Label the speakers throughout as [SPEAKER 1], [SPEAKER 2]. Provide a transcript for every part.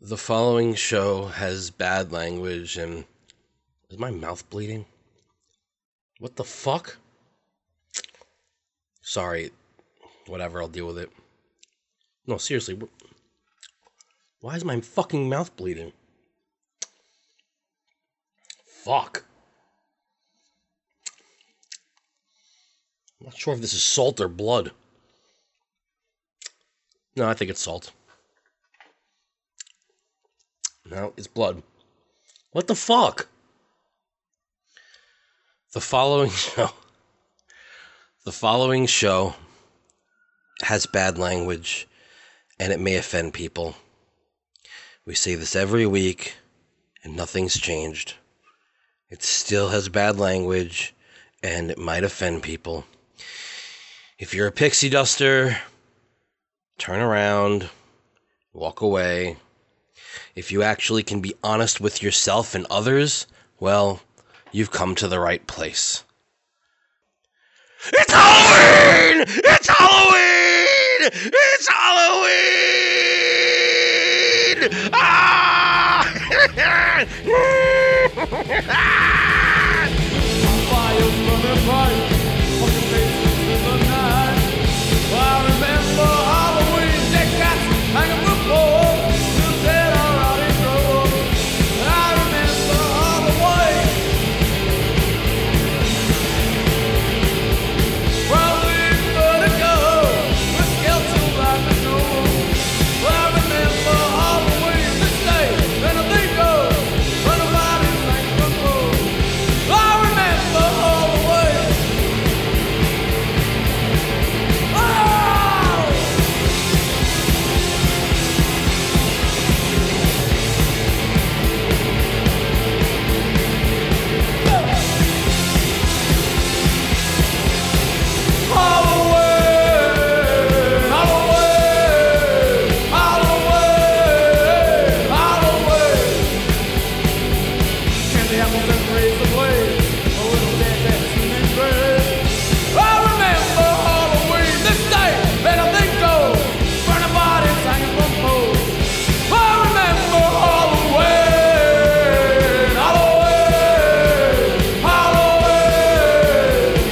[SPEAKER 1] The following show has bad language and. Is my mouth bleeding? What the fuck? Sorry. Whatever, I'll deal with it. No, seriously. wh- Why is my fucking mouth bleeding? Fuck. I'm not sure if this is salt or blood. No, I think it's salt. No, it's blood. What the fuck? The following show. The following show has bad language and it may offend people. We say this every week and nothing's changed. It still has bad language and it might offend people. If you're a pixie duster, turn around, walk away. If you actually can be honest with yourself and others, well, you've come to the right place. It's Halloween! It's Halloween! It's Halloween! Ah!
[SPEAKER 2] Fires from the fire, fucking faces in the night. I remember Halloween, dead cats hanging from poles, still dead or out in trouble. And I remember Halloween. Probably vertigo, with skeletal life and no I remember Halloween, this day, and I think of, when the bodies hang from poles. I remember Halloween. Oh!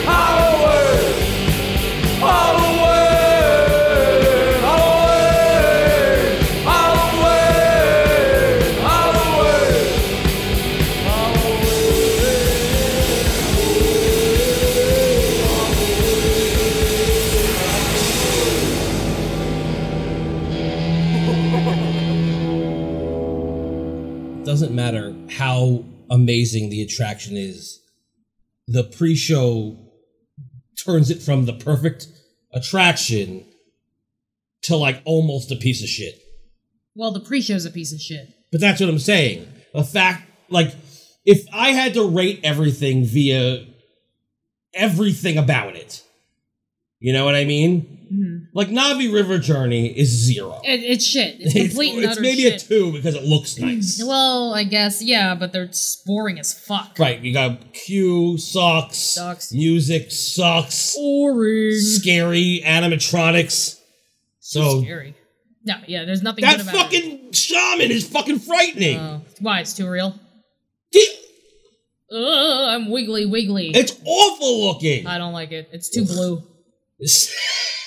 [SPEAKER 2] Halloween! Halloween! Halloween! Halloween! Halloween!
[SPEAKER 3] It doesn't matter how amazing the attraction is, the pre show turns it from the perfect attraction to like almost a piece of shit.
[SPEAKER 4] Well, the pre-show's a piece of shit.
[SPEAKER 3] But that's what I'm saying. The fact, like, if I had to rate everything via everything about it, you know what I mean? Like, Navi River Journey is zero.
[SPEAKER 4] It, Mm-hmm. it's shit. It's complete and
[SPEAKER 3] it's
[SPEAKER 4] utter
[SPEAKER 3] maybe
[SPEAKER 4] shit.
[SPEAKER 3] a two because it looks nice.
[SPEAKER 4] well, I guess yeah, but they're s- boring as fuck.
[SPEAKER 3] Right, you got Q sucks,
[SPEAKER 4] Sucks.
[SPEAKER 3] music sucks,
[SPEAKER 4] Boring.
[SPEAKER 3] scary animatronics. So
[SPEAKER 4] Scary. No, yeah. There's nothing
[SPEAKER 3] that
[SPEAKER 4] good about it.
[SPEAKER 3] fucking shaman is fucking frightening.
[SPEAKER 4] Oh, why? It's too real.
[SPEAKER 3] Di-
[SPEAKER 4] Ugh, I'm wiggly wiggly.
[SPEAKER 3] It's awful looking.
[SPEAKER 4] I don't like it. It's too blue.
[SPEAKER 3] it's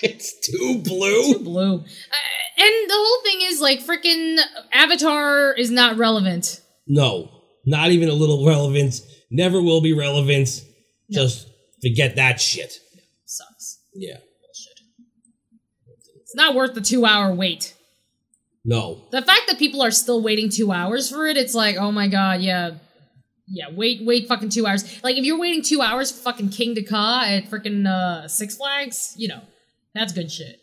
[SPEAKER 3] too
[SPEAKER 4] Too
[SPEAKER 3] blue.
[SPEAKER 4] blue. Uh, and the whole thing is like freaking Avatar is not relevant.
[SPEAKER 3] No, not even a little relevance. Never will be relevance. Just forget that shit.
[SPEAKER 4] Sucks.
[SPEAKER 3] Yeah.
[SPEAKER 4] It's not worth the two hour wait.
[SPEAKER 3] No.
[SPEAKER 4] the fact that people are still waiting two hours for it, it's like, oh my god, yeah, yeah, wait, wait, fucking two hours. Like if you're waiting two hours, for fucking King to Ka at freaking uh, Six Flags, you know, that's good shit.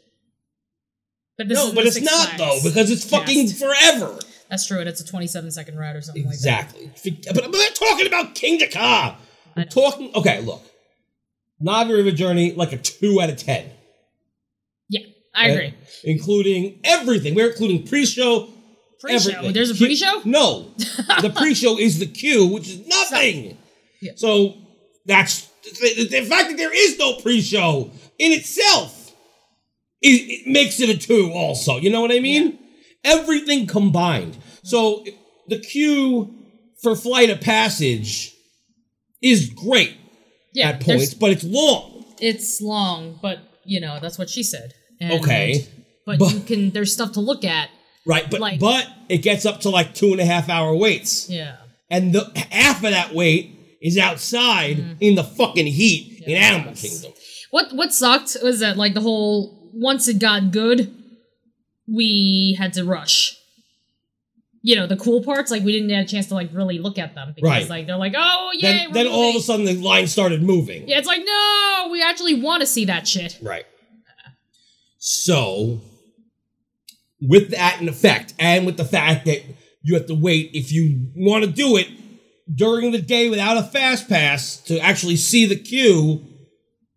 [SPEAKER 4] But this
[SPEAKER 3] No,
[SPEAKER 4] is
[SPEAKER 3] but
[SPEAKER 4] the
[SPEAKER 3] it's
[SPEAKER 4] Six
[SPEAKER 3] not though
[SPEAKER 4] Flags
[SPEAKER 3] because it's fucking
[SPEAKER 4] cast.
[SPEAKER 3] forever.
[SPEAKER 4] That's true, and it's a 27 second ride or something
[SPEAKER 3] Exactly. But, but I'm not talking about King Dakar. I'm talking. Okay, look. Navi River Journey, like a 2 out of 10.
[SPEAKER 4] like that. Yeah, I agree.
[SPEAKER 3] right? Including everything. We're including pre show.
[SPEAKER 4] Pre-show.
[SPEAKER 3] Everything.
[SPEAKER 4] There's a
[SPEAKER 3] Q-
[SPEAKER 4] pre-show.
[SPEAKER 3] No. the pre show is the queue, which is nothing.
[SPEAKER 4] Yeah.
[SPEAKER 3] So that's the, the fact that there is no pre show in itself is, it makes it a two, also. You know what I mean? Everything combined. So the queue for Flight of Passage is great
[SPEAKER 4] Yeah,
[SPEAKER 3] at points,
[SPEAKER 4] there's-
[SPEAKER 3] but it's long.
[SPEAKER 4] it's long, but you know that's what she said. And-
[SPEAKER 3] Okay.
[SPEAKER 4] but,
[SPEAKER 3] But-
[SPEAKER 4] you can. There's stuff to look at.
[SPEAKER 3] Right, but
[SPEAKER 4] Like-
[SPEAKER 3] but it gets up to like two and a half hour waits.
[SPEAKER 4] Yeah,
[SPEAKER 3] and the half of that weight is outside in the fucking heat in Animal Kingdom.
[SPEAKER 4] What what sucked was that like the whole once it got good, we had to rush. You know the cool parts, like we didn't get a chance to like really look at them because
[SPEAKER 3] Right.
[SPEAKER 4] like they're like, oh yeah,
[SPEAKER 3] Then, then all of a sudden the line started moving.
[SPEAKER 4] yeah, it's like no, we actually want to see that shit.
[SPEAKER 3] Right. So, with that in effect, and with the fact that you have to wait if you want to do it during the day without a fast pass to actually see the queue,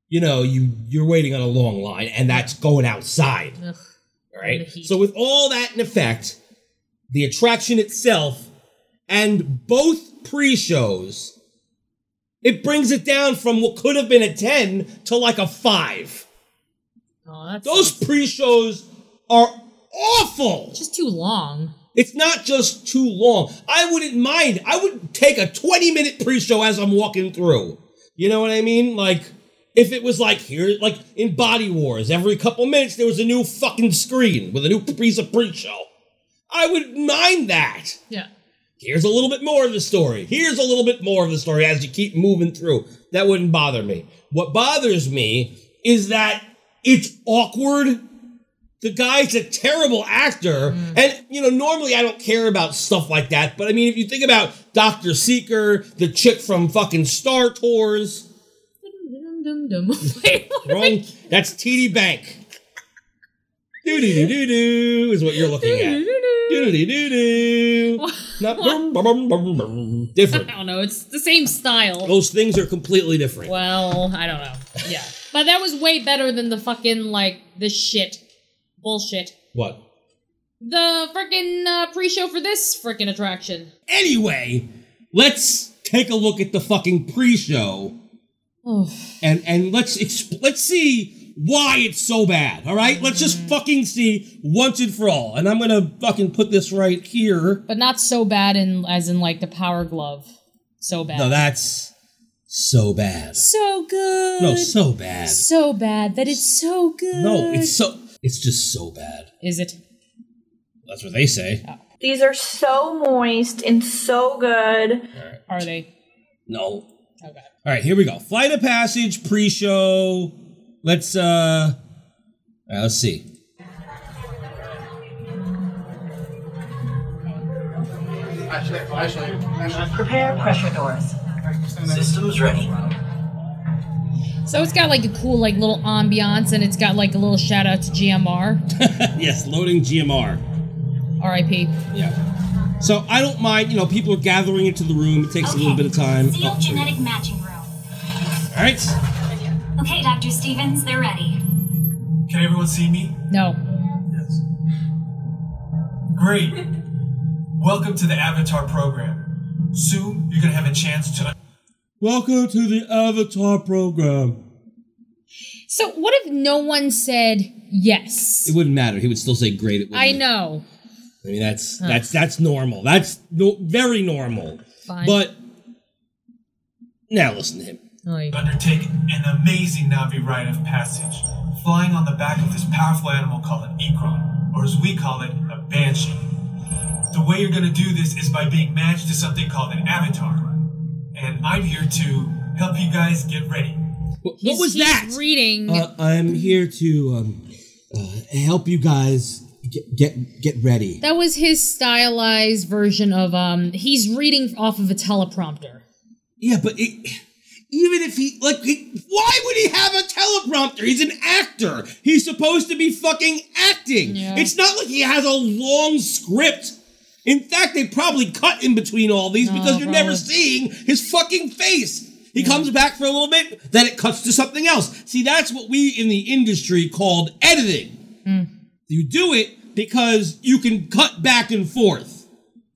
[SPEAKER 3] you know, you you're waiting on a long line, and that's going outside.
[SPEAKER 4] Ugh.
[SPEAKER 3] All
[SPEAKER 4] The
[SPEAKER 3] right.
[SPEAKER 4] heat.
[SPEAKER 3] So with all that in effect, the attraction itself and both pre-shows, it brings it down from what could have been a 10 to like a 5.
[SPEAKER 4] Oh, that's
[SPEAKER 3] Those pre-shows are awful.
[SPEAKER 4] just too long.
[SPEAKER 3] It's not just too long. I wouldn't mind. I would take a 20 minute pre show as I'm walking through. You know what I mean? Like, if it was like here, like in Body Wars, every couple minutes there was a new fucking screen with a new piece of pre show. I would mind that.
[SPEAKER 4] Yeah,
[SPEAKER 3] Here's a little bit more of the story. Here's a little bit more of the story as you keep moving through. That wouldn't bother me. What bothers me is that it's awkward. The guy's a terrible actor. And, you know, normally I don't care about stuff like that. But I mean, if you think about Dr. Seeker, the chick from fucking Star Tours,
[SPEAKER 4] Dum-dum-dum-dum. Wait, what?
[SPEAKER 3] wrong, that's TD Bank. Doo doo doo doo doo is what you're looking at. Doo doo doo doo. Not bum, bum, bum, bum, bum. Different.
[SPEAKER 4] I don't know. It's the same style.
[SPEAKER 3] Those things are completely different.
[SPEAKER 4] Well, I don't know. Yeah. But that was way better than the fucking, like, the shit. Bullshit.
[SPEAKER 3] What?
[SPEAKER 4] The freaking uh, pre show for this freaking attraction.
[SPEAKER 3] Anyway, let's take a look at the fucking pre-show
[SPEAKER 4] Oh,
[SPEAKER 3] and and let's exp- let's see why it's so bad. All right? Let's
[SPEAKER 4] Mm-hmm.
[SPEAKER 3] just fucking see once and for all. And I'm going to fucking put this right here.
[SPEAKER 4] but not so bad in as in, like, the power glove. So bad.
[SPEAKER 3] No, that's so bad.
[SPEAKER 4] so good.
[SPEAKER 3] No, so bad.
[SPEAKER 4] so bad that it's so good.
[SPEAKER 3] No, it's so it's just so bad.
[SPEAKER 4] Is it?
[SPEAKER 3] That's what they say.
[SPEAKER 5] These are so moist and so good.
[SPEAKER 4] Are they?
[SPEAKER 3] No.
[SPEAKER 4] Oh, God.
[SPEAKER 3] All right, here we go. Flight of Passage pre-show. Let's uh, all right, let's see.
[SPEAKER 6] Prepare pressure doors. Systems ready.
[SPEAKER 4] So it's got, like, a cool, like, little ambiance, and it's got, like, a little shout out to GMR.
[SPEAKER 3] Yes, loading GMR.
[SPEAKER 4] RIP.
[SPEAKER 3] Yeah. So I don't mind. You know, people are gathering into the room. It takes a little bit of time.
[SPEAKER 7] Seal
[SPEAKER 3] Oh, here we
[SPEAKER 7] genetic matching room.
[SPEAKER 3] go. all right.
[SPEAKER 7] Okay, Dr. Stevens, they're ready.
[SPEAKER 6] Can everyone see me?
[SPEAKER 4] No.
[SPEAKER 6] Yes. Great. Welcome to the Avatar program. Soon, you're gonna have a chance to.
[SPEAKER 3] Welcome to the Avatar program.
[SPEAKER 4] So what if no one said yes?
[SPEAKER 3] It wouldn't matter. He would still say great. It wouldn't
[SPEAKER 4] I
[SPEAKER 3] matter.
[SPEAKER 4] know.
[SPEAKER 3] I mean, that's that's that's normal. That's no, very normal.
[SPEAKER 4] Fine.
[SPEAKER 3] But now listen to him.
[SPEAKER 4] Like,
[SPEAKER 6] undertake an amazing Navi rite of passage, flying on the back of this powerful animal called an Ikron, or as we call it, a Banshee. The way you're going to do this is by being matched to something called an Avatar. And I'm here to help you guys get ready.
[SPEAKER 3] What, what
[SPEAKER 4] he's-
[SPEAKER 3] was
[SPEAKER 4] he's
[SPEAKER 3] that?
[SPEAKER 4] Reading.
[SPEAKER 8] Uh, I'm here to um, uh, help you guys get get, get ready.
[SPEAKER 4] that was his stylized version of um. He's reading off of a teleprompter.
[SPEAKER 3] Yeah, but it, even if he like, he, why would he have a teleprompter? He's an actor. He's supposed to be fucking acting.
[SPEAKER 4] Yeah.
[SPEAKER 3] It's not like he has a long script. In fact, they probably cut in between all these because you're never
[SPEAKER 4] probably.
[SPEAKER 3] seeing his fucking face. He comes back for a little bit, then it cuts to something else. See, that's what we in the industry called editing. You do it because you can cut back and forth.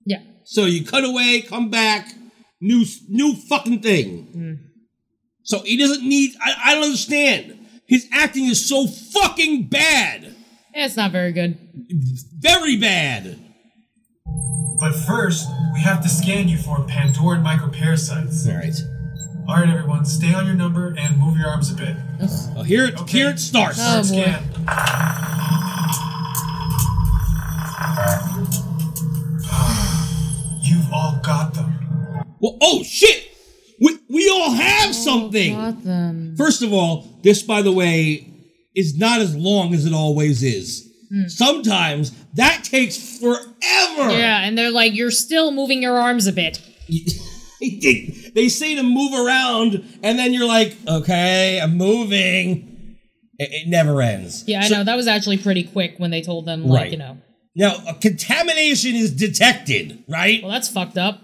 [SPEAKER 4] Yeah.
[SPEAKER 3] So you cut away, come back, new new fucking thing.
[SPEAKER 4] Mm.
[SPEAKER 3] So he doesn't need. I, I don't understand. His acting is so fucking bad,
[SPEAKER 4] That's not very good.
[SPEAKER 3] very bad.
[SPEAKER 6] But first, we have to scan you for Pandoran microparasites.
[SPEAKER 9] All right.
[SPEAKER 6] All right, everyone, stay on your number and move your arms a bit.
[SPEAKER 3] Oh, here it
[SPEAKER 6] Okay.
[SPEAKER 3] here it starts.
[SPEAKER 4] Oh, boy.
[SPEAKER 6] Scan. You've all got them.
[SPEAKER 3] Well, oh shit! We we all
[SPEAKER 4] Oh,
[SPEAKER 3] have something.
[SPEAKER 4] Got them.
[SPEAKER 3] First of all, this, by the way, is not as long as it always is.
[SPEAKER 4] Hmm.
[SPEAKER 3] Sometimes that takes forever.
[SPEAKER 4] Yeah, and they're like, you're still moving your arms a bit.
[SPEAKER 3] They they say to move around, and then you're like, okay, I'm moving. It, it never ends.
[SPEAKER 4] Yeah, I
[SPEAKER 3] So-
[SPEAKER 4] know. That was actually pretty quick when they told them, like,
[SPEAKER 3] Right.
[SPEAKER 4] you know,
[SPEAKER 3] Now, a contamination is detected, right?
[SPEAKER 4] well, that's fucked up.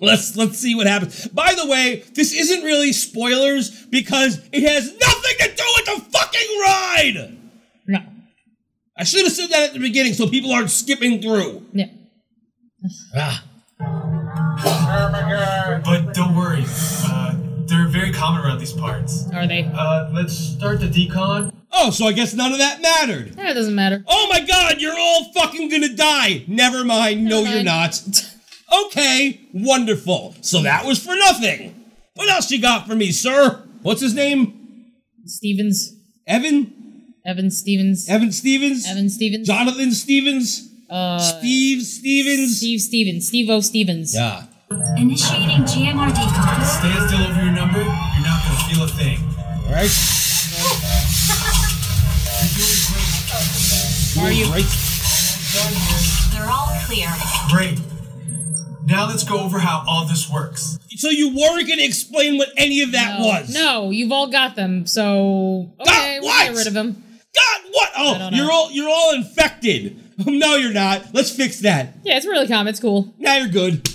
[SPEAKER 3] Let's let's see what happens. By the way, this isn't really spoilers because it has nothing to do with the fucking ride.
[SPEAKER 4] No.
[SPEAKER 3] I should have said that at the beginning so people aren't skipping through.
[SPEAKER 4] Yeah.
[SPEAKER 3] Ah.
[SPEAKER 6] But don't worry, uh, they're very common around these parts.
[SPEAKER 4] Are they?
[SPEAKER 6] Uh, let's start the decon.
[SPEAKER 3] Oh, so I guess none of that mattered.
[SPEAKER 4] Yeah, it doesn't matter.
[SPEAKER 3] Oh my god, you're all fucking gonna die. Never mind. No,
[SPEAKER 4] Never
[SPEAKER 3] you're not. Okay, wonderful. So that was for nothing. What else you got for me, sir? What's his name?
[SPEAKER 4] Stevens.
[SPEAKER 3] Evan?
[SPEAKER 4] Evan Stevens.
[SPEAKER 3] Evan Stevens?
[SPEAKER 4] Evan Stevens.
[SPEAKER 3] Jonathan Stevens?
[SPEAKER 4] Uh,
[SPEAKER 3] Steve Stevens?
[SPEAKER 4] Steve Stevens. Steve O. Stevens.
[SPEAKER 3] Yeah.
[SPEAKER 7] Initiating GMR decon.
[SPEAKER 6] Stand still over your number. You're not gonna feel a thing.
[SPEAKER 3] All right.
[SPEAKER 6] You're doing great.
[SPEAKER 4] Are you?
[SPEAKER 3] Right.
[SPEAKER 6] Done here.
[SPEAKER 7] They're all clear.
[SPEAKER 6] Great. Now let's go over how all this works.
[SPEAKER 3] So you weren't gonna explain what any of that
[SPEAKER 4] no.
[SPEAKER 3] was?
[SPEAKER 4] No, you've all got them, so. Okay, we'll
[SPEAKER 3] what?
[SPEAKER 4] get rid of them.
[SPEAKER 3] God, what?
[SPEAKER 4] I
[SPEAKER 3] Oh,
[SPEAKER 4] don't know.
[SPEAKER 3] you're all you're all infected. No, you're not. Let's fix that.
[SPEAKER 4] Yeah, it's really calm. It's cool.
[SPEAKER 3] Now you're good.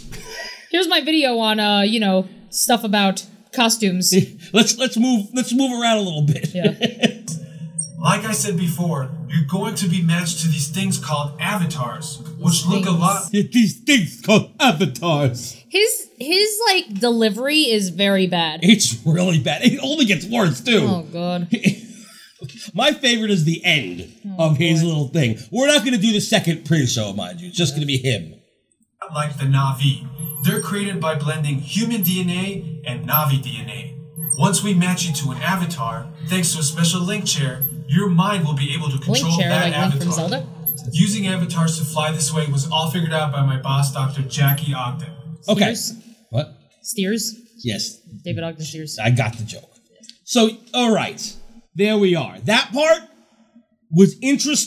[SPEAKER 4] Here's my video on, uh, you know, stuff about costumes.
[SPEAKER 3] Let's let's move let's move around a little bit.
[SPEAKER 4] Yeah.
[SPEAKER 6] Like I said before, you're going to be matched to these things called avatars, which look a lot.
[SPEAKER 3] These things called avatars.
[SPEAKER 4] His his like delivery is very bad.
[SPEAKER 3] It's really bad. It only gets worse too.
[SPEAKER 4] Oh god.
[SPEAKER 3] My favorite is the end of his little thing. We're not gonna do the second pre-show, mind you. It's just gonna be him.
[SPEAKER 6] like the Navi. They're created by blending human DNA and Navi DNA. Once we match you to an avatar, thanks to a special link chair, your mind will be able to
[SPEAKER 4] Link
[SPEAKER 6] control
[SPEAKER 4] chair
[SPEAKER 6] that
[SPEAKER 4] like
[SPEAKER 6] avatar.
[SPEAKER 4] Link from Zelda.
[SPEAKER 6] Using avatars to fly this way was all figured out by my boss, Dr. Jackie Ogden.
[SPEAKER 3] Okay.
[SPEAKER 4] Steers.
[SPEAKER 3] What?
[SPEAKER 4] Steers.
[SPEAKER 3] Yes.
[SPEAKER 4] David Ogden Steers.
[SPEAKER 3] I got the joke. So, all right, there we are. That part was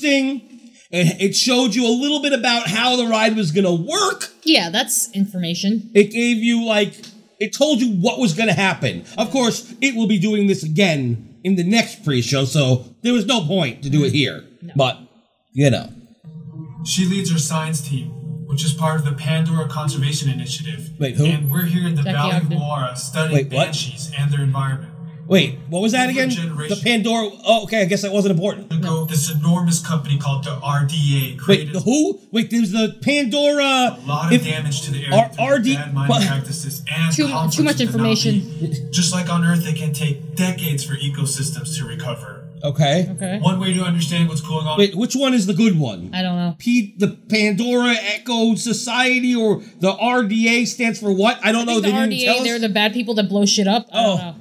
[SPEAKER 3] interesting. It, it showed you a little bit about how the ride was going to work.
[SPEAKER 4] Yeah, that's information.
[SPEAKER 3] It gave you, like, it told you what was going to happen. Of course, it will be doing this again in the next pre show, so there was no point to do it here. But, you know.
[SPEAKER 6] She leads her science team, which is part of the Pandora Conservation Initiative.
[SPEAKER 3] Wait, who?
[SPEAKER 6] And we're here in the
[SPEAKER 4] Jackie
[SPEAKER 6] Valley of
[SPEAKER 4] Ogden.
[SPEAKER 6] Moara studying
[SPEAKER 3] Wait, what?
[SPEAKER 6] banshees and their environment.
[SPEAKER 3] Wait, what was that
[SPEAKER 6] Over
[SPEAKER 3] again?
[SPEAKER 6] generation.
[SPEAKER 3] The Pandora. Oh, okay, I guess that wasn't important.
[SPEAKER 6] Go- This enormous company called the RDA
[SPEAKER 3] Wait,
[SPEAKER 6] created
[SPEAKER 3] the who? Wait, there's the Pandora.
[SPEAKER 6] a lot of
[SPEAKER 3] if-
[SPEAKER 6] damage to the
[SPEAKER 3] R-
[SPEAKER 6] air through
[SPEAKER 3] RD
[SPEAKER 6] bad mining
[SPEAKER 3] what?
[SPEAKER 6] practices and
[SPEAKER 4] Too-
[SPEAKER 6] conflicts
[SPEAKER 4] too much
[SPEAKER 6] with the Na'vi.
[SPEAKER 4] information.
[SPEAKER 6] Just like on Earth, it can take decades for ecosystems to recover.
[SPEAKER 3] Okay.
[SPEAKER 4] Okay.
[SPEAKER 6] One way to understand what's going on
[SPEAKER 3] Wait, which one is the good one?
[SPEAKER 4] I don't know.
[SPEAKER 3] P- the Pandora Echo Society or the RDA stands for what? I don't know.
[SPEAKER 4] I think
[SPEAKER 3] they didn't
[SPEAKER 4] the
[SPEAKER 3] tell
[SPEAKER 4] RDA,
[SPEAKER 3] us.
[SPEAKER 4] they're the bad people that blow shit up. I
[SPEAKER 3] Oh.
[SPEAKER 4] don't know.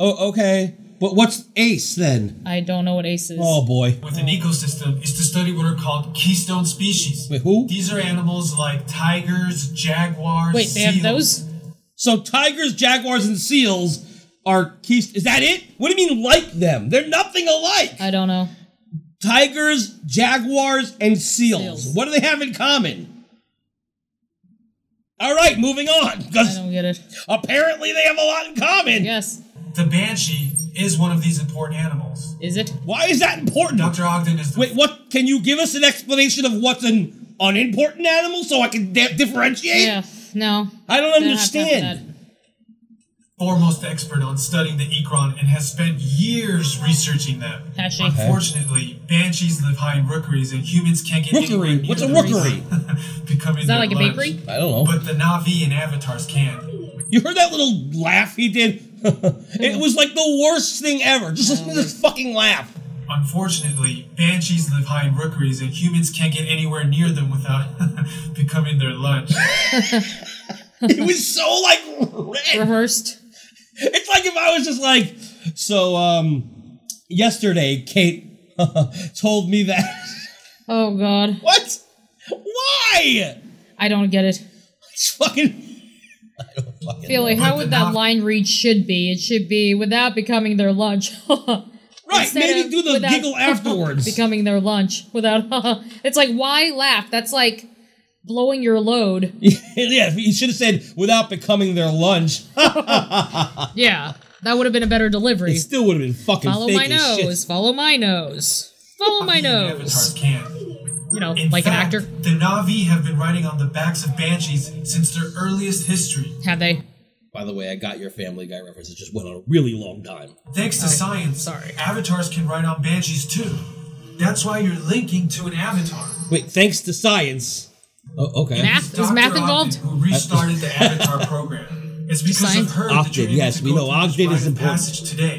[SPEAKER 3] oh, okay. But what's ACE then?
[SPEAKER 4] I don't know what ACE is.
[SPEAKER 3] Oh boy.
[SPEAKER 6] with an ecosystem is to study what are called keystone species.
[SPEAKER 3] Wait, who?
[SPEAKER 6] These are animals like tigers, jaguars.
[SPEAKER 4] Wait, they have
[SPEAKER 6] seals.
[SPEAKER 4] those?
[SPEAKER 3] So tigers, jaguars, and seals are keys. Is that it? What do you mean like them? They're nothing alike.
[SPEAKER 4] I don't know.
[SPEAKER 3] Tigers, jaguars, and seals.
[SPEAKER 4] Seals.
[SPEAKER 3] What do they have in common? All right, moving on.
[SPEAKER 4] I
[SPEAKER 3] Because
[SPEAKER 4] don't get it.
[SPEAKER 3] apparently they have a lot in common.
[SPEAKER 4] Yes.
[SPEAKER 6] The banshee is one of these important animals.
[SPEAKER 4] Is it?
[SPEAKER 3] Why is that important?
[SPEAKER 6] Dr. Ogden is the
[SPEAKER 3] Wait, what? Can you give us an explanation of what's an unimportant animal so I can di- differentiate?
[SPEAKER 4] Yeah. No.
[SPEAKER 3] I don't
[SPEAKER 4] They have time for
[SPEAKER 3] understand.
[SPEAKER 6] foremost expert on studying the ecron and has spent years researching them.
[SPEAKER 4] that. Hashi.
[SPEAKER 3] Eh?
[SPEAKER 6] Unfortunately, banshees live high in rookeries, and humans can't get
[SPEAKER 3] Rookery?
[SPEAKER 6] anywhere near
[SPEAKER 3] What's a
[SPEAKER 6] them.
[SPEAKER 3] rookery?
[SPEAKER 6] Becoming
[SPEAKER 4] Is that
[SPEAKER 6] their
[SPEAKER 4] like a
[SPEAKER 6] lunch.
[SPEAKER 4] bakery?
[SPEAKER 3] I don't know.
[SPEAKER 6] But the Navi and avatars can.
[SPEAKER 3] You heard that little laugh he did? it was like the worst thing ever. Just listen to this fucking laugh.
[SPEAKER 6] Unfortunately, banshees live high in rookeries, and humans can't get anywhere near them without becoming their lunch.
[SPEAKER 3] It was so like red.
[SPEAKER 4] Rehearsed.
[SPEAKER 3] It's like if I was just like, so um yesterday Kate told me that
[SPEAKER 4] Oh god.
[SPEAKER 3] what? Why?
[SPEAKER 4] I don't get it.
[SPEAKER 3] It's fucking I don't fucking
[SPEAKER 4] Feely, how would that line read should be? It should be without becoming their lunch.
[SPEAKER 3] Right,
[SPEAKER 4] Instead
[SPEAKER 3] maybe
[SPEAKER 4] of
[SPEAKER 3] do the
[SPEAKER 4] without-
[SPEAKER 3] giggle afterwards.
[SPEAKER 4] becoming their lunch without It's like why laugh? That's like blowing your load.
[SPEAKER 3] yeah, you should have said without becoming their lunch.
[SPEAKER 4] Yeah. That would have been a better delivery.
[SPEAKER 3] It still would have been fucking
[SPEAKER 4] Follow
[SPEAKER 3] fake
[SPEAKER 4] my
[SPEAKER 3] as shit.
[SPEAKER 4] nose. Follow my nose. Follow my
[SPEAKER 6] Avatars
[SPEAKER 4] nose.
[SPEAKER 6] can.
[SPEAKER 4] You know,
[SPEAKER 6] In
[SPEAKER 4] like an
[SPEAKER 6] fact,
[SPEAKER 4] actor.
[SPEAKER 6] The Navi have been riding on the backs of banshees since their earliest history.
[SPEAKER 4] Have they?
[SPEAKER 3] By the way, I got your Family Guy reference. It just went on a really long time.
[SPEAKER 6] Thanks to science,
[SPEAKER 4] sorry.
[SPEAKER 6] avatars can ride on banshees too. That's why you're linking to an avatar.
[SPEAKER 3] Wait, thanks to science. Oh, okay.
[SPEAKER 4] Math? Is math
[SPEAKER 6] Ogden,
[SPEAKER 4] involved?
[SPEAKER 6] who restarted the avatar program. It's because
[SPEAKER 4] Science?
[SPEAKER 6] of her that
[SPEAKER 3] Ogden,
[SPEAKER 6] you're able
[SPEAKER 3] yes,
[SPEAKER 6] to
[SPEAKER 3] we
[SPEAKER 6] go
[SPEAKER 3] know
[SPEAKER 6] through
[SPEAKER 3] Ogden
[SPEAKER 6] this
[SPEAKER 3] is
[SPEAKER 6] rite of
[SPEAKER 3] important.
[SPEAKER 6] Passage today.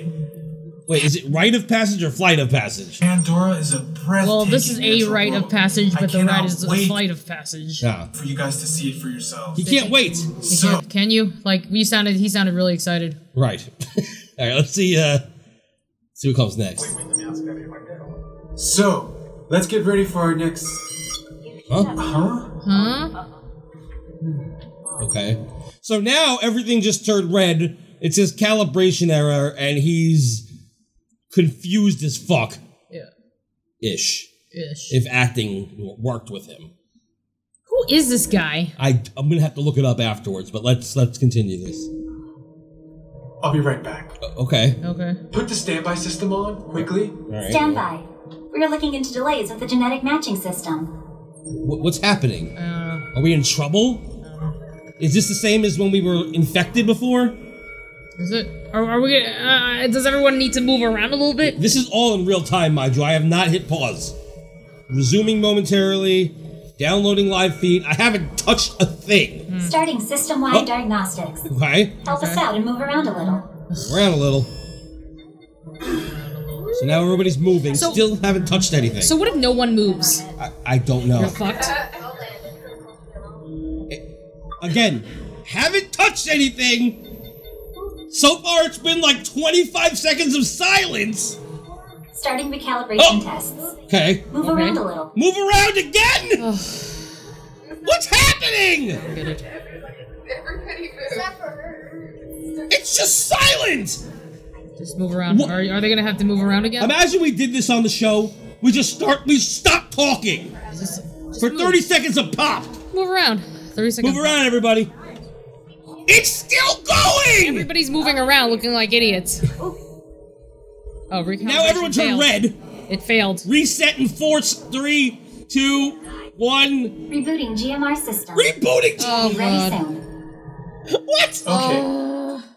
[SPEAKER 3] Wait, is it rite of passage or flight of passage?
[SPEAKER 6] Pandora is a breathtaking.
[SPEAKER 4] Well, this is a
[SPEAKER 6] natural
[SPEAKER 4] rite
[SPEAKER 6] world.
[SPEAKER 4] of passage,
[SPEAKER 6] I
[SPEAKER 4] but the
[SPEAKER 6] cannot
[SPEAKER 4] rite is a
[SPEAKER 6] wait
[SPEAKER 4] flight of passage.
[SPEAKER 3] Yeah.
[SPEAKER 6] for you guys to see it for yourselves.
[SPEAKER 3] He can't wait.
[SPEAKER 4] You
[SPEAKER 6] So-
[SPEAKER 4] can't- can you? Like we sounded he sounded really excited.
[SPEAKER 3] Right. All right. Let's see. Uh, see what comes next.
[SPEAKER 6] So, let's get ready for our next.
[SPEAKER 3] Huh?
[SPEAKER 6] Huh?
[SPEAKER 4] Huh?
[SPEAKER 3] Okay. So now everything just turned red. It says calibration error, and he's confused as fuck
[SPEAKER 4] Yeah.
[SPEAKER 3] ish.
[SPEAKER 4] Ish.
[SPEAKER 3] If acting w- worked with him,
[SPEAKER 4] Who is this guy?
[SPEAKER 3] I I'm gonna have to look it up afterwards. But let's let's continue this.
[SPEAKER 6] I'll be right back.
[SPEAKER 3] O- Okay.
[SPEAKER 4] Okay.
[SPEAKER 6] Put the standby system on quickly.
[SPEAKER 3] All right.
[SPEAKER 7] Stand by. We are looking into delays with the genetic matching system.
[SPEAKER 3] Wh- what's happening?
[SPEAKER 4] Uh,
[SPEAKER 3] Are we in trouble? Is this the same as when we were infected before?
[SPEAKER 4] is it? Are, are we? Uh, does everyone need to move around a little bit?
[SPEAKER 3] This is all in real time, mind you. I have not hit pause. Resuming momentarily, downloading live feed. I haven't touched a thing.
[SPEAKER 7] Starting system wide diagnostics.
[SPEAKER 3] Hmm. Oh. Okay?
[SPEAKER 7] Help us out and move around a little.
[SPEAKER 3] Around a little. So now everybody's moving.
[SPEAKER 4] So-
[SPEAKER 3] Still haven't touched anything.
[SPEAKER 4] So what if no one moves?
[SPEAKER 3] I, I don't know.
[SPEAKER 4] You're fucked.
[SPEAKER 3] Again, haven't touched anything! So far, it's been like 25 seconds of silence!
[SPEAKER 7] Starting recalibration
[SPEAKER 3] Oh.
[SPEAKER 7] tests.
[SPEAKER 3] Okay.
[SPEAKER 7] Move
[SPEAKER 4] Okay.
[SPEAKER 7] around a little.
[SPEAKER 3] Move around again! What's happening?
[SPEAKER 4] Get it.
[SPEAKER 3] It's just silent!
[SPEAKER 4] Just move around.
[SPEAKER 3] What?
[SPEAKER 4] Are, are they gonna have to move around again?
[SPEAKER 3] Imagine we did this on the show. We just start, we stop talking
[SPEAKER 4] Just, just
[SPEAKER 3] for
[SPEAKER 4] move.
[SPEAKER 3] 30 seconds of pop.
[SPEAKER 4] Move around. Thirty seconds.
[SPEAKER 3] Move around, everybody. It's still going!
[SPEAKER 4] Everybody's moving around, looking like idiots. Oh, recalibration
[SPEAKER 3] Now everyone turn
[SPEAKER 4] failed.
[SPEAKER 3] red.
[SPEAKER 4] It failed.
[SPEAKER 3] Reset in four, s- three, two, one.
[SPEAKER 7] Rebooting GMR system.
[SPEAKER 3] Rebooting.
[SPEAKER 4] Oh
[SPEAKER 7] Be ready
[SPEAKER 4] god.
[SPEAKER 7] soon.
[SPEAKER 3] What?
[SPEAKER 6] Okay.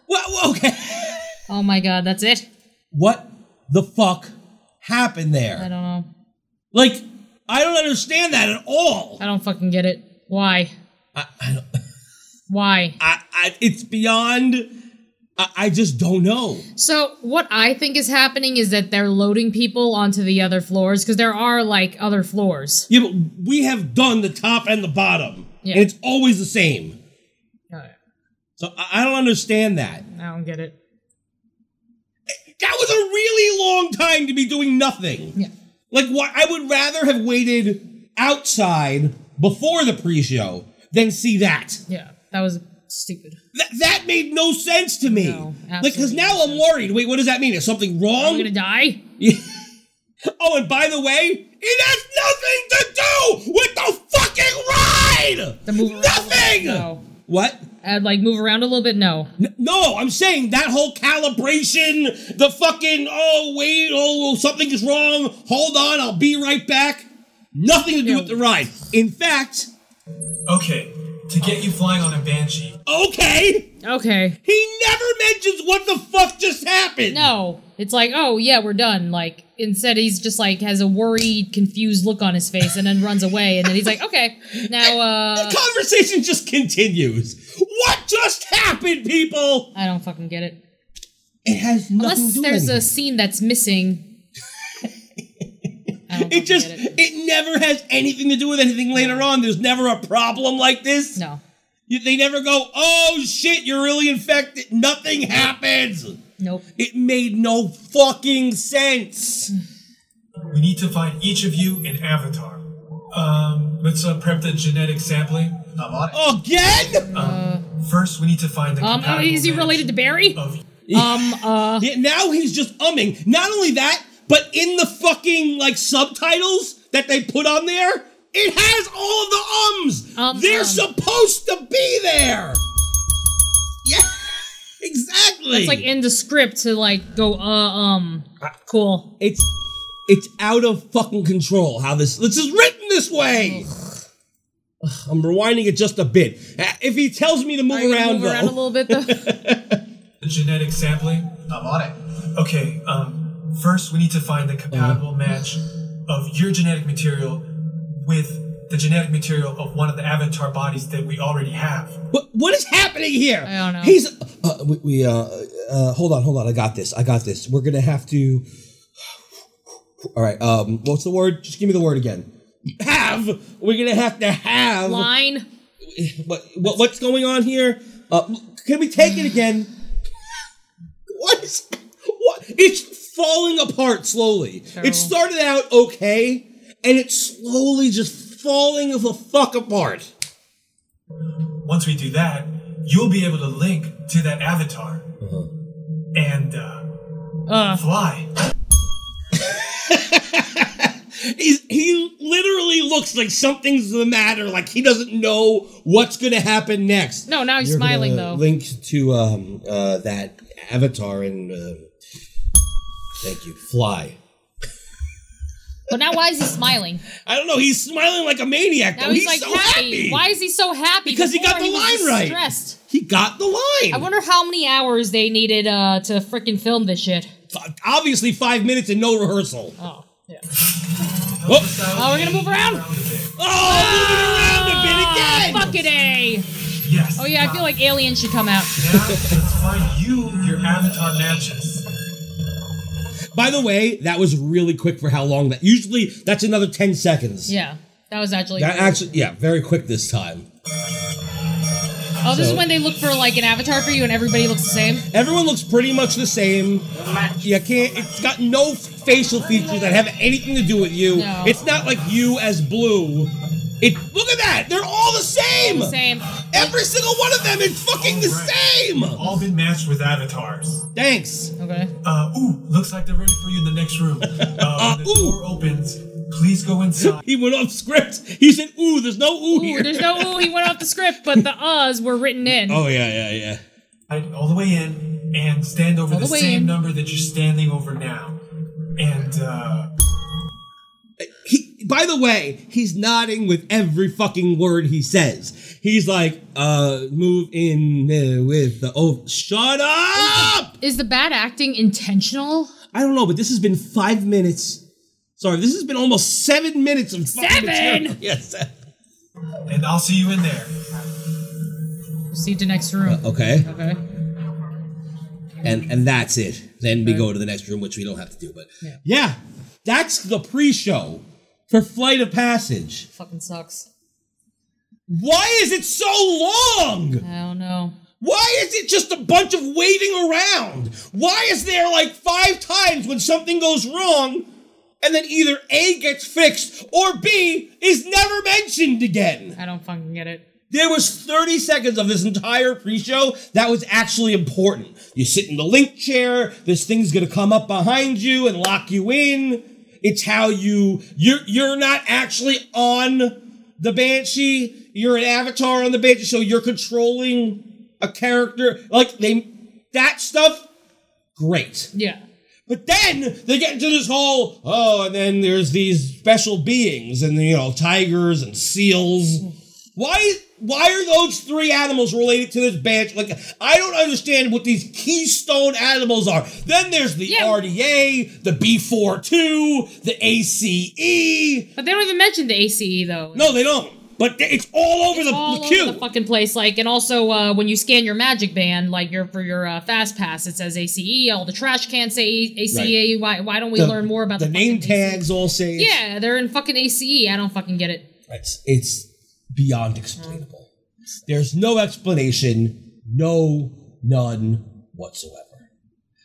[SPEAKER 3] Well, okay.
[SPEAKER 4] Oh my god. That's it.
[SPEAKER 3] What the fuck happened
[SPEAKER 4] I
[SPEAKER 3] there?
[SPEAKER 4] don't know.
[SPEAKER 3] Like, I don't understand that at all.
[SPEAKER 4] I don't fucking get it. Why?
[SPEAKER 3] I, I, don't,
[SPEAKER 4] Why?
[SPEAKER 3] I, I it's beyond. I, I just don't know.
[SPEAKER 4] So what I think is happening is that they're loading people onto the other floors because there are like other floors.
[SPEAKER 3] Yeah, but we have done the top and the bottom,
[SPEAKER 4] Yeah.
[SPEAKER 3] and it's always the same.
[SPEAKER 4] I
[SPEAKER 3] So I, I don't understand that.
[SPEAKER 4] I don't get it.
[SPEAKER 3] That was a really long time to be doing nothing.
[SPEAKER 4] Yeah.
[SPEAKER 3] Like, why? I would rather have waited outside before the pre-show than see that.
[SPEAKER 4] Yeah. That was stupid.
[SPEAKER 3] That that made no sense to me.
[SPEAKER 4] No,
[SPEAKER 3] like, because
[SPEAKER 4] absolutely
[SPEAKER 3] now I'm worried. Wait, what does that mean? Is something
[SPEAKER 4] Are
[SPEAKER 3] wrong?
[SPEAKER 4] we gonna die?
[SPEAKER 3] oh, and by the way, it has nothing to do with the fucking ride.
[SPEAKER 4] The move around a little
[SPEAKER 3] nothing.
[SPEAKER 4] bit? No.
[SPEAKER 3] What?
[SPEAKER 4] I'd like move around a little bit. No.
[SPEAKER 3] No, I'm saying that whole calibration, the fucking, oh, wait, oh, something is wrong. Hold on, I'll be right back. Nothing to do
[SPEAKER 4] Yeah.
[SPEAKER 3] with the ride. In fact,
[SPEAKER 6] Okay, to get you flying on a banshee,
[SPEAKER 3] okay,
[SPEAKER 4] Okay.
[SPEAKER 3] he never mentions what the fuck just happened.
[SPEAKER 4] No. It's like, oh yeah, we're done. Like instead, he's just like has a worried, confused look on his face, and then runs away. And then he's like, okay, now uh,
[SPEAKER 3] The conversation just continues. What just happened, people?
[SPEAKER 4] I don't fucking get it.
[SPEAKER 3] It has nothing to
[SPEAKER 4] Unless
[SPEAKER 3] do
[SPEAKER 4] there's
[SPEAKER 3] with
[SPEAKER 4] a
[SPEAKER 3] anything.
[SPEAKER 4] scene that's missing.
[SPEAKER 3] It just
[SPEAKER 4] get
[SPEAKER 3] it.
[SPEAKER 4] it.
[SPEAKER 3] never has anything to do with anything later on. There's never a problem like this.
[SPEAKER 4] No.
[SPEAKER 3] You- They never go, "Oh shit, you're really infected." Nothing happens.
[SPEAKER 4] Nope.
[SPEAKER 3] It made no fucking sense.
[SPEAKER 6] We need to find each of you an avatar. Um, let's uh, prep the genetic sampling. I'm on
[SPEAKER 3] Oh, Again?
[SPEAKER 6] First, we need to find the.
[SPEAKER 4] Um, uh,
[SPEAKER 6] compatible
[SPEAKER 4] is he
[SPEAKER 6] match
[SPEAKER 4] related to Barry?
[SPEAKER 3] Oh.
[SPEAKER 6] Of
[SPEAKER 4] Um, uh,
[SPEAKER 3] Yeah, now he's just umming. Not only that, but in the fucking like subtitles that they put on there, it has all the ums.
[SPEAKER 4] Um,
[SPEAKER 3] They're
[SPEAKER 4] um.
[SPEAKER 3] supposed to be there. Yeah, exactly.
[SPEAKER 4] it's like in the script to like go, uh, um, cool.
[SPEAKER 3] it's it's out of fucking control how this this is written this way. Ugh, I'm rewinding it just a bit. Uh, If he tells me to move
[SPEAKER 4] Are you gonna
[SPEAKER 3] around,
[SPEAKER 4] move around a
[SPEAKER 3] though,
[SPEAKER 4] little bit though.
[SPEAKER 6] the genetic sampling. I'm on it. Okay. Um, first, we need to find the compatible match of your genetic material with the genetic material of one of the avatar bodies that we already have.
[SPEAKER 3] what, what is happening here?
[SPEAKER 4] I don't know.
[SPEAKER 3] He's
[SPEAKER 8] Uh, we, we uh, uh, hold on, hold on. I got this. I got this. We're gonna have to. All right. Um, what's the word? Just give me the word again.
[SPEAKER 3] have. We're gonna have to have.
[SPEAKER 4] Line.
[SPEAKER 3] What, what what's going on here? Uh, can we take it again? What is what? It's falling apart slowly. It
[SPEAKER 4] Terrible.
[SPEAKER 3] started out okay, and it's slowly just falling the fuck apart.
[SPEAKER 6] Once we do that, you'll be able to link to that avatar and uh,
[SPEAKER 4] Uh,
[SPEAKER 6] fly.
[SPEAKER 3] He's, he literally looks like something's the matter. Like he doesn't know what's gonna happen next.
[SPEAKER 4] no, now he's
[SPEAKER 8] You're
[SPEAKER 4] smiling
[SPEAKER 8] gonna
[SPEAKER 4] though.
[SPEAKER 8] Link to um uh that avatar and uh, thank you. Fly.
[SPEAKER 4] But now why is he smiling?
[SPEAKER 3] I don't know. He's smiling like a maniac.
[SPEAKER 4] Now
[SPEAKER 3] though.
[SPEAKER 4] he's,
[SPEAKER 3] He's,
[SPEAKER 4] like
[SPEAKER 3] so happy.
[SPEAKER 4] happy. Why is he so happy?
[SPEAKER 3] Because he got
[SPEAKER 4] Before
[SPEAKER 3] the
[SPEAKER 4] was
[SPEAKER 3] line
[SPEAKER 4] just
[SPEAKER 3] right.
[SPEAKER 4] Stressed.
[SPEAKER 3] He got the line.
[SPEAKER 4] I wonder how many hours they needed uh to freaking film this shit.
[SPEAKER 3] F- obviously five minutes and no rehearsal.
[SPEAKER 4] Oh. Yeah.
[SPEAKER 6] Oh,
[SPEAKER 4] Oh, we're gonna move around?
[SPEAKER 3] Oh, moving around a bit again.
[SPEAKER 4] Fuck it, A.
[SPEAKER 6] Yes.
[SPEAKER 4] Oh yeah, I feel like aliens should come out.
[SPEAKER 6] Now let's find you your avatar matches.
[SPEAKER 3] By the way, that was really quick for how long that. Usually, that's another ten seconds.
[SPEAKER 4] Yeah, that was actually.
[SPEAKER 3] That actually, yeah, very quick this time.
[SPEAKER 4] oh, this
[SPEAKER 3] so-
[SPEAKER 4] is when they look for like an avatar for you, and everybody looks the same.
[SPEAKER 3] Everyone looks pretty much the same. You can't. It's got no facial features that have anything to do with you.
[SPEAKER 4] No.
[SPEAKER 3] It's not like you as blue. It. Look at that. They're all the same.
[SPEAKER 4] The same.
[SPEAKER 3] Every single one of them is fucking the
[SPEAKER 6] Alright.
[SPEAKER 3] same.
[SPEAKER 6] All been matched with avatars.
[SPEAKER 3] Thanks.
[SPEAKER 4] Okay.
[SPEAKER 6] Uh, ooh, looks like they're ready for you in the next room. Uh, when the
[SPEAKER 3] ooh.
[SPEAKER 6] door opens, please go inside.
[SPEAKER 3] He went off script. He said, "Ooh, there's no ooh,
[SPEAKER 4] Ooh,
[SPEAKER 3] here."
[SPEAKER 4] there's no ooh. He went off the script, but the uhs were written in.
[SPEAKER 3] oh yeah, yeah, yeah.
[SPEAKER 6] All the way in and stand over
[SPEAKER 4] All
[SPEAKER 6] the
[SPEAKER 4] the way
[SPEAKER 6] same
[SPEAKER 4] in.
[SPEAKER 6] number that you're standing over now. And, uh,
[SPEAKER 3] he by the way he's nodding with every fucking word he says he's like uh move in uh, with the oh shut up
[SPEAKER 4] Is the bad acting intentional?
[SPEAKER 3] i don't know but this has been five minutes sorry this has been almost seven minutes of fucking
[SPEAKER 4] Seven?
[SPEAKER 3] material. yes
[SPEAKER 6] and I'll see you in there.
[SPEAKER 4] Proceed to next room.
[SPEAKER 3] okay
[SPEAKER 4] Okay.
[SPEAKER 3] and and that's it then we go to the next room which we don't have to do but yeah, that's the pre-show for flight of passage
[SPEAKER 4] Fucking sucks.
[SPEAKER 3] why is it so long
[SPEAKER 4] I don't know.
[SPEAKER 3] Why is it just a bunch of waiting around? Why is there like five times when something goes wrong and then either A gets fixed or B is never mentioned again?
[SPEAKER 4] I don't fucking get it.
[SPEAKER 3] There was 30 seconds of this entire pre-show that was actually important. You sit in the link chair, this thing's gonna come up behind you and lock you in. It's how you you're you're not actually on the banshee. You're an avatar on the banshee, so you're controlling a character. Like they that stuff, great.
[SPEAKER 4] Yeah.
[SPEAKER 3] But then they get into this whole oh, and then there's these special beings and you know tigers and seals. Why why are those three animals related to this banshee? Like I don't understand what these keystone animals are. Then there's the
[SPEAKER 4] Yeah.
[SPEAKER 3] RDA, the B42, the ACE.
[SPEAKER 4] But they don't even mention the ACE though.
[SPEAKER 3] No, they don't.
[SPEAKER 10] but th- it's all over the
[SPEAKER 4] all
[SPEAKER 10] queue.
[SPEAKER 4] over the fucking place. Like, and also uh, when you scan your magic band, like your for your uh, fast pass, it says ACE. All the trash cans say ACE. Why why don't we
[SPEAKER 3] The-
[SPEAKER 4] learn more about
[SPEAKER 3] the,
[SPEAKER 4] the,
[SPEAKER 3] name
[SPEAKER 4] fucking ACE?
[SPEAKER 3] tags all say it's-
[SPEAKER 4] Yeah, they're in fucking ACE. I don't fucking get it.
[SPEAKER 3] It's it's beyond explainable. There's no explanation, no none whatsoever.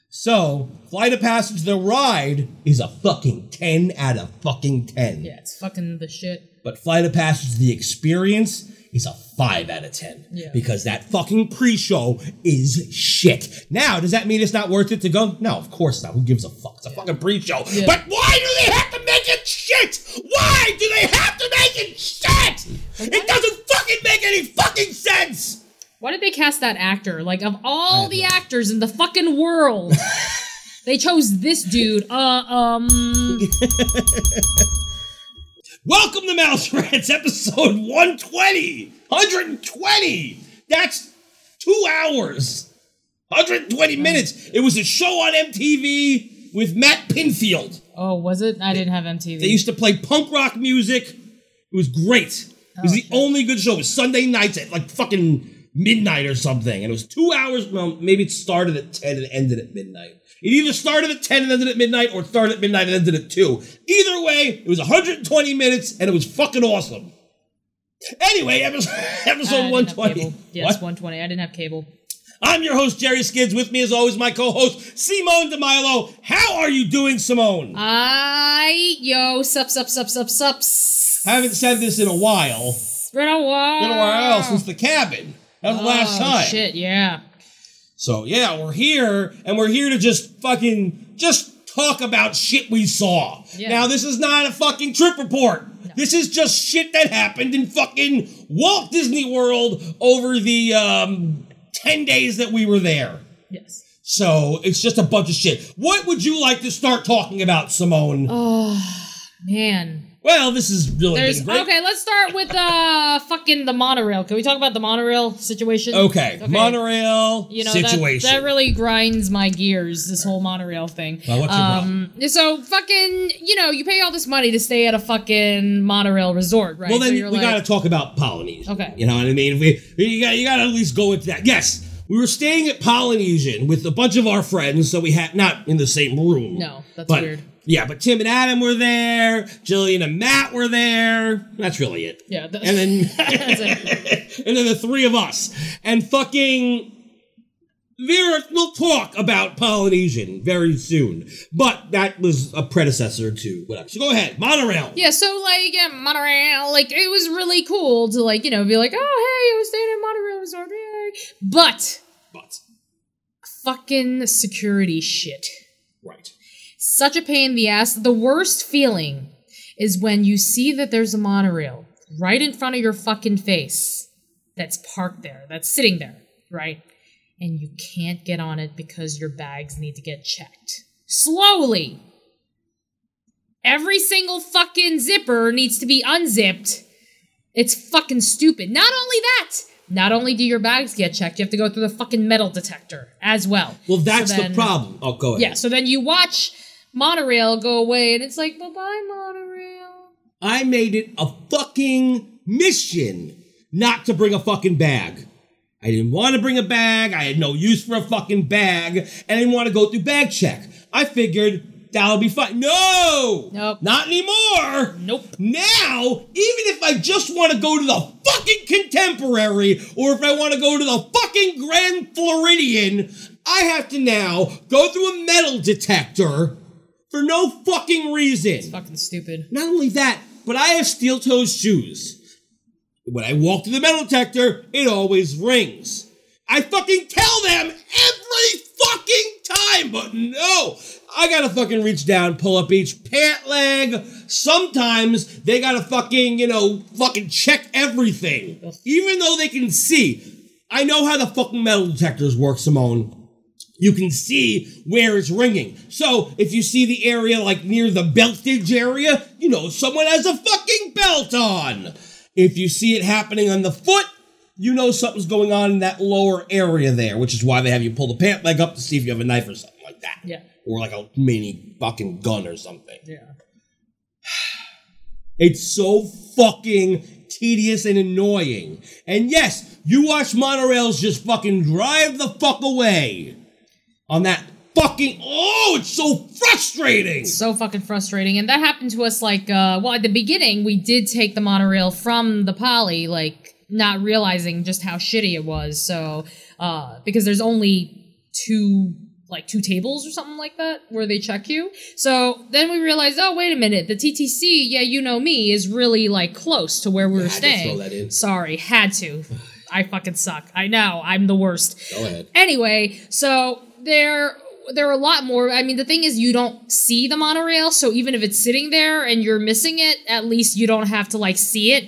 [SPEAKER 3] So, Flight of Passage the ride is a fucking 10 out of fucking 10.
[SPEAKER 4] Yeah, it's fucking the shit.
[SPEAKER 3] But Flight of Passage the experience is a 5 out of 10
[SPEAKER 4] Yeah.
[SPEAKER 3] because that fucking pre-show is shit. Now, does that mean it's not worth it to go? No, of course not. Who gives a fuck? It's a fucking pre-show. But why do they have to make it shit? Why do they have to make it shit? It doesn't fucking make any fucking sense.
[SPEAKER 4] Why did they cast that actor? Like, of all the actors in the fucking world, they chose this dude. Uh, um,
[SPEAKER 3] Welcome to Mouse Rats episode 120. 120. That's 2 hours. 120 minutes. It was a show on MTV with Matt Pinfield.
[SPEAKER 4] oh, was it? I didn't have MTV.
[SPEAKER 3] They used to play punk rock music. It was great. It
[SPEAKER 4] Oh,
[SPEAKER 3] was the only good show. It was Sunday nights at like fucking midnight or something. And it was two hours. Well, maybe it started at 10 and ended at midnight. It either started at 10 and ended at midnight or it started at midnight and ended at 2. Either way, it was 120 minutes and it was fucking awesome. Anyway, episode,
[SPEAKER 4] I
[SPEAKER 3] episode
[SPEAKER 4] didn't have
[SPEAKER 3] 120.
[SPEAKER 4] cable. Yes,
[SPEAKER 3] What?
[SPEAKER 4] 120. I didn't have cable.
[SPEAKER 3] I'm your host, Jerry Skids. With me, as always, my co host, Simone DeMilo. How are you doing, Simone?
[SPEAKER 4] Uh, I yo sup sup sup sup sups.
[SPEAKER 3] I haven't said this in a while.
[SPEAKER 4] It's been a while.
[SPEAKER 3] been a while since the cabin. That was the last
[SPEAKER 4] Ah. Oh,
[SPEAKER 3] time.
[SPEAKER 4] Shit, yeah.
[SPEAKER 3] So yeah, we're here and we're here to just fucking just talk about shit we saw.
[SPEAKER 4] Yeah.
[SPEAKER 3] Now this is not a fucking trip report. This is just shit that happened in fucking Walt Disney World over the um, ten days that we were there.
[SPEAKER 4] Yes.
[SPEAKER 3] So it's just a bunch of shit. What would you like to start talking about, Simone?
[SPEAKER 4] Man.
[SPEAKER 3] well, this is really
[SPEAKER 4] Oh. There's
[SPEAKER 3] been great.
[SPEAKER 4] okay, let's start with uh fucking the monorail. Can we talk about the monorail situation?
[SPEAKER 3] Okay, monorail
[SPEAKER 4] You know, that-
[SPEAKER 3] situation.
[SPEAKER 4] That, really grinds my gears, this whole monorail thing.
[SPEAKER 3] Well, what's your
[SPEAKER 4] um, so fucking, you know, you pay all this money to stay at a fucking monorail resort, right?
[SPEAKER 3] Well,
[SPEAKER 4] So
[SPEAKER 3] then
[SPEAKER 4] you're
[SPEAKER 3] we
[SPEAKER 4] like-
[SPEAKER 3] got to talk about Polynesian.
[SPEAKER 4] Okay.
[SPEAKER 3] You know what I mean? We, you got you got to at least go into that. Yes, we were staying at Polynesian with a bunch of our friends, so we had not in the same room.
[SPEAKER 4] No, that's
[SPEAKER 3] but,
[SPEAKER 4] weird.
[SPEAKER 3] Yeah, but Tim and Adam were there. Jillian and Matt were there. That's really it.
[SPEAKER 4] Yeah, that-
[SPEAKER 3] And then
[SPEAKER 4] that's it.
[SPEAKER 3] and then the three of us and fucking Vera will talk about Polynesian very soon. But that was a predecessor to whatever. So go ahead, monorail.
[SPEAKER 4] Yeah, so like yeah, monorail, like it was really cool to like you know be like, oh hey, I was staying at monorail resort, yay. but
[SPEAKER 3] But
[SPEAKER 4] fucking security shit,
[SPEAKER 3] right.
[SPEAKER 4] such a pain in the ass. The worst feeling is when you see that there's a monorail right in front of your fucking face that's parked there, that's sitting there, right, and you can't get on it because your bags need to get checked slowly. Every single fucking zipper needs to be unzipped. It's fucking stupid. Not only that, not only do your bags get checked, you have to go through the fucking metal detector as well.
[SPEAKER 3] Well, that's
[SPEAKER 4] So then-
[SPEAKER 3] the problem. Oh, go ahead.
[SPEAKER 4] Yeah, so then you watch monorail go away and it's like, bye bye, monorail.
[SPEAKER 3] I made it a fucking mission not to bring a fucking bag. I didn't want to bring a bag. I had no use for a fucking bag. And I didn't want to go through bag check. I figured that'll be fine. No!
[SPEAKER 4] Nope.
[SPEAKER 3] Not anymore!
[SPEAKER 4] Nope.
[SPEAKER 3] Now, even if I just want to go to the fucking Contemporary or if I want to go to the fucking Grand Floridian, I have to now go through a metal detector for no fucking reason.
[SPEAKER 4] Fucking stupid.
[SPEAKER 3] Not only that, but I have steel toed shoes. When I walk through the metal detector, it always rings. I fucking tell them every fucking time, but no! I gotta fucking reach down, pull up each pant leg. Sometimes they gotta fucking, you know, fucking check everything. Even though they can see. I know how the fucking metal detectors work, Simone you can see where it's ringing. So if you see the area like near the beltage area, you know someone has a fucking belt on. If you see it happening on the foot, you know something's going on in that lower area there, which is why they have you pull the pant leg up to see if you have a knife or something like that.
[SPEAKER 4] Yeah.
[SPEAKER 3] Or like a mini fucking gun or something.
[SPEAKER 4] Yeah.
[SPEAKER 3] It's so fucking tedious, and annoying. And yes, you watch monorails just fucking drive the fuck away on that fucking. Oh, it's so frustrating!
[SPEAKER 4] so fucking frustrating and that happened to us like uh well at the beginning we did take the monorail from the poly like not realizing just how shitty it was so uh because there's only two like two tables or something like that where they check you so then we realized oh wait a minute the ttc yeah you know me is really like close to where we were
[SPEAKER 3] Had to throw
[SPEAKER 4] staying
[SPEAKER 3] that in.
[SPEAKER 4] sorry had to i fucking suck i know i'm the worst
[SPEAKER 3] Go ahead.
[SPEAKER 4] Anyway, so there there are a lot more. I mean, the thing is you don't see the monorail, so even if it's sitting there and you're missing it, at least you don't have to like see it,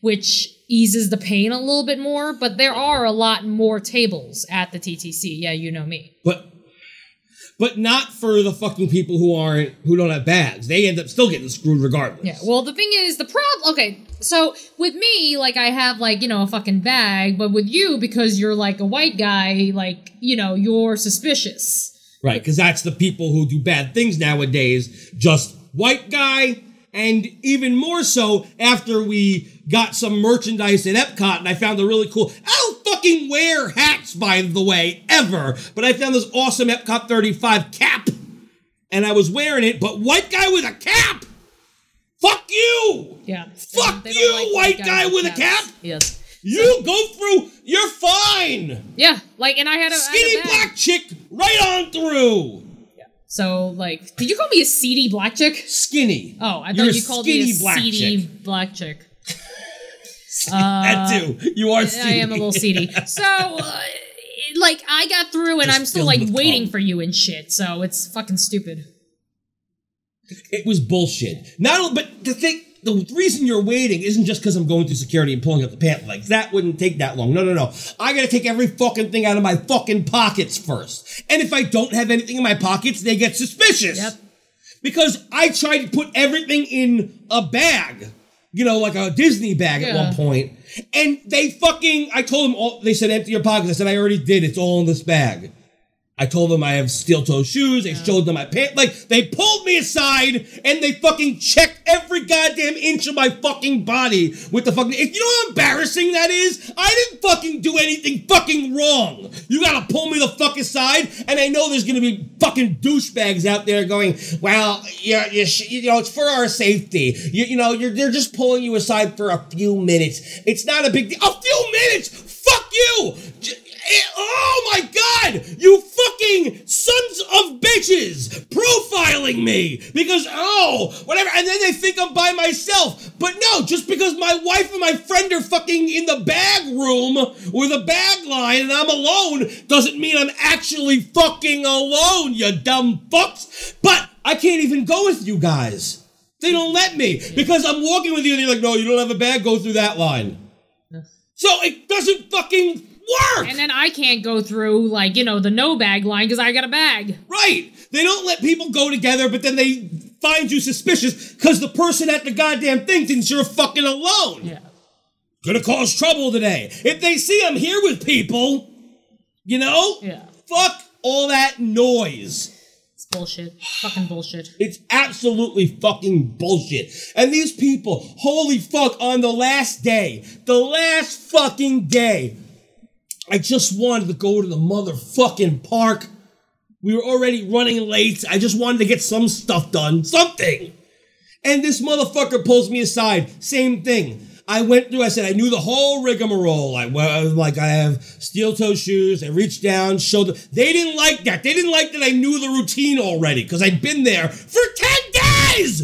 [SPEAKER 4] which eases the pain a little bit more, but there are a lot more tables at the TTC. Yeah, you know me.
[SPEAKER 3] But. But not for the fucking people who aren't who don't have bags. They end up still getting screwed regardless.
[SPEAKER 4] Yeah. Well, the thing is, the problem. Okay, so with me, like I have like you know a fucking bag, but with you because you're like a white guy, like you know you're suspicious.
[SPEAKER 3] Right, because that's the people who do bad things nowadays. Just white guy, and even more so after we got some merchandise at Epcot, and I found a really cool. I don't fucking wear hats, by the way, ever. But I found this awesome Epcot 35 cap, and I was wearing it. But white guy with a cap. Fuck you.
[SPEAKER 4] Yeah.
[SPEAKER 3] Fuck
[SPEAKER 4] They don't
[SPEAKER 3] you, white
[SPEAKER 4] guys
[SPEAKER 3] guy with a
[SPEAKER 4] caps.
[SPEAKER 3] cap!
[SPEAKER 4] Yes.
[SPEAKER 3] You go through. You're fine.
[SPEAKER 4] Yeah, like, and I had a Oh, I had a
[SPEAKER 3] Skinny
[SPEAKER 4] bag.
[SPEAKER 3] black chick, right on through.
[SPEAKER 4] So, like, did you call me a seedy black chick?
[SPEAKER 3] Skinny.
[SPEAKER 4] Oh, I
[SPEAKER 3] You're
[SPEAKER 4] thought
[SPEAKER 3] a
[SPEAKER 4] you called me a
[SPEAKER 3] skinny black
[SPEAKER 4] seedy
[SPEAKER 3] chick.
[SPEAKER 4] black chick.
[SPEAKER 3] that too. You are.
[SPEAKER 4] I am a little seedy. So, uh, like, I got through, and
[SPEAKER 3] Just
[SPEAKER 4] I'm still
[SPEAKER 3] filled
[SPEAKER 4] like
[SPEAKER 3] with
[SPEAKER 4] waiting
[SPEAKER 3] cum.
[SPEAKER 4] for you and shit. So it's fucking stupid.
[SPEAKER 3] It was bullshit. Not, only- but the thing, the reason you're waiting isn't just because I'm going through security and pulling up the pant legs. That wouldn't take that long. No, no, no. I gotta take every fucking thing out of my fucking pockets first. And if I don't have anything in my pockets, they get suspicious.
[SPEAKER 4] Yep.
[SPEAKER 3] Because I tried to put everything in a bag, you know, like a Disney bag at
[SPEAKER 4] Yeah.
[SPEAKER 3] one point, and they fucking. I told them all. They said empty your pockets. I said I already did. It's all in this bag. I told them I have steel toe shoes. I showed them my pants. Like they pulled me aside and they fucking checked every goddamn inch of my fucking body with the fucking. If you know how embarrassing that is, I didn't fucking do anything fucking wrong. You gotta pull me the fuck aside, and I know there's gonna be fucking douchebags out there going, "Well, you you, sh- you know it's for our safety. You, you know you're they're just pulling you aside for a few minutes. It's not a big deal. A few minutes." Fuck you! J- eh, Oh my god! You fucking sons of bitches! Profiling me! Because, oh, whatever. And then they think I'm by myself. But no, just because my wife and my friend are fucking in the bag room with a bag line and I'm alone doesn't mean I'm actually fucking alone, you dumb fucks! But I can't even go with you guys. They don't let me because I'm walking with you and they're like, no, you don't have a bag, go through that line. So it doesn't fucking work.
[SPEAKER 4] And then I can't go through like you know the no bag line because I got a bag.
[SPEAKER 3] right. They don't let people go together, but then they find you suspicious because the person at the goddamn thing thinks you're fucking alone.
[SPEAKER 4] Yeah.
[SPEAKER 3] Gonna cause trouble today. If they see I'm here with people, you know?
[SPEAKER 4] Yeah.
[SPEAKER 3] Fuck all that noise.
[SPEAKER 4] It's bullshit. fucking bullshit.
[SPEAKER 3] It's absolutely fucking bullshit. And these people, holy fuck, on the last day, the last fucking day, I just wanted to go to the motherfucking park. We were already running late. I just wanted to get some stuff done, something. And this motherfucker pulls me aside. Same thing. I went through, I said, I knew the whole rigmarole. I was like, I have steel toe shoes. I reached down, showed them. They didn't like that. They didn't like that I knew the routine already because I'd been there for 10 days.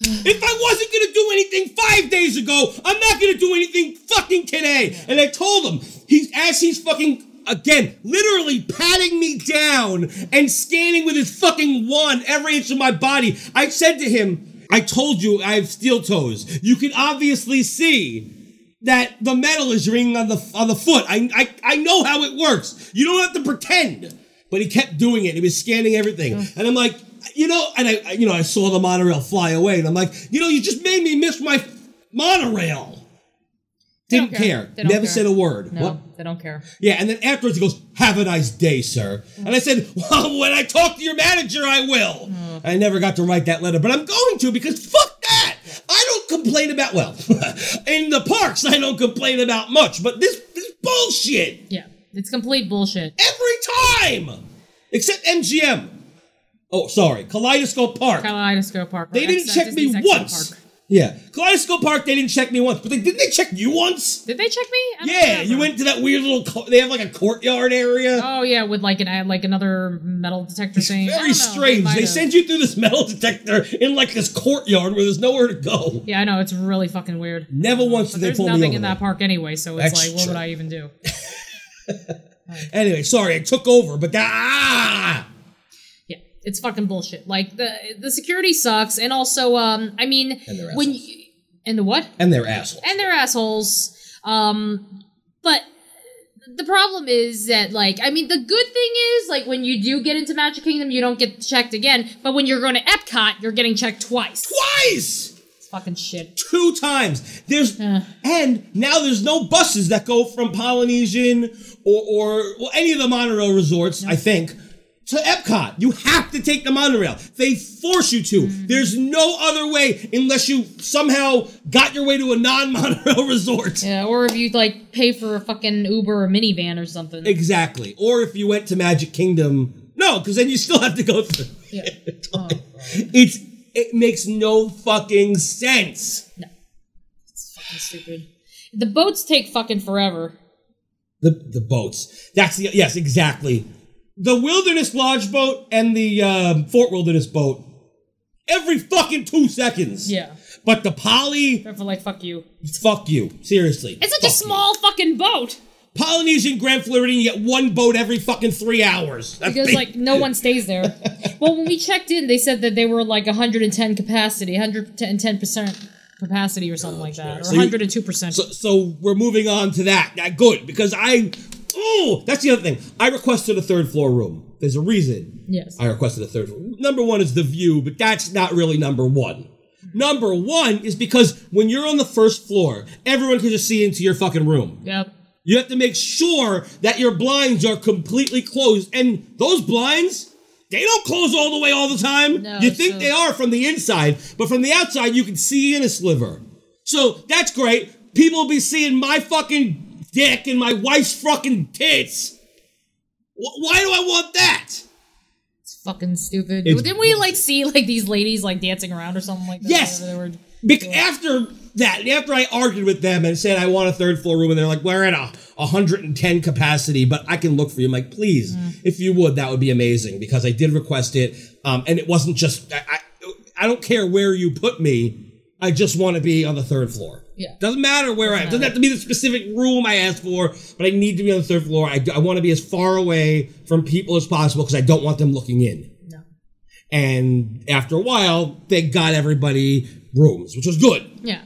[SPEAKER 3] If I wasn't gonna do anything five days ago, I'm not gonna do anything fucking today. And I told him, he's as he's fucking again, literally patting me down and scanning with his fucking wand every inch of my body. I said to him, I told you I have steel toes. You can obviously see that the metal is ringing on the on the foot. I, I I know how it works. You don't have to pretend. But he kept doing it. He was scanning everything, and I'm like, you know, and I I- you know I saw the monorail fly away, and I'm like, you know, you just made me miss my f- monorail.
[SPEAKER 4] They don't
[SPEAKER 3] Didn't care.
[SPEAKER 4] They don't
[SPEAKER 3] Never
[SPEAKER 4] care.
[SPEAKER 3] said a word.
[SPEAKER 4] No,
[SPEAKER 3] What?
[SPEAKER 4] they don't care.
[SPEAKER 3] Yeah, and then afterwards he goes, "Have a nice day, sir." And I said, "Well, when I talk to your manager, I will." I never got to write that letter, but I'm going to because fuck that. I don't complain about well, in the parks I don't complain about much, but this this bullshit
[SPEAKER 4] Yeah, it's complete bullshit.
[SPEAKER 3] every time, except MGM. Oh, sorry, Kaleidoscope Park.
[SPEAKER 4] Kaleidoscope Park.
[SPEAKER 3] They didn't
[SPEAKER 4] That's-
[SPEAKER 3] check
[SPEAKER 4] that's
[SPEAKER 3] me
[SPEAKER 4] Disney's Excellent
[SPEAKER 3] once.
[SPEAKER 4] Park.
[SPEAKER 3] Yeah, Kaleidoscope Park. They didn't check me once, but they didn't they check you once?
[SPEAKER 4] Did they check me? I don't
[SPEAKER 3] Yeah, you
[SPEAKER 4] remember.
[SPEAKER 3] went to that weird little. Co- they have like a courtyard area.
[SPEAKER 4] Oh yeah, with like an I had, like another metal detector thing. I don't know,
[SPEAKER 3] Very strange.
[SPEAKER 4] might
[SPEAKER 3] They
[SPEAKER 4] have.
[SPEAKER 3] send you through this metal detector in like this courtyard where there's nowhere to go.
[SPEAKER 4] Yeah, I know it's really fucking weird.
[SPEAKER 3] Never once did
[SPEAKER 4] But
[SPEAKER 3] they
[SPEAKER 4] there's
[SPEAKER 3] pull
[SPEAKER 4] nothing
[SPEAKER 3] me
[SPEAKER 4] in
[SPEAKER 3] over.
[SPEAKER 4] that
[SPEAKER 3] there.
[SPEAKER 4] park anyway, so it's
[SPEAKER 3] That's
[SPEAKER 4] like, what
[SPEAKER 3] true.
[SPEAKER 4] would I even do?
[SPEAKER 3] Anyway, sorry, I took over, but that ah,
[SPEAKER 4] Yeah, it's fucking bullshit. Like the the security sucks, and also, um, I mean,
[SPEAKER 3] And they're
[SPEAKER 4] when you, and the what?
[SPEAKER 3] and they're assholes.
[SPEAKER 4] and they're assholes. Um, but the problem is that, like, I mean, the good thing is, like, when you do get into Magic Kingdom, you don't get checked again. But when you're going to Epcot, you're getting checked twice.
[SPEAKER 3] Twice,
[SPEAKER 4] It's fucking shit.
[SPEAKER 3] two times. There's and now there's no buses that go from Polynesian or or well, any of the monorail resorts. I think. To Epcot, you have to take the monorail. They force you to.
[SPEAKER 4] Mm.
[SPEAKER 3] There's no other way unless you somehow got your way to a non-monorail resort.
[SPEAKER 4] Yeah, or if you like pay for a fucking Uber or minivan or something.
[SPEAKER 3] Exactly. Or if you went to Magic Kingdom, no, because then you still have to go through.
[SPEAKER 4] Yeah. Oh.
[SPEAKER 3] It's it makes no fucking sense.
[SPEAKER 4] It's fucking stupid. The boats take fucking forever.
[SPEAKER 3] The the boats. That's the yes, exactly. The Wilderness Lodge boat and the um, Fort Wilderness boat. Every fucking two seconds.
[SPEAKER 4] Yeah.
[SPEAKER 3] But the Poly,
[SPEAKER 4] They're for like fuck you.
[SPEAKER 3] fuck you. Seriously.
[SPEAKER 4] It's such
[SPEAKER 3] Fuck
[SPEAKER 4] a
[SPEAKER 3] you.
[SPEAKER 4] small fucking boat
[SPEAKER 3] Polynesian Grand Floridian. You get one boat every fucking three hours. That's
[SPEAKER 4] because
[SPEAKER 3] big.
[SPEAKER 4] like no one stays there. well, when we checked in, they said that they were like 110 capacity, 110 percent capacity or something like that, or
[SPEAKER 3] Oh, you-
[SPEAKER 4] 102 percent.
[SPEAKER 3] So, so we're moving on to that. Yeah, good because I. Oh, that's the other thing. I requested a third floor room. There's a reason
[SPEAKER 4] Yes.
[SPEAKER 3] I requested a third floor. Number one is the view, but that's not really number one. Number one is because when you're on the first floor, everyone can just see into your fucking room.
[SPEAKER 4] Yep.
[SPEAKER 3] You have to make sure that your blinds are completely closed, and those blinds. They don't close all the way all the time.
[SPEAKER 4] No,
[SPEAKER 3] you think
[SPEAKER 4] so-
[SPEAKER 3] they are from the inside, but from the outside you can see in a sliver. So that's great. People will be seeing my fucking dick and my wife's fucking tits. Wh- why do I want that?
[SPEAKER 4] It's fucking stupid.
[SPEAKER 3] It's
[SPEAKER 4] Didn't we like see like these ladies like dancing around or something like that?
[SPEAKER 3] Yes.
[SPEAKER 4] Whatever They were,
[SPEAKER 3] Bec- after that, after I argued with them and said I want a third floor room, and they're like, "We're at a 110 capacity, but I can look for you." I'm like, "Please, if you would, that would be amazing," because I did request it, um, and it wasn't just. I, I, I don't care where you put me. I just want to be on the third floor.
[SPEAKER 4] Yeah.
[SPEAKER 3] Doesn't matter where I am. Doesn't have to be the specific room I asked for, but I need to be on the third floor. I, I want to be as far away from people as possible because I don't want them looking in.
[SPEAKER 4] no.
[SPEAKER 3] And after a while, they got everybody rooms, which was good
[SPEAKER 4] Yeah.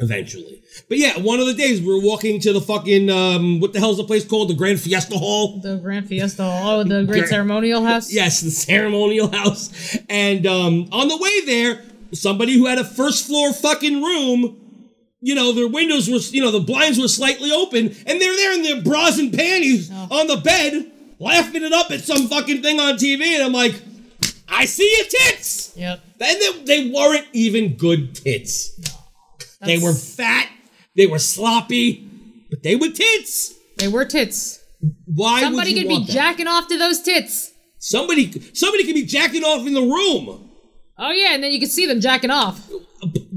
[SPEAKER 3] eventually. But yeah, one of the days we were walking to the fucking um, what the hell's the place called? The Grand Fiesta Hall.
[SPEAKER 4] The Grand Fiesta. Oh, the Great
[SPEAKER 3] Grand-
[SPEAKER 4] Ceremonial House.
[SPEAKER 3] Yes, the ceremonial house. And um, on the way there, somebody who had a first floor fucking room, you know, their windows were, you know, the blinds were slightly open, and they're there in their bras and panties on the bed, laughing it up at some fucking thing on TV, and I'm like, I see your tits.
[SPEAKER 4] Yep.
[SPEAKER 3] And they, they weren't even good tits. They were fat, they were sloppy, but they were tits.
[SPEAKER 4] They were tits.
[SPEAKER 3] Why
[SPEAKER 4] Somebody
[SPEAKER 3] would you
[SPEAKER 4] could be
[SPEAKER 3] want that?
[SPEAKER 4] jacking off to those tits.
[SPEAKER 3] Somebody, somebody could be jacking off in the room.
[SPEAKER 4] Oh yeah, and then you could see them jacking off.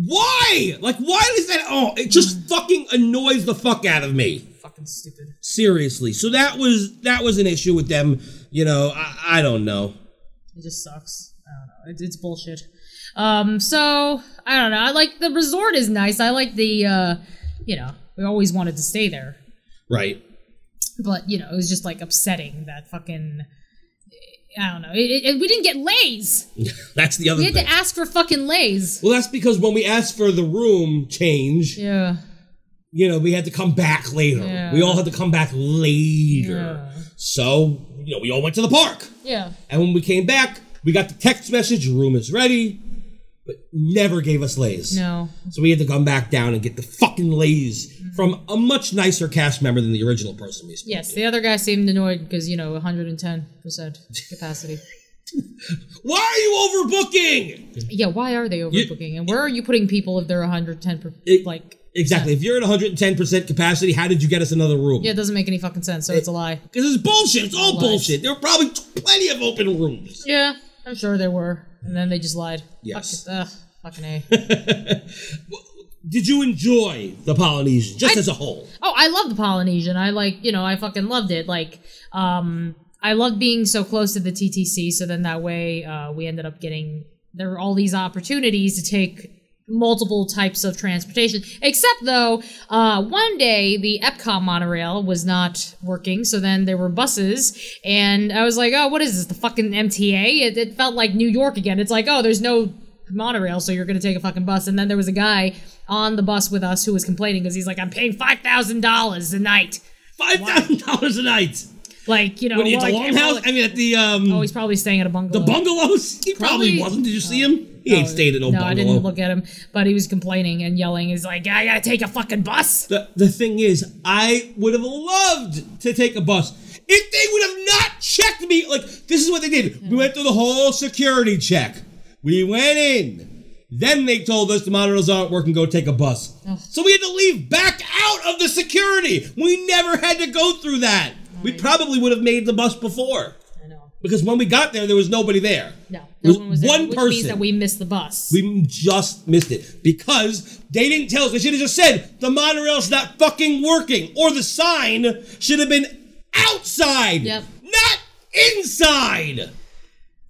[SPEAKER 3] Why? Like, why does that? Oh, it just fucking annoys the fuck out of me.
[SPEAKER 4] Fucking stupid.
[SPEAKER 3] Seriously. So that was that was an issue with them. You know, I, I don't know.
[SPEAKER 4] It just sucks. I don't know. It's, it's bullshit. Um, so I don't know. I like the resort is nice. I like the, uh, you know, we always wanted to stay there,
[SPEAKER 3] Right.
[SPEAKER 4] but you know, it was just like upsetting that fucking. I don't know. It, it, it- we didn't get lays.
[SPEAKER 3] That's the other
[SPEAKER 4] We had
[SPEAKER 3] thing.
[SPEAKER 4] to ask for fucking lays.
[SPEAKER 3] well, that's because when we asked for the room change,
[SPEAKER 4] Yeah.
[SPEAKER 3] you know, we had to come back later.
[SPEAKER 4] Yeah.
[SPEAKER 3] We all had to come back later.
[SPEAKER 4] Yeah.
[SPEAKER 3] So, you know, we all went to the park.
[SPEAKER 4] Yeah.
[SPEAKER 3] And when we came back, we got the text message, "Your room is ready, but never gave us lays.
[SPEAKER 4] No.
[SPEAKER 3] So we had to come back down and get the fucking lays from a much nicer cast member than the original person we spoke
[SPEAKER 4] Mm. Yes,
[SPEAKER 3] to.
[SPEAKER 4] the other guy seemed annoyed because you know 110 percent capacity.
[SPEAKER 3] Why are you overbooking?
[SPEAKER 4] Yeah, why are they overbooking? and where are you putting people if they're 110 per,
[SPEAKER 3] It-
[SPEAKER 4] like
[SPEAKER 3] Exactly. If you're at 110% capacity, how did you get us another room?
[SPEAKER 4] Yeah, it doesn't make any fucking sense. So it's a lie.
[SPEAKER 3] Because it's bullshit. It's all
[SPEAKER 4] Lies.
[SPEAKER 3] bullshit. There were probably plenty of open rooms.
[SPEAKER 4] Yeah, I'm sure there were. And then they just lied.
[SPEAKER 3] Yes.
[SPEAKER 4] Fuck, ugh, fucking A.
[SPEAKER 3] Did you enjoy the Polynesian just as a whole?
[SPEAKER 4] oh, I love the Polynesian. I like, you know, I fucking loved it. Like, um, I loved being so close to the TTC. So then that way, uh, we ended up getting there were all these opportunities to take multiple types of transportation. Except though, uh, one day the Epcot monorail was not working. So then there were buses, and I was like, oh, what is this? The fucking MTA? It, it felt like New York again. It's like, oh, there's no monorail, so you're gonna take a fucking bus. And then there was a guy on the bus with us who was complaining because he's like, I'm paying five thousand dollars a night.
[SPEAKER 3] Five thousand dollars a night.
[SPEAKER 4] Like, you know,
[SPEAKER 3] What are you at
[SPEAKER 4] well,
[SPEAKER 3] the
[SPEAKER 4] like,
[SPEAKER 3] Longhouse? I mean, at the um,
[SPEAKER 4] oh, he's probably staying at a bungalow.
[SPEAKER 3] the bungalows. He probably,
[SPEAKER 4] Probably-
[SPEAKER 3] wasn't. Did you see him? He ain't stayed at no,
[SPEAKER 4] no,
[SPEAKER 3] bungalow.
[SPEAKER 4] I didn't look at him, but he was complaining and yelling. He's like, I gotta take a fucking bus.
[SPEAKER 3] The, the thing is, I would have loved to take a bus. If they would have not checked me, like, this is what they did.
[SPEAKER 4] Hmm.
[SPEAKER 3] We went through the whole security check. We went in. Then they told us the monitors aren't working, go take a bus. So we had to leave back out of the security. We never had to go through that. We probably would have made the bus before.
[SPEAKER 4] I know.
[SPEAKER 3] Because when we got there, there was nobody there.
[SPEAKER 4] No,
[SPEAKER 3] There
[SPEAKER 4] no
[SPEAKER 3] was
[SPEAKER 4] one was there,
[SPEAKER 3] one
[SPEAKER 4] which means
[SPEAKER 3] person.
[SPEAKER 4] that we missed the bus.
[SPEAKER 3] We just missed it because they didn't tell us. They should have just said the monorail's not fucking working, or the sign should have been outside,
[SPEAKER 4] Yep.
[SPEAKER 3] not inside.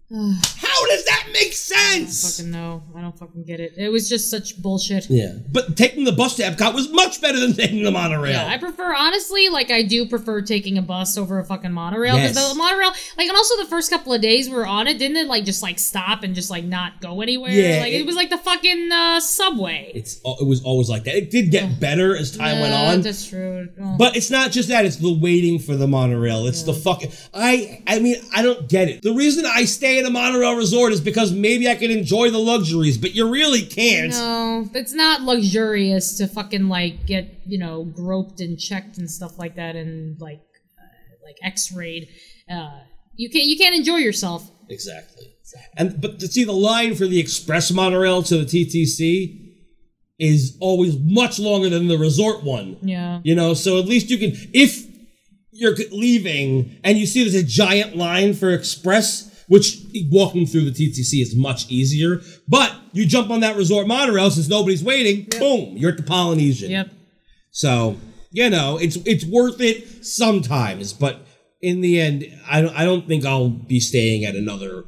[SPEAKER 3] How does that make sense?
[SPEAKER 4] fucking no, I don't fucking get it. It was just such bullshit.
[SPEAKER 3] Yeah, but taking the bus to Epcot was much better than taking the monorail.
[SPEAKER 4] Yeah, I prefer honestly, like I do prefer taking a bus over a fucking monorail because
[SPEAKER 3] Yes.
[SPEAKER 4] the monorail, like, and also the first couple of days we were on it, didn't it like just like stop and just like not go anywhere?
[SPEAKER 3] Yeah,
[SPEAKER 4] like it,
[SPEAKER 3] it-
[SPEAKER 4] was like the fucking uh, subway.
[SPEAKER 3] it's it was always like that. It did get better as time went
[SPEAKER 4] Uh,
[SPEAKER 3] on.
[SPEAKER 4] That's true. Oh.
[SPEAKER 3] But it's not just that; it's the waiting for the monorail. It's the fucking. I I mean, I don't get it. The reason I stay at a monorail resort is because maybe I can enjoy the luxuries, but you really can't.
[SPEAKER 4] no, it's not luxurious to fucking like get you know groped and checked and stuff like that and like uh, like X-rayed. Uh, you can't you can't enjoy yourself.
[SPEAKER 3] Exactly. And but to see the line for the express monorail to the TTC is always much longer than the resort one.
[SPEAKER 4] Yeah.
[SPEAKER 3] You know, so at least you can if you're leaving and you see there's a giant line for express, which walking through the TTC is much easier. But you jump on that resort monorail since nobody's waiting. Boom, you're at the Polynesian.
[SPEAKER 4] Yep.
[SPEAKER 3] So you know, it's it's worth it sometimes, but in the end, I don't I don't think I'll be staying at another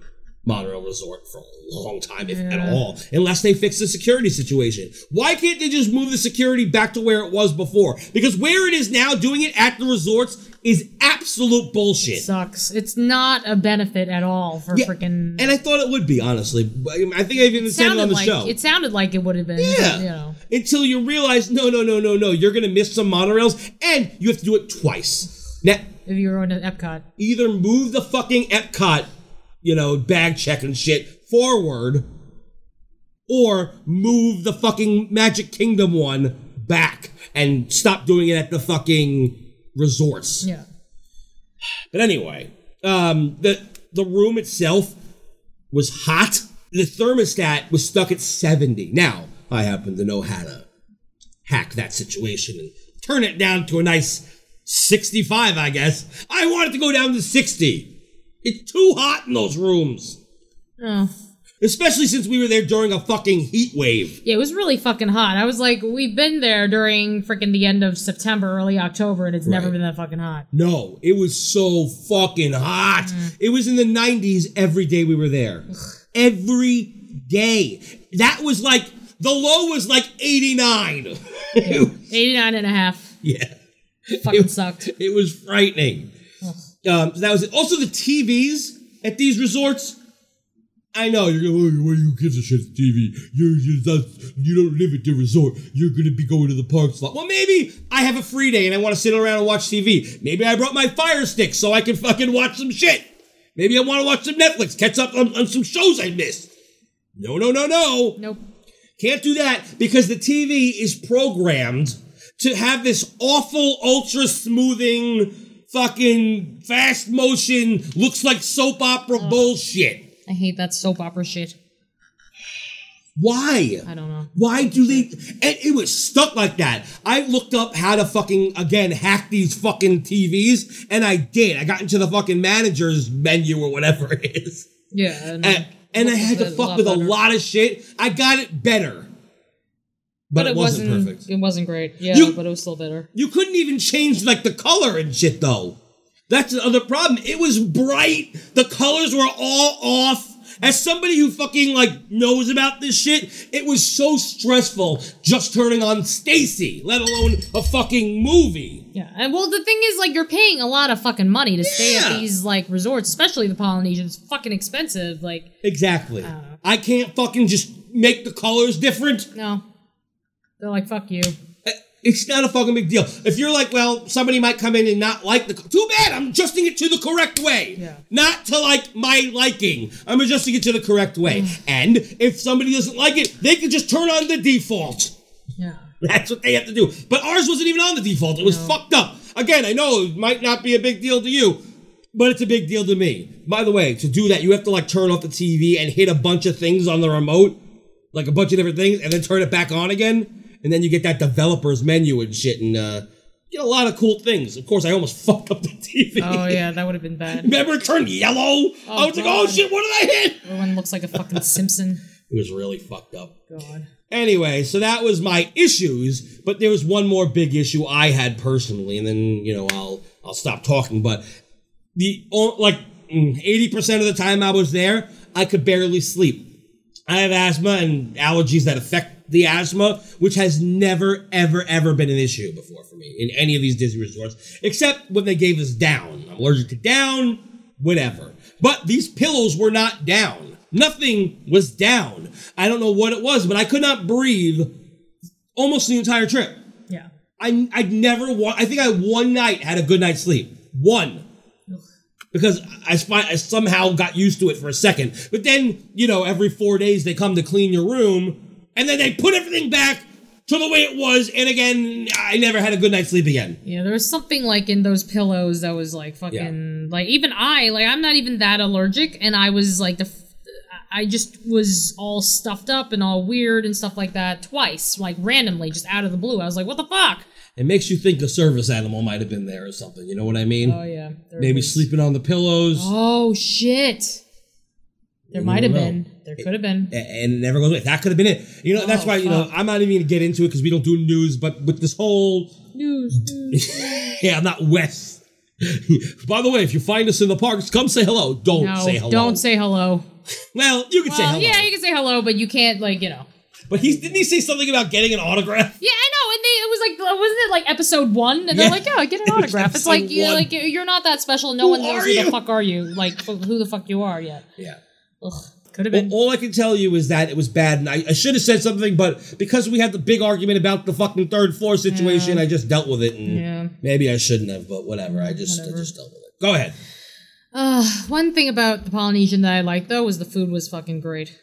[SPEAKER 3] monorail resort for a long time, if at all, unless they fix the security situation. Why can't they just move the security back to where it was before? Because where it is now, doing it at the resorts is absolute bullshit.
[SPEAKER 4] Sucks. It's not a benefit at all for
[SPEAKER 3] Yeah,
[SPEAKER 4] freaking.
[SPEAKER 3] And I thought it would be honestly. But I think I even said it on the
[SPEAKER 4] like
[SPEAKER 3] show.
[SPEAKER 4] it sounded like it would have been.
[SPEAKER 3] Yeah.
[SPEAKER 4] You know.
[SPEAKER 3] Until you realize, no, no, no, no, no, you're going to miss some monorails and you have to do it twice. Now,
[SPEAKER 4] If you were on an Epcot,
[SPEAKER 3] either move the fucking Epcot, you know, bag check and shit forward or move the fucking Magic Kingdom one back and stop doing it at the fucking resorts.
[SPEAKER 4] yeah,
[SPEAKER 3] But anyway, um, the the room itself was hot. The thermostat was stuck at seventy. Now I happen to know how to hack that situation and turn it down to a nice sixty-five. I guess I wanted to go down to sixty. It's too hot in those rooms,
[SPEAKER 4] oh.
[SPEAKER 3] especially since we were there during a fucking heat wave.
[SPEAKER 4] yeah, it was really fucking hot. I was like, we've been there during freaking the end of September, early October, and it's never
[SPEAKER 3] Right.
[SPEAKER 4] been that fucking hot.
[SPEAKER 3] No, it was so fucking hot. It was in the 90s every day we were there. Every day. That was like, the low was like 89.
[SPEAKER 4] Eighty nine and a half.
[SPEAKER 3] yeah.
[SPEAKER 4] Fucking sucked.
[SPEAKER 3] It was frightening. Um, so that was it. Also, the TVs at these resorts. I know you're going. to What do you give a shit? TV? You're, you're not, you don't live at the resort. You're gonna be going to the parks a lot. Well, maybe I have a free day and I want to sit around and watch TV. Maybe I brought my Fire Stick so I can fucking watch some shit. Maybe I want to watch some Netflix, catch up on, on some shows I missed. No, no, no, no.
[SPEAKER 4] Nope.
[SPEAKER 3] Can't do that because the TV is programmed to have this awful ultra smoothing fucking fast motion, looks like soap opera bullshit.
[SPEAKER 4] I hate that soap opera shit.
[SPEAKER 3] Why?
[SPEAKER 4] I don't know.
[SPEAKER 3] Why do they? And it was stuck like that. I looked up how to fucking again hack these fucking TVs, and I did. I got into the fucking manager's menu or whatever it is,
[SPEAKER 4] Yeah. I don't know.
[SPEAKER 3] and, and I had to
[SPEAKER 4] That's a
[SPEAKER 3] fuck
[SPEAKER 4] lot
[SPEAKER 3] with a
[SPEAKER 4] better.
[SPEAKER 3] lot of shit. I got it better, but, it, wasn't, perfect.
[SPEAKER 4] It wasn't great. Yeah,
[SPEAKER 3] You-
[SPEAKER 4] but it was still better.
[SPEAKER 3] You couldn't even change like the color and shit though. That's the other problem. It was bright. The colors were all off. As somebody who fucking like knows about this shit, it was so stressful just turning on Stacy, let alone a fucking movie.
[SPEAKER 4] Yeah. And well, the thing is, like, you're paying a lot of fucking money to stay
[SPEAKER 3] Yeah.
[SPEAKER 4] at these like resorts, especially the Polynesian. It's fucking expensive. Like,
[SPEAKER 3] Exactly. I can't fucking just make the colors different.
[SPEAKER 4] no, they're like, fuck you.
[SPEAKER 3] It's not a fucking big deal. If you're like, well, somebody might come in and not like the. Too bad. I'm adjusting it to the correct way.
[SPEAKER 4] Yeah.
[SPEAKER 3] Not to like my liking. I'm adjusting it to the correct way. and if somebody doesn't like it, they can just turn on the default.
[SPEAKER 4] Yeah.
[SPEAKER 3] That's what they have to do. But ours wasn't even on the default. It was fucked up. Again, I know it might not be a big deal to you, but it's a big deal to me. By the way, to do that, you have to like turn off the TV and hit a bunch of things on the remote, like a bunch of different things, and then turn it back on again. And then you get that developer's menu and shit, and uh, get a lot of cool things. Of course, I almost fucked up the TV.
[SPEAKER 4] Oh yeah, that would have been bad.
[SPEAKER 3] Remember, it turned yellow. I was like, oh
[SPEAKER 4] God.
[SPEAKER 3] shit, what did I hit?
[SPEAKER 4] Everyone looks like a fucking Simpson.
[SPEAKER 3] It was really fucked up.
[SPEAKER 4] God.
[SPEAKER 3] Anyway, so that was my issues, but there was one more big issue I had personally, and then you know I'll I'll stop talking. But the o- like mm, eighty percent of the time I was there, I could barely sleep. I have asthma and allergies that affect the asthma, which has never ever ever been an issue before for me in any of these Disney resorts, except when they gave us down. I'm allergic to down, whatever. But these pillows were not down. Nothing was down. I don't know what it was, but I could not breathe almost the entire trip.
[SPEAKER 4] Yeah.
[SPEAKER 3] I I never wa- I think I one night had a good night's sleep. One. Because I, spi- I somehow got used to it for a second. But then, you know, every four days they come to clean your room and then they put everything back to the way it was. And again, I never had a good night's sleep again.
[SPEAKER 4] Yeah, there was something like in those pillows that was like fucking like even I like I'm not even that allergic, and I was like the f- I just was all stuffed up and all weird and stuff like that twice, like randomly, just out of the blue. I was like, what the fuck?
[SPEAKER 3] It makes you think a service animal might have been there or something. You know what I mean?
[SPEAKER 4] Oh yeah, there
[SPEAKER 3] Maybe
[SPEAKER 4] was-
[SPEAKER 3] sleeping on the pillows.
[SPEAKER 4] Oh shit, there might have
[SPEAKER 3] know.
[SPEAKER 4] been, there could have been.
[SPEAKER 3] and it never goes away. That could have been it. You know, that's
[SPEAKER 4] Oh,
[SPEAKER 3] why, you know,
[SPEAKER 4] fuck.
[SPEAKER 3] I'm not even going to get into it because we don't do news, but with this whole,
[SPEAKER 4] News, news.
[SPEAKER 3] hey, I'm not Wes. By the way, if you find us in the parks, come say hello. Don't
[SPEAKER 4] No,
[SPEAKER 3] say hello.
[SPEAKER 4] don't say hello.
[SPEAKER 3] Well, you can say
[SPEAKER 4] Well,
[SPEAKER 3] hello.
[SPEAKER 4] yeah, you can say hello, but you can't like you know.
[SPEAKER 3] But he didn't he say something about getting an autograph?
[SPEAKER 4] Yeah, I know. And they, it was like, uh, wasn't it like episode one? And they're
[SPEAKER 3] Yeah.
[SPEAKER 4] like, yeah, get an
[SPEAKER 3] was
[SPEAKER 4] autograph. It's like,
[SPEAKER 3] episode
[SPEAKER 4] you're,
[SPEAKER 3] one.
[SPEAKER 4] like, you're not that special. No
[SPEAKER 3] Who
[SPEAKER 4] one knows
[SPEAKER 3] are
[SPEAKER 4] who
[SPEAKER 3] you?
[SPEAKER 4] the fuck are you. Like, wh- who the fuck you are yet.
[SPEAKER 3] Yeah.
[SPEAKER 4] Ugh, could have
[SPEAKER 3] Well,
[SPEAKER 4] been.
[SPEAKER 3] all I can tell you is that it was bad, and I, I should have said something, but because we had the big argument about the fucking third floor situation, I just dealt with it, and
[SPEAKER 4] Yeah.
[SPEAKER 3] maybe I shouldn't have, but whatever. I just I just dealt with it. Go ahead.
[SPEAKER 4] Ugh, one thing about the Polynesian that I liked, though, was the food was fucking great.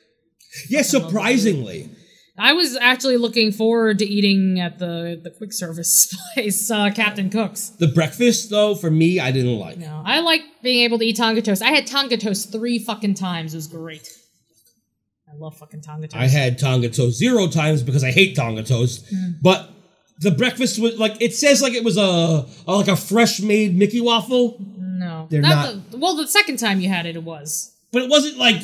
[SPEAKER 3] Yeah, surprisingly,
[SPEAKER 4] I was actually looking forward to eating at the, the quick service place, uh, Captain Cook's.
[SPEAKER 3] the breakfast though for me, I didn't like.
[SPEAKER 4] No, I like being able to eat Tonga toast. I had Tonga toast three fucking times. It was great. I love fucking Tonga toast.
[SPEAKER 3] I had Tonga toast zero times because I hate Tonga toast.
[SPEAKER 4] Mm.
[SPEAKER 3] But the breakfast was like it says like it was a, a like a fresh made Mickey waffle,
[SPEAKER 4] no,
[SPEAKER 3] They're
[SPEAKER 4] The, well, the second time you had it, it was.
[SPEAKER 3] but it wasn't like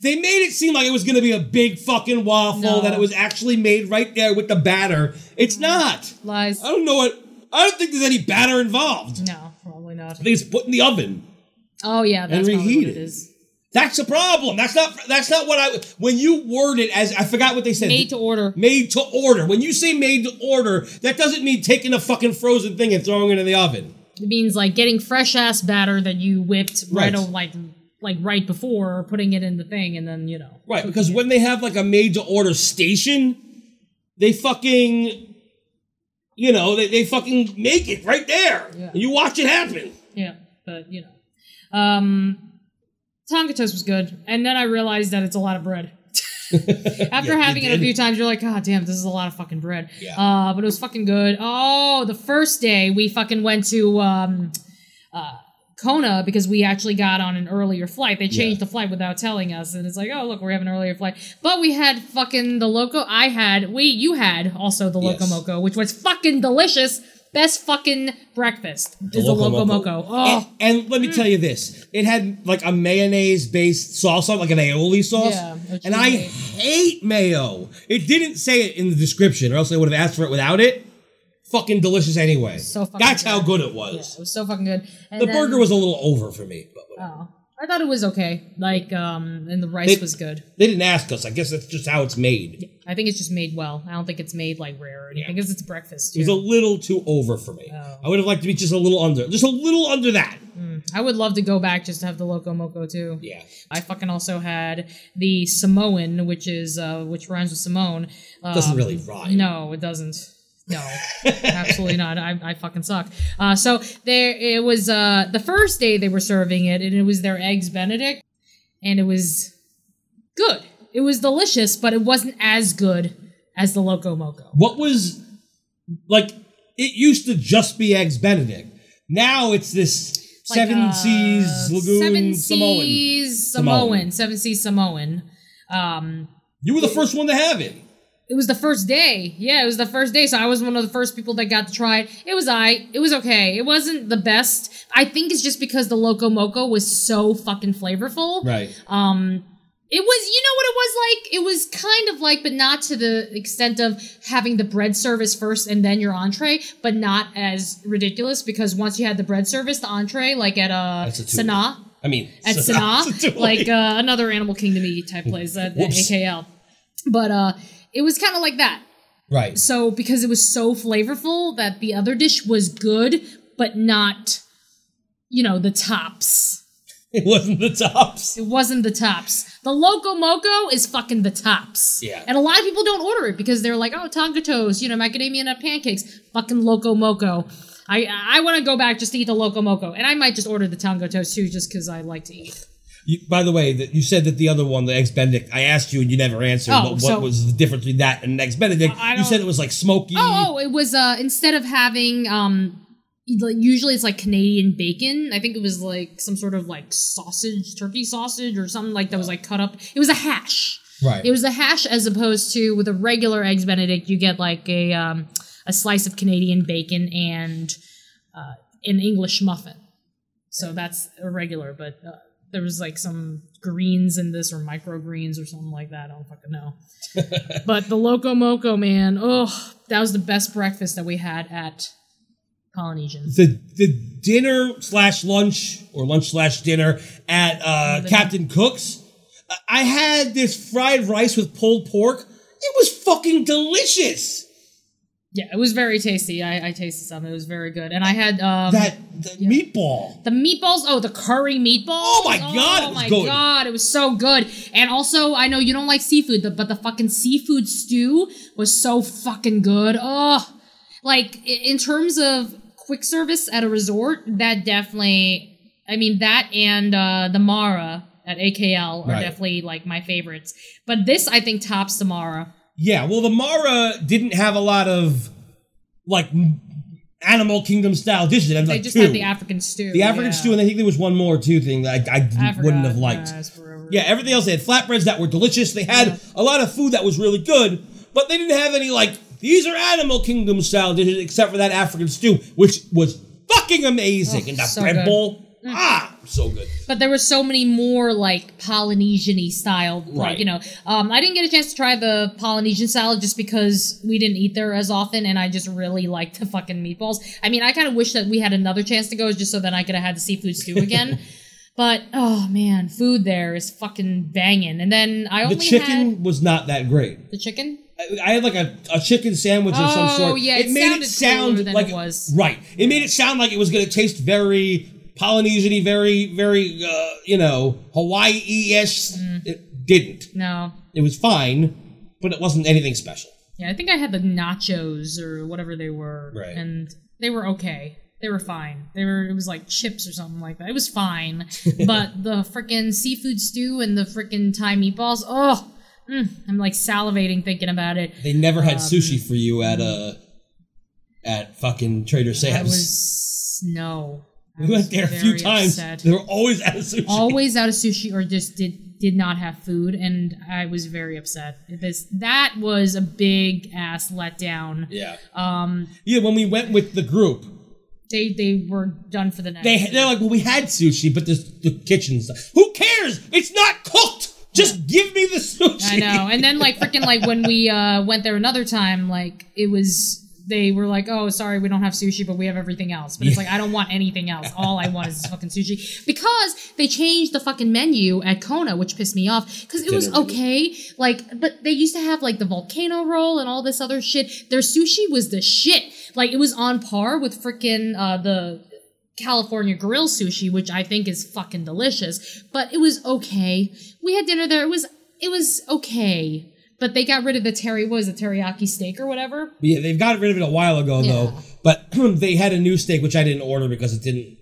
[SPEAKER 3] they made it seem like it was going to be a big fucking waffle
[SPEAKER 4] No. Mm.
[SPEAKER 3] that it was actually made right there with the batter. It's not.
[SPEAKER 4] Lies.
[SPEAKER 3] I don't know what. I don't think there's any batter involved.
[SPEAKER 4] No, probably not.
[SPEAKER 3] I think it's put in the oven.
[SPEAKER 4] Oh yeah, that's
[SPEAKER 3] And
[SPEAKER 4] probably what
[SPEAKER 3] reheat
[SPEAKER 4] it
[SPEAKER 3] it.
[SPEAKER 4] is.
[SPEAKER 3] That's a problem. That's not. That's not what I. When you word it as I forgot what they said.
[SPEAKER 4] Made to order.
[SPEAKER 3] Made to order. When you say made to order, that doesn't mean taking a fucking frozen thing and throwing it in the oven.
[SPEAKER 4] It means like getting fresh ass batter that you whipped right,
[SPEAKER 3] Right.
[SPEAKER 4] o- like like right before putting it in the thing and then you know.
[SPEAKER 3] Right, because when they have like a made to order station, they fucking you know, they, they fucking make it right there.
[SPEAKER 4] Yeah.
[SPEAKER 3] And you watch it happen.
[SPEAKER 4] Yeah, but you know. Um Tonga toast was good, and then I realized that it's a lot of bread. After having it a
[SPEAKER 3] did.
[SPEAKER 4] few times, you're like, God damn, this is a lot of fucking bread.
[SPEAKER 3] Yeah.
[SPEAKER 4] Uh, but it was fucking good. Oh, the first day we fucking went to um, uh, Kona because we actually got on an earlier flight. They changed the flight without telling us, and it's like, oh look, we have an earlier flight. But we had fucking the loco. I had we you had also the
[SPEAKER 11] Yes.
[SPEAKER 4] loco moco, which was fucking delicious. Best fucking breakfast is the
[SPEAKER 11] Loco
[SPEAKER 4] loco
[SPEAKER 11] Moco.
[SPEAKER 4] moco. Oh.
[SPEAKER 3] And, and let me tell you this: it had like a mayonnaise-based sauce, on it, like an aioli sauce.
[SPEAKER 4] Yeah, which
[SPEAKER 3] and
[SPEAKER 4] is
[SPEAKER 3] I
[SPEAKER 4] great.
[SPEAKER 3] hate mayo. It didn't say it in the description, or else I would have asked for it without it. Fucking delicious anyway.
[SPEAKER 4] So fucking
[SPEAKER 3] That's how
[SPEAKER 4] good.
[SPEAKER 3] good it
[SPEAKER 4] Yeah,
[SPEAKER 3] was.
[SPEAKER 4] it was so fucking good. And
[SPEAKER 3] the
[SPEAKER 4] then-
[SPEAKER 3] burger was a little over for me, but whatever.
[SPEAKER 4] Oh, I thought it was okay. Like, um, and the rice
[SPEAKER 3] They-
[SPEAKER 4] was good.
[SPEAKER 3] they didn't ask us. I guess that's just how it's made.
[SPEAKER 4] I think it's just made well. I don't think it's made like rare or anything because it's breakfast.
[SPEAKER 3] It was a
[SPEAKER 4] Too.
[SPEAKER 3] little too over for me.
[SPEAKER 4] Oh.
[SPEAKER 3] I would have liked to be just a little under, just a little under that.
[SPEAKER 4] I would love to go back just to have the loco moco too.
[SPEAKER 3] Yeah.
[SPEAKER 4] I fucking also had the Samoan, which is uh, which rhymes with Simone. Uh,
[SPEAKER 3] Doesn't really rhyme.
[SPEAKER 4] No, it doesn't. No, absolutely not. I, I fucking suck. Uh, so there, it was uh, the first day they were serving it, and it was their eggs Benedict, and it was good. It was delicious, but it wasn't as good as the Loco Moco.
[SPEAKER 3] What was like? It used to just be eggs Benedict. Now it's this
[SPEAKER 4] Like,
[SPEAKER 3] seven
[SPEAKER 4] uh,
[SPEAKER 3] seas lagoon
[SPEAKER 4] Seven
[SPEAKER 3] Samoan.
[SPEAKER 4] Seas
[SPEAKER 3] Samoan.
[SPEAKER 4] Samoan. Seven Seas Samoan. Um,
[SPEAKER 3] You were the first one to have it.
[SPEAKER 4] it was the first day. Yeah, it was the first day. So I was one of the first people that got to try it. It was I. It was okay. It wasn't the best. I think it's just because the Loco Moco was so fucking flavorful.
[SPEAKER 3] Right.
[SPEAKER 4] Um, it was, you know what it was like? It was kind of like, but not to the extent of having the bread service first and then your entree, but not as ridiculous because once you had the bread service, the entree, like at uh,
[SPEAKER 3] That's a two.
[SPEAKER 4] Sanaa,
[SPEAKER 3] I mean,
[SPEAKER 4] at
[SPEAKER 3] so-
[SPEAKER 4] Sanaa,
[SPEAKER 3] so-
[SPEAKER 4] like uh, another Animal Kingdom type place uh, at at
[SPEAKER 3] Whoops.
[SPEAKER 4] AKL. But uh, it was kind of like that.
[SPEAKER 3] right.
[SPEAKER 4] So because it was so flavorful that the other dish was good, but not, you know, the tops.
[SPEAKER 3] It wasn't the tops.
[SPEAKER 4] It wasn't the tops. The loco moco is fucking the tops.
[SPEAKER 3] Yeah.
[SPEAKER 4] And a lot of people don't order it because they're like, oh, tonga toast, you know, macadamia nut pancakes, fucking loco moco. I I want to go back just to eat the loco moco, and I might just order the tonga toast too, just because I like to eat.
[SPEAKER 3] You, by the way, that you said that the other one, the eggs Benedict, I asked you and you never answered.
[SPEAKER 4] Oh,
[SPEAKER 3] what, what
[SPEAKER 4] so-
[SPEAKER 3] was the difference between that and eggs Benedict?
[SPEAKER 4] I
[SPEAKER 3] You
[SPEAKER 4] don't-
[SPEAKER 3] said it was like smoky.
[SPEAKER 4] Oh, oh, it was uh instead of having um usually it's like Canadian bacon. I think it was like some sort of like sausage, turkey sausage or something like that was like cut up. It was a hash.
[SPEAKER 3] Right.
[SPEAKER 4] It was a hash as opposed to with a regular eggs benedict you get like a um a slice of Canadian bacon and uh an English muffin. So that's irregular, but uh, there was like some greens in this or microgreens or something like that. I don't fucking know. But the Loco Moco, man, oh, that was the best breakfast that we had at Polynesian.
[SPEAKER 3] the the dinner slash lunch or lunch slash dinner at uh, Captain Cook's. I- I had this fried rice with pulled pork. It was fucking delicious.
[SPEAKER 4] Yeah, it was very tasty. I, I tasted some. It was very good. And I had um,
[SPEAKER 3] That the meatball.
[SPEAKER 4] the meatballs. Oh, the curry meatballs. Oh
[SPEAKER 3] my God, it
[SPEAKER 4] Oh
[SPEAKER 3] was
[SPEAKER 4] my
[SPEAKER 3] good.
[SPEAKER 4] god, it was so good. And also, I know you don't like seafood, but the fucking seafood stew was so fucking good. Oh, like i- in terms of quick service at a resort, that definitely. I mean that and uh, the Mara at AKL are
[SPEAKER 3] Right.
[SPEAKER 4] definitely like my favorites. But this, I think, tops the Mara.
[SPEAKER 3] Yeah, well, the Mara didn't have a lot of like m- Animal Kingdom style dishes. It had,
[SPEAKER 4] They
[SPEAKER 3] like,
[SPEAKER 4] just
[SPEAKER 3] Uh, two.
[SPEAKER 4] had the African stew.
[SPEAKER 3] The African
[SPEAKER 4] yeah.
[SPEAKER 3] stew, and I think there was one more too thing that I, I didn't-
[SPEAKER 4] I
[SPEAKER 3] wouldn't have
[SPEAKER 4] forgot.
[SPEAKER 3] liked.
[SPEAKER 4] Yeah, it's forever.
[SPEAKER 3] Yeah, everything else they had flatbreads that were delicious. They had a lot of food that was really good, but they didn't have any like these are Animal Kingdom style dishes except for that African stew, which was fucking amazing. and that
[SPEAKER 4] so
[SPEAKER 3] bread
[SPEAKER 4] good. Mm.
[SPEAKER 3] bowl, ah, so good.
[SPEAKER 4] but there were so many more like Polynesian-y style,
[SPEAKER 3] Right.
[SPEAKER 4] like you know. Um, I didn't get a chance to try the Polynesian salad just because we didn't eat there as often, and I just really liked the fucking meatballs. I mean, I kind of wish that we had another chance to go just so that I could have had the seafood stew again. but oh man, food there is fucking banging. And then I
[SPEAKER 3] The
[SPEAKER 4] only
[SPEAKER 3] chicken
[SPEAKER 4] had
[SPEAKER 3] was not that great.
[SPEAKER 4] the chicken.
[SPEAKER 3] I- I had like a, a chicken sandwich of some
[SPEAKER 4] Oh,
[SPEAKER 3] sort.
[SPEAKER 4] yeah, it
[SPEAKER 3] made it
[SPEAKER 4] sounded
[SPEAKER 3] sound
[SPEAKER 4] cooler than
[SPEAKER 3] like
[SPEAKER 4] it was.
[SPEAKER 3] Right. It made it sound like it was going to taste very Polynesian-y, very, very, uh, you know, Hawaii-ish.
[SPEAKER 4] Mm.
[SPEAKER 3] It didn't.
[SPEAKER 4] No,
[SPEAKER 3] It was fine, but it wasn't anything special.
[SPEAKER 4] Yeah, I think I had the nachos or whatever they were,
[SPEAKER 3] Right.
[SPEAKER 4] and they were okay. They were fine. They were it was like chips or something like that. It was fine, but the frickin' seafood stew and the frickin' Thai meatballs, oh, mm, I'm like salivating thinking about it.
[SPEAKER 3] They never
[SPEAKER 4] Um,
[SPEAKER 3] had sushi for you at uh at fucking Trader
[SPEAKER 4] I
[SPEAKER 3] Sam's.
[SPEAKER 4] was no, I
[SPEAKER 3] We
[SPEAKER 4] was
[SPEAKER 3] went there a few
[SPEAKER 4] very
[SPEAKER 3] times.
[SPEAKER 4] upset.
[SPEAKER 3] They were always out of sushi.
[SPEAKER 4] Always out of sushi or just did did not have food, and I was very upset. This that was a big ass letdown.
[SPEAKER 3] Yeah.
[SPEAKER 4] Um,
[SPEAKER 3] Yeah, when we went with the group,
[SPEAKER 4] they they were done for the night.
[SPEAKER 3] they they're like, well, we had sushi, but this the kitchen stuff. Who cares? It's not cooked. Just give me the sushi.
[SPEAKER 4] I know. And then like freaking like when we uh went there another time, like it was they were like, "Oh, sorry, we don't have sushi, but we have everything else." But it's like I don't want anything else. All I want is this fucking sushi because they changed the fucking menu at Kona, which pissed me off because it was
[SPEAKER 3] Dinner menu.
[SPEAKER 4] okay. Like, but they used to have like the volcano roll and all this other shit. Their sushi was the shit. Like it was on par with freaking uh, the California grill sushi, which I think is fucking delicious, but it was okay. We had dinner there. It was it was okay. But they got rid of the terry what was it, teriyaki steak or whatever.
[SPEAKER 3] Yeah, they've got rid of it a while ago though.
[SPEAKER 4] Yeah.
[SPEAKER 3] But they had a new steak which I didn't order because it didn't.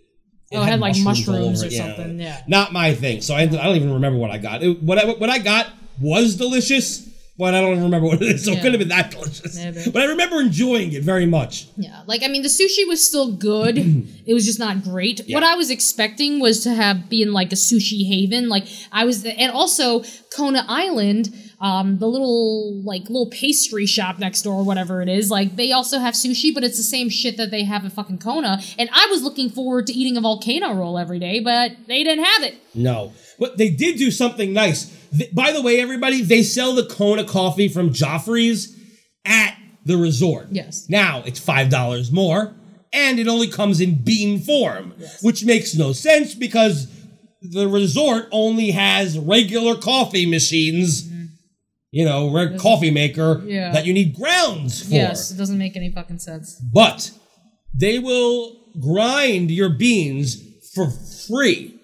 [SPEAKER 4] Oh, it had, like,
[SPEAKER 3] all
[SPEAKER 4] mushrooms
[SPEAKER 3] over
[SPEAKER 4] or something, yeah.
[SPEAKER 3] Not my thing. So I, I don't even remember what I got. It, what I what I got was delicious, but I don't even remember what it is. So
[SPEAKER 4] Yeah.
[SPEAKER 3] it could have been that delicious.
[SPEAKER 4] Maybe.
[SPEAKER 3] But I remember enjoying it very much.
[SPEAKER 4] Yeah. Like I mean the sushi was still good. it was just not great. What I was expecting was to have be in like a sushi haven. Like I was and also Kona Island, um, the little like little pastry shop next door or whatever it is, like they also have sushi, but it's the same shit that they have in fucking Kona. And I was looking forward to eating a volcano roll every day, but they didn't have it.
[SPEAKER 3] No, but they did do something nice. Th- by the way, everybody, they sell the Kona coffee from Joffrey's at the resort.
[SPEAKER 4] Yes.
[SPEAKER 3] Now it's five dollars more, and it only comes in bean form, which makes no sense because the resort only has regular coffee machines. You know, reg- coffee maker
[SPEAKER 4] Yeah.
[SPEAKER 3] that you need grounds for.
[SPEAKER 4] Yes, it doesn't make any fucking sense.
[SPEAKER 3] But they will grind your beans for free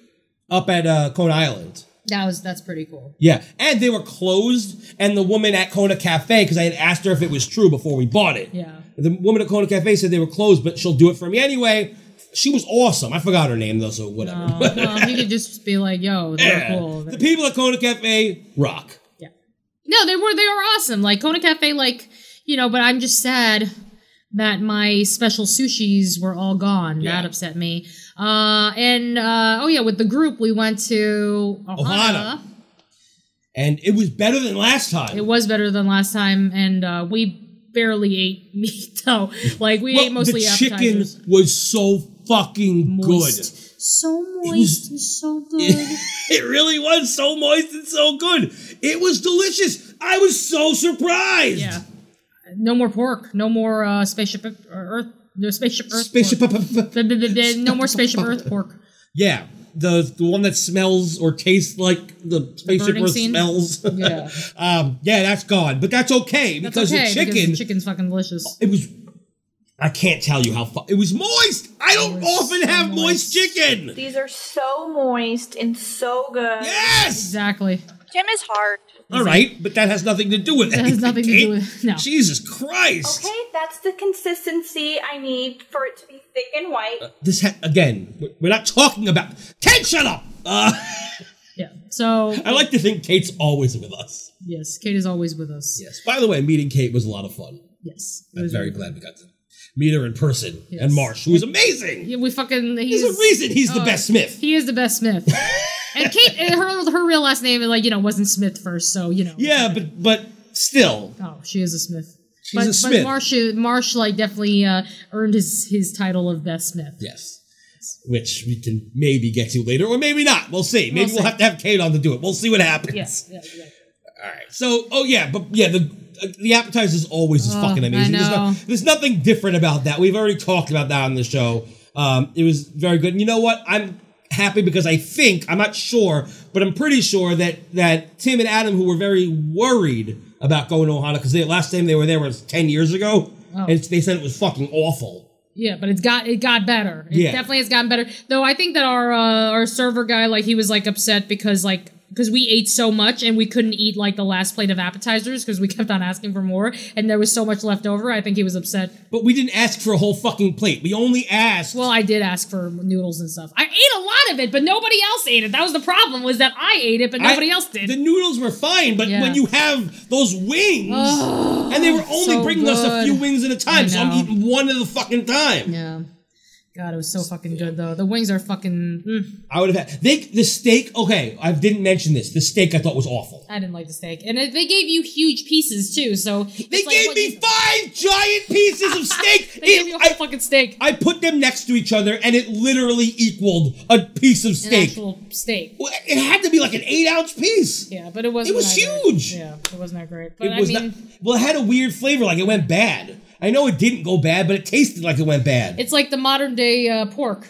[SPEAKER 3] up at uh, Kona Island.
[SPEAKER 4] That was that's pretty cool.
[SPEAKER 3] Yeah, and they were closed. And the woman at Kona Cafe, because I had asked her if it was true before we bought it.
[SPEAKER 4] Yeah.
[SPEAKER 3] The woman at Kona Cafe said they were closed, but she'll do it for me anyway. She was awesome. I forgot her name though, so whatever.
[SPEAKER 4] Oh, well, you could just be like, "Yo, they're
[SPEAKER 3] Yeah.
[SPEAKER 4] cool."
[SPEAKER 3] The people at Kona Cafe rock.
[SPEAKER 4] No, they were they were awesome. Like Kona Cafe, like you know. But I'm just sad that my special sushis were all gone. That upset me. Uh, and uh, oh yeah, with the group we went to Ohana.
[SPEAKER 3] Ohana. And it was better than last time.
[SPEAKER 4] It was better than last time, and uh, we barely ate meat though. Like we
[SPEAKER 3] Well,
[SPEAKER 4] ate mostly
[SPEAKER 3] the chicken
[SPEAKER 4] appetizers.
[SPEAKER 3] was so fucking
[SPEAKER 4] Moist. So moist and so good.
[SPEAKER 3] good. It really was so moist and so good. It was delicious. I was so surprised.
[SPEAKER 4] yeah. No more pork. No more uh, spaceship Earth- Earth. No spaceship Earth.
[SPEAKER 3] Spaceship.
[SPEAKER 4] pork. Blah, blah, blah, blah. No more spaceship Earth pork.
[SPEAKER 3] Yeah, the the one that smells or tastes like the spaceship
[SPEAKER 4] burning
[SPEAKER 3] Earth
[SPEAKER 4] scene?
[SPEAKER 3] smells.
[SPEAKER 4] Yeah.
[SPEAKER 3] um, yeah, that's gone, but that's okay
[SPEAKER 4] That's
[SPEAKER 3] because
[SPEAKER 4] okay,
[SPEAKER 3] the chicken.
[SPEAKER 4] because the chicken's fucking delicious.
[SPEAKER 3] it was. I can't tell you how fu- it was moist. I don't
[SPEAKER 4] was
[SPEAKER 3] often
[SPEAKER 4] so
[SPEAKER 3] have
[SPEAKER 4] moist.
[SPEAKER 3] moist, chicken.
[SPEAKER 5] These are so moist and so good.
[SPEAKER 3] Yes.
[SPEAKER 4] Exactly.
[SPEAKER 9] Jim is hard.
[SPEAKER 3] All right, but that has nothing to do with it.
[SPEAKER 4] That has nothing to do with no.
[SPEAKER 3] Jesus Christ!
[SPEAKER 5] Okay, that's the consistency I need for it to be thick and white.
[SPEAKER 9] Uh.
[SPEAKER 3] This ha- again. we're- We're not talking about. Kate, shut up. Uh,
[SPEAKER 4] Yeah. So
[SPEAKER 3] I like to think Kate's always with us.
[SPEAKER 4] yes, Kate is always with us.
[SPEAKER 3] Yes. By the way, meeting Kate was a lot of fun.
[SPEAKER 4] Yes.
[SPEAKER 3] I'm very glad we got to meet her in person.
[SPEAKER 4] Mm-hmm. Yes.
[SPEAKER 3] And Marsh, who is amazing.
[SPEAKER 4] Yeah, we fucking. He's,
[SPEAKER 3] There's a reason he's the
[SPEAKER 4] oh,
[SPEAKER 3] best Smith.
[SPEAKER 4] He is the best Smith. and Kate, and her her real last name, like you know, wasn't Smith first, so you know.
[SPEAKER 3] Yeah, but but still,
[SPEAKER 4] Oh, she is a Smith.
[SPEAKER 3] she's
[SPEAKER 4] But,
[SPEAKER 3] a Smith.
[SPEAKER 4] but Marsh, Marsh, like definitely uh, earned his his title of best Smith.
[SPEAKER 3] yes. Which we can maybe get to later, or maybe not. We'll see. Maybe we'll,
[SPEAKER 4] We'll see.
[SPEAKER 3] have to have Kate on to do it. We'll see what happens.
[SPEAKER 4] Yes. Yeah, yeah.
[SPEAKER 3] All right. So, oh yeah, but yeah, the uh, the appetizers always is fucking
[SPEAKER 4] I
[SPEAKER 3] amazing. There's, no-
[SPEAKER 4] know.
[SPEAKER 3] there's nothing different about that. We've already talked about that on the show. Um, it was very good. And you know what? I'm happy because I think I'm not sure, but I'm pretty sure that that Tim and Adam, who were very worried about going to Ohana because the last time they were there was ten years ago,
[SPEAKER 4] Oh.
[SPEAKER 3] and they said it was fucking awful.
[SPEAKER 4] Yeah, but it's got it got better. It
[SPEAKER 3] Yeah.
[SPEAKER 4] definitely has gotten better. Though I think that our uh, our server guy like he was like upset because like because we ate so much and we couldn't eat like the last plate of appetizers because we kept on asking for more and there was so much left over. I think he was upset.
[SPEAKER 3] But we didn't ask for a whole fucking plate. We only asked.
[SPEAKER 4] Well, I did ask for noodles and stuff. I ate a lot of it, but nobody else ate it. That was the problem was that I ate it, but
[SPEAKER 3] I-
[SPEAKER 4] nobody else did.
[SPEAKER 3] The noodles were fine, but
[SPEAKER 4] Yeah.
[SPEAKER 3] when you have those wings, and they were only
[SPEAKER 4] so
[SPEAKER 3] bringing us a
[SPEAKER 4] good.
[SPEAKER 3] few wings at a time, so I'm
[SPEAKER 4] know.
[SPEAKER 3] eating one at a fucking time.
[SPEAKER 4] yeah. God, it was so fucking good though. The wings are fucking. Mm,
[SPEAKER 3] I would have had they the steak. Okay, I didn't mention this. The steak I thought was awful.
[SPEAKER 4] I didn't like the steak, and it, they gave you huge pieces too. So
[SPEAKER 3] They gave me five giant pieces of steak.
[SPEAKER 4] They gave
[SPEAKER 3] It-
[SPEAKER 4] you a whole
[SPEAKER 3] I,
[SPEAKER 4] fucking steak.
[SPEAKER 3] I put them next to each other, and it literally equaled a piece of
[SPEAKER 4] An
[SPEAKER 3] steak.
[SPEAKER 4] actual steak.
[SPEAKER 3] Well, it had to be like an eight ounce piece.
[SPEAKER 4] Yeah, but it wasn't.
[SPEAKER 3] It was
[SPEAKER 4] that great.
[SPEAKER 3] huge.
[SPEAKER 4] Yeah, it wasn't that great. But
[SPEAKER 3] It was
[SPEAKER 4] I
[SPEAKER 3] not-
[SPEAKER 4] mean,
[SPEAKER 3] well, it had a weird flavor. Like it went bad. I know it didn't go bad, but it tasted like it went bad.
[SPEAKER 4] it's like the modern day uh, pork.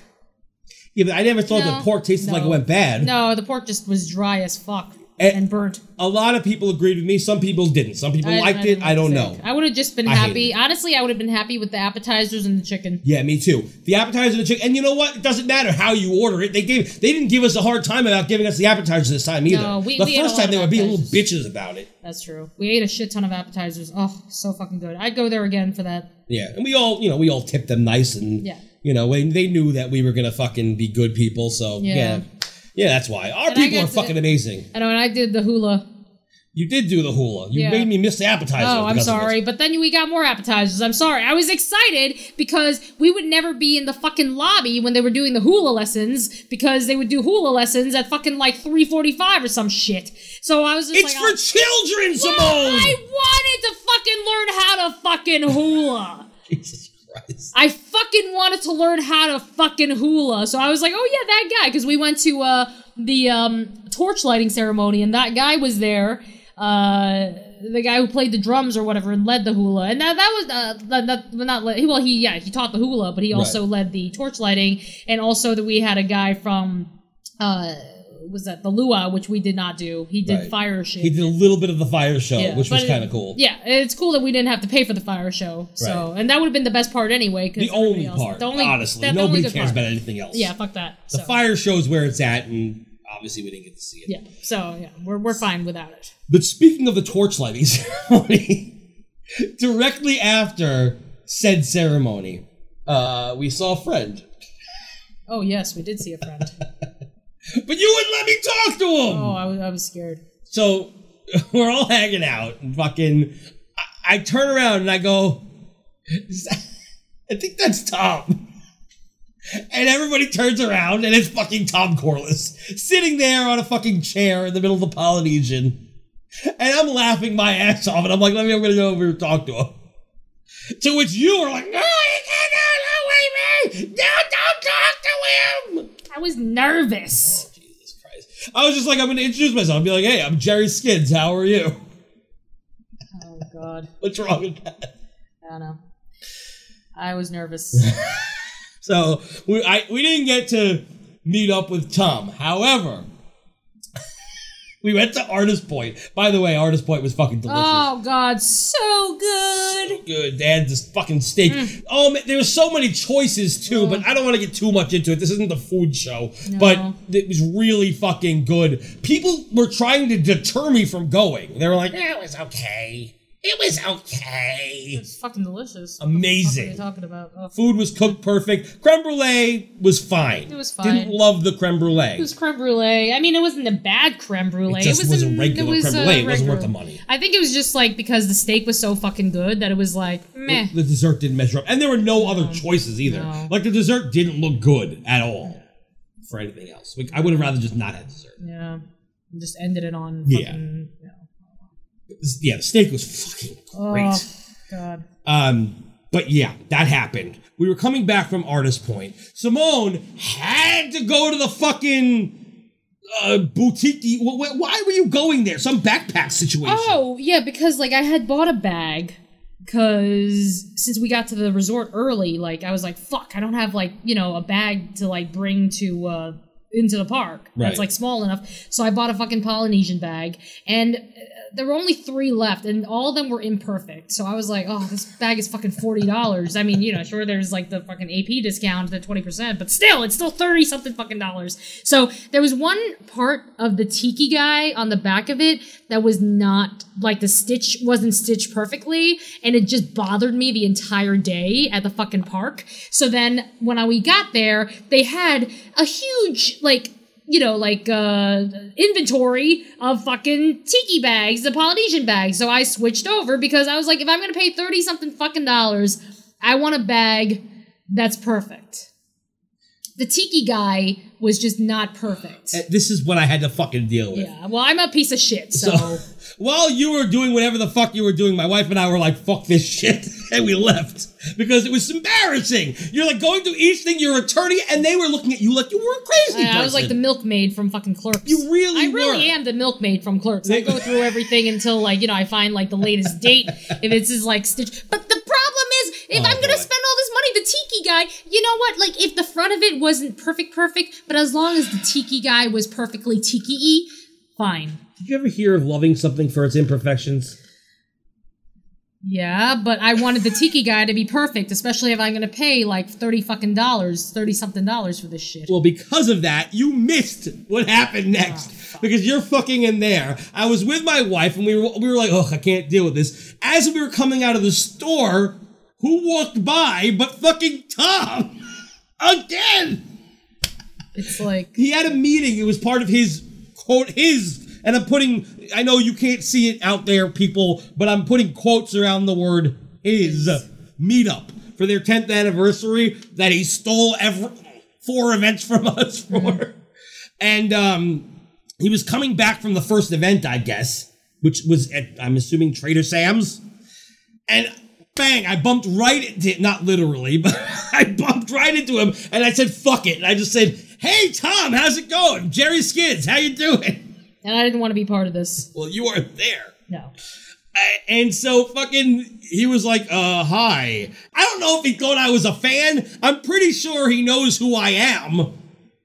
[SPEAKER 3] yeah, but I never thought
[SPEAKER 4] No,
[SPEAKER 3] the pork tasted like it
[SPEAKER 4] no.
[SPEAKER 3] went bad.
[SPEAKER 4] No, the pork just was dry as fuck
[SPEAKER 3] Eh,
[SPEAKER 4] and, burnt.
[SPEAKER 3] A lot of people agreed with me. Some people didn't. Some people liked
[SPEAKER 4] didn't
[SPEAKER 3] it.
[SPEAKER 4] like
[SPEAKER 3] I don't
[SPEAKER 4] the
[SPEAKER 3] know.
[SPEAKER 4] steak. I would have just been
[SPEAKER 3] I hated
[SPEAKER 4] happy.
[SPEAKER 3] it.
[SPEAKER 4] Honestly, I would have been happy with the appetizers and the chicken.
[SPEAKER 3] Yeah, me too. The appetizer, the chicken, and you know what? It doesn't matter how you order it. They gave, they didn't give us a hard time about giving us the appetizer this time either.
[SPEAKER 4] No, we-
[SPEAKER 3] the
[SPEAKER 4] we ate a
[SPEAKER 3] first
[SPEAKER 4] lot
[SPEAKER 3] time they
[SPEAKER 4] of
[SPEAKER 3] were being little
[SPEAKER 4] appetizers.
[SPEAKER 3] bitches about it.
[SPEAKER 4] That's true. We ate a shit ton of appetizers. Oh, so fucking good. I'd go there again for that.
[SPEAKER 3] Yeah, and we all, you know, we all tipped them nice, and
[SPEAKER 4] Yeah.
[SPEAKER 3] you know, when they knew that we were gonna fucking be good people, so yeah,
[SPEAKER 4] Yeah.
[SPEAKER 3] yeah, that's why our
[SPEAKER 4] And I
[SPEAKER 3] people
[SPEAKER 4] got
[SPEAKER 3] are
[SPEAKER 4] to-
[SPEAKER 3] fucking amazing.
[SPEAKER 4] I know, and I did the hula.
[SPEAKER 3] You did do the hula. You
[SPEAKER 4] Yeah.
[SPEAKER 3] made me miss the appetizer.
[SPEAKER 4] Oh, I'm
[SPEAKER 3] because of
[SPEAKER 4] sorry,
[SPEAKER 3] this.
[SPEAKER 4] but then we got more appetizers. I'm sorry. I was excited because we would never be in the fucking lobby when they were doing the hula lessons because they would do hula lessons at fucking like 3:45 or some shit. So I was just
[SPEAKER 3] It's
[SPEAKER 4] like,
[SPEAKER 3] for
[SPEAKER 4] oh,
[SPEAKER 3] children, Simone.
[SPEAKER 4] well, I wanted to fucking learn how to fucking hula.
[SPEAKER 3] Jesus Christ.
[SPEAKER 4] I fucking wanted to learn how to fucking hula. So I was like, oh yeah, that guy. Because we went to uh, the um, torch lighting ceremony and that guy was there. Uh, the guy who played the drums or whatever and led the hula. And that, that was, uh, that, that, well, not, led- he- well, he, yeah, he taught the hula, but he also led the torch lighting. And also that we had a guy from, uh, was that the luau, which we did not do. He did
[SPEAKER 3] Right.
[SPEAKER 4] fire shit.
[SPEAKER 3] He did a little bit of the fire show,
[SPEAKER 4] Yeah,
[SPEAKER 3] which was
[SPEAKER 4] but it-
[SPEAKER 3] kind of cool.
[SPEAKER 4] Yeah, it's cool that we didn't have to pay for the fire show. So, and that would have been the best part anyway. 'cause
[SPEAKER 3] The only
[SPEAKER 4] everybody else-
[SPEAKER 3] part,
[SPEAKER 4] the only,
[SPEAKER 3] honestly,
[SPEAKER 4] that- the only
[SPEAKER 3] nobody
[SPEAKER 4] good
[SPEAKER 3] cares about
[SPEAKER 4] part.
[SPEAKER 3] anything else.
[SPEAKER 4] Yeah, fuck that.
[SPEAKER 3] The
[SPEAKER 4] so,
[SPEAKER 3] fire shows where it's at, and obviously we didn't get to see it.
[SPEAKER 4] Yeah, so yeah, we're we're fine without it.
[SPEAKER 3] But speaking of the torch lighting ceremony, directly after said ceremony, uh, we saw a friend.
[SPEAKER 4] Oh yes, we did see a friend.
[SPEAKER 3] But you wouldn't let me talk to him!
[SPEAKER 4] oh, I was I was scared.
[SPEAKER 3] So we're all hanging out, and fucking. I, I turn around and I go, "Is that- I think that's Tom. And everybody turns around and it's fucking Tom Corliss sitting there on a fucking chair in the middle of the Polynesian. And I'm laughing my ass off and I'm like, let me, I'm gonna go over and talk to him. To which you are like, no, you can't, no, no, wait, man. No, don't talk to him.
[SPEAKER 4] I was nervous.
[SPEAKER 3] Jesus Christ. I was just like, I'm going to introduce myself. I'll be like, hey, I'm Jerry Skins. How are you?
[SPEAKER 4] Oh god,
[SPEAKER 3] What's wrong with that?
[SPEAKER 4] I don't know. I was nervous.
[SPEAKER 3] So we, I, we didn't get to meet up with Tom. However, we went to Artist Point. By the way, Artist Point was fucking delicious.
[SPEAKER 4] oh god, so good.
[SPEAKER 3] Good. They had this fucking steak. Oh, man, there were so many choices too, but I don't want to get too much into it. This isn't the food show, but it was really fucking good. People were trying to deter me from going. They were like, eh, "It was okay. It was okay."
[SPEAKER 4] It's fucking delicious.
[SPEAKER 3] Amazing.
[SPEAKER 4] What the fuck are you talking about? Oh,
[SPEAKER 3] Food was cooked perfect. Creme brulee was fine.
[SPEAKER 4] It was
[SPEAKER 3] Didn't
[SPEAKER 4] fine.
[SPEAKER 3] love the creme brulee.
[SPEAKER 4] It was creme brulee. I mean, it wasn't a bad creme brulee.
[SPEAKER 3] It just was a
[SPEAKER 4] an-
[SPEAKER 3] regular
[SPEAKER 4] it was
[SPEAKER 3] creme
[SPEAKER 4] a
[SPEAKER 3] brulee. It wasn't
[SPEAKER 4] regular-
[SPEAKER 3] worth the money.
[SPEAKER 4] I think it was just like because the steak was so fucking good that it was like meh.
[SPEAKER 3] the dessert didn't measure up, and there were no other choices either.
[SPEAKER 4] No.
[SPEAKER 3] Like the dessert didn't look good at all for anything else. Like, I would have rather just not had dessert.
[SPEAKER 4] Yeah, And just ended it on.
[SPEAKER 3] Yeah.
[SPEAKER 4] Fucking, yeah.
[SPEAKER 3] yeah, the steak was fucking
[SPEAKER 4] Oh
[SPEAKER 3] great.
[SPEAKER 4] god.
[SPEAKER 3] Um, but yeah, that happened. We were coming back from Artist Point. Simone had to go to the fucking uh, boutique. Why, why were you going there? Some backpack situation.
[SPEAKER 4] Oh yeah, because like I had bought a bag because since we got to the resort early, like I was like, fuck, I don't have like you know a bag to like bring to uh into the park.
[SPEAKER 3] Right.
[SPEAKER 4] That's like small enough. So I bought a fucking Polynesian bag, and uh, there were only three left, and all of them were imperfect. So I was like, oh, this bag is fucking forty dollars. I mean, you know, sure, there's like the fucking AP discount, the twenty percent, but still, it's still thirty something fucking dollars. So there was one part of the tiki guy on the back of it that was not like the stitch wasn't stitched perfectly, and it just bothered me the entire day at the fucking park. So then when I, we got there, they had a huge like you know, like uh inventory of fucking tiki bags, the Polynesian bags. So I switched over because I was like, if I'm gonna pay thirty something fucking dollars, I want a bag that's perfect. the tiki guy was just not perfect.
[SPEAKER 3] Uh, This is what I had to fucking deal with.
[SPEAKER 4] Yeah. Well, I'm a piece of shit, so,
[SPEAKER 3] So while you were doing whatever the fuck you were doing, my wife and I were like, fuck this shit. And we left because it was embarrassing. You're like going through each thing, your attorney, and they were looking at you like you were a crazy
[SPEAKER 4] Yeah, I was like the
[SPEAKER 3] person.
[SPEAKER 4] milkmaid from fucking Clerks.
[SPEAKER 3] You really
[SPEAKER 4] I really
[SPEAKER 3] were.
[SPEAKER 4] am the milkmaid from Clerks. I go through everything until like you know I find like the latest date. If it's is like Stitch, but the problem is if
[SPEAKER 3] Oh,
[SPEAKER 4] I'm gonna spend all this money, the Tiki guy. You know what? Like if the front of it wasn't perfect, perfect, but as long as the Tiki guy was perfectly tiki-y, fine.
[SPEAKER 3] Did you ever hear of loving something for its imperfections?
[SPEAKER 4] Yeah, but I wanted the Tiki guy to be perfect, especially if I'm gonna pay like thirty fucking dollars, thirty something dollars for this shit.
[SPEAKER 3] Well, because of that, you missed what happened next. Because you're fucking in there. I was with my wife and we were, we were like, oh, I can't deal with this. As we were coming out of the store, who walked by but fucking Tom? Again!
[SPEAKER 4] It's like
[SPEAKER 3] he had a meeting. It was part of his quote his, and I'm putting. I know you can't see it out there, people, but I'm putting quotes around the word his meetup for their 10th anniversary that he stole every, four events from us for, and um, he was coming back from the first event, I guess, which was at I'm assuming Trader Sam's, and. Bang! I bumped right into not literally, but I bumped right into him, and I said, "Fuck it!" And I just said, "Hey, Tom, how's it going? Jerry Skids, how you doing?"
[SPEAKER 4] and I didn't want to be part of this.
[SPEAKER 3] Well, you are there.
[SPEAKER 4] No.
[SPEAKER 3] I- And so fucking he was like, uh, hi. I don't know if he thought I was a fan. I'm pretty sure he knows who I am.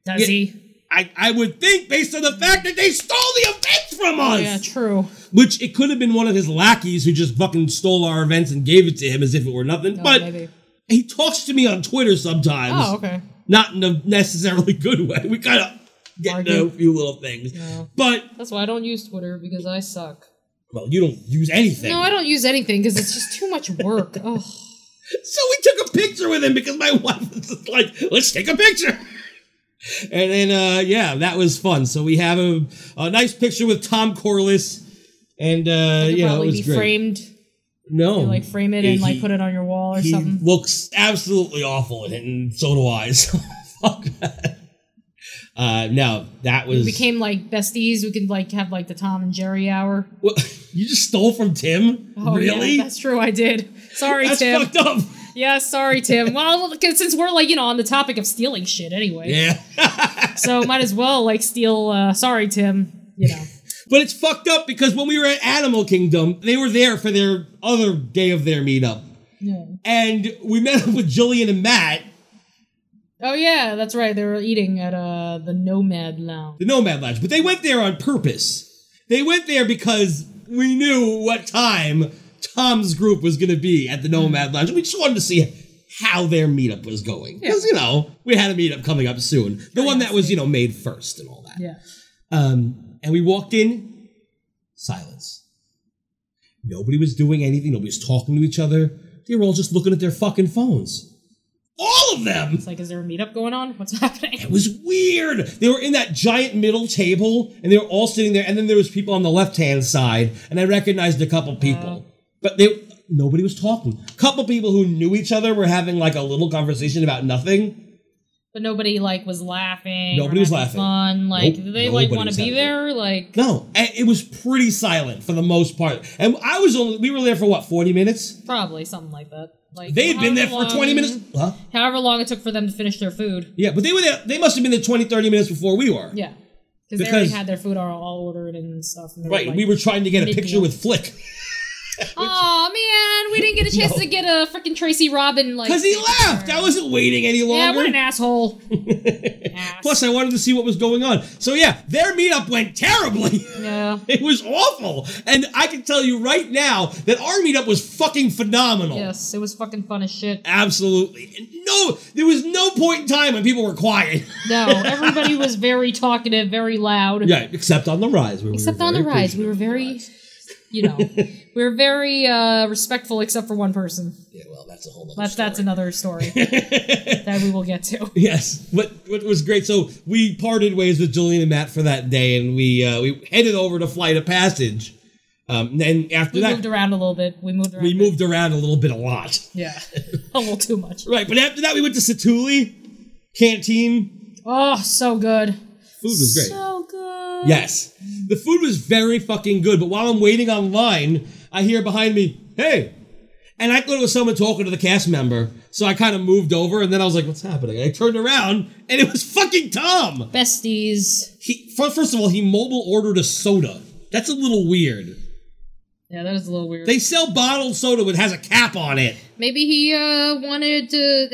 [SPEAKER 4] Does he?
[SPEAKER 3] I, I would think based on the fact that they stole the events from us.
[SPEAKER 4] Oh, Yeah, true.
[SPEAKER 3] Which it could have been one of his lackeys who just fucking stole our events and gave it to him as if it were nothing.
[SPEAKER 4] No,
[SPEAKER 3] but
[SPEAKER 4] Oh, maybe.
[SPEAKER 3] he talks to me on Twitter sometimes.
[SPEAKER 4] Oh, okay.
[SPEAKER 3] Not in a necessarily good way. We kind of get into a
[SPEAKER 4] Argue.
[SPEAKER 3] few little things.
[SPEAKER 4] No.
[SPEAKER 3] But
[SPEAKER 4] That's why I don't use Twitter because I suck.
[SPEAKER 3] well, you Uh, don't use anything.
[SPEAKER 4] No, I don't use anything because it's just too much work. Ugh.
[SPEAKER 3] So we took a picture with him because my wife was just like, let's take a picture. And then, uh, yeah, that was fun. So we have a, a nice picture with Tom Corliss. And, uh,
[SPEAKER 4] It'd
[SPEAKER 3] yeah, it
[SPEAKER 4] probably
[SPEAKER 3] was
[SPEAKER 4] be
[SPEAKER 3] great.
[SPEAKER 4] framed,
[SPEAKER 3] no.
[SPEAKER 4] like frame it and like put it on your wall or
[SPEAKER 3] He
[SPEAKER 4] something.
[SPEAKER 3] looks absolutely awful in it, and so do I. So fuck that. Uh, no, that was.
[SPEAKER 4] We became like besties. We could like have like the Tom and Jerry hour. Oh,
[SPEAKER 3] Well, you just stole from Tim?
[SPEAKER 4] yeah,
[SPEAKER 3] really?
[SPEAKER 4] that's true. I did. Sorry,
[SPEAKER 3] That's
[SPEAKER 4] Tim.
[SPEAKER 3] fucked up.
[SPEAKER 4] Yeah, sorry, Tim. Well, 'cause since we're like you know on the topic of stealing shit anyway,
[SPEAKER 3] Yeah.
[SPEAKER 4] so might as well like steal. Uh, sorry, Tim. You know.
[SPEAKER 3] But it's fucked up because when we were at Animal Kingdom, they were there for their other day of their meetup. And we met up with Jillian and Matt,
[SPEAKER 4] Oh yeah, that's right. They were eating at uh the Nomad Lounge.
[SPEAKER 3] the Nomad Lounge, but they went there on purpose. They went there because we knew what time Tom's group was going to be at the Nomad Lounge. We just wanted to see how their meetup was going. Because, you know, we had a meetup coming up soon. The one that was, you know, made first and all that.
[SPEAKER 4] Yeah.
[SPEAKER 3] Um, and we walked in, silence. Nobody was doing anything. Nobody was talking to each other. They were all just looking at their fucking phones. All of them.
[SPEAKER 4] It's like, is there a meetup going on? What's happening?
[SPEAKER 3] It was weird. They were in that giant middle table, and they were all sitting there. And then there was people on the left hand side, and I recognized a couple people, but they nobody was talking. A couple people who knew each other were having like a little conversation about nothing.
[SPEAKER 4] But nobody like was
[SPEAKER 3] Nobody
[SPEAKER 4] laughing. Nobody
[SPEAKER 3] was
[SPEAKER 4] was
[SPEAKER 3] laughing.
[SPEAKER 4] Fun. Like
[SPEAKER 3] Nope,
[SPEAKER 4] did they like
[SPEAKER 3] nobody
[SPEAKER 4] want to
[SPEAKER 3] was
[SPEAKER 4] be
[SPEAKER 3] having
[SPEAKER 4] there. Like
[SPEAKER 3] No, and it was pretty silent for the most part. And I was only we were there for what forty minutes.
[SPEAKER 4] probably something like that. Like
[SPEAKER 3] They had been there for
[SPEAKER 4] however
[SPEAKER 3] 20 minutes.
[SPEAKER 4] long-
[SPEAKER 3] Huh?
[SPEAKER 4] However long it took for them to finish their food.
[SPEAKER 3] Yeah, but they were there. They must have been there 20, 30 minutes before we were.
[SPEAKER 4] Yeah. Because they already
[SPEAKER 3] Because-
[SPEAKER 4] had their food all, all ordered and stuff. And they
[SPEAKER 3] Right.
[SPEAKER 4] like,
[SPEAKER 3] we were trying to get a picture
[SPEAKER 4] mid-meal.
[SPEAKER 3] with Flick
[SPEAKER 4] Oh man, we didn't get a chance to get a freaking Tracy Robin like.
[SPEAKER 3] because he
[SPEAKER 4] picture.
[SPEAKER 3] left. I wasn't waiting any
[SPEAKER 4] Yeah,
[SPEAKER 3] longer.
[SPEAKER 4] what an asshole. Ass.
[SPEAKER 3] Plus, I wanted to see what was going on. So, yeah, their meetup went terribly.
[SPEAKER 4] Yeah.
[SPEAKER 3] It was awful. And I can tell you right now that our meetup was fucking phenomenal.
[SPEAKER 4] Yes, it was fucking fun as shit.
[SPEAKER 3] Absolutely. And No, there was no point in time when people were quiet.
[SPEAKER 4] No, everybody was very talkative, very loud.
[SPEAKER 3] yeah, except on the rise. where we
[SPEAKER 4] except
[SPEAKER 3] were
[SPEAKER 4] on the
[SPEAKER 3] very
[SPEAKER 4] rise
[SPEAKER 3] appreciative.
[SPEAKER 4] we were very you know we were very uh respectful except for one person
[SPEAKER 3] Yeah, well, that's a whole other
[SPEAKER 4] that's
[SPEAKER 3] story.
[SPEAKER 4] that's another story that we will get to
[SPEAKER 3] Yes, what what was great. So we parted ways with Julian and Matt for that day, and we uh, we headed over to Flight of Passage. Um, and then after
[SPEAKER 4] we
[SPEAKER 3] that,
[SPEAKER 4] moved around a little bit we moved around
[SPEAKER 3] we
[SPEAKER 4] a bit.
[SPEAKER 3] moved around a little bit, a lot.
[SPEAKER 4] yeah a little too much
[SPEAKER 3] Right, but after that, we went to Satuli, canteen.
[SPEAKER 4] Oh, so good.
[SPEAKER 3] Food was great.
[SPEAKER 4] So good.
[SPEAKER 3] Yes. The food was very fucking good, but while I'm waiting online, I hear behind me, hey. And I thought it was someone talking to the cast member. So I kind of moved over and then I was like, what's happening? And I turned around and it was fucking Tom.
[SPEAKER 4] Besties.
[SPEAKER 3] He fir- first of all, he mobile ordered a soda. That's a little weird.
[SPEAKER 4] Yeah, that is a little weird.
[SPEAKER 3] They sell bottled soda that has a cap on it.
[SPEAKER 4] Maybe he uh wanted to. It,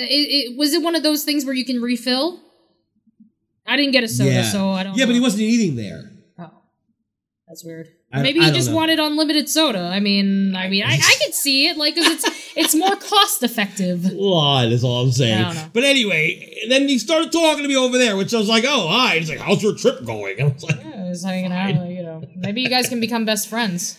[SPEAKER 4] it, was it one of those things where you can refill? I didn't get a soda, so I don't.
[SPEAKER 3] Yeah, but
[SPEAKER 4] know.
[SPEAKER 3] he wasn't eating there.
[SPEAKER 4] Oh, that's weird.
[SPEAKER 3] I-
[SPEAKER 4] Maybe
[SPEAKER 3] I
[SPEAKER 4] he
[SPEAKER 3] don't
[SPEAKER 4] just
[SPEAKER 3] know.
[SPEAKER 4] wanted unlimited soda. I mean, I mean, I, I could see it, like, 'cause it's it's more cost effective.
[SPEAKER 3] Lot is all I'm
[SPEAKER 4] I
[SPEAKER 3] saying.
[SPEAKER 4] don't know.
[SPEAKER 3] But anyway, then he started talking to me over there, which I was like, oh, hi. He's like, how's your trip going? And I was like,
[SPEAKER 4] Yeah, Just hanging out, you know. Maybe you guys can become best friends.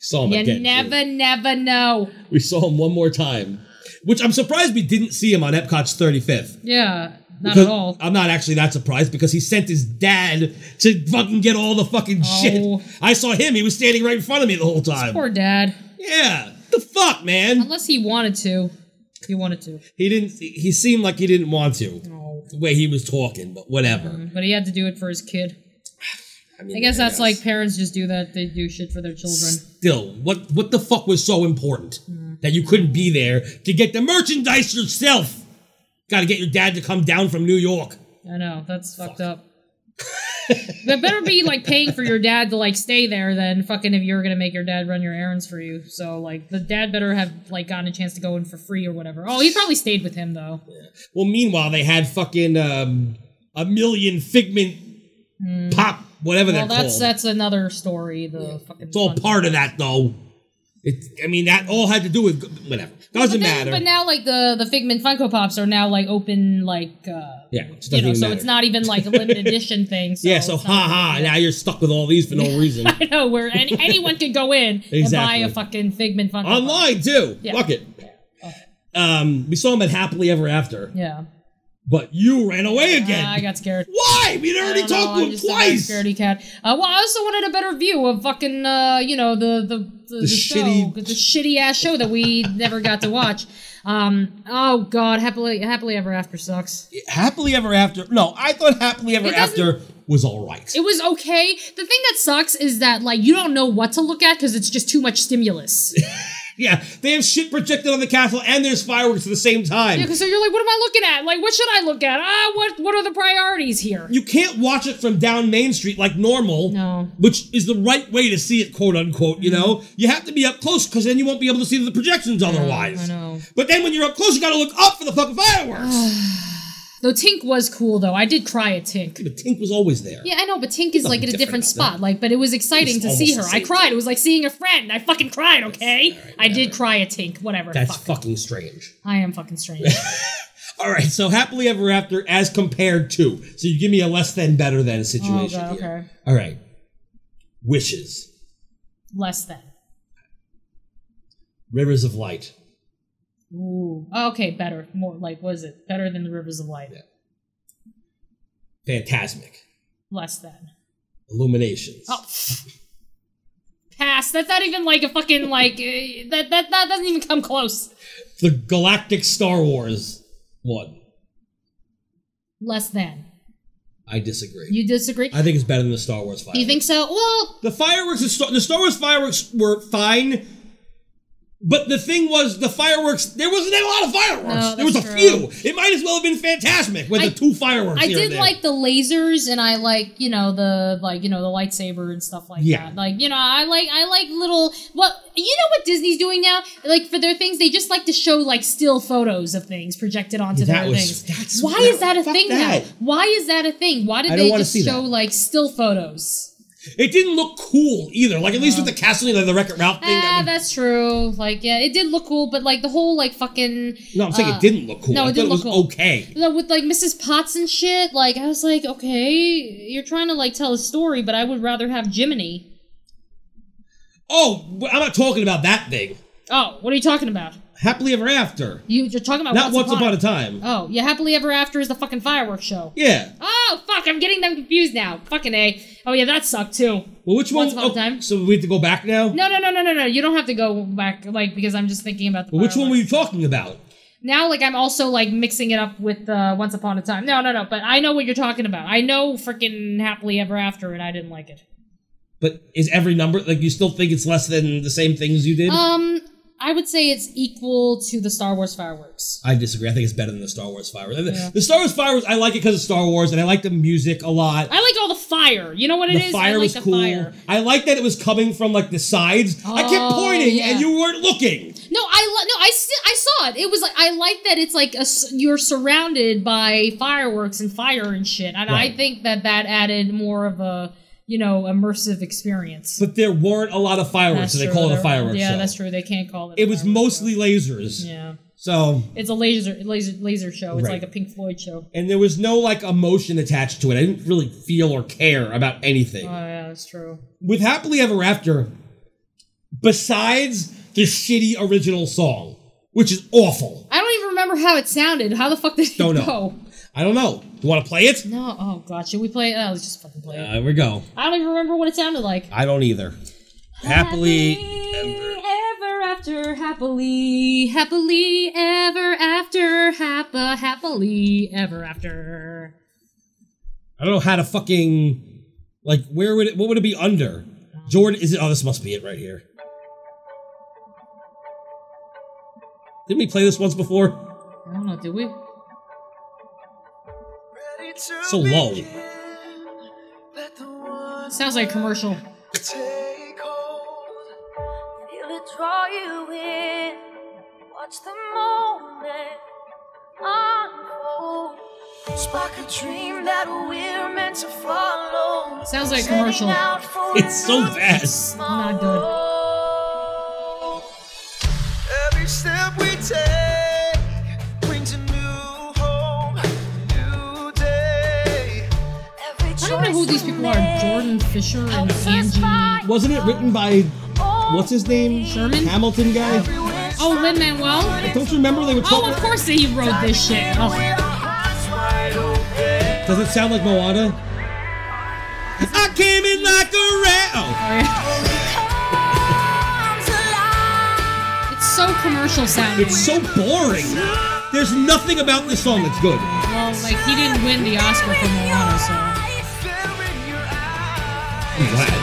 [SPEAKER 3] saw him
[SPEAKER 4] You
[SPEAKER 3] again.
[SPEAKER 4] never, never know.
[SPEAKER 3] We saw him one more time, which I'm surprised we didn't see him on Epcot's 35th.
[SPEAKER 4] Yeah, not
[SPEAKER 3] Because-
[SPEAKER 4] at all.
[SPEAKER 3] I'm not actually that surprised because he sent his dad to fucking get all the fucking
[SPEAKER 4] Oh.
[SPEAKER 3] shit. I saw him. He was standing right in front of me the whole time.
[SPEAKER 4] Poor dad.
[SPEAKER 3] Yeah. The fuck, man.
[SPEAKER 4] Unless he wanted to. He wanted to.
[SPEAKER 3] He didn't. He seemed like he didn't want to.
[SPEAKER 4] No.
[SPEAKER 3] The way he was talking, but whatever.
[SPEAKER 4] But he had to do it for his kid.
[SPEAKER 3] I, mean,
[SPEAKER 4] I guess that's
[SPEAKER 3] yes.
[SPEAKER 4] like parents just do that. They do shit for their children.
[SPEAKER 3] Still, what what the fuck was so important
[SPEAKER 4] Mm.
[SPEAKER 3] that you couldn't be there to get the merchandise yourself? Got to get your dad to come down from New York.
[SPEAKER 4] I know that's fucked up. there better be like paying for your dad to like stay there than fucking if you're gonna make your dad run your errands for you. So like the dad better have like gotten a chance to go in for free or whatever. Oh, he probably stayed with him though.
[SPEAKER 3] Well, meanwhile, they had fucking um, a million figment pop, whatever
[SPEAKER 4] Mm. Well,
[SPEAKER 3] they're
[SPEAKER 4] that's
[SPEAKER 3] called.
[SPEAKER 4] that's another story. The fucking
[SPEAKER 3] it's all part of that, though. It, I mean, that all had to do with whatever. Doesn't
[SPEAKER 4] but then-
[SPEAKER 3] matter.
[SPEAKER 4] But now like the the Figment Funko Pops are now like open like uh
[SPEAKER 3] yeah, it just doesn't
[SPEAKER 4] you know
[SPEAKER 3] even
[SPEAKER 4] so
[SPEAKER 3] matter.
[SPEAKER 4] it's not even like a limited edition thing. So
[SPEAKER 3] yeah, so
[SPEAKER 4] it's not-
[SPEAKER 3] haha, now you're stuck with all these for no reason.
[SPEAKER 4] I know where any, anyone can go in and buy
[SPEAKER 3] Exactly.
[SPEAKER 4] a fucking Figment Funko. Pop.
[SPEAKER 3] Online, too.
[SPEAKER 4] Yeah.
[SPEAKER 3] Fuck it. Um, we saw him at Happily Ever After,
[SPEAKER 4] Yeah.
[SPEAKER 3] but you ran away again.
[SPEAKER 4] I got scared.
[SPEAKER 3] Why? We'd already
[SPEAKER 4] I don't know,
[SPEAKER 3] talked to
[SPEAKER 4] I'm
[SPEAKER 3] him
[SPEAKER 4] just a very
[SPEAKER 3] twice.
[SPEAKER 4] Scaredy cat. Uh, well, I also wanted a better view of fucking, uh, you know, the the the, the,
[SPEAKER 3] shitty-
[SPEAKER 4] show, the shitty ass show that we never got to watch. Um, oh god, happily, happily ever after sucks.
[SPEAKER 3] Happily Ever After. No, I thought Happily Ever
[SPEAKER 4] It doesn't-
[SPEAKER 3] After was all right.
[SPEAKER 4] It was okay. The thing that sucks is that like you don't know what to look at because it's just too much stimulus.
[SPEAKER 3] Yeah, they have shit projected on the castle and there's fireworks at the same time.
[SPEAKER 4] Because so you're like, what am I looking at? Like, what should I look at? Ah, what what are the priorities here?
[SPEAKER 3] you can't watch it from down Main Street like normal.
[SPEAKER 4] No. Mm-hmm.
[SPEAKER 3] Which is the right way to see it, quote unquote, you know? You have to be up close because then you won't be able to see the projections otherwise.
[SPEAKER 4] I know.
[SPEAKER 3] But then when you're up close, you gotta look up for the fucking fireworks.
[SPEAKER 4] Though Tink was cool though. I did cry at Tink.
[SPEAKER 3] but Tink was always there.
[SPEAKER 4] Yeah, I know, but Tink is like in a
[SPEAKER 3] different
[SPEAKER 4] different
[SPEAKER 3] about that.
[SPEAKER 4] spot. Like, but it was exciting
[SPEAKER 3] It's
[SPEAKER 4] to see
[SPEAKER 3] almost
[SPEAKER 4] her.
[SPEAKER 3] the
[SPEAKER 4] I
[SPEAKER 3] same
[SPEAKER 4] cried. It was like seeing a friend. I fucking cried. Okay, I did cry at Tink. Whatever.
[SPEAKER 3] That's
[SPEAKER 4] Fuck.
[SPEAKER 3] fucking strange.
[SPEAKER 4] I am fucking strange. Oh,
[SPEAKER 3] All right, so happily ever after as compared to. So you give me a less than better than
[SPEAKER 4] oh
[SPEAKER 3] situation.
[SPEAKER 4] god.
[SPEAKER 3] here.
[SPEAKER 4] Okay.
[SPEAKER 3] All right. Wishes.
[SPEAKER 4] Less than.
[SPEAKER 3] Rivers of Light.
[SPEAKER 4] Ooh. Okay. Better. More like was it better than the Rivers of Light?
[SPEAKER 3] Fantasmic.
[SPEAKER 4] Less than.
[SPEAKER 3] Illuminations.
[SPEAKER 4] Oh. Pass. That's not even like a fucking like eh, that. That that doesn't even come close.
[SPEAKER 3] The Galactic Star Wars one.
[SPEAKER 4] Less than.
[SPEAKER 3] I disagree.
[SPEAKER 4] You disagree?
[SPEAKER 3] I think it's better than the Star Wars fireworks.
[SPEAKER 4] You think so? Well,
[SPEAKER 3] the fireworks? is Star- the Star Wars fireworks were fine, but the thing was the fireworks. There wasn't a lot of fireworks.
[SPEAKER 4] No,
[SPEAKER 3] there was a
[SPEAKER 4] that's
[SPEAKER 3] few. It might as well have been Fantasmic with
[SPEAKER 4] I-
[SPEAKER 3] the two fireworks.
[SPEAKER 4] I
[SPEAKER 3] here and
[SPEAKER 4] did
[SPEAKER 3] there.
[SPEAKER 4] like the lasers, and I like you know the like you know the lightsaber and stuff like
[SPEAKER 3] Yeah.
[SPEAKER 4] that. Like you know, I like I like little. Well, you know what Disney's doing now? Like for their things, they just like to show like still photos of things projected onto
[SPEAKER 3] Yeah, that
[SPEAKER 4] their
[SPEAKER 3] was- that's-
[SPEAKER 4] things. Why is that a
[SPEAKER 3] fuck
[SPEAKER 4] thing
[SPEAKER 3] that.
[SPEAKER 4] now? Why is that a thing? Why
[SPEAKER 3] I
[SPEAKER 4] did
[SPEAKER 3] don't
[SPEAKER 4] they
[SPEAKER 3] wanna
[SPEAKER 4] just
[SPEAKER 3] see
[SPEAKER 4] show
[SPEAKER 3] that.
[SPEAKER 4] like still photos?
[SPEAKER 3] It didn't look cool either. Like at least with the Castlevania, like the Wreck-It Ralph thing. that
[SPEAKER 4] Ah,
[SPEAKER 3] would-
[SPEAKER 4] that's true. Like yeah, it did look cool, but like the whole like fucking
[SPEAKER 3] no, I'm saying
[SPEAKER 4] uh,
[SPEAKER 3] it didn't look cool.
[SPEAKER 4] no,
[SPEAKER 3] I
[SPEAKER 4] it
[SPEAKER 3] thought
[SPEAKER 4] didn't
[SPEAKER 3] it was
[SPEAKER 4] look cool.
[SPEAKER 3] okay.
[SPEAKER 4] No, with like Mrs. Potts and shit, like I was like, okay, you're trying to like tell a story, but I would rather have Jiminy.
[SPEAKER 3] Oh, well, I'm not talking about that thing.
[SPEAKER 4] Oh, what are you talking about?
[SPEAKER 3] Happily ever after.
[SPEAKER 4] You, you're talking about
[SPEAKER 3] Not
[SPEAKER 4] Oh, once, upon,
[SPEAKER 3] a time.
[SPEAKER 4] Oh, yeah, happily ever after is the fucking fireworks show.
[SPEAKER 3] yeah.
[SPEAKER 4] Oh fuck, I'm getting them confused now. Fucking a. Oh yeah, that sucked too.
[SPEAKER 3] Well, which one?
[SPEAKER 4] Once Upon a
[SPEAKER 3] oh,
[SPEAKER 4] Time.
[SPEAKER 3] So we have to go back now.
[SPEAKER 4] No, no, no, no, no, no. You don't have to go back, like because I'm just thinking about the.
[SPEAKER 3] Well, which one were
[SPEAKER 4] fireworks.
[SPEAKER 3] you talking about?
[SPEAKER 4] now like I'm also like mixing it up with uh, Once Upon a Time. No, no, no. But I know what you're talking about. I know freaking Happily Ever After, and I didn't like it.
[SPEAKER 3] But is every number like you still think it's less than the same things you did?
[SPEAKER 4] Um, I would say it's equal to the Star Wars fireworks.
[SPEAKER 3] I disagree. I think it's better than the Star Wars fireworks. The- The Star Wars fireworks, I like it because of Star Wars, and I like the music a lot.
[SPEAKER 4] I like all the fire. You know what it is?
[SPEAKER 3] the fire
[SPEAKER 4] I like
[SPEAKER 3] was
[SPEAKER 4] the
[SPEAKER 3] cool.
[SPEAKER 4] fire.
[SPEAKER 3] I like that it was coming from like the sides. I kept
[SPEAKER 4] Oh,
[SPEAKER 3] pointing,
[SPEAKER 4] yeah.
[SPEAKER 3] and you weren't looking.
[SPEAKER 4] No, I lo- no, I sti- I saw it. It was like I like that it's like a s you're surrounded by fireworks and fire and shit, and I
[SPEAKER 3] Right.
[SPEAKER 4] think that that added more of a you know immersive experience.
[SPEAKER 3] But there weren't a lot of fireworks, so they
[SPEAKER 4] true.
[SPEAKER 3] call it a
[SPEAKER 4] They're-
[SPEAKER 3] fireworks
[SPEAKER 4] Yeah,
[SPEAKER 3] show.
[SPEAKER 4] that's true. They can't call it. a
[SPEAKER 3] It was
[SPEAKER 4] fireworks
[SPEAKER 3] mostly lasers.
[SPEAKER 4] show. Yeah,
[SPEAKER 3] So,
[SPEAKER 4] it's a laser laser laser show. It's
[SPEAKER 3] Right.
[SPEAKER 4] like a Pink Floyd show.
[SPEAKER 3] and there was no like emotion attached to it. I didn't really feel or care about anything.
[SPEAKER 4] Oh yeah, that's true.
[SPEAKER 3] With Happily Ever After, besides the shitty original song, which is awful.
[SPEAKER 4] I don't even remember how it sounded. How the fuck did it
[SPEAKER 3] Don't know.
[SPEAKER 4] go?
[SPEAKER 3] I don't know. You want to play it?
[SPEAKER 4] No. Oh god, should we play it? Oh, let's just fucking play it.
[SPEAKER 3] Uh, we go.
[SPEAKER 4] I don't even remember what it sounded like.
[SPEAKER 3] I don't either. Happily.
[SPEAKER 4] Happily ever after, happily, happily ever after, happa, happily ever after.
[SPEAKER 3] I don't know how to fucking like where would it what would it be under? Jordan is it oh this must be it right here. Didn't we play this once before?
[SPEAKER 4] I don't know, do we?
[SPEAKER 3] So low.
[SPEAKER 4] Sounds like a commercial.
[SPEAKER 9] Feel it draw you in. Watch the moment unfold. Spark a dream that we're meant to follow.
[SPEAKER 4] Sounds like a commercial.
[SPEAKER 3] It's so bad.
[SPEAKER 4] Not good.
[SPEAKER 9] Every step we take brings a new hope, new day. Every
[SPEAKER 4] I don't know who these people are. Jordan Fisher and Angie.
[SPEAKER 3] Wasn't it written by what's his name?
[SPEAKER 4] Sherman?
[SPEAKER 3] Hamilton guy?
[SPEAKER 4] Oh, Lin Manuel?
[SPEAKER 3] Don't you remember they were
[SPEAKER 4] Oh,
[SPEAKER 3] talking
[SPEAKER 4] of course that he wrote this shit. Oh.
[SPEAKER 3] Does it sound like Moana? I came in like a rat. Oh,
[SPEAKER 4] It's so commercial sounding.
[SPEAKER 3] it's so boring. There's nothing about this song that's good.
[SPEAKER 4] Well, like he didn't win the Oscar for Moana, so.
[SPEAKER 3] Wow.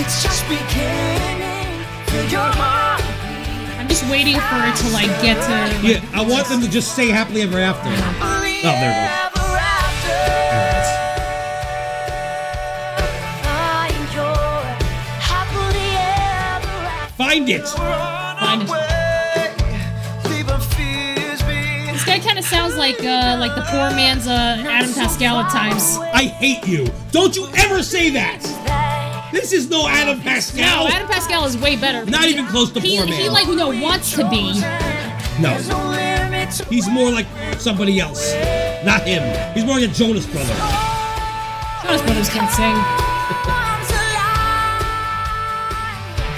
[SPEAKER 9] It's just beginning. Feel your heart.
[SPEAKER 4] I'm just waiting for it to like get to.
[SPEAKER 3] Yeah, I want them to just say happily ever after.
[SPEAKER 9] Only
[SPEAKER 3] Oh, there it
[SPEAKER 9] ever
[SPEAKER 3] is.
[SPEAKER 9] after. Find your happily ever after.
[SPEAKER 3] Find it.
[SPEAKER 9] Run
[SPEAKER 4] it.
[SPEAKER 9] away. Leave our fears behind.
[SPEAKER 4] This guy kind of sounds like uh, like the poor man's uh, Adam Pascal at times.
[SPEAKER 3] I hate you. Don't you ever say that.
[SPEAKER 9] Stay.
[SPEAKER 3] This is no Adam Pascal.
[SPEAKER 4] Oh, Adam Pascal is way better.
[SPEAKER 3] Not even close to
[SPEAKER 4] he,
[SPEAKER 3] poor
[SPEAKER 4] he
[SPEAKER 3] man.
[SPEAKER 4] like you know wants to be.
[SPEAKER 9] There's
[SPEAKER 3] no,
[SPEAKER 9] no limit to
[SPEAKER 3] he's more like somebody else. Not him. He's more like a Jonas brother.
[SPEAKER 4] Jonas Brothers can't sing.
[SPEAKER 9] arms alive.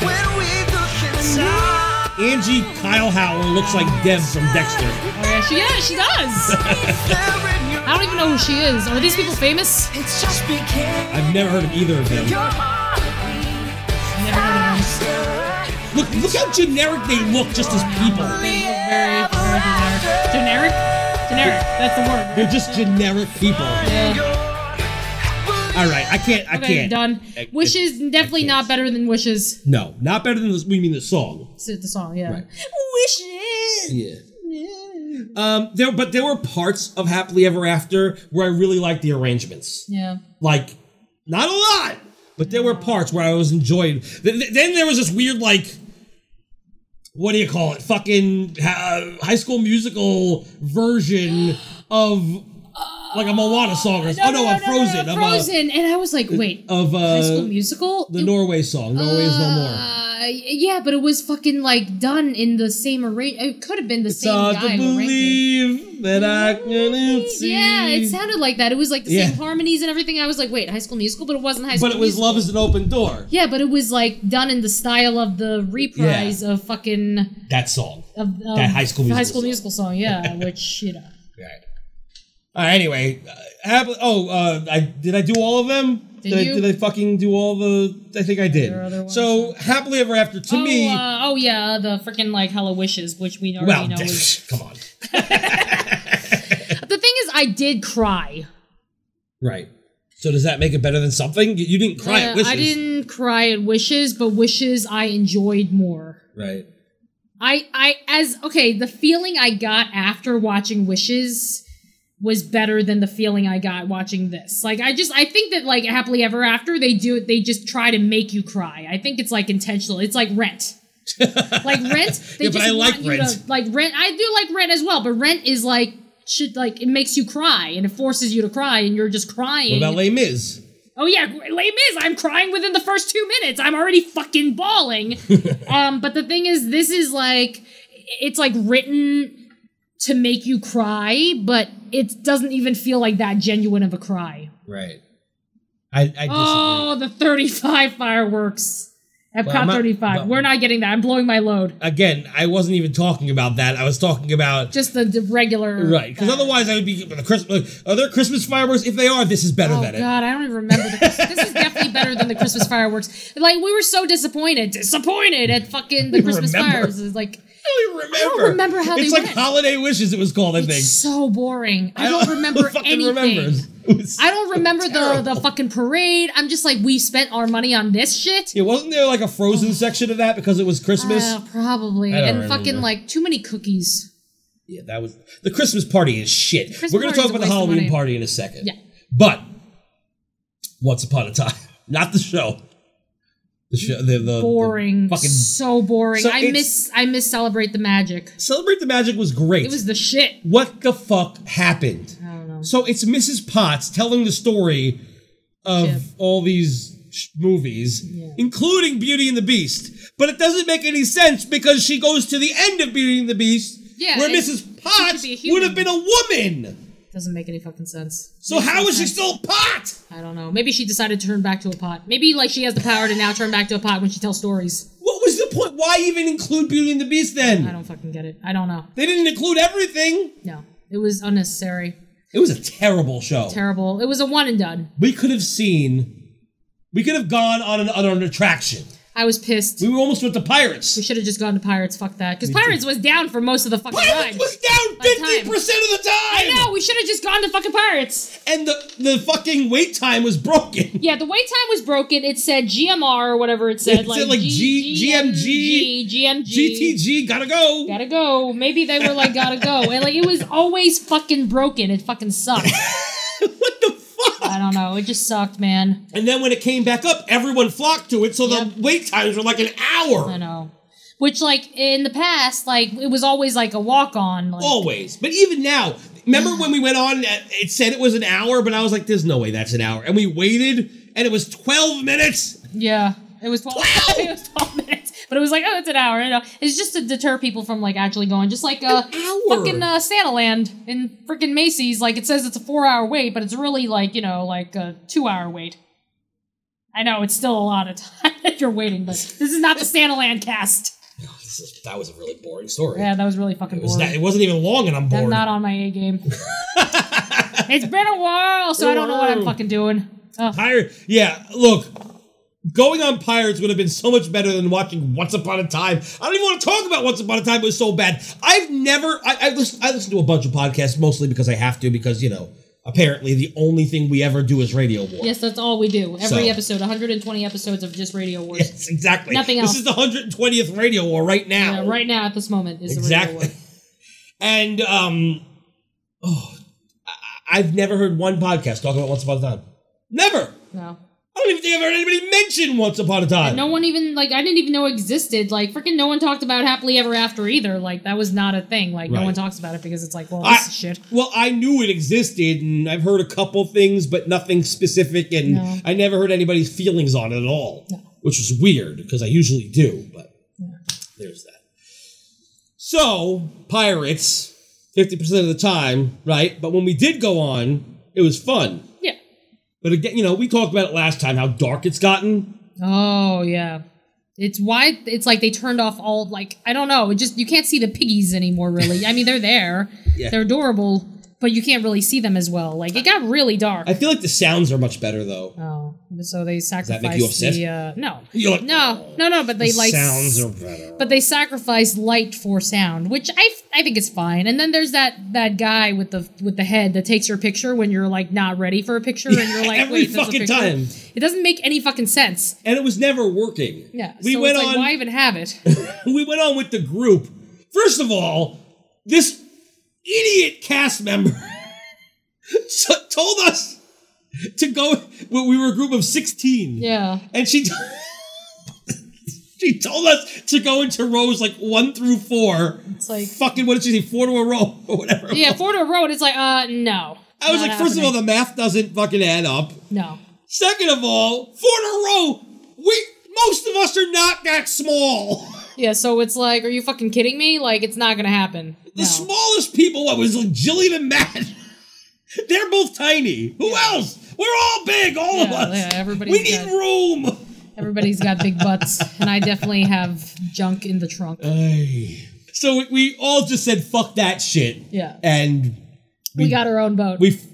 [SPEAKER 9] When we look inside,
[SPEAKER 3] Angie Kyle Howell looks like Deb from Dexter.
[SPEAKER 4] Oh yeah, she yeah she does.
[SPEAKER 9] there in your
[SPEAKER 4] I don't even know who she is. Are these people famous?
[SPEAKER 9] It's just beginning.
[SPEAKER 3] I've never heard of either of them.
[SPEAKER 9] Your heart.
[SPEAKER 4] Never heard of them.
[SPEAKER 3] Look, look how generic they look just as people.
[SPEAKER 4] They look very, very generic. Generic? Generic. That's the word.
[SPEAKER 3] They're just generic people.
[SPEAKER 4] Yeah.
[SPEAKER 3] All right, I can't. I
[SPEAKER 4] Okay,
[SPEAKER 3] can't.
[SPEAKER 4] done.
[SPEAKER 3] I- I-
[SPEAKER 4] Wishes definitely
[SPEAKER 3] can't.
[SPEAKER 4] not better than wishes.
[SPEAKER 3] No, not better than this. We mean the song.
[SPEAKER 4] It's the song, yeah.
[SPEAKER 3] Right.
[SPEAKER 4] Wishes.
[SPEAKER 3] Yeah. Um. There, but there were parts of Happily Ever After where I really liked the arrangements.
[SPEAKER 4] Yeah.
[SPEAKER 3] like not a lot but there were parts where i was enjoying th- th- then there was this weird like what do you call it fucking uh, high school musical version of like a moana song or oh no, i'm frozen
[SPEAKER 4] I'm
[SPEAKER 3] of, uh,
[SPEAKER 4] frozen. and I was like, wait,
[SPEAKER 3] of
[SPEAKER 4] High School
[SPEAKER 3] uh,
[SPEAKER 4] Musical?
[SPEAKER 3] the
[SPEAKER 4] It-
[SPEAKER 3] norway song norway is no more
[SPEAKER 4] Uh, yeah, but it was fucking like done in the same arrangement. It could have been the
[SPEAKER 3] it's
[SPEAKER 4] same
[SPEAKER 3] hard to
[SPEAKER 4] guy. who arranged it.
[SPEAKER 3] believe that i can see
[SPEAKER 4] Yeah, it sounded like that. It was like the
[SPEAKER 3] Yeah.
[SPEAKER 4] same harmonies and everything. I was like, wait, High School Musical, but it wasn't High School.
[SPEAKER 3] but it was
[SPEAKER 4] Musical.
[SPEAKER 3] love is an open door
[SPEAKER 4] Yeah, but it was like done in the style of the reprise of fucking
[SPEAKER 3] that song
[SPEAKER 4] of, of
[SPEAKER 3] That High School
[SPEAKER 4] the
[SPEAKER 3] Musical
[SPEAKER 4] High School
[SPEAKER 3] song.
[SPEAKER 4] Musical song. Yeah, which you know.
[SPEAKER 3] All right. All right, anyway, uh, hap- oh, uh, I did I do all of them?
[SPEAKER 4] Did
[SPEAKER 3] I,
[SPEAKER 4] you?
[SPEAKER 3] did I fucking do all the? I think I
[SPEAKER 4] there other
[SPEAKER 3] did.
[SPEAKER 4] ones?
[SPEAKER 3] So happily ever after. To
[SPEAKER 4] oh,
[SPEAKER 3] me,
[SPEAKER 4] uh, oh yeah, the freaking like Hello Wishes, which we already
[SPEAKER 3] well,
[SPEAKER 4] know. Is,
[SPEAKER 3] come on,
[SPEAKER 4] the thing is, I did cry.
[SPEAKER 3] right? So does that make it better than something? You- You didn't cry
[SPEAKER 4] Uh,
[SPEAKER 3] at wishes,
[SPEAKER 4] I didn't cry at Wishes, but Wishes I enjoyed more.
[SPEAKER 3] right?
[SPEAKER 4] I I as okay, the feeling I got after watching Wishes was better than the feeling I got watching this. Like I just I think that like happily ever after they do they just try to make you cry. I think it's like intentional. It's like Rent. like Rent, they
[SPEAKER 3] Yeah, but
[SPEAKER 4] just
[SPEAKER 3] I
[SPEAKER 4] want
[SPEAKER 3] like
[SPEAKER 4] you to
[SPEAKER 3] Rent.
[SPEAKER 4] like Rent. I do like Rent as well, but Rent is like shit like it makes you cry and it forces you to cry and you're just crying.
[SPEAKER 3] What about Les Mis?
[SPEAKER 4] Oh yeah, Les Mis. I'm crying within the first two minutes. I'm already fucking bawling. um, but the thing is, this is like, it's like written to make you cry, but it doesn't even feel like that genuine of a cry.
[SPEAKER 3] Right. I, I disagree.
[SPEAKER 4] Oh, the 35 fireworks. Epcot
[SPEAKER 3] I'm not-
[SPEAKER 4] 35.
[SPEAKER 3] but-
[SPEAKER 4] We're not getting that. I'm blowing my load.
[SPEAKER 3] Again, I wasn't even talking about that. I was talking about
[SPEAKER 4] Just the, the regular.
[SPEAKER 3] right because
[SPEAKER 4] uh,
[SPEAKER 3] otherwise I would be the Christmas. Are there Christmas fireworks? If they are, this is better
[SPEAKER 4] Oh
[SPEAKER 3] than
[SPEAKER 4] God, I don't even remember. The Christmas. this is definitely better than the Christmas fireworks. Like we were so disappointed, disappointed at fucking the Christmas
[SPEAKER 3] remember.
[SPEAKER 4] fireworks. It's like
[SPEAKER 3] it. I don't remember.
[SPEAKER 4] remember how
[SPEAKER 3] it's
[SPEAKER 4] they
[SPEAKER 3] like
[SPEAKER 4] went.
[SPEAKER 3] holiday wishes. It was called. I think.
[SPEAKER 4] It's so boring. I don't remember anything. I don't remember the the fucking parade. I'm just like, we spent our money on this shit.
[SPEAKER 3] Yeah, wasn't there like a
[SPEAKER 4] Oh.
[SPEAKER 3] frozen section of that because it was Christmas?
[SPEAKER 4] Uh, probably.
[SPEAKER 3] I don't
[SPEAKER 4] And
[SPEAKER 3] remember.
[SPEAKER 4] fucking like too many cookies.
[SPEAKER 3] yeah, that was the Christmas party is shit.
[SPEAKER 4] Christmas
[SPEAKER 3] We're gonna
[SPEAKER 4] party's
[SPEAKER 3] talk
[SPEAKER 4] a
[SPEAKER 3] about the
[SPEAKER 4] waste of
[SPEAKER 3] Halloween
[SPEAKER 4] money.
[SPEAKER 3] party in a second.
[SPEAKER 4] Yeah.
[SPEAKER 3] but once upon a time, not the show. The show, the, the- the
[SPEAKER 4] Boring.
[SPEAKER 3] fucking
[SPEAKER 4] so boring.
[SPEAKER 3] So
[SPEAKER 4] I
[SPEAKER 3] it's-
[SPEAKER 4] miss I miss celebrate the magic.
[SPEAKER 3] celebrate the magic was great.
[SPEAKER 4] It was the shit.
[SPEAKER 3] what the fuck happened?
[SPEAKER 4] I don't know.
[SPEAKER 3] So it's Mrs. Potts telling the story of
[SPEAKER 4] Yeah.
[SPEAKER 3] all these sh- movies, including Beauty and the Beast. But it doesn't make any sense because she goes to the end of Beauty and the Beast,
[SPEAKER 4] Yeah,
[SPEAKER 3] where
[SPEAKER 4] and
[SPEAKER 3] Mrs.
[SPEAKER 4] could
[SPEAKER 3] Potts
[SPEAKER 4] be a human.
[SPEAKER 3] would have been a woman.
[SPEAKER 4] Doesn't make any fucking sense.
[SPEAKER 3] So how is she
[SPEAKER 4] sense.
[SPEAKER 3] still a pot?
[SPEAKER 4] I don't know. Maybe she decided to turn back to a pot. Maybe like she has the power to now turn back to a pot when she tells stories.
[SPEAKER 3] What was the point? Why even include Beauty and the Beast
[SPEAKER 4] I
[SPEAKER 3] then?
[SPEAKER 4] don't fucking get it. I don't know.
[SPEAKER 3] They didn't include everything.
[SPEAKER 4] No. It was unnecessary.
[SPEAKER 3] It was a terrible show.
[SPEAKER 4] Terrible. It was a one and done.
[SPEAKER 3] we could have seen. We could have gone on an, on an attraction.
[SPEAKER 4] I was pissed.
[SPEAKER 3] We almost went to Pirates.
[SPEAKER 4] We should have just gone to Pirates. Fuck that. Because Pirates was down for most of the fucking
[SPEAKER 3] Pirates
[SPEAKER 4] ride.
[SPEAKER 3] was down
[SPEAKER 4] By
[SPEAKER 3] fifty
[SPEAKER 4] time.
[SPEAKER 3] percent of the time.
[SPEAKER 4] no, we should have just gone to fucking Pirates.
[SPEAKER 3] and the the fucking wait time was broken.
[SPEAKER 4] Yeah, the wait time was broken. It said GMR or whatever it said.
[SPEAKER 3] It said, like, G- GMG,
[SPEAKER 4] GMG.
[SPEAKER 3] GTG gotta go.
[SPEAKER 4] Gotta go. Maybe they were like, gotta go. And like, it was always fucking broken. It fucking sucked.
[SPEAKER 3] what the fuck?
[SPEAKER 4] I don't know. It just sucked, man.
[SPEAKER 3] And then when it came back up, everyone flocked to it, so
[SPEAKER 4] Yep.
[SPEAKER 3] the wait times were like an
[SPEAKER 4] I
[SPEAKER 3] hour.
[SPEAKER 4] know. Which, like, in the past, like, it was always like a walk on. Like,
[SPEAKER 3] Always, but even now. Remember when we went on? uh, It said it was an hour, but I was like, "There's no way that's an hour." And we waited, and it was 12 minutes.
[SPEAKER 4] Yeah. It was 12, it was 12 minutes. But it was like, oh, it's an hour. You know? It's just to deter people from, like, actually going. Just like uh,
[SPEAKER 3] hour.
[SPEAKER 4] fucking uh, Santa Land in freaking Macy's. Like, it says it's a four-hour wait, but it's really, like, you know, like a two-hour wait. I know, it's still a lot of time that you're waiting, but this is not the Santa Land cast.
[SPEAKER 3] This is- that was a really boring story.
[SPEAKER 4] Yeah, that was really fucking
[SPEAKER 3] it, was
[SPEAKER 4] boring.
[SPEAKER 3] not, it wasn't even long, and I'm bored.
[SPEAKER 4] I'm not on my A game. it's been a while, so I don't know what I'm fucking doing. Ugh.
[SPEAKER 3] Pirate. Yeah, look, going on Pirates would have been so much better than watching Once Upon a Time. I don't even want to talk about Once Upon a Time. It was so bad. I've never. I, I listen. I listen to a bunch of podcasts mostly because I have to because you know apparently the only thing we ever do is radio war.
[SPEAKER 4] Yes, that's all we do. Every
[SPEAKER 3] So-
[SPEAKER 4] episode, 120 episodes of just Radio Wars.
[SPEAKER 3] Yes, exactly.
[SPEAKER 4] Nothing else.
[SPEAKER 3] This is the 120th radio war right now.
[SPEAKER 4] Yeah, right now at this moment is the
[SPEAKER 3] Exactly.
[SPEAKER 4] radio war.
[SPEAKER 3] And um, oh, I, I've never heard one podcast talk about Once Upon a Time. Never.
[SPEAKER 4] No.
[SPEAKER 3] I don't even think I've heard anybody mention Once Upon a Time.
[SPEAKER 4] No one even like I didn't even know it existed. Like freaking no one talked about happily ever after either. Like that was not a thing. Like no
[SPEAKER 3] Right.
[SPEAKER 4] one talks about it because it's like, well,
[SPEAKER 3] I-
[SPEAKER 4] this is shit.
[SPEAKER 3] Well, I knew it existed, and I've heard a couple things, but nothing specific, and
[SPEAKER 4] No.
[SPEAKER 3] I never heard anybody's feelings on it at all, which is weird because I usually do. But there's that. So pirates, fifty percent of the time, right? But when we did go on, it was fun.
[SPEAKER 4] Yeah.
[SPEAKER 3] But again, you know, we talked about it last time how dark it's gotten.
[SPEAKER 4] Oh yeah. It's why it's like they turned off all like I don't know. It just you can't see the piggies anymore. Really, I mean they're there. They're adorable, but you can't really see them as well. Like it got really dark.
[SPEAKER 3] I feel like the sounds are much better though.
[SPEAKER 4] oh, so they
[SPEAKER 3] that
[SPEAKER 4] sacrificed
[SPEAKER 3] make you upset?
[SPEAKER 4] the uh, no,
[SPEAKER 3] You're like,
[SPEAKER 4] no, no, no. But they like
[SPEAKER 3] sounds are better.
[SPEAKER 4] but they sacrificed light for sound, which I, I think is fine. And then there's that that guy with the with the head that takes your picture when you're like not ready for a picture, and you're like,
[SPEAKER 3] Every
[SPEAKER 4] wait, there's a
[SPEAKER 3] fucking
[SPEAKER 4] picture."
[SPEAKER 3] time.
[SPEAKER 4] It doesn't make any fucking sense.
[SPEAKER 3] And it was never working.
[SPEAKER 4] Yeah,
[SPEAKER 3] We
[SPEAKER 4] so
[SPEAKER 3] went
[SPEAKER 4] it's like,
[SPEAKER 3] on
[SPEAKER 4] Why even have it?
[SPEAKER 3] we went on with the group. First of all, this idiot cast member so- told us to go. Well, we were a group of sixteen,
[SPEAKER 4] yeah,
[SPEAKER 3] and she t- she told us to go into rows like one through four.
[SPEAKER 4] it's like
[SPEAKER 3] Fucking what did she say? Four to a row or whatever.
[SPEAKER 4] yeah, four to a row. And it's like, uh, no.
[SPEAKER 3] I was
[SPEAKER 4] Not
[SPEAKER 3] like, first of all,
[SPEAKER 4] happening.
[SPEAKER 3] the math doesn't fucking add up.
[SPEAKER 4] no.
[SPEAKER 3] Second of all, four in a row. We most of us are not that small.
[SPEAKER 4] Yeah, so it's like, are you fucking kidding me? Like, it's not gonna happen.
[SPEAKER 3] The
[SPEAKER 4] No.
[SPEAKER 3] smallest people, what was like Jillian and Matt? They're both tiny. Who else? We're all big, all of
[SPEAKER 4] Yeah,
[SPEAKER 3] us.
[SPEAKER 4] yeah, everybody's
[SPEAKER 3] we need
[SPEAKER 4] got-
[SPEAKER 3] room.
[SPEAKER 4] Everybody's got big butts, and I definitely have junk in the trunk.
[SPEAKER 3] So we, we all just said fuck that shit.
[SPEAKER 4] Yeah.
[SPEAKER 3] And
[SPEAKER 4] we, got our own boat.
[SPEAKER 3] we, f-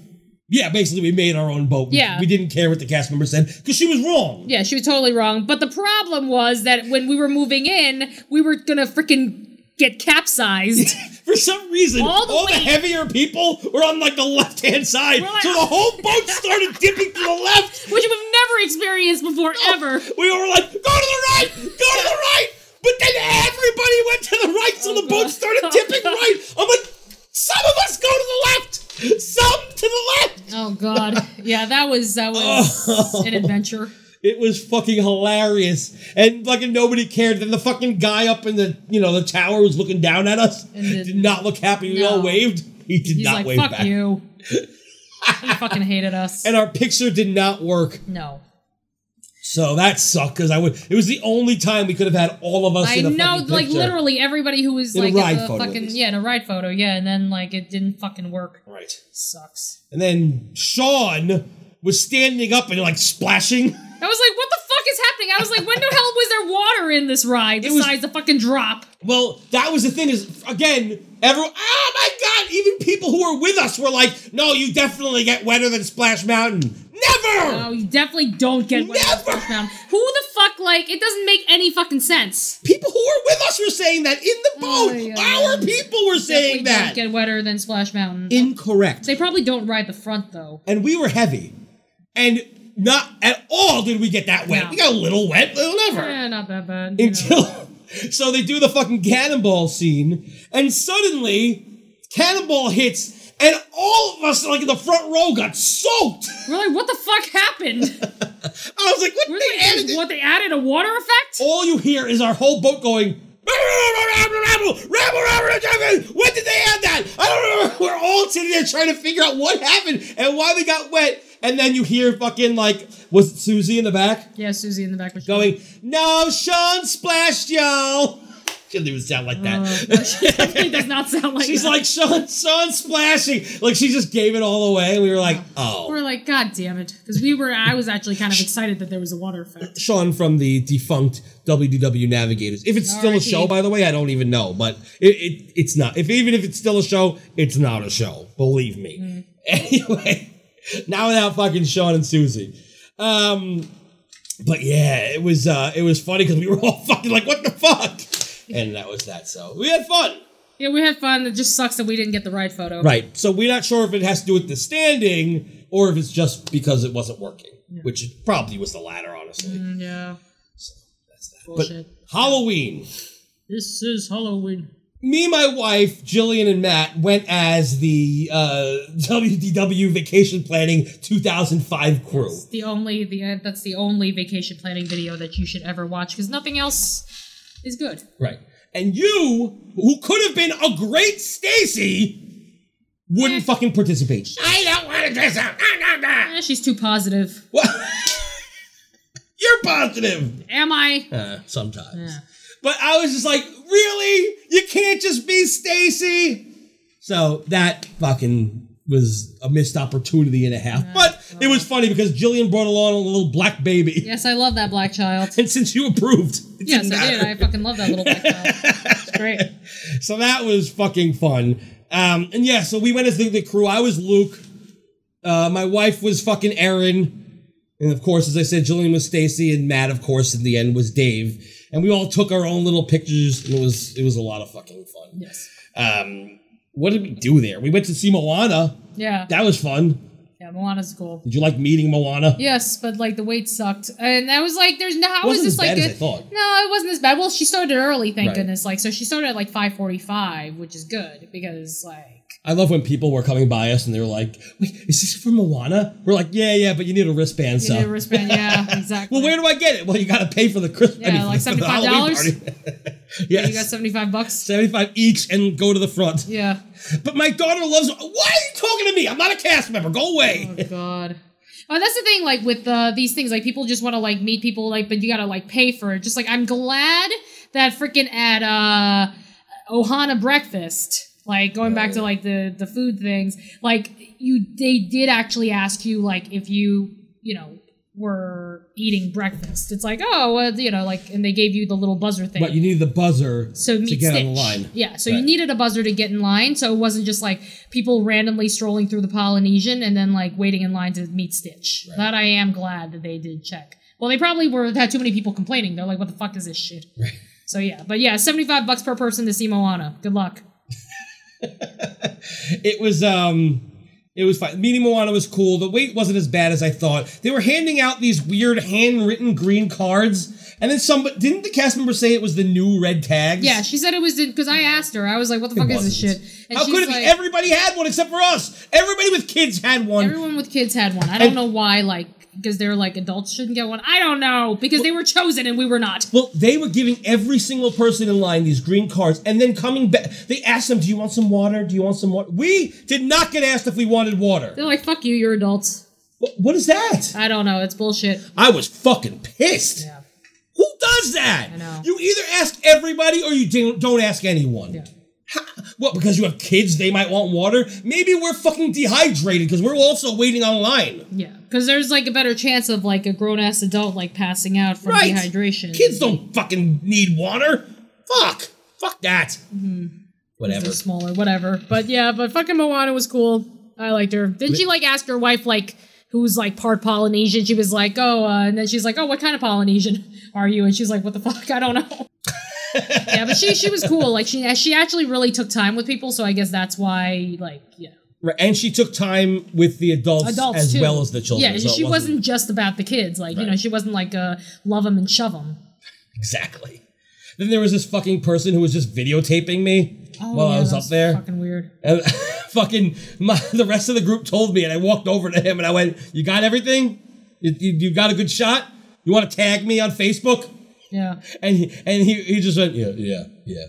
[SPEAKER 3] yeah, basically we made our own boat. We-
[SPEAKER 4] Yeah.
[SPEAKER 3] We didn't care what the cast member said because she was wrong.
[SPEAKER 4] Yeah, she was totally wrong. But the problem was that when we were moving in, we were gonna freaking get capsized.
[SPEAKER 3] For some reason, all
[SPEAKER 4] All
[SPEAKER 3] the,
[SPEAKER 4] the way-
[SPEAKER 3] heavier people were on like the left hand side,
[SPEAKER 4] We're like- "Oh."
[SPEAKER 3] so the whole boat started dipping to the left.
[SPEAKER 4] which we've never experienced before ever.
[SPEAKER 3] We were like, go to the right, go to the right. But then everybody went to the right, so
[SPEAKER 4] Oh,
[SPEAKER 3] the boat
[SPEAKER 4] God.
[SPEAKER 3] started tipping right. I'm like, some of us go to the left, some to the left.
[SPEAKER 4] Oh god. Yeah, that was that was
[SPEAKER 3] Oh.
[SPEAKER 4] an adventure.
[SPEAKER 3] It was fucking hilarious, and fucking nobody cared. Then the fucking guy up in the you know the tower was looking down at us.
[SPEAKER 4] And the-
[SPEAKER 3] did not look happy. We all
[SPEAKER 4] No.
[SPEAKER 3] waved. He did
[SPEAKER 4] He's
[SPEAKER 3] not
[SPEAKER 4] like,
[SPEAKER 3] wave
[SPEAKER 4] fuck
[SPEAKER 3] back.
[SPEAKER 4] you. he fucking hated us.
[SPEAKER 3] And our picture did not work,
[SPEAKER 4] no.
[SPEAKER 3] so that sucked because I would. It was the only time we could have had all of us.
[SPEAKER 4] I
[SPEAKER 3] in a
[SPEAKER 4] know,
[SPEAKER 3] fucking
[SPEAKER 4] like
[SPEAKER 3] picture.
[SPEAKER 4] literally everybody who was
[SPEAKER 3] In a
[SPEAKER 4] like
[SPEAKER 3] ride
[SPEAKER 4] in the
[SPEAKER 3] photo, at
[SPEAKER 4] fucking
[SPEAKER 3] least.
[SPEAKER 4] yeah, in a ride photo, yeah, and then like it didn't fucking work.
[SPEAKER 3] Right.
[SPEAKER 4] Sucks.
[SPEAKER 3] And then Sean was standing up and like splashing.
[SPEAKER 4] I was like, what the fuck is happening? I was like, when the hell was there water in this ride
[SPEAKER 3] It was-
[SPEAKER 4] besides the fucking drop?
[SPEAKER 3] Well, that was the thing is again, everyone Oh my god, even people who were with us were like, "No, you definitely get wetter than Splash Mountain." Never.
[SPEAKER 4] No, you definitely don't get what
[SPEAKER 3] Never!
[SPEAKER 4] first round. Who the fuck like it doesn't make any fucking sense.
[SPEAKER 3] People who were with us were saying that in the
[SPEAKER 4] Oh,
[SPEAKER 3] boat.
[SPEAKER 4] yeah.
[SPEAKER 3] Our people were saying
[SPEAKER 4] Definitely
[SPEAKER 3] that.
[SPEAKER 4] don't get wetter than Splash Mountain.
[SPEAKER 3] Incorrect.
[SPEAKER 4] they probably don't ride the front though.
[SPEAKER 3] and we were heavy. And not at all did we get that wet.
[SPEAKER 4] No.
[SPEAKER 3] We got a little wet, little never.
[SPEAKER 4] Eh, not that bad. you know.
[SPEAKER 3] until so they do the fucking cannonball scene and suddenly cannonball hits and all of us like in the front row got soaked
[SPEAKER 4] We're like, what the fuck happened?
[SPEAKER 3] i was like what
[SPEAKER 4] We're
[SPEAKER 3] the
[SPEAKER 4] like,
[SPEAKER 3] hell
[SPEAKER 4] what they added a water effect?
[SPEAKER 3] all you hear is our whole boat going "Rabble, rabble, rabble, rabble, rabble." when did they add that i don't remember we're all sitting there trying to figure out what happened and why we got wet and then you hear fucking like was it susie in the back
[SPEAKER 4] Yeah, Susie in the back was
[SPEAKER 3] going no sean splashed y'all didn't even sound like that
[SPEAKER 4] Oh, It does not sound like
[SPEAKER 3] She's
[SPEAKER 4] that.
[SPEAKER 3] like, Sean, Sean splashing. Like, she just gave it all away. And we were like,
[SPEAKER 4] We're
[SPEAKER 3] oh.
[SPEAKER 4] like, God damn it. Because we were I was actually kind of excited that there was a water effect.
[SPEAKER 3] Sean from the defunct WDW Navigators. If it's still a
[SPEAKER 4] R.I.P..
[SPEAKER 3] show, by the way, I don't even know. But it, it it's not. If Even if it's still a show, it's not a show. Believe me. Anyway, now without fucking Sean and Susie. Um, but yeah, it was uh, it was funny because we were all fucking like, what the fuck? And that was that. So we had fun.
[SPEAKER 4] Yeah, we had fun. It just sucks that we didn't get the ride photo.
[SPEAKER 3] Right. So we're not sure if it has to do with the standing or if it's just because it wasn't working, which it probably was the latter, honestly.
[SPEAKER 4] Mm, Yeah.
[SPEAKER 3] But
[SPEAKER 4] Bullshit.
[SPEAKER 3] Halloween.
[SPEAKER 4] This is Halloween.
[SPEAKER 3] Me, my wife, Jillian, and Matt went as the uh, WDW Vacation Planning 2005 crew.
[SPEAKER 4] The only the uh, that's the only vacation planning video that you should ever watch because nothing else is good.
[SPEAKER 3] Right. And you, who could have been a great Stacy, wouldn't fucking participate. Eh. I don't want to dress up. Ah, nah, nah.
[SPEAKER 4] Eh, she's too positive.
[SPEAKER 3] What? You're positive.
[SPEAKER 4] Am I?
[SPEAKER 3] Uh, sometimes.
[SPEAKER 4] Yeah.
[SPEAKER 3] But I was just like, really? You can't just be Stacy. So that fucking was a missed opportunity and a half. but it was funny because Jillian brought along a little black baby.
[SPEAKER 4] Yes, I love that black child.
[SPEAKER 3] And since you approved, it
[SPEAKER 4] Yes,
[SPEAKER 3] didn't
[SPEAKER 4] I did.
[SPEAKER 3] matter.
[SPEAKER 4] I fucking love that little black child. It's great.
[SPEAKER 3] So that was fucking fun. Uh, Um, and yeah, so we went as the, the crew. I was Luke. Uh, my wife was fucking Erin. And of course, as I said, Jillian was Stacy, and Matt, of course, in the end was Dave. And we all took our own little pictures, and it was it was a lot of fucking fun.
[SPEAKER 4] Yes.
[SPEAKER 3] Um, what did we do there? We went to see Moana.
[SPEAKER 4] Yeah.
[SPEAKER 3] That was fun.
[SPEAKER 4] yeah. Moana's cool.
[SPEAKER 3] Did you like meeting Moana?
[SPEAKER 4] Yes, but like the wait sucked, and I was like, "There's no how is
[SPEAKER 3] wasn't as
[SPEAKER 4] this like
[SPEAKER 3] bad as I
[SPEAKER 4] good?"
[SPEAKER 3] thought.
[SPEAKER 4] No, it wasn't as bad. Well, she started early, thank
[SPEAKER 3] Right.
[SPEAKER 4] goodness. Like, so she started at like five forty-five, which is good because like
[SPEAKER 3] I love when people were coming by us and they were like, "Wait, is this for Moana?" We're like, "Yeah, yeah, but you need a wristband,
[SPEAKER 4] you
[SPEAKER 3] so."
[SPEAKER 4] need a wristband. Yeah, exactly.
[SPEAKER 3] well, where do I get it? Well, you got to pay for the Christmas.
[SPEAKER 4] Yeah, like $75?
[SPEAKER 3] yes,
[SPEAKER 4] you got seventy-five bucks?
[SPEAKER 3] seventy-five each, and go to the front.
[SPEAKER 4] Yeah.
[SPEAKER 3] But my daughter loves. Why are you talking to me? I'm not a cast member. Go away.
[SPEAKER 4] Oh God. Oh, that's the thing. Like with uh, these things, like people just want to like meet people, like but you gotta like pay for it. Just like I'm glad that freaking at uh, Ohana breakfast, like going back to like the the food things, like you they did actually ask you like if you you know were eating breakfast. It's like oh well, you know like and they gave you the little buzzer thing.
[SPEAKER 3] But you need the buzzer
[SPEAKER 4] so meet
[SPEAKER 3] to get
[SPEAKER 4] Stitch.
[SPEAKER 3] on the line.
[SPEAKER 4] Yeah, so you
[SPEAKER 3] Right.
[SPEAKER 4] needed a buzzer to get in line, so it wasn't just like people randomly strolling through the Polynesian and then like waiting in line to meet Stitch. That I am glad that they did check. Well, they probably were had too many people complaining. They're like, "What the fuck is this shit?" Right. So yeah, but yeah, seventy five bucks per person to see Moana. Good luck.
[SPEAKER 3] It was um, it was fine. Meeting Moana was cool. The wait wasn't as bad as I thought. They were handing out these weird handwritten green cards, and then some. Didn't the cast member say it was the new red tags?
[SPEAKER 4] Yeah, she said it was because I asked her. I was like, "What the fuck is this shit?"
[SPEAKER 3] wasn't.
[SPEAKER 4] And
[SPEAKER 3] How
[SPEAKER 4] she's
[SPEAKER 3] could it
[SPEAKER 4] like-
[SPEAKER 3] be? Everybody had one except for us. Everybody with kids had one.
[SPEAKER 4] Everyone with kids had one. I don't know why, like, because they were like adults shouldn't get one. I don't know because they were chosen and we were not.
[SPEAKER 3] Well, they were giving every single person in line these green cards, and then coming back, they asked them, "Do you want some water? Do you want some water?" We did not get asked if we wanted water.
[SPEAKER 4] They're like, "Fuck you, you're adults."
[SPEAKER 3] Wh- What is that?
[SPEAKER 4] I don't know. It's bullshit.
[SPEAKER 3] I was fucking pissed.
[SPEAKER 4] Yeah.
[SPEAKER 3] Who does that?
[SPEAKER 4] I know.
[SPEAKER 3] You either ask everybody or you don't- don't ask anyone.
[SPEAKER 4] Yeah.
[SPEAKER 3] Ha- What? Because you have kids, they might want water. Maybe we're fucking dehydrated because we're also waiting online.
[SPEAKER 4] Yeah, because there's like a better chance of like a grown ass adult like passing out from
[SPEAKER 3] Right.
[SPEAKER 4] dehydration.
[SPEAKER 3] Kids don't fucking need water. Fuck. Fuck that.
[SPEAKER 4] Mm-hmm.
[SPEAKER 3] Whatever.
[SPEAKER 4] They're smaller, whatever. But yeah, but fucking Moana was cool. I liked her. Then she like asked her wife like who's like part Polynesian. She was like, oh, uh, and then she's like, oh, what kind of Polynesian are you? And she's like, what the fuck? I don't know. yeah, but she she was cool. Like she she actually really took time with people, so I guess that's why like yeah.
[SPEAKER 3] Right, And she took time with the adults,
[SPEAKER 4] adults
[SPEAKER 3] as
[SPEAKER 4] too.
[SPEAKER 3] well as the children.
[SPEAKER 4] Yeah,
[SPEAKER 3] so it
[SPEAKER 4] she wasn't, just about the kids. Like you know, she wasn't like uh, love them and shove them.
[SPEAKER 3] exactly. Then there was this fucking person who was just videotaping me
[SPEAKER 4] Oh,
[SPEAKER 3] while I was up there.
[SPEAKER 4] fucking weird.
[SPEAKER 3] And fucking my, the rest of the group told me, and I walked over to him and I went, "You got everything? You, you, you got a good shot? You want to tag me on Facebook?"
[SPEAKER 4] Yeah.
[SPEAKER 3] And he, and he, he just went, "Yeah, yeah, yeah."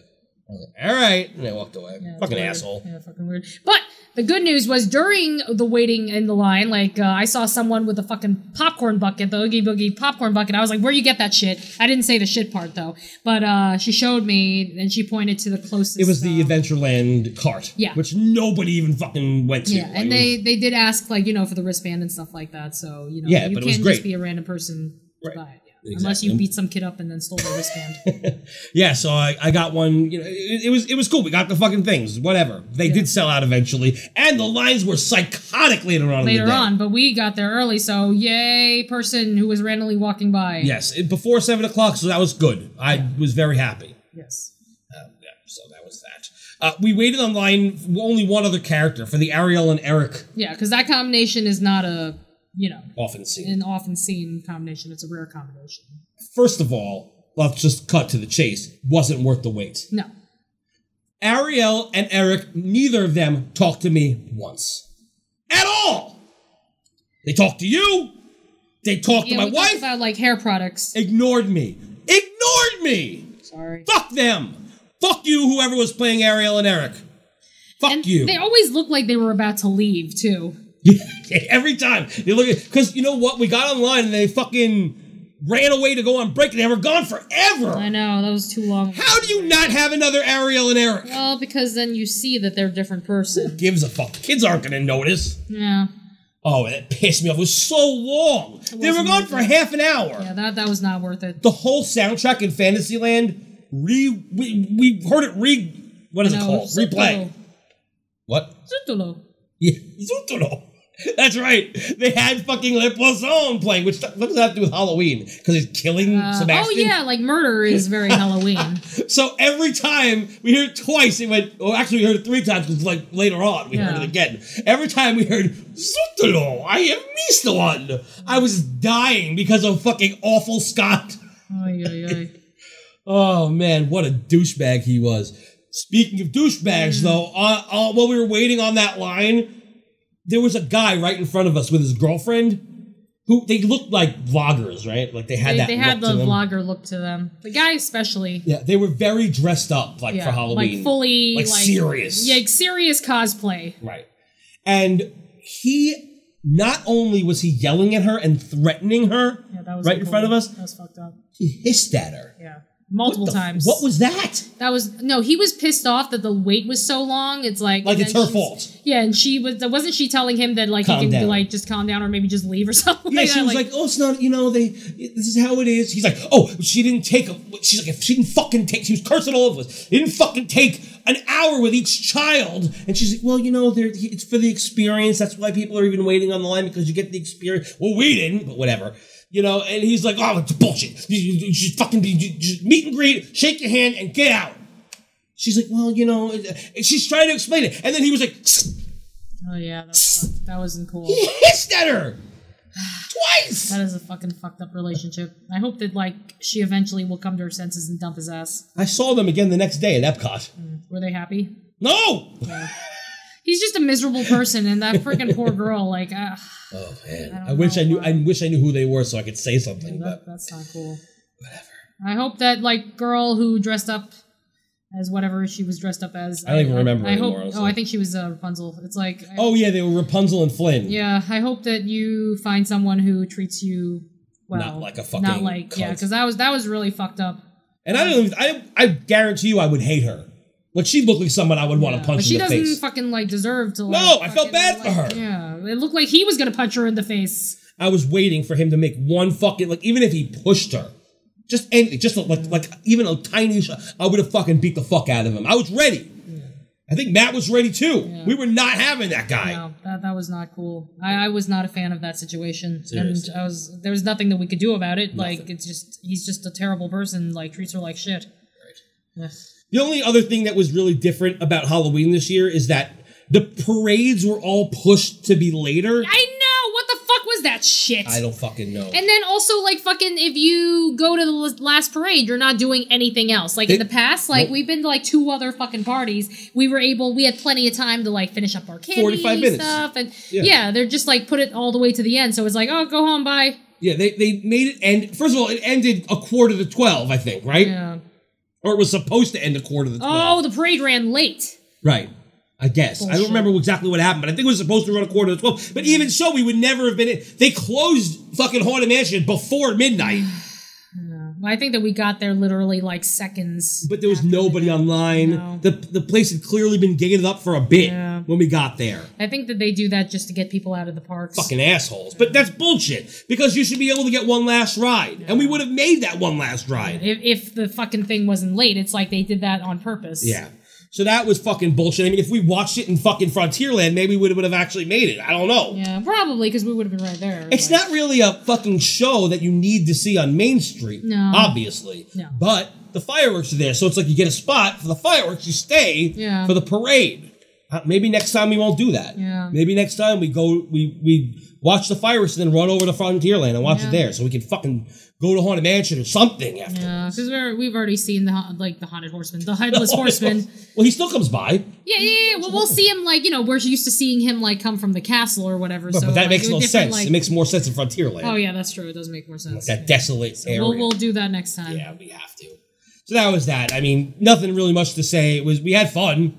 [SPEAKER 3] I was like, All right, and I walked away.
[SPEAKER 4] Yeah, it's
[SPEAKER 3] fucking
[SPEAKER 4] weird.
[SPEAKER 3] asshole.
[SPEAKER 4] Yeah, fucking weird. But the good news was during the waiting in the line, like uh, I saw someone with a fucking popcorn bucket, the Oogie Boogie popcorn bucket. I was like, "Where you get that shit?" I didn't say the shit part though, but uh, she showed me and she pointed to the closest.
[SPEAKER 3] It was the
[SPEAKER 4] uh,
[SPEAKER 3] Adventureland cart,
[SPEAKER 4] Yeah.
[SPEAKER 3] which nobody even fucking went to.
[SPEAKER 4] Yeah,
[SPEAKER 3] Like,
[SPEAKER 4] and
[SPEAKER 3] it was-
[SPEAKER 4] they they did ask like you know for the wristband and stuff like that. So you know,
[SPEAKER 3] Yeah,
[SPEAKER 4] you
[SPEAKER 3] but it
[SPEAKER 4] can't
[SPEAKER 3] was great.
[SPEAKER 4] just be a random person to buy it. Yeah. Unless
[SPEAKER 3] Exactly.
[SPEAKER 4] you beat some kid up and then stole their wristband.
[SPEAKER 3] Yeah, so I, I got one. You know, it, it was it was cool. We got the fucking things. Whatever. They did sell out eventually, and the lines were psychotic later on. in the
[SPEAKER 4] Later
[SPEAKER 3] day.
[SPEAKER 4] on, but we got there early, so yay, person who was randomly walking by.
[SPEAKER 3] Yes, it, before seven o'clock, so that was good. I was very happy.
[SPEAKER 4] Yes.
[SPEAKER 3] Um, yeah, so that was that. Uh, we waited on line for only one other character for the Ariel and Eric
[SPEAKER 4] Yeah, because that combination is not a you know
[SPEAKER 3] often scene.
[SPEAKER 4] an often seen combination. It's a rare combination.
[SPEAKER 3] First of all, let's just cut to the chase. Wasn't worth the wait.
[SPEAKER 4] No,
[SPEAKER 3] Ariel and Eric, neither of them talked to me once. At all! They talked to you. They talked
[SPEAKER 4] yeah,
[SPEAKER 3] to my
[SPEAKER 4] we talked
[SPEAKER 3] wife.
[SPEAKER 4] about like hair products.
[SPEAKER 3] ignored me. Ignored me!
[SPEAKER 4] Sorry,
[SPEAKER 3] Fuck them! Fuck you, whoever was playing Ariel and Eric. Fuck
[SPEAKER 4] and
[SPEAKER 3] you.
[SPEAKER 4] They always looked like they were about to leave too.
[SPEAKER 3] Every time. They look at because you know what? We got online and they fucking ran away to go on break and they were gone
[SPEAKER 4] I
[SPEAKER 3] forever.
[SPEAKER 4] know that was too long.
[SPEAKER 3] How do you not have another Ariel and Eric?
[SPEAKER 4] Well, because then you see that they're a different person.
[SPEAKER 3] Gives a fuck. Kids aren't gonna notice.
[SPEAKER 4] Yeah,
[SPEAKER 3] Oh, that pissed me off. It was so long. They were
[SPEAKER 4] wasn't
[SPEAKER 3] gone
[SPEAKER 4] worth
[SPEAKER 3] for
[SPEAKER 4] it.
[SPEAKER 3] half an hour.
[SPEAKER 4] yeah, that that was not worth it.
[SPEAKER 3] The whole soundtrack in Fantasyland re we, we heard it re what is it
[SPEAKER 4] No,
[SPEAKER 3] called?
[SPEAKER 4] so
[SPEAKER 3] Replay.
[SPEAKER 4] little. Zutolo.
[SPEAKER 3] Yeah, Zutolo. That's right. They had fucking Le Poisson playing, which what does that have to do with Halloween? Because it's killing
[SPEAKER 4] Uh, oh
[SPEAKER 3] Sebastian.
[SPEAKER 4] yeah, like murder is very Halloween.
[SPEAKER 3] So every time we heard it twice, it went. Well, actually, we heard it three times because like later on we heard
[SPEAKER 4] Yeah.
[SPEAKER 3] it again. Every time we heard Zutolo, I am missed one. I was dying because of fucking awful Scott.
[SPEAKER 4] Oy, oy, oy.
[SPEAKER 3] Oh man, what a douchebag he was. Speaking of
[SPEAKER 4] Mm.
[SPEAKER 3] douchebags, though, uh, uh, while we were waiting on that line, there was a guy right in front of us with his girlfriend, who they looked like vloggers, right? Like they had
[SPEAKER 4] They,
[SPEAKER 3] that.
[SPEAKER 4] they had
[SPEAKER 3] look
[SPEAKER 4] the
[SPEAKER 3] to them.
[SPEAKER 4] vlogger look to them. The guy especially.
[SPEAKER 3] Yeah, they were very dressed up, like
[SPEAKER 4] Yeah,
[SPEAKER 3] for Halloween,
[SPEAKER 4] like fully
[SPEAKER 3] like,
[SPEAKER 4] like,
[SPEAKER 3] serious,
[SPEAKER 4] Yeah, like serious cosplay.
[SPEAKER 3] right? And he not only was he yelling at her and threatening her
[SPEAKER 4] Yeah, that was
[SPEAKER 3] right in
[SPEAKER 4] cool.
[SPEAKER 3] front of us,
[SPEAKER 4] That was fucked up.
[SPEAKER 3] he hissed at her
[SPEAKER 4] Yeah,
[SPEAKER 3] What
[SPEAKER 4] multiple
[SPEAKER 3] the f-
[SPEAKER 4] times.
[SPEAKER 3] What was that?
[SPEAKER 4] that? Was no, he was pissed off that the wait was so long. It's like
[SPEAKER 3] Like
[SPEAKER 4] and
[SPEAKER 3] it's
[SPEAKER 4] then
[SPEAKER 3] her
[SPEAKER 4] she's-
[SPEAKER 3] fault.
[SPEAKER 4] Yeah, and she was wasn't she telling him that like
[SPEAKER 3] Calm
[SPEAKER 4] he can
[SPEAKER 3] down.
[SPEAKER 4] like just calm down or maybe just leave or something.
[SPEAKER 3] Yeah,
[SPEAKER 4] like
[SPEAKER 3] she
[SPEAKER 4] that,
[SPEAKER 3] was like, "Oh, it's not. You know, they. This is how it is." He's like, "Oh, she didn't take. A, she's like, if she didn't fucking take. She was cursing all of us. She didn't fucking take an hour with each child." And she's like, "Well, you know, they're, it's for the experience. That's why people are even waiting on the line because you get the experience. Well, we didn't, but whatever." You know, and he's like, "Oh, it's bullshit. You, you- you should fucking be you- just meet and greet, shake your hand, and get out." She's like, "Well, you know," and she's trying to explain it, and then he was like,
[SPEAKER 4] oh yeah, that, was, fucked- that wasn't cool.
[SPEAKER 3] "He hissed at her twice."
[SPEAKER 4] That is a fucking fucked up relationship. I hope that like she eventually will come to her senses and dump his ass.
[SPEAKER 3] I saw them again the next day at Epcot.
[SPEAKER 4] Were they happy?
[SPEAKER 3] No!
[SPEAKER 4] He's just a miserable person, and that freaking poor girl. Like, ah,
[SPEAKER 3] Oh man,
[SPEAKER 4] I
[SPEAKER 3] I,
[SPEAKER 4] don't
[SPEAKER 3] wish
[SPEAKER 4] know
[SPEAKER 3] I knew.
[SPEAKER 4] why.
[SPEAKER 3] I wish I knew who they were so I could say something.
[SPEAKER 4] that,
[SPEAKER 3] But
[SPEAKER 4] that's not cool. Whatever. I hope that like girl who dressed up as whatever she was dressed up as.
[SPEAKER 3] I don't even remember
[SPEAKER 4] I, hope.
[SPEAKER 3] anymore, honestly.
[SPEAKER 4] Oh, I think she was uh, Rapunzel. It's like. I,
[SPEAKER 3] oh yeah, they were Rapunzel and Flynn.
[SPEAKER 4] Yeah, I hope that you find someone who treats you well,
[SPEAKER 3] Not like a fucking
[SPEAKER 4] not like yeah,
[SPEAKER 3] cunt.
[SPEAKER 4] because that was that was really fucked up.
[SPEAKER 3] And I don't. Even, I I guarantee you, I would hate her. But she looked like someone I would want to punch
[SPEAKER 4] But she
[SPEAKER 3] in the
[SPEAKER 4] doesn't
[SPEAKER 3] face.
[SPEAKER 4] fucking like deserve to. Like,
[SPEAKER 3] No, I felt
[SPEAKER 4] fucking,
[SPEAKER 3] bad for
[SPEAKER 4] like-
[SPEAKER 3] her.
[SPEAKER 4] Yeah, it looked like he was gonna punch her in the face.
[SPEAKER 3] I was waiting for him to make one fucking like, even if he pushed her, just anything, just like like even a tiny shot, I would have fucking beat the fuck out of him. I was ready. I think Matt was ready too. We were not having that guy.
[SPEAKER 4] No, that, that was not cool. I, I was not a fan of that situation,
[SPEAKER 3] Seriously.
[SPEAKER 4] and I was there was nothing that we could do about it. Like it's just he's just a terrible person. Like treats her like shit. Right.
[SPEAKER 3] The only other thing that was really different about Halloween this year is that the parades were all pushed to be later.
[SPEAKER 4] I know what the fuck was that shit.
[SPEAKER 3] I don't fucking know.
[SPEAKER 4] And then also, like, fucking, if you go to the l- last parade, you're not doing anything else. Like, in
[SPEAKER 3] They-
[SPEAKER 4] the past, like,
[SPEAKER 3] Nope.
[SPEAKER 4] we've been to, like, two other fucking parties. We were able, we had plenty of time to, like, finish up our candy
[SPEAKER 3] 45 minutes.
[SPEAKER 4] stuff. And
[SPEAKER 3] Yeah.
[SPEAKER 4] yeah. they're just, like, put it all the way to the end. So it's like, oh, go home, bye.
[SPEAKER 3] yeah, they, they made it end. First of all, it ended a quarter to 12, I think, right?
[SPEAKER 4] Yeah.
[SPEAKER 3] Or it was supposed to end a quarter to 12.
[SPEAKER 4] Oh, the parade ran late.
[SPEAKER 3] Right. I guess. I don't
[SPEAKER 4] Oh. Bullshit.
[SPEAKER 3] remember exactly what happened, but I think it was supposed to run a quarter to 12. But even so, we would never have been in. They closed fucking Haunted Mansion before midnight,
[SPEAKER 4] I think that we got there literally, like, seconds.
[SPEAKER 3] but there was nobody online.
[SPEAKER 4] No.
[SPEAKER 3] The, the place had clearly been gated up for a bit
[SPEAKER 4] Yeah.
[SPEAKER 3] when we got there.
[SPEAKER 4] I think that they do that just to get people out of the parks.
[SPEAKER 3] fucking assholes. But that's bullshit because you should be able to get one last ride, and we would have made that one last ride.
[SPEAKER 4] If, if the fucking thing wasn't late, it's like they did that on purpose.
[SPEAKER 3] Yeah. So that was fucking bullshit. I mean, if we watched it in fucking Frontierland, maybe we would have actually made it. I don't know.
[SPEAKER 4] Yeah, probably because we would have been right there.
[SPEAKER 3] It's
[SPEAKER 4] Like-
[SPEAKER 3] not really a fucking show that you need to see on Main Street,
[SPEAKER 4] No.
[SPEAKER 3] obviously.
[SPEAKER 4] No.
[SPEAKER 3] But the fireworks are there, so it's like you get a spot for the fireworks, you stay
[SPEAKER 4] Yeah.
[SPEAKER 3] for the parade. Uh, maybe next time we won't do that.
[SPEAKER 4] Yeah.
[SPEAKER 3] Maybe next time we go, we we watch the fireworks and then run over to Frontierland and watch it
[SPEAKER 4] Yeah.
[SPEAKER 3] there, so we can fucking go to Haunted Mansion or something after.
[SPEAKER 4] Yeah, because we've already seen the hau- like the haunted horseman, the headless horseman.
[SPEAKER 3] Well, he still comes by,
[SPEAKER 4] Yeah, yeah, yeah. Well, we'll see him like you know we're used to seeing him like come from the castle or whatever.
[SPEAKER 3] but,
[SPEAKER 4] so uh,
[SPEAKER 3] but that
[SPEAKER 4] like,
[SPEAKER 3] makes
[SPEAKER 4] a
[SPEAKER 3] no
[SPEAKER 4] different,
[SPEAKER 3] sense.
[SPEAKER 4] like-
[SPEAKER 3] it makes more sense in Frontierland.
[SPEAKER 4] oh yeah, that's true. It does make more sense.
[SPEAKER 3] That desolate area.
[SPEAKER 4] We'll we'll do that next time.
[SPEAKER 3] Yeah, we have to. So that was that. I mean, nothing really much to say. It was we had fun.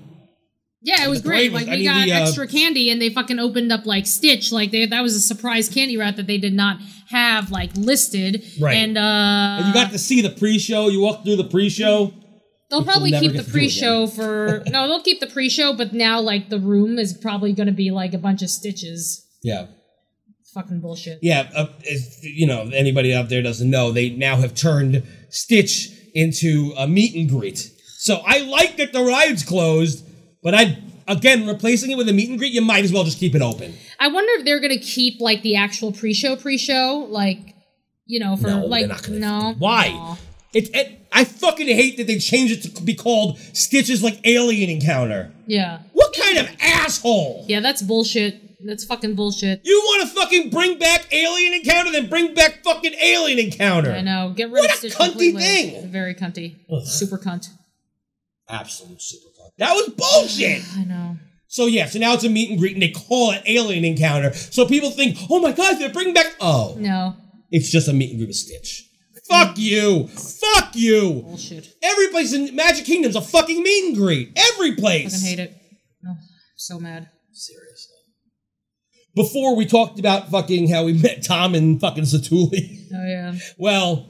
[SPEAKER 4] Yeah, it was
[SPEAKER 3] parade
[SPEAKER 4] great.
[SPEAKER 3] was-
[SPEAKER 4] Like
[SPEAKER 3] I
[SPEAKER 4] we
[SPEAKER 3] mean,
[SPEAKER 4] got
[SPEAKER 3] the, uh,
[SPEAKER 4] extra candy, and they fucking opened up like Stitch. Like they, that was a surprise candy route that they did not have like listed.
[SPEAKER 3] Right.
[SPEAKER 4] And uh,
[SPEAKER 3] And you got to see the pre-show. You walked through the pre-show.
[SPEAKER 4] They'll probably
[SPEAKER 3] never
[SPEAKER 4] keep
[SPEAKER 3] get
[SPEAKER 4] the
[SPEAKER 3] to do again.
[SPEAKER 4] pre-show for no, they'll keep the pre-show, but now like the room is probably going to be like a bunch of stitches.
[SPEAKER 3] Yeah,
[SPEAKER 4] Fucking bullshit.
[SPEAKER 3] yeah. Uh, if, you know, anybody out there doesn't know, they now have turned Stitch into a meet and greet. So I like that the ride's closed, but I again, replacing it with a meet and greet, you might as well just keep it open.
[SPEAKER 4] I wonder if they're gonna keep like the actual pre-show, pre-show, like you know, for
[SPEAKER 3] No, they're
[SPEAKER 4] like
[SPEAKER 3] not gonna-
[SPEAKER 4] no.
[SPEAKER 3] Why?
[SPEAKER 4] Aw.
[SPEAKER 3] It, it, I fucking hate that they changed it to be called Stitches Like Alien Encounter.
[SPEAKER 4] Yeah,
[SPEAKER 3] What kind of asshole?
[SPEAKER 4] yeah, that's bullshit. That's fucking bullshit.
[SPEAKER 3] You want to fucking bring back Alien Encounter, then bring back fucking Alien Encounter.
[SPEAKER 4] I know. Get rid
[SPEAKER 3] What
[SPEAKER 4] of
[SPEAKER 3] a
[SPEAKER 4] Stitch
[SPEAKER 3] cunty
[SPEAKER 4] completely.
[SPEAKER 3] thing!
[SPEAKER 4] Very cunty. Super cunt.
[SPEAKER 3] Absolute super fun. That was bullshit.
[SPEAKER 4] I know.
[SPEAKER 3] So yeah, so now it's a meet and greet, and they call it Alien Encounter. So people think, oh my god, they're bringing back. Oh,
[SPEAKER 4] No
[SPEAKER 3] it's just a meet and greet with Stitch. Fuck you. Fuck you.
[SPEAKER 4] bullshit.
[SPEAKER 3] Every place in Magic Kingdom's a fucking meet and greet. Every
[SPEAKER 4] I
[SPEAKER 3] place.
[SPEAKER 4] fucking hate it. No, I'm so mad.
[SPEAKER 3] Seriously. Before we talked about fucking how we met Tom and fucking Satuli.
[SPEAKER 4] Oh yeah.
[SPEAKER 3] Well,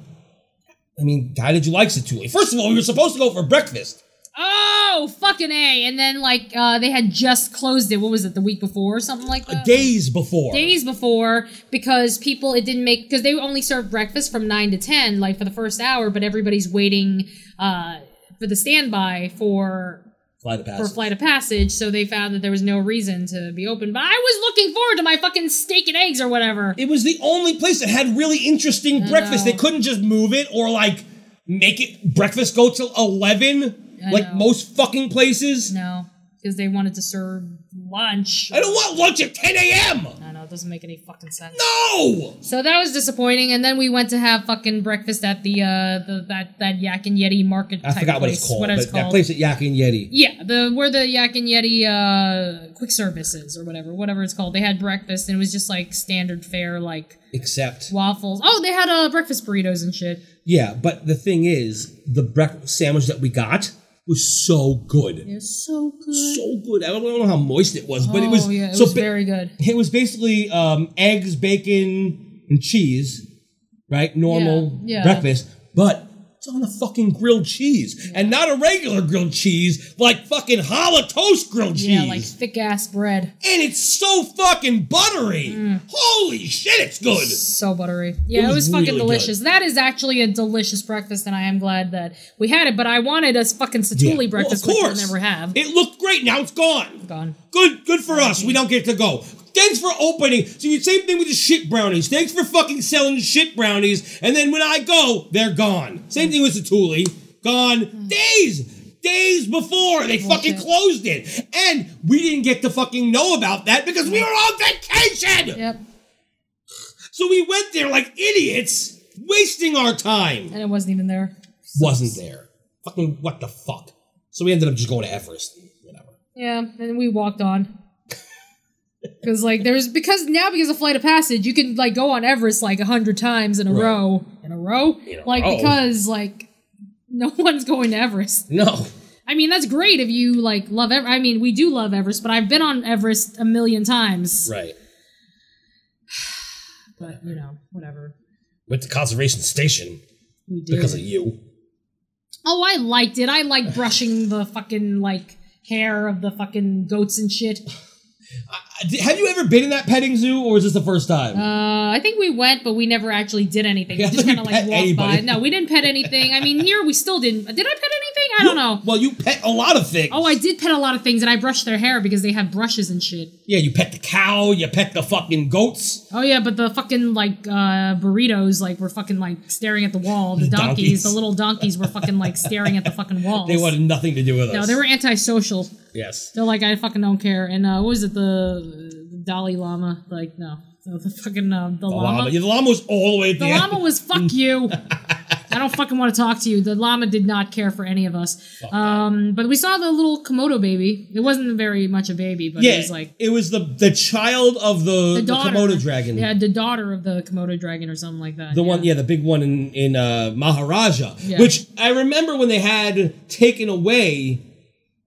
[SPEAKER 3] I mean, how did you like Satuli? First of all, we were supposed to go for breakfast.
[SPEAKER 4] Oh fucking a! And then like uh, they had just closed it. What was it? The week before or something like that.
[SPEAKER 3] Days before.
[SPEAKER 4] days before because people it didn't make because they only served breakfast from 9 to 10 like for the first hour but everybody's waiting uh for the standby for
[SPEAKER 3] Fly the
[SPEAKER 4] for
[SPEAKER 3] past.
[SPEAKER 4] flight of passage so they found that there was no reason to be open but i was looking forward to my fucking steak and eggs or whatever
[SPEAKER 3] it was the only place that had really interesting breakfast.
[SPEAKER 4] know.
[SPEAKER 3] They couldn't just move it or like make it breakfast go till 11
[SPEAKER 4] I
[SPEAKER 3] like
[SPEAKER 4] know.
[SPEAKER 3] most fucking places.
[SPEAKER 4] no because they wanted to serve lunch
[SPEAKER 3] I don't want lunch at 10 a.m.
[SPEAKER 4] i know it doesn't make any fucking sense
[SPEAKER 3] No!
[SPEAKER 4] so that was disappointing and then we went to have fucking breakfast at the uh the, that that yak and yeti market
[SPEAKER 3] I
[SPEAKER 4] type
[SPEAKER 3] forgot what
[SPEAKER 4] place,
[SPEAKER 3] it's called,
[SPEAKER 4] whatever
[SPEAKER 3] but
[SPEAKER 4] it's
[SPEAKER 3] that
[SPEAKER 4] called.
[SPEAKER 3] place at Yak and Yeti.
[SPEAKER 4] Yeah, the where the Yak and Yeti uh, quick services or whatever, whatever it's called. They had breakfast and it was just like standard fare, like
[SPEAKER 3] Except,
[SPEAKER 4] waffles. Oh, they had uh, breakfast burritos and shit.
[SPEAKER 3] yeah, but the thing is, the breakfast sandwich that we got was so good.
[SPEAKER 4] They're so good.
[SPEAKER 3] So good. I don't know how moist it was, but it was
[SPEAKER 4] oh yeah, it
[SPEAKER 3] so
[SPEAKER 4] was
[SPEAKER 3] ba-
[SPEAKER 4] very good.
[SPEAKER 3] it was basically um, eggs, bacon, and cheese, right? Normal
[SPEAKER 4] Yeah, yeah.
[SPEAKER 3] breakfast, but it's on a fucking grilled cheese, and not a regular grilled cheese, like fucking hollow toast grilled cheese.
[SPEAKER 4] Yeah, like thick ass bread,
[SPEAKER 3] and it's so fucking buttery.
[SPEAKER 4] Mm.
[SPEAKER 3] Holy shit, it's good.
[SPEAKER 4] so buttery. Yeah, it
[SPEAKER 3] was
[SPEAKER 4] was, fucking
[SPEAKER 3] really
[SPEAKER 4] delicious. That is actually a delicious breakfast, and I am glad that we had it. But I wanted a fucking
[SPEAKER 3] Yeah.
[SPEAKER 4] satuli
[SPEAKER 3] Well,
[SPEAKER 4] breakfast, which we'll never have.
[SPEAKER 3] It looked great. Now it's gone.
[SPEAKER 4] Gone.
[SPEAKER 3] Good, good for us. We don't get to go. Thanks for opening. So you same thing with the shit brownies. Thanks for fucking selling shit brownies. And then when I go, they're gone. Same thing with Satuli. Gone days, days before they fucking
[SPEAKER 4] Bullshit.
[SPEAKER 3] closed it, and we didn't get to fucking know about that because we were on vacation.
[SPEAKER 4] Yep,
[SPEAKER 3] So we went there like idiots, wasting our time.
[SPEAKER 4] and it wasn't even there.
[SPEAKER 3] Wasn't there? Fucking what the fuck? So we ended up just going to Everest. Whatever.
[SPEAKER 4] Yeah, and we walked on. Because like there's because now because of flight of passage you can like go on Everest like a hundred times in a row in a row like
[SPEAKER 3] row.
[SPEAKER 4] because like no one's going to Everest.
[SPEAKER 3] No.
[SPEAKER 4] I mean that's great if you like love Ever- I mean we do love Everest, but I've been on Everest a million times.
[SPEAKER 3] Right.
[SPEAKER 4] But you know whatever
[SPEAKER 3] Went to conservation station
[SPEAKER 4] we did.
[SPEAKER 3] because of you.
[SPEAKER 4] oh, I liked it. I like brushing the fucking like hair of the fucking goats and shit.
[SPEAKER 3] Have you ever been in that petting zoo, or is this the first time?
[SPEAKER 4] Uh, I think we went, but we never actually did anything.
[SPEAKER 3] Yeah, I
[SPEAKER 4] we just
[SPEAKER 3] think
[SPEAKER 4] kind
[SPEAKER 3] we
[SPEAKER 4] of like
[SPEAKER 3] pet
[SPEAKER 4] walked by.
[SPEAKER 3] anybody.
[SPEAKER 4] No, we didn't pet anything. I mean, here we still didn't. Did I pet anything? I don't know.
[SPEAKER 3] Well, you pet a lot of things.
[SPEAKER 4] Oh, I did pet a lot of things, and I brushed their hair because they have brushes and shit.
[SPEAKER 3] Yeah, you pet the cow. You pet the fucking goats.
[SPEAKER 4] Oh yeah, but the fucking like uh, burritos like were fucking like staring at the wall. The donkeys,
[SPEAKER 3] Donkeys.
[SPEAKER 4] the little donkeys, were fucking like staring at the fucking walls.
[SPEAKER 3] They wanted nothing to do with us.
[SPEAKER 4] No, they were antisocial.
[SPEAKER 3] Yes.
[SPEAKER 4] They're like, I fucking don't care. And uh, what was it, the, the Dalai Lama? Like, no, the, the fucking uh, the,
[SPEAKER 3] The
[SPEAKER 4] llama.
[SPEAKER 3] llama. Yeah, the llama was all the way at the,
[SPEAKER 4] The
[SPEAKER 3] end.
[SPEAKER 4] llama was fuck you. I don't fucking want to talk to you. The llama did not care for any of us. Um, but we saw the little Komodo baby. It wasn't very much a baby, but
[SPEAKER 3] yeah,
[SPEAKER 4] it was like
[SPEAKER 3] it was the the child of the,
[SPEAKER 4] the
[SPEAKER 3] the
[SPEAKER 4] daughter.
[SPEAKER 3] Komodo dragon.
[SPEAKER 4] Yeah, the daughter of the Komodo dragon or something like that.
[SPEAKER 3] The one, yeah, the big one in in uh, Maharaja,
[SPEAKER 4] Yeah.
[SPEAKER 3] which I remember when they had taken away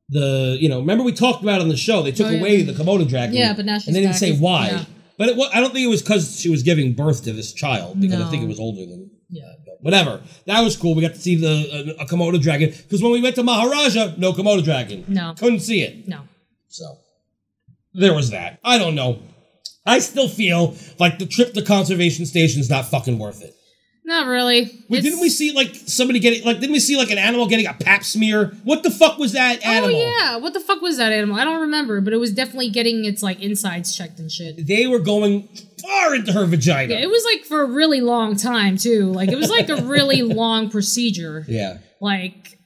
[SPEAKER 3] the, you know, remember we talked about it on the show they took
[SPEAKER 4] Oh, yeah.
[SPEAKER 3] away the Komodo dragon.
[SPEAKER 4] Yeah, but now she's
[SPEAKER 3] and they didn't
[SPEAKER 4] back.
[SPEAKER 3] say why.
[SPEAKER 4] Yeah.
[SPEAKER 3] But it, wa- I don't think it was because she was giving birth to this child because I
[SPEAKER 4] No.
[SPEAKER 3] think it was older than.
[SPEAKER 4] Yeah.
[SPEAKER 3] but Whatever. That was cool. We got to see the uh, a Komodo dragon because when we went to Maharaja, no Komodo dragon.
[SPEAKER 4] No.
[SPEAKER 3] couldn't see it.
[SPEAKER 4] No.
[SPEAKER 3] So there was that. I don't know. I still feel like the trip to conservation station is not fucking worth it.
[SPEAKER 4] No, Not really.
[SPEAKER 3] Wait,
[SPEAKER 4] It's-
[SPEAKER 3] didn't we see like somebody getting like didn't we see like an animal getting a pap smear? What the fuck was that animal?
[SPEAKER 4] Oh yeah, what the fuck was that animal? I don't remember, but it was definitely getting its like insides checked and shit.
[SPEAKER 3] They were going far into her vagina.
[SPEAKER 4] It was like for a really long time too. Like it was like a really long procedure.
[SPEAKER 3] Yeah.
[SPEAKER 4] Like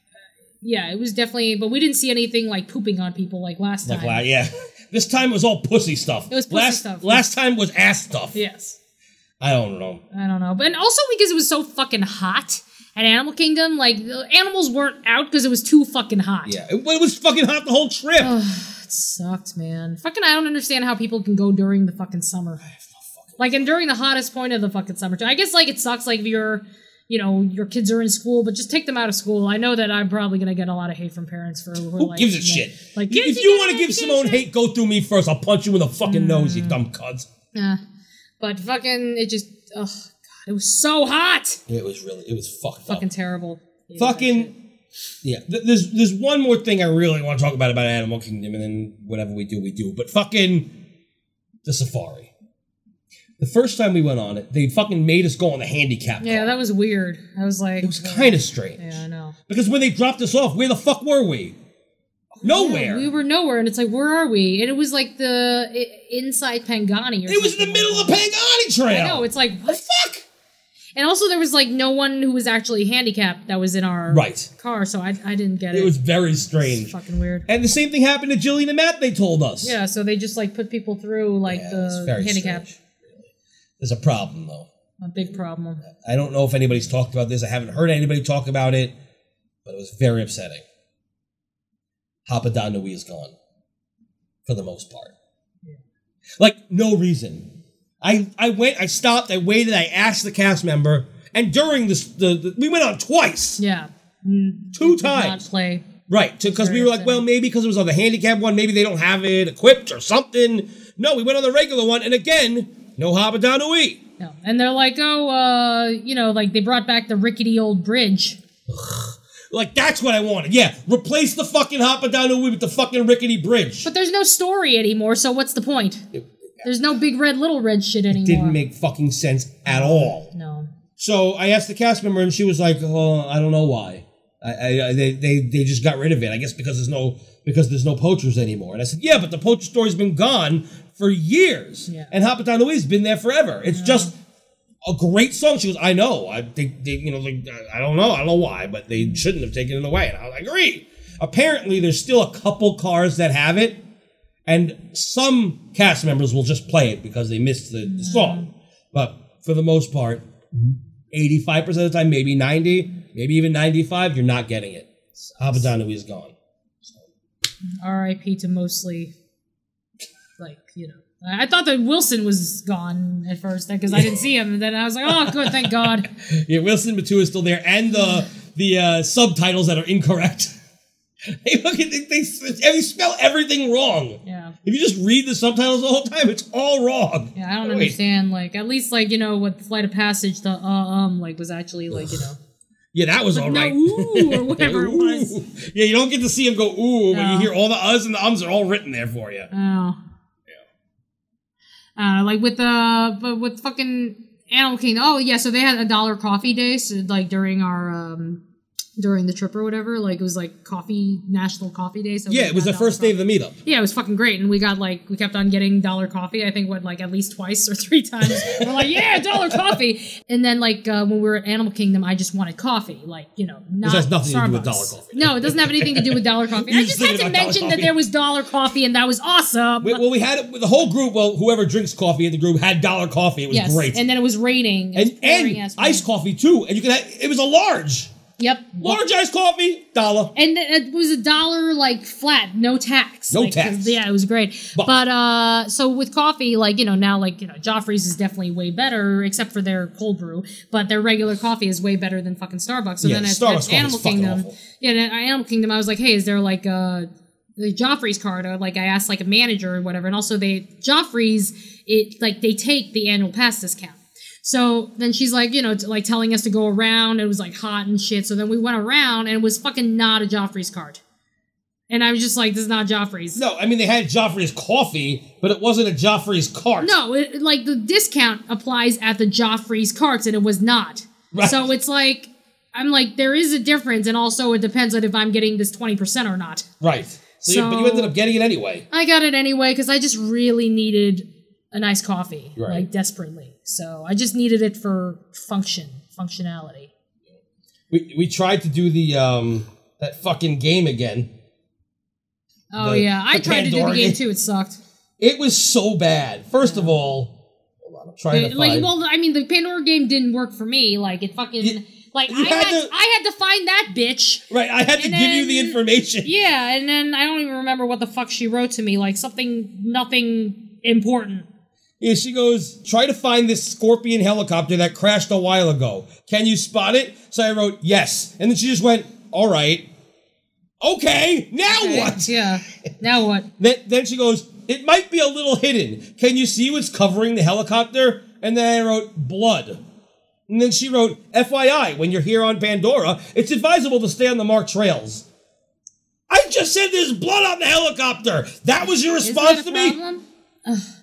[SPEAKER 4] yeah, it was definitely but we didn't see anything like pooping on people like last
[SPEAKER 3] Like
[SPEAKER 4] time.
[SPEAKER 3] la- yeah. This time it was all pussy stuff.
[SPEAKER 4] It was pussy
[SPEAKER 3] last,
[SPEAKER 4] stuff.
[SPEAKER 3] Last time was ass stuff.
[SPEAKER 4] Yes.
[SPEAKER 3] I don't know.
[SPEAKER 4] I don't know. But and also because it was so fucking hot at Animal Kingdom, like the animals weren't out because it was too fucking hot.
[SPEAKER 3] Yeah. It, but it was fucking hot the whole trip.
[SPEAKER 4] Oh, It sucked, man. Fucking I don't understand how people can go during the fucking summer. Like and during the hottest point of the fucking summer. too. I guess like it sucks like if you're you know, your kids are in school, but just take them out of school. I know that I'm probably gonna get a lot of hate from parents for who are
[SPEAKER 3] Who
[SPEAKER 4] like,
[SPEAKER 3] gives a
[SPEAKER 4] you know,
[SPEAKER 3] shit?
[SPEAKER 4] Like
[SPEAKER 3] if you want to give Simone hate, go through me first. I'll punch you in the fucking nose, you
[SPEAKER 4] Mm.
[SPEAKER 3] dumb cunt.
[SPEAKER 4] Yeah. But fucking it just oh god, it was so hot.
[SPEAKER 3] It was really, it was fucked
[SPEAKER 4] Fucking terrible.
[SPEAKER 3] up. Fucking. Yeah. Th- there's there's one more thing I really want to talk about about Animal Kingdom, and then whatever we do, we do. But fucking the safari. The first time we went on it, they fucking made us go on the handicap.
[SPEAKER 4] Yeah,
[SPEAKER 3] car.
[SPEAKER 4] that was weird. I was like
[SPEAKER 3] It was kind of strange.
[SPEAKER 4] Yeah, I know.
[SPEAKER 3] Because when they dropped us off, where the fuck were we? Nowhere.
[SPEAKER 4] Oh, We were nowhere, and it's like, where are we? And it was like the i- inside Pangani. Or
[SPEAKER 3] it was in the middle of the Pangani Trail.
[SPEAKER 4] I know. It's like
[SPEAKER 3] the
[SPEAKER 4] what?
[SPEAKER 3] fuck.
[SPEAKER 4] And also, there was like no one who was actually handicapped that was in our
[SPEAKER 3] Right.
[SPEAKER 4] car, so I, I didn't get it.
[SPEAKER 3] It was very
[SPEAKER 4] It's
[SPEAKER 3] strange.
[SPEAKER 4] fucking weird.
[SPEAKER 3] And the same thing happened to Jillian and Matt. They told us.
[SPEAKER 4] Yeah, so they just like put people through like
[SPEAKER 3] Yeah, it's
[SPEAKER 4] the
[SPEAKER 3] very
[SPEAKER 4] handicap.
[SPEAKER 3] strange. There's a problem though.
[SPEAKER 4] A big problem.
[SPEAKER 3] I don't know if anybody's talked about this. I haven't heard anybody talk about it, but it was very upsetting. Hapadan Nui is gone, for the most part. Like no reason. I I went. I stopped. I waited. I asked the cast member. And during this, the, the we went on twice,
[SPEAKER 4] Yeah. Mm.
[SPEAKER 3] two
[SPEAKER 4] Not
[SPEAKER 3] times,
[SPEAKER 4] play.
[SPEAKER 3] right? Because we were like, well, maybe because it was on the handicap one, maybe they don't have it equipped or something. No, we went on the regular one, and again, no Habadan Nui.
[SPEAKER 4] No. And they're like, oh, uh, you know, like they brought back the rickety old bridge.
[SPEAKER 3] Like that's what I wanted. Yeah, replace the fucking Hapadana Nui with the fucking rickety bridge.
[SPEAKER 4] But there's no story anymore, so what's the point? There's no big red little red shit anymore.
[SPEAKER 3] Didn't make fucking sense at all.
[SPEAKER 4] no.
[SPEAKER 3] So I asked the cast member, and she was like, "Oh, I don't know why. I, I, I they, they they just got rid of it. I guess because there's no because there's no poachers anymore." And I said, "Yeah, but the poacher story's been gone for years,
[SPEAKER 4] Yeah.
[SPEAKER 3] and Hapadana Nui's been there forever. It's just." A great song. She goes, I know. I they, they you know, they, I don't know. I don't know why, but they shouldn't have taken it away. And I agree. Apparently, there's still a couple cars that have it, and some cast members will just play it because they missed the, the song. But for the most part, 85% of the time, maybe 90, maybe even 95, you're not getting it. Abadanui is gone.
[SPEAKER 4] R.I.P. to mostly, like you know. I I thought that Wilson was gone at first because I didn't see him, and then I was like, "Oh, good, thank God."
[SPEAKER 3] Yeah, Wilson Matu is still there, and the the uh, subtitles that are incorrect. they fucking they, they, they spell everything wrong.
[SPEAKER 4] Yeah,
[SPEAKER 3] If you just read the subtitles the whole time, it's all wrong.
[SPEAKER 4] yeah. I don't
[SPEAKER 3] Wait.
[SPEAKER 4] understand. Like, at least like you know, with Flight of Passage, the uh um like was actually like you know,
[SPEAKER 3] Yeah, that was all
[SPEAKER 4] no
[SPEAKER 3] right.
[SPEAKER 4] ooh or whatever it was.
[SPEAKER 3] Ooh. Yeah, you don't get to see him go ooh when you
[SPEAKER 4] No.
[SPEAKER 3] hear all the uhs and the ums are all written there for you.
[SPEAKER 4] Oh. Uh, like with the but with fucking Animal Kingdom. Oh yeah, so they had a dollar coffee day, so like during our um during the trip or whatever. Like it was like coffee national coffee day. So we
[SPEAKER 3] Yeah, it was
[SPEAKER 4] got
[SPEAKER 3] the first day
[SPEAKER 4] dollar
[SPEAKER 3] of the meetup.
[SPEAKER 4] coffee. Yeah, it was fucking great, and we got like we kept on getting dollar coffee. I think what like at least twice or three times. we're like, yeah, dollar coffee. And then like uh, when we were at Animal Kingdom, I just wanted coffee, like you know, not
[SPEAKER 3] has nothing to do with
[SPEAKER 4] Starbucks.
[SPEAKER 3] dollar coffee.
[SPEAKER 4] No, it doesn't have anything to do with dollar coffee.
[SPEAKER 3] You
[SPEAKER 4] I
[SPEAKER 3] just
[SPEAKER 4] just had
[SPEAKER 3] thinking
[SPEAKER 4] to
[SPEAKER 3] about dollar
[SPEAKER 4] mention that
[SPEAKER 3] coffee.
[SPEAKER 4] there was dollar coffee, and that was awesome.
[SPEAKER 3] We- well, we had the whole group. Well, whoever drinks coffee in the group had dollar coffee. It was
[SPEAKER 4] Yes,
[SPEAKER 3] great,
[SPEAKER 4] and then it was raining. It was
[SPEAKER 3] and, and
[SPEAKER 4] pouring ass rain.
[SPEAKER 3] iced coffee too. And you could have, it was a large,
[SPEAKER 4] Yep.
[SPEAKER 3] large iced coffee dollar.
[SPEAKER 4] And it was a dollar like flat, no tax.
[SPEAKER 3] No
[SPEAKER 4] Like,
[SPEAKER 3] tax.
[SPEAKER 4] 'cause, Yeah, it was great.
[SPEAKER 3] But-
[SPEAKER 4] But, uh so with coffee, like you know now, like you know Joffrey's is definitely way better, except for their cold brew. But their regular coffee is way better than fucking Starbucks. So
[SPEAKER 3] Yeah,
[SPEAKER 4] then at,
[SPEAKER 3] Starbucks
[SPEAKER 4] at
[SPEAKER 3] coffee
[SPEAKER 4] Animal
[SPEAKER 3] is fucking
[SPEAKER 4] Kingdom,
[SPEAKER 3] awful.
[SPEAKER 4] yeah, then at Animal Kingdom, I was like, hey, is there like a the Joffrey's card, or like I asked like a manager or whatever, and also they Joffrey's it like they take the annual pass discount. So then she's like, you know, t- like telling us to go around. It was like hot and shit. So then we went around and it was fucking not a Joffrey's card. And I was just like, this is not Joffrey's.
[SPEAKER 3] No, I mean they had Joffrey's coffee, but it wasn't a Joffrey's cart.
[SPEAKER 4] No, it, like the discount applies at the Joffrey's carts and it was not.
[SPEAKER 3] Right.
[SPEAKER 4] So it's like I'm like there is a difference, and also it depends on if I'm getting this twenty percent or not.
[SPEAKER 3] Right. So, you- but you
[SPEAKER 4] So-
[SPEAKER 3] ended up getting it anyway.
[SPEAKER 4] I got it anyway because I just really needed a nice coffee,
[SPEAKER 3] Right.
[SPEAKER 4] like desperately. So I just needed it for function, functionality.
[SPEAKER 3] We we tried to do the um that fucking game again.
[SPEAKER 4] Oh
[SPEAKER 3] The-
[SPEAKER 4] yeah, I
[SPEAKER 3] the
[SPEAKER 4] tried to do the
[SPEAKER 3] Pandora
[SPEAKER 4] game
[SPEAKER 3] game.
[SPEAKER 4] too. It sucked.
[SPEAKER 3] It was so bad. First of all, hold on, I'm trying
[SPEAKER 4] It-
[SPEAKER 3] to
[SPEAKER 4] like,
[SPEAKER 3] find.
[SPEAKER 4] well, I mean, the Pandora game didn't work for me. Like, it fucking,
[SPEAKER 3] You-
[SPEAKER 4] like,
[SPEAKER 3] you
[SPEAKER 4] I
[SPEAKER 3] had
[SPEAKER 4] had,
[SPEAKER 3] to-
[SPEAKER 4] I had to find that bitch.
[SPEAKER 3] right, I had to give
[SPEAKER 4] and
[SPEAKER 3] you the
[SPEAKER 4] then-
[SPEAKER 3] information.
[SPEAKER 4] Yeah, and then I don't even remember what the fuck she wrote to me. Like something, nothing important.
[SPEAKER 3] Yeah, she goes, try to find this scorpion helicopter that crashed a while ago. Can you spot it? So I wrote, yes. And then she just went, all right. Okay, now what?
[SPEAKER 4] Yeah. Now what?
[SPEAKER 3] Then, then she goes, it might be a little hidden. Can you see what's covering the helicopter? And then I wrote, blood. And then she wrote, FYI, when you're here on Pandora, it's advisable to stay on the marked trails. I just said there's blood on the helicopter. That was your
[SPEAKER 4] Isn't
[SPEAKER 3] response to
[SPEAKER 4] that a
[SPEAKER 3] me?
[SPEAKER 4] problem?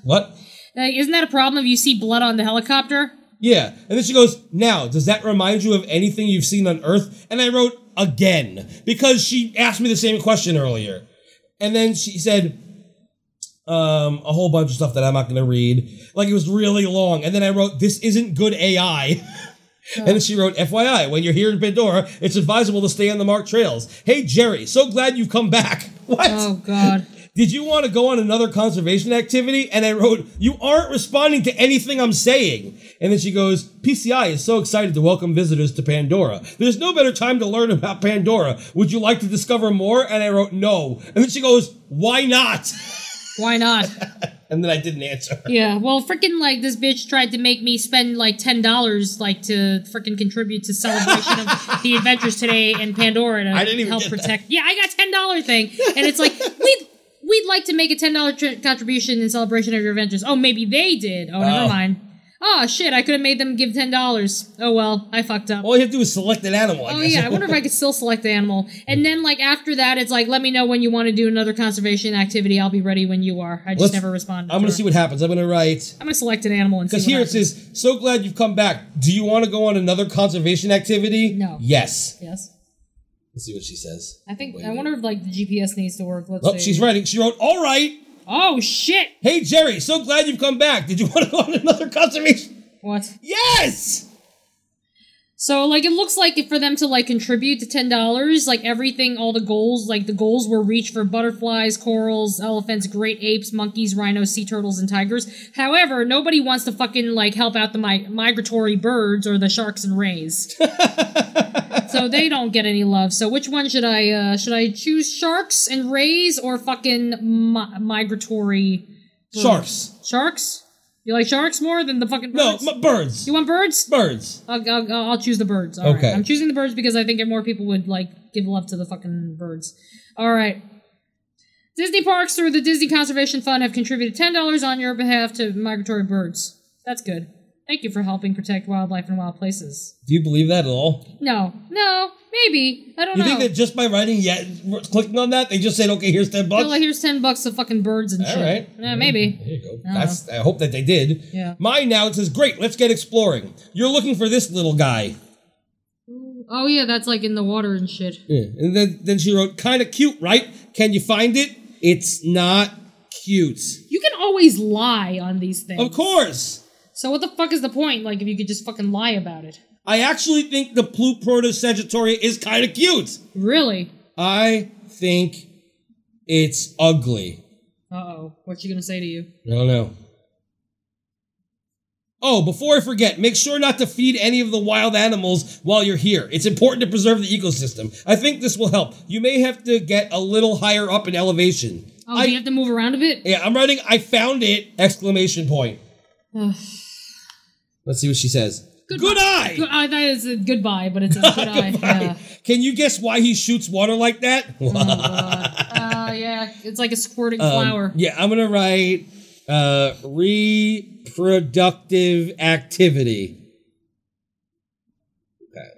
[SPEAKER 3] What?
[SPEAKER 4] Like, isn't that a problem if you see blood on the helicopter?
[SPEAKER 3] Yeah. And then she goes, Now, does that remind you of anything you've seen on Earth? And I wrote, Again, because she asked me the same question earlier. And then she said, um, a whole bunch of stuff that I'm not gonna read. Like it was really long. And then I wrote, This isn't good AI. And then she wrote, FYI, when you're here in Pandora, it's advisable to stay on the marked trails. Hey Jerry, so glad you've come back. What?
[SPEAKER 4] Oh God.
[SPEAKER 3] Did you want to go on another conservation activity? And I wrote, You aren't responding to anything I'm saying. And then she goes, PCI is so excited to welcome visitors to Pandora. There's no better time to learn about Pandora. Would you like to discover more? And I wrote, No. And then she goes, Why not?
[SPEAKER 4] Why not?
[SPEAKER 3] And then I didn't answer.
[SPEAKER 4] Yeah, well, freaking like this bitch tried to make me spend like ten dollars, like to freaking contribute to celebration of the adventures today in Pandora to
[SPEAKER 3] I didn't even
[SPEAKER 4] help
[SPEAKER 3] get that.
[SPEAKER 4] protect. Yeah, I got ten dollar thing, and it's like we we'd like to make a ten dollar tri- contribution in celebration of your adventures. Oh, maybe they did. Oh,
[SPEAKER 3] Oh.
[SPEAKER 4] never mind. Oh shit, I could have made them give ten dollars. Oh well, I fucked up.
[SPEAKER 3] All you have to do is select an animal, I
[SPEAKER 4] Oh
[SPEAKER 3] guess.
[SPEAKER 4] yeah, I wonder if I could still select the animal. And then like after that, it's like let me know when you want to do another conservation activity. I'll be ready when you are. I just
[SPEAKER 3] Let's-
[SPEAKER 4] never
[SPEAKER 3] I'm
[SPEAKER 4] responded. to
[SPEAKER 3] going
[SPEAKER 4] her.
[SPEAKER 3] to see what happens. I'm going to write.
[SPEAKER 4] I'm gonna select an animal and see
[SPEAKER 3] Because
[SPEAKER 4] what
[SPEAKER 3] here it
[SPEAKER 4] happens.
[SPEAKER 3] says, So glad you've come back. Do you want to go on another conservation activity?
[SPEAKER 4] No.
[SPEAKER 3] Yes.
[SPEAKER 4] Yes.
[SPEAKER 3] Let's see what she says.
[SPEAKER 4] I think
[SPEAKER 3] Wait a
[SPEAKER 4] I
[SPEAKER 3] minute.
[SPEAKER 4] wonder if like the GPS needs to work. Let's
[SPEAKER 3] Oh,
[SPEAKER 4] see.
[SPEAKER 3] she's writing. She wrote, All right.
[SPEAKER 4] Oh shit!
[SPEAKER 3] Hey Jerry, so glad you've come back. Did you want to go on another conservation?
[SPEAKER 4] What?
[SPEAKER 3] Yes.
[SPEAKER 4] So like it looks like for them to like contribute to ten dollars, like everything, all the goals, like the goals were reached for butterflies, corals, elephants, great apes, monkeys, rhinos, sea turtles, and tigers. However, nobody wants to fucking like help out the mi- migratory birds or the sharks and rays. so they don't get any love. So which one should I uh should I choose? Sharks and rays or fucking mi- migratory
[SPEAKER 3] Sharks.
[SPEAKER 4] sharks? You like sharks more than the fucking
[SPEAKER 3] No,
[SPEAKER 4] birds?
[SPEAKER 3] m- birds.
[SPEAKER 4] you want birds?
[SPEAKER 3] Birds.
[SPEAKER 4] I'll, I'll, I'll choose the birds. All right.
[SPEAKER 3] Okay.
[SPEAKER 4] I'm choosing the birds because I think more people would like give love to the fucking birds. All right. Disney parks through the Disney Conservation Fund have contributed ten dollars on your behalf to migratory birds. That's good. Thank you for helping protect wildlife and wild places.
[SPEAKER 3] Do you believe that at all?
[SPEAKER 4] No, no, maybe I don't
[SPEAKER 3] You
[SPEAKER 4] know.
[SPEAKER 3] think that just by writing yet clicking on that, they just said, "Okay, here's ten bucks."
[SPEAKER 4] Well, here's ten bucks of fucking birds and
[SPEAKER 3] All
[SPEAKER 4] shit.
[SPEAKER 3] right.
[SPEAKER 4] Yeah, maybe.
[SPEAKER 3] There you go.
[SPEAKER 4] I
[SPEAKER 3] That's, I hope that they did.
[SPEAKER 4] Yeah.
[SPEAKER 3] Mine now it says, "Great, let's get exploring." You're looking for this little guy,
[SPEAKER 4] Oh yeah, that's like in the water and shit.
[SPEAKER 3] yeah. and then then she wrote, "Kind of cute, right? Can you find it? It's not cute,
[SPEAKER 4] You can always lie on these things.
[SPEAKER 3] of course."
[SPEAKER 4] So what the fuck is the point? Like if you could just fucking lie about it.
[SPEAKER 3] I actually think the Pluperta Sagittaria is kind of cute.
[SPEAKER 4] Really?
[SPEAKER 3] I think it's ugly.
[SPEAKER 4] Uh oh. What's she gonna say to you?
[SPEAKER 3] I don't know. Oh, before I forget, make sure not to feed any of the wild animals while you're here. It's important to preserve the ecosystem. I think this will help. You may have to get a little higher up in elevation.
[SPEAKER 4] Oh,
[SPEAKER 3] I,
[SPEAKER 4] do you have to move around a bit?
[SPEAKER 3] yeah, I'm writing. I found it! Exclamation point.
[SPEAKER 4] Ugh.
[SPEAKER 3] Let's see what she says. Good, eye.
[SPEAKER 4] Good, I thought it was a goodbye, but it's a good eye. Yeah.
[SPEAKER 3] Can you guess why he shoots water like that?
[SPEAKER 4] Uh, yeah, it's like a squirting flower.
[SPEAKER 3] Um, Yeah, I'm gonna write uh reproductive activity. Okay.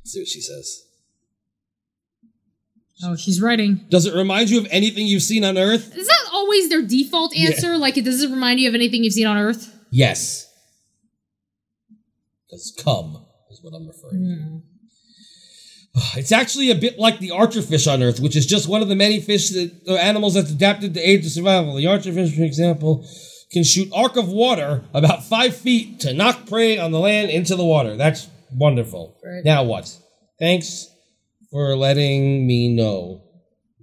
[SPEAKER 3] Let's see what she says.
[SPEAKER 4] Oh, she's writing.
[SPEAKER 3] Does it remind you of anything you've seen on Earth?
[SPEAKER 4] Is that always their default answer? Like, it doesn't remind you of anything you've seen on Earth?
[SPEAKER 3] Yes. Does come. is what I'm referring to. It's actually a bit like the archerfish on Earth, which is just one of the many fish that or animals that's adapted to aid to survival. The archerfish, for example, can shoot arc of water about five feet to knock prey on the land into the water. That's wonderful.
[SPEAKER 4] Right.
[SPEAKER 3] Now what? Thanks for letting me know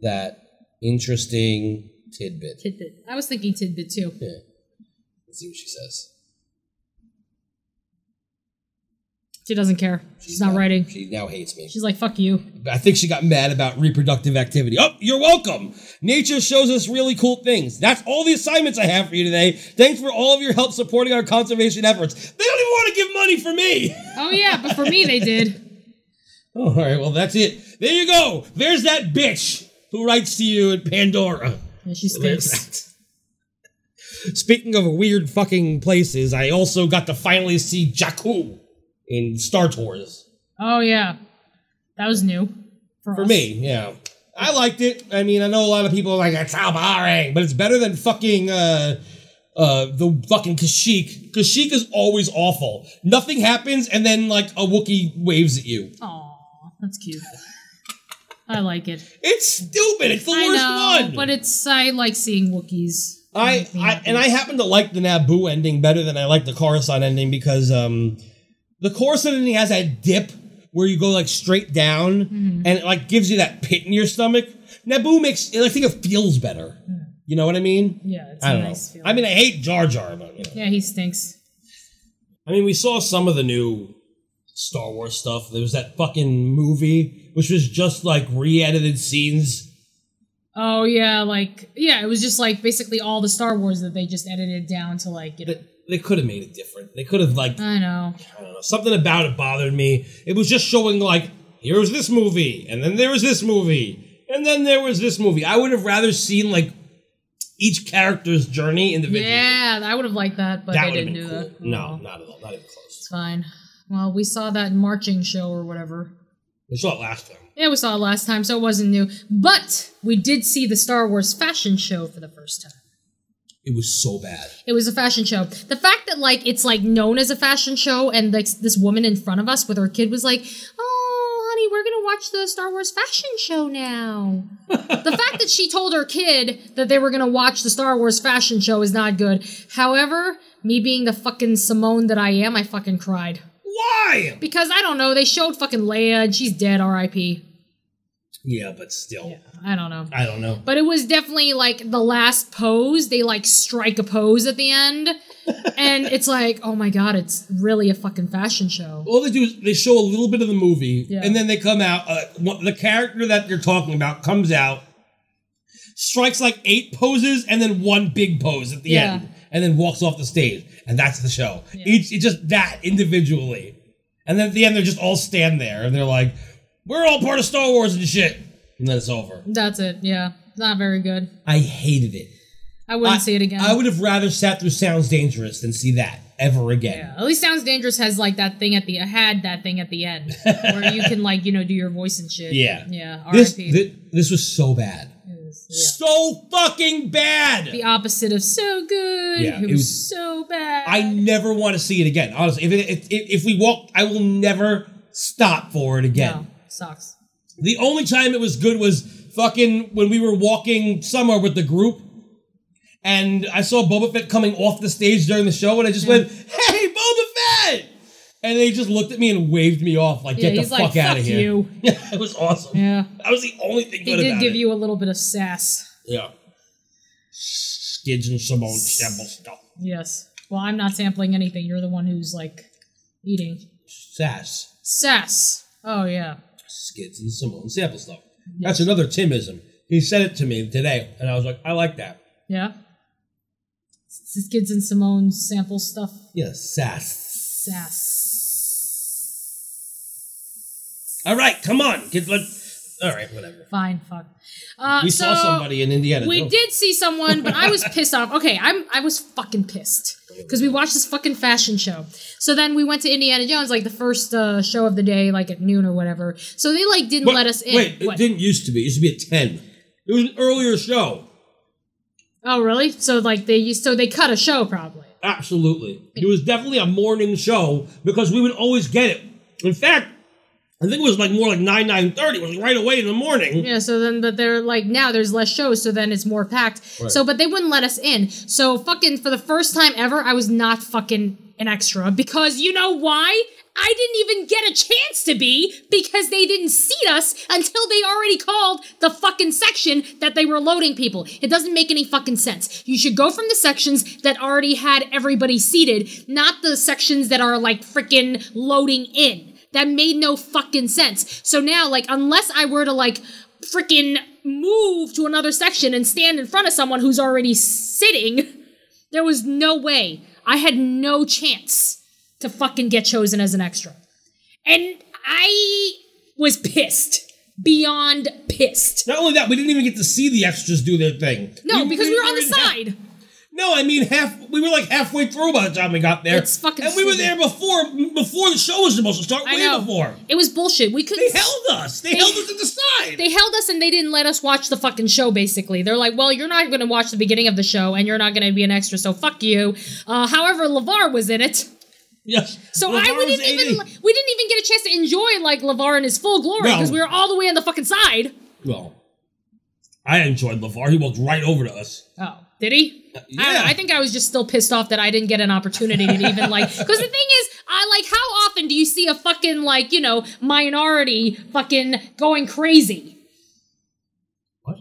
[SPEAKER 3] that interesting tidbit.
[SPEAKER 4] Tidbit. I was thinking tidbit too.
[SPEAKER 3] Yeah. Let's see what she says.
[SPEAKER 4] She doesn't care. She's, not writing.
[SPEAKER 3] She now hates me.
[SPEAKER 4] She's like, fuck you.
[SPEAKER 3] I think she got mad about reproductive activity. Oh, you're welcome. Nature shows us really cool things. That's all the assignments I have for you today. Thanks for all of your help supporting our conservation efforts. They don't even want to give money for me.
[SPEAKER 4] Oh yeah, but for me they did.
[SPEAKER 3] Oh, all right, well, that's it. There you go. There's that bitch who writes to you in Pandora.
[SPEAKER 4] Yeah, she
[SPEAKER 3] There's
[SPEAKER 4] stinks.
[SPEAKER 3] that. Speaking of weird fucking places, I also got to finally see Jakku in Star Tours.
[SPEAKER 4] Oh yeah, that was new for,
[SPEAKER 3] For
[SPEAKER 4] us.
[SPEAKER 3] me, yeah. I liked it. I mean, I know a lot of people are like, it's so boring, but it's better than fucking uh uh the fucking Kashyyyk. Kashyyyk is always awful. Nothing happens and then like a Wookiee waves at you.
[SPEAKER 4] Aw, that's cute. I like it.
[SPEAKER 3] It's stupid. It's the
[SPEAKER 4] I
[SPEAKER 3] worst
[SPEAKER 4] know,
[SPEAKER 3] one.
[SPEAKER 4] but it's I like seeing Wookiees.
[SPEAKER 3] I, I and I happen to like the Naboo ending better than I like the Coruscant ending because um the Coruscant ending has that dip where you go like straight down
[SPEAKER 4] Mm-hmm.
[SPEAKER 3] and it like gives you that pit in your stomach. Naboo makes I think it feels better.
[SPEAKER 4] Mm.
[SPEAKER 3] You know what I mean?
[SPEAKER 4] yeah, it's
[SPEAKER 3] I
[SPEAKER 4] a
[SPEAKER 3] don't
[SPEAKER 4] nice
[SPEAKER 3] know.
[SPEAKER 4] feeling.
[SPEAKER 3] I mean, I hate Jar Jar, but you know.
[SPEAKER 4] yeah, he stinks.
[SPEAKER 3] I mean, we saw some of the new Star Wars stuff. There was that fucking movie, which was just like re-edited scenes.
[SPEAKER 4] Oh yeah, like yeah, it was just like basically all the Star Wars that they just edited down to like you know.
[SPEAKER 3] That they could have made it different. They could have like
[SPEAKER 4] I know.
[SPEAKER 3] I don't know something about it bothered me. It was just showing like here was this movie, and then there was this movie, and then there was this movie. I would have rather seen like each character's journey individually.
[SPEAKER 4] Yeah, I would have liked that, but
[SPEAKER 3] that
[SPEAKER 4] they
[SPEAKER 3] would have been
[SPEAKER 4] didn't do
[SPEAKER 3] cool.
[SPEAKER 4] that.
[SPEAKER 3] No,
[SPEAKER 4] Oh,
[SPEAKER 3] not at all. Not even
[SPEAKER 4] it's
[SPEAKER 3] close.
[SPEAKER 4] fine. Well, we saw that marching show or whatever.
[SPEAKER 3] We saw it last time.
[SPEAKER 4] Yeah, we saw it last time, so it wasn't new. But we did see the Star Wars fashion show for the first time.
[SPEAKER 3] It was so bad.
[SPEAKER 4] It was a fashion show. The fact that like it's like known as a fashion show, and like this woman in front of us with her kid was like, "Oh, honey, we're gonna watch the Star Wars fashion show now." the fact that she told her kid that they were gonna watch the Star Wars fashion show is not good. However, me being the fucking Simone that I am, I fucking cried
[SPEAKER 3] Why?
[SPEAKER 4] because I don't know. They showed fucking Leia, and she's dead. R.I.P.
[SPEAKER 3] Yeah, but still,
[SPEAKER 4] I don't know.
[SPEAKER 3] I don't know.
[SPEAKER 4] But it was definitely like the last pose. They like strike a pose at the end. and it's like, oh my god, it's really a fucking fashion show.
[SPEAKER 3] All they do is they show a little bit of the movie,
[SPEAKER 4] Yeah.
[SPEAKER 3] and then they come out. Uh, one- the character that you're talking about comes out, strikes like eight poses, and then one big pose at the
[SPEAKER 4] Yeah.
[SPEAKER 3] end, and then walks off the stage, and that's the show. Each it's just that individually, and then at the end they just all stand there and they're like, "We're all part of Star Wars and shit," and then it's over.
[SPEAKER 4] That's it, yeah. Not very good.
[SPEAKER 3] I hated it.
[SPEAKER 4] I wouldn't
[SPEAKER 3] I-
[SPEAKER 4] see it again.
[SPEAKER 3] I would have rather sat through Sounds Dangerous than see that ever again.
[SPEAKER 4] yeah. At least Sounds Dangerous has like that thing at the had that thing at the end. where you can like, you know, do your voice and shit.
[SPEAKER 3] Yeah.
[SPEAKER 4] Yeah.
[SPEAKER 3] This,
[SPEAKER 4] R.I.P.
[SPEAKER 3] thi- this was so bad.
[SPEAKER 4] yeah.
[SPEAKER 3] So fucking bad.
[SPEAKER 4] The opposite of so good.
[SPEAKER 3] Yeah,
[SPEAKER 4] it,
[SPEAKER 3] it
[SPEAKER 4] was
[SPEAKER 3] was-
[SPEAKER 4] so bad.
[SPEAKER 3] I never want to see it again. Honestly, if, it, if, if if we walk, I will never stop for it again.
[SPEAKER 4] no, sucks.
[SPEAKER 3] The only time it was good was fucking when we were walking somewhere with the group, and I saw Boba Fett coming off the stage during the show, and I just went, "Hey, Boba Fett!" And they just looked at me and waved me off, like,
[SPEAKER 4] Yeah,
[SPEAKER 3] "Get the
[SPEAKER 4] he's
[SPEAKER 3] fuck,
[SPEAKER 4] like,
[SPEAKER 3] out of
[SPEAKER 4] "Fuck
[SPEAKER 3] here."
[SPEAKER 4] you.
[SPEAKER 3] it was awesome.
[SPEAKER 4] Yeah.
[SPEAKER 3] That was the only thing
[SPEAKER 4] He
[SPEAKER 3] good
[SPEAKER 4] did
[SPEAKER 3] about
[SPEAKER 4] give
[SPEAKER 3] it.
[SPEAKER 4] you a little bit of sass.
[SPEAKER 3] yeah. Skids and some old shamble stuff.
[SPEAKER 4] Yes. Well, I'm not sampling anything. You're the one who's like eating.
[SPEAKER 3] Sass.
[SPEAKER 4] Sass. Oh yeah.
[SPEAKER 3] skids and Simone sample stuff. That's another Timism. He said it to me today, and I was like, I like that.
[SPEAKER 4] Yeah. This kids and Simone sample stuff.
[SPEAKER 3] Yeah, sass.
[SPEAKER 4] Sass.
[SPEAKER 3] All right, come on. Get, let, all right, whatever.
[SPEAKER 4] Fine. Fuck. Uh,
[SPEAKER 3] We
[SPEAKER 4] so
[SPEAKER 3] saw somebody in Indiana.
[SPEAKER 4] We
[SPEAKER 3] no.
[SPEAKER 4] did see someone, but I was pissed off. Okay, I'm I was fucking pissed because we watched this fucking fashion show. So then we went to Indiana Jones, like the first uh, show of the day, like at noon or whatever. So they like didn't
[SPEAKER 3] What-
[SPEAKER 4] let us in.
[SPEAKER 3] Wait,
[SPEAKER 4] What?
[SPEAKER 3] it didn't used to be. It used to be at 10. It was an earlier show.
[SPEAKER 4] oh really? So like they used so they cut a show probably.
[SPEAKER 3] Absolutely. It was definitely a morning show because we would always get it. In fact, I think it was like more like nine nine thirty. It was like right away in the morning.
[SPEAKER 4] Yeah, so then but they're like now there's less shows, so then it's more packed. So but they wouldn't let us in. So fucking for the first time ever, I was not fucking an extra because you know why? I didn't even get a chance to be because they didn't seat us until they already called the fucking section that they were loading people. It doesn't make any fucking sense. You should go from the sections that already had everybody seated, not the sections that are like freaking loading in. That made no fucking sense. So now, like, unless I were to like freaking move to another section and stand in front of someone who's already sitting, there was no way. I had no chance to fucking get chosen as an extra. And I was pissed. Beyond pissed.
[SPEAKER 3] Not only that, we didn't even get to see the extras do their thing.
[SPEAKER 4] No, because we were on the
[SPEAKER 3] in half-
[SPEAKER 4] side.
[SPEAKER 3] no, I mean half. We were like halfway through by the time we got there.
[SPEAKER 4] It's fucking
[SPEAKER 3] And we were there
[SPEAKER 4] stupid.
[SPEAKER 3] before before the show was supposed to start.
[SPEAKER 4] I
[SPEAKER 3] way
[SPEAKER 4] know.
[SPEAKER 3] before.
[SPEAKER 4] It was bullshit. We couldn't.
[SPEAKER 3] They held us. They, held us at the side.
[SPEAKER 4] they held us and they didn't let us watch the fucking show basically they're like well you're not going to watch the beginning of the show and you're not going to be an extra so fuck you uh, however levar was in it
[SPEAKER 3] yes.
[SPEAKER 4] so
[SPEAKER 3] Levar
[SPEAKER 4] i
[SPEAKER 3] was
[SPEAKER 4] wouldn't
[SPEAKER 3] AD.
[SPEAKER 4] even we didn't even get a chance to enjoy like levar in his full glory
[SPEAKER 3] Well-
[SPEAKER 4] because we were all the way on the fucking side
[SPEAKER 3] Well, I enjoyed Levar. He walked right over to us.
[SPEAKER 4] oh did he I, don't know.
[SPEAKER 3] yeah.
[SPEAKER 4] I think I was just still pissed off that I didn't get an opportunity to even like. Because the thing is, I like how often do you see a fucking like you know minority fucking going crazy?
[SPEAKER 3] What?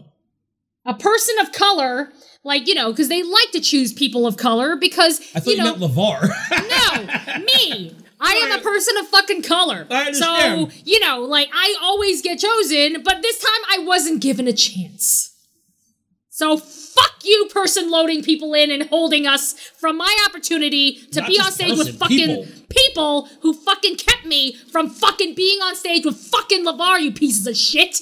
[SPEAKER 4] a person of color, like you know, because they like to choose people of color because
[SPEAKER 3] I thought
[SPEAKER 4] you
[SPEAKER 3] you,
[SPEAKER 4] know,
[SPEAKER 3] meant Levar.
[SPEAKER 4] no, me. I am a person of fucking color.
[SPEAKER 3] I
[SPEAKER 4] so,
[SPEAKER 3] understand.
[SPEAKER 4] you know, like I always get chosen, but this time I wasn't given a chance. So fuck you, person loading people in and holding us from my opportunity to
[SPEAKER 3] Not
[SPEAKER 4] be
[SPEAKER 3] just
[SPEAKER 4] on stage
[SPEAKER 3] person,
[SPEAKER 4] with fucking
[SPEAKER 3] people.
[SPEAKER 4] people. who fucking kept me from fucking being on stage with fucking Lavar, you pieces of shit.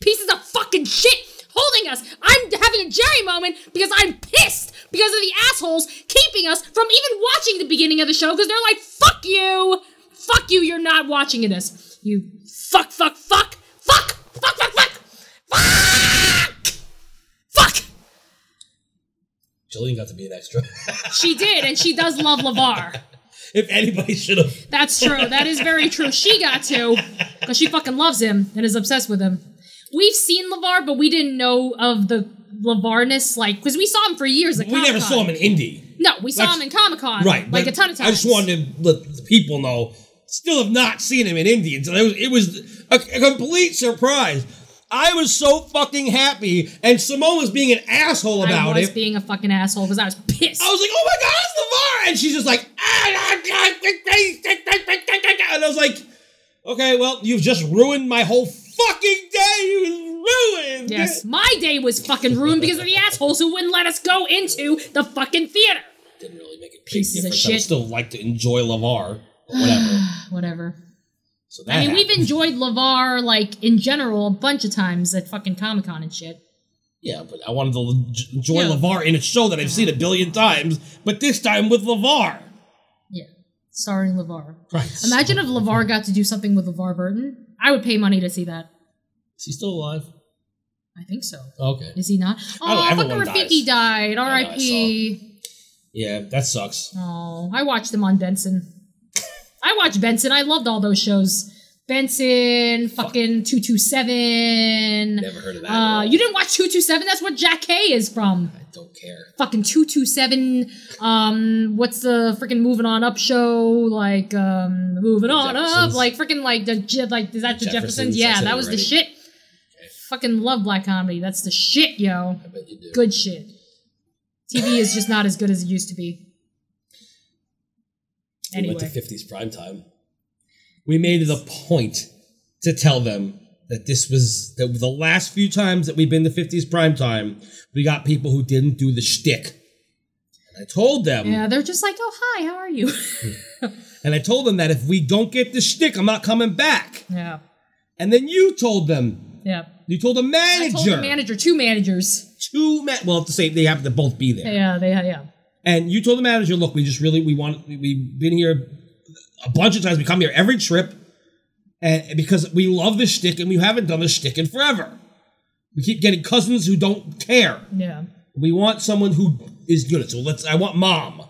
[SPEAKER 4] Pieces of fucking shit holding us. I'm having a Jerry moment because I'm pissed because of the assholes keeping us from even watching the beginning of the show because they're like, fuck you. Fuck you, you're not watching this. You fuck, fuck, fuck, fuck, fuck, fuck, fuck, fuck, fuck.
[SPEAKER 3] Jillian got to be an extra.
[SPEAKER 4] She did, and she does love LeVar.
[SPEAKER 3] if anybody should have.
[SPEAKER 4] That's true. That is very true. She got to because she fucking loves him and is obsessed with him. We've seen LeVar, but we didn't know of the LeVarness, like, because we saw him for years at
[SPEAKER 3] We never
[SPEAKER 4] Comic-Con.
[SPEAKER 3] saw him in Indy.
[SPEAKER 4] No, we saw
[SPEAKER 3] That's-
[SPEAKER 4] him in Comic Con.
[SPEAKER 3] Right.
[SPEAKER 4] Like
[SPEAKER 3] but
[SPEAKER 4] a ton of times.
[SPEAKER 3] I just wanted to let the people know. Still have not seen him in Indy. And so it was, it was a, a complete surprise. I was so fucking happy, and Simone was being an asshole about
[SPEAKER 4] I was
[SPEAKER 3] it.
[SPEAKER 4] being a fucking asshole because I was pissed.
[SPEAKER 3] I was like, "Oh my god, it's Levar!" And she's just like, "Ah, ah, ah," and I was like, "Okay, well, you've just ruined my whole fucking day. You ruined."
[SPEAKER 4] Yes, my day was fucking ruined because of the assholes who wouldn't let us go into the fucking theater.
[SPEAKER 3] didn't really make a big
[SPEAKER 4] Pieces of
[SPEAKER 3] difference. I
[SPEAKER 4] shit.
[SPEAKER 3] would still like to enjoy Levar, but whatever.
[SPEAKER 4] Whatever.
[SPEAKER 3] so that
[SPEAKER 4] I mean, we've
[SPEAKER 3] happened.
[SPEAKER 4] enjoyed Lavar like in general a bunch of times at fucking Comic Con and shit.
[SPEAKER 3] yeah, but I wanted to l- j- enjoy
[SPEAKER 4] Yeah.
[SPEAKER 3] Levar in a show that I've seen a billion times, but this time with Levar.
[SPEAKER 4] Yeah, starring Lavar.
[SPEAKER 3] Right?
[SPEAKER 4] Imagine if Lavar got to do something with Lavar Burton. I would pay money to see that.
[SPEAKER 3] Is he still alive?
[SPEAKER 4] I think so.
[SPEAKER 3] Okay.
[SPEAKER 4] Is he not?
[SPEAKER 3] know,
[SPEAKER 4] Oh, fucking
[SPEAKER 3] everyone dies.
[SPEAKER 4] Rafiki died.
[SPEAKER 3] I know, I
[SPEAKER 4] R.I.P.
[SPEAKER 3] Yeah, that sucks.
[SPEAKER 4] Oh, I watched him on Benson. I watched Benson. I loved all those shows. Benson, fucking two two seven.
[SPEAKER 3] Never heard of that.
[SPEAKER 4] Uh, you didn't watch 227? That's what Jack K is from.
[SPEAKER 3] I don't care.
[SPEAKER 4] Fucking 227. Um, what's the freaking moving on up show? Like, um, moving on up.
[SPEAKER 3] Jeffersons.
[SPEAKER 4] Like, freaking, like, the, Je- like, is that the
[SPEAKER 3] The Jeffersons,
[SPEAKER 4] Jeffersons?
[SPEAKER 3] I
[SPEAKER 4] Yeah,
[SPEAKER 3] said
[SPEAKER 4] that
[SPEAKER 3] it
[SPEAKER 4] was the
[SPEAKER 3] already.
[SPEAKER 4] shit. Fucking love black comedy. That's the shit, yo.
[SPEAKER 3] I bet you do.
[SPEAKER 4] Good shit. TV is just not as good as it used to be.
[SPEAKER 3] We went
[SPEAKER 4] Anyway.
[SPEAKER 3] to 50s prime time. We made it a point to tell them that this was that the last few times that we've been to 50s prime time, we got people who didn't do the shtick. And I told them,
[SPEAKER 4] Yeah, they're just like, oh, hi, how are you?
[SPEAKER 3] and I told them that if we don't get the shtick, I'm not coming back.
[SPEAKER 4] yeah.
[SPEAKER 3] And then you told them,
[SPEAKER 4] Yeah.
[SPEAKER 3] you told the
[SPEAKER 4] I
[SPEAKER 3] manager,
[SPEAKER 4] told the manager, two managers.
[SPEAKER 3] two ma- well, at the same, they happen to both be there.
[SPEAKER 4] Yeah, they, yeah.
[SPEAKER 3] And you told the manager, look, we just really we want we- we've been here a bunch of times. We come here every trip, and because we love this shtick, and we haven't done this shtick in forever. We keep getting cousins who don't care.
[SPEAKER 4] Yeah.
[SPEAKER 3] We want someone who is good. So let's. I want mom.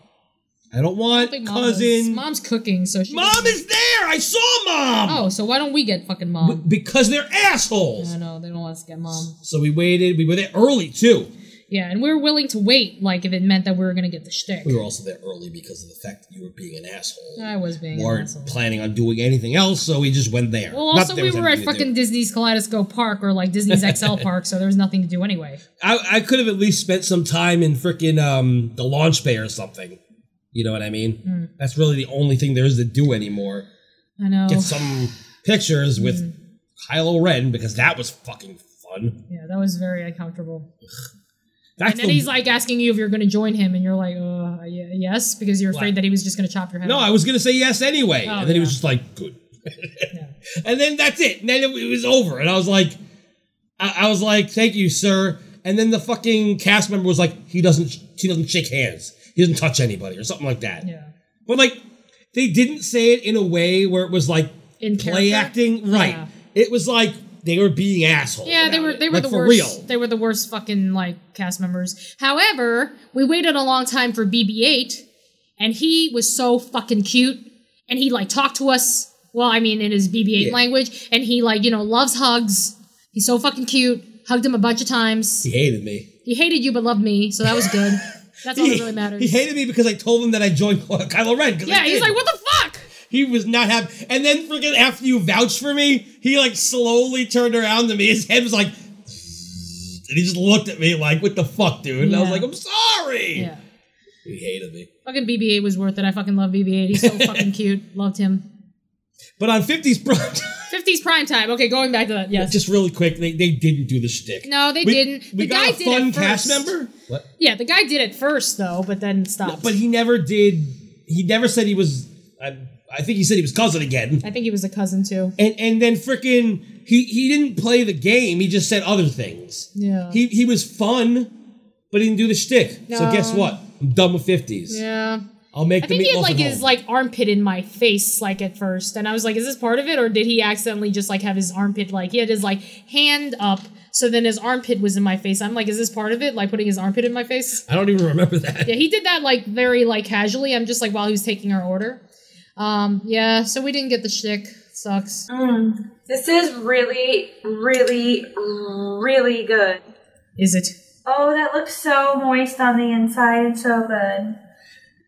[SPEAKER 3] I don't want
[SPEAKER 4] Big mom is-
[SPEAKER 3] cousin. Mom,
[SPEAKER 4] Mom's cooking, so she.
[SPEAKER 3] is there. I saw mom.
[SPEAKER 4] Oh, so why don't we get fucking mom?
[SPEAKER 3] Because they're assholes.
[SPEAKER 4] I know they don't want us to get mom.
[SPEAKER 3] So we waited. We were there early too.
[SPEAKER 4] Yeah, and we were willing to wait, like if it meant that we were gonna get the shtick.
[SPEAKER 3] We were also there early because of the fact that you were being an asshole.
[SPEAKER 4] I was being an
[SPEAKER 3] weren't
[SPEAKER 4] asshole.
[SPEAKER 3] planning on doing anything else, so we just went there.
[SPEAKER 4] Well,
[SPEAKER 3] Not
[SPEAKER 4] also
[SPEAKER 3] that there
[SPEAKER 4] we
[SPEAKER 3] was
[SPEAKER 4] were at
[SPEAKER 3] anything to do.
[SPEAKER 4] fucking Disney's Kaleidoscope Park or like Disney's XL Park, so there was nothing to do anyway.
[SPEAKER 3] I, I could have at least spent some time in frickin' um, the launch bay or something. You know what I mean?
[SPEAKER 4] Hmm.
[SPEAKER 3] That's really the only thing there is to do anymore.
[SPEAKER 4] I know.
[SPEAKER 3] Get some pictures with
[SPEAKER 4] Hmm.
[SPEAKER 3] Kylo Ren because that was fucking fun.
[SPEAKER 4] Yeah, that was very uncomfortable.
[SPEAKER 3] That's
[SPEAKER 4] And then
[SPEAKER 3] the-
[SPEAKER 4] he's like asking you if you're gonna join him, and you're like, uh, y- yes, because you're afraid
[SPEAKER 3] What?
[SPEAKER 4] that he was just gonna chop your head.
[SPEAKER 3] no, I
[SPEAKER 4] off.
[SPEAKER 3] was gonna say yes anyway,
[SPEAKER 4] Oh,
[SPEAKER 3] and then he was
[SPEAKER 4] yeah.
[SPEAKER 3] just like, good. and then that's it. And then it, it was over, and I was like, I, I was like, thank you, sir. And then the fucking cast member was like, he doesn't, he doesn't shake hands, he doesn't touch anybody, or something like that.
[SPEAKER 4] Yeah.
[SPEAKER 3] But like, they didn't say it in a way where it was like
[SPEAKER 4] In
[SPEAKER 3] play
[SPEAKER 4] character?
[SPEAKER 3] acting, right?
[SPEAKER 4] Yeah.
[SPEAKER 3] It was like they were being assholes.
[SPEAKER 4] Yeah, they
[SPEAKER 3] about
[SPEAKER 4] were
[SPEAKER 3] it.
[SPEAKER 4] they were
[SPEAKER 3] Like,
[SPEAKER 4] the
[SPEAKER 3] for
[SPEAKER 4] worst.
[SPEAKER 3] real.
[SPEAKER 4] They were the worst fucking like cast members. However, we waited a long time for BB-8, and he was so fucking cute, and he like talked to us. Well, I mean, in his BB-8
[SPEAKER 3] Yeah.
[SPEAKER 4] language, and he like you know loves hugs. He's so fucking cute. Hugged him a bunch of times.
[SPEAKER 3] He hated me.
[SPEAKER 4] He hated you but loved me, so that was good. That's all
[SPEAKER 3] he,
[SPEAKER 4] that really matters.
[SPEAKER 3] He hated me because I told him that I joined Kylo Ren. 'cause I
[SPEAKER 4] yeah, he's
[SPEAKER 3] did.
[SPEAKER 4] like, what the fuck?
[SPEAKER 3] He was not happy. And then freaking after you vouched for me, he like slowly turned around to me. His head was like, and he just looked at me like, "What the fuck, dude?" And I was
[SPEAKER 4] Yeah.
[SPEAKER 3] like, "I'm sorry."
[SPEAKER 4] Yeah.
[SPEAKER 3] He hated me.
[SPEAKER 4] Fucking BB-8 was worth it. I fucking love BB-8. He's so fucking cute. Loved him.
[SPEAKER 3] But on 50s, bro,
[SPEAKER 4] 50s prime time. Okay, going back to that. Yes.
[SPEAKER 3] just really quick, they, they didn't do the shtick.
[SPEAKER 4] No, they
[SPEAKER 3] We-
[SPEAKER 4] didn't.
[SPEAKER 3] We
[SPEAKER 4] The
[SPEAKER 3] got
[SPEAKER 4] guy
[SPEAKER 3] a
[SPEAKER 4] did
[SPEAKER 3] fun
[SPEAKER 4] it
[SPEAKER 3] cast
[SPEAKER 4] first.
[SPEAKER 3] member. What?
[SPEAKER 4] Yeah, the guy did it first though, but then stopped.
[SPEAKER 3] But he never did. He never said he was. I, I think he said he was cousin again.
[SPEAKER 4] I think he was a cousin too.
[SPEAKER 3] And and then freaking he he didn't play the game. He just said other things.
[SPEAKER 4] Yeah.
[SPEAKER 3] He he was fun, but he didn't do the shtick. So
[SPEAKER 4] No.
[SPEAKER 3] guess what? I'm done with fifties.
[SPEAKER 4] yeah.
[SPEAKER 3] I'll make
[SPEAKER 4] I
[SPEAKER 3] the
[SPEAKER 4] think he had
[SPEAKER 3] meatloaf
[SPEAKER 4] like
[SPEAKER 3] at
[SPEAKER 4] his
[SPEAKER 3] home.
[SPEAKER 4] like armpit in my face like at first, and I was like, "Is this part of it, or did he accidentally just like have his armpit like he had his like hand up?" So then his armpit was in my face. I'm like, "Is this part of it? Like putting his armpit in my face?"
[SPEAKER 3] I don't even remember that.
[SPEAKER 4] Yeah, he did that like very like casually. I'm just like while he was taking our order. Um, yeah. So we didn't get the shtick. Sucks.
[SPEAKER 5] This is really, really, really good.
[SPEAKER 4] Is it?
[SPEAKER 5] Oh, that looks so moist on the inside. It's so good.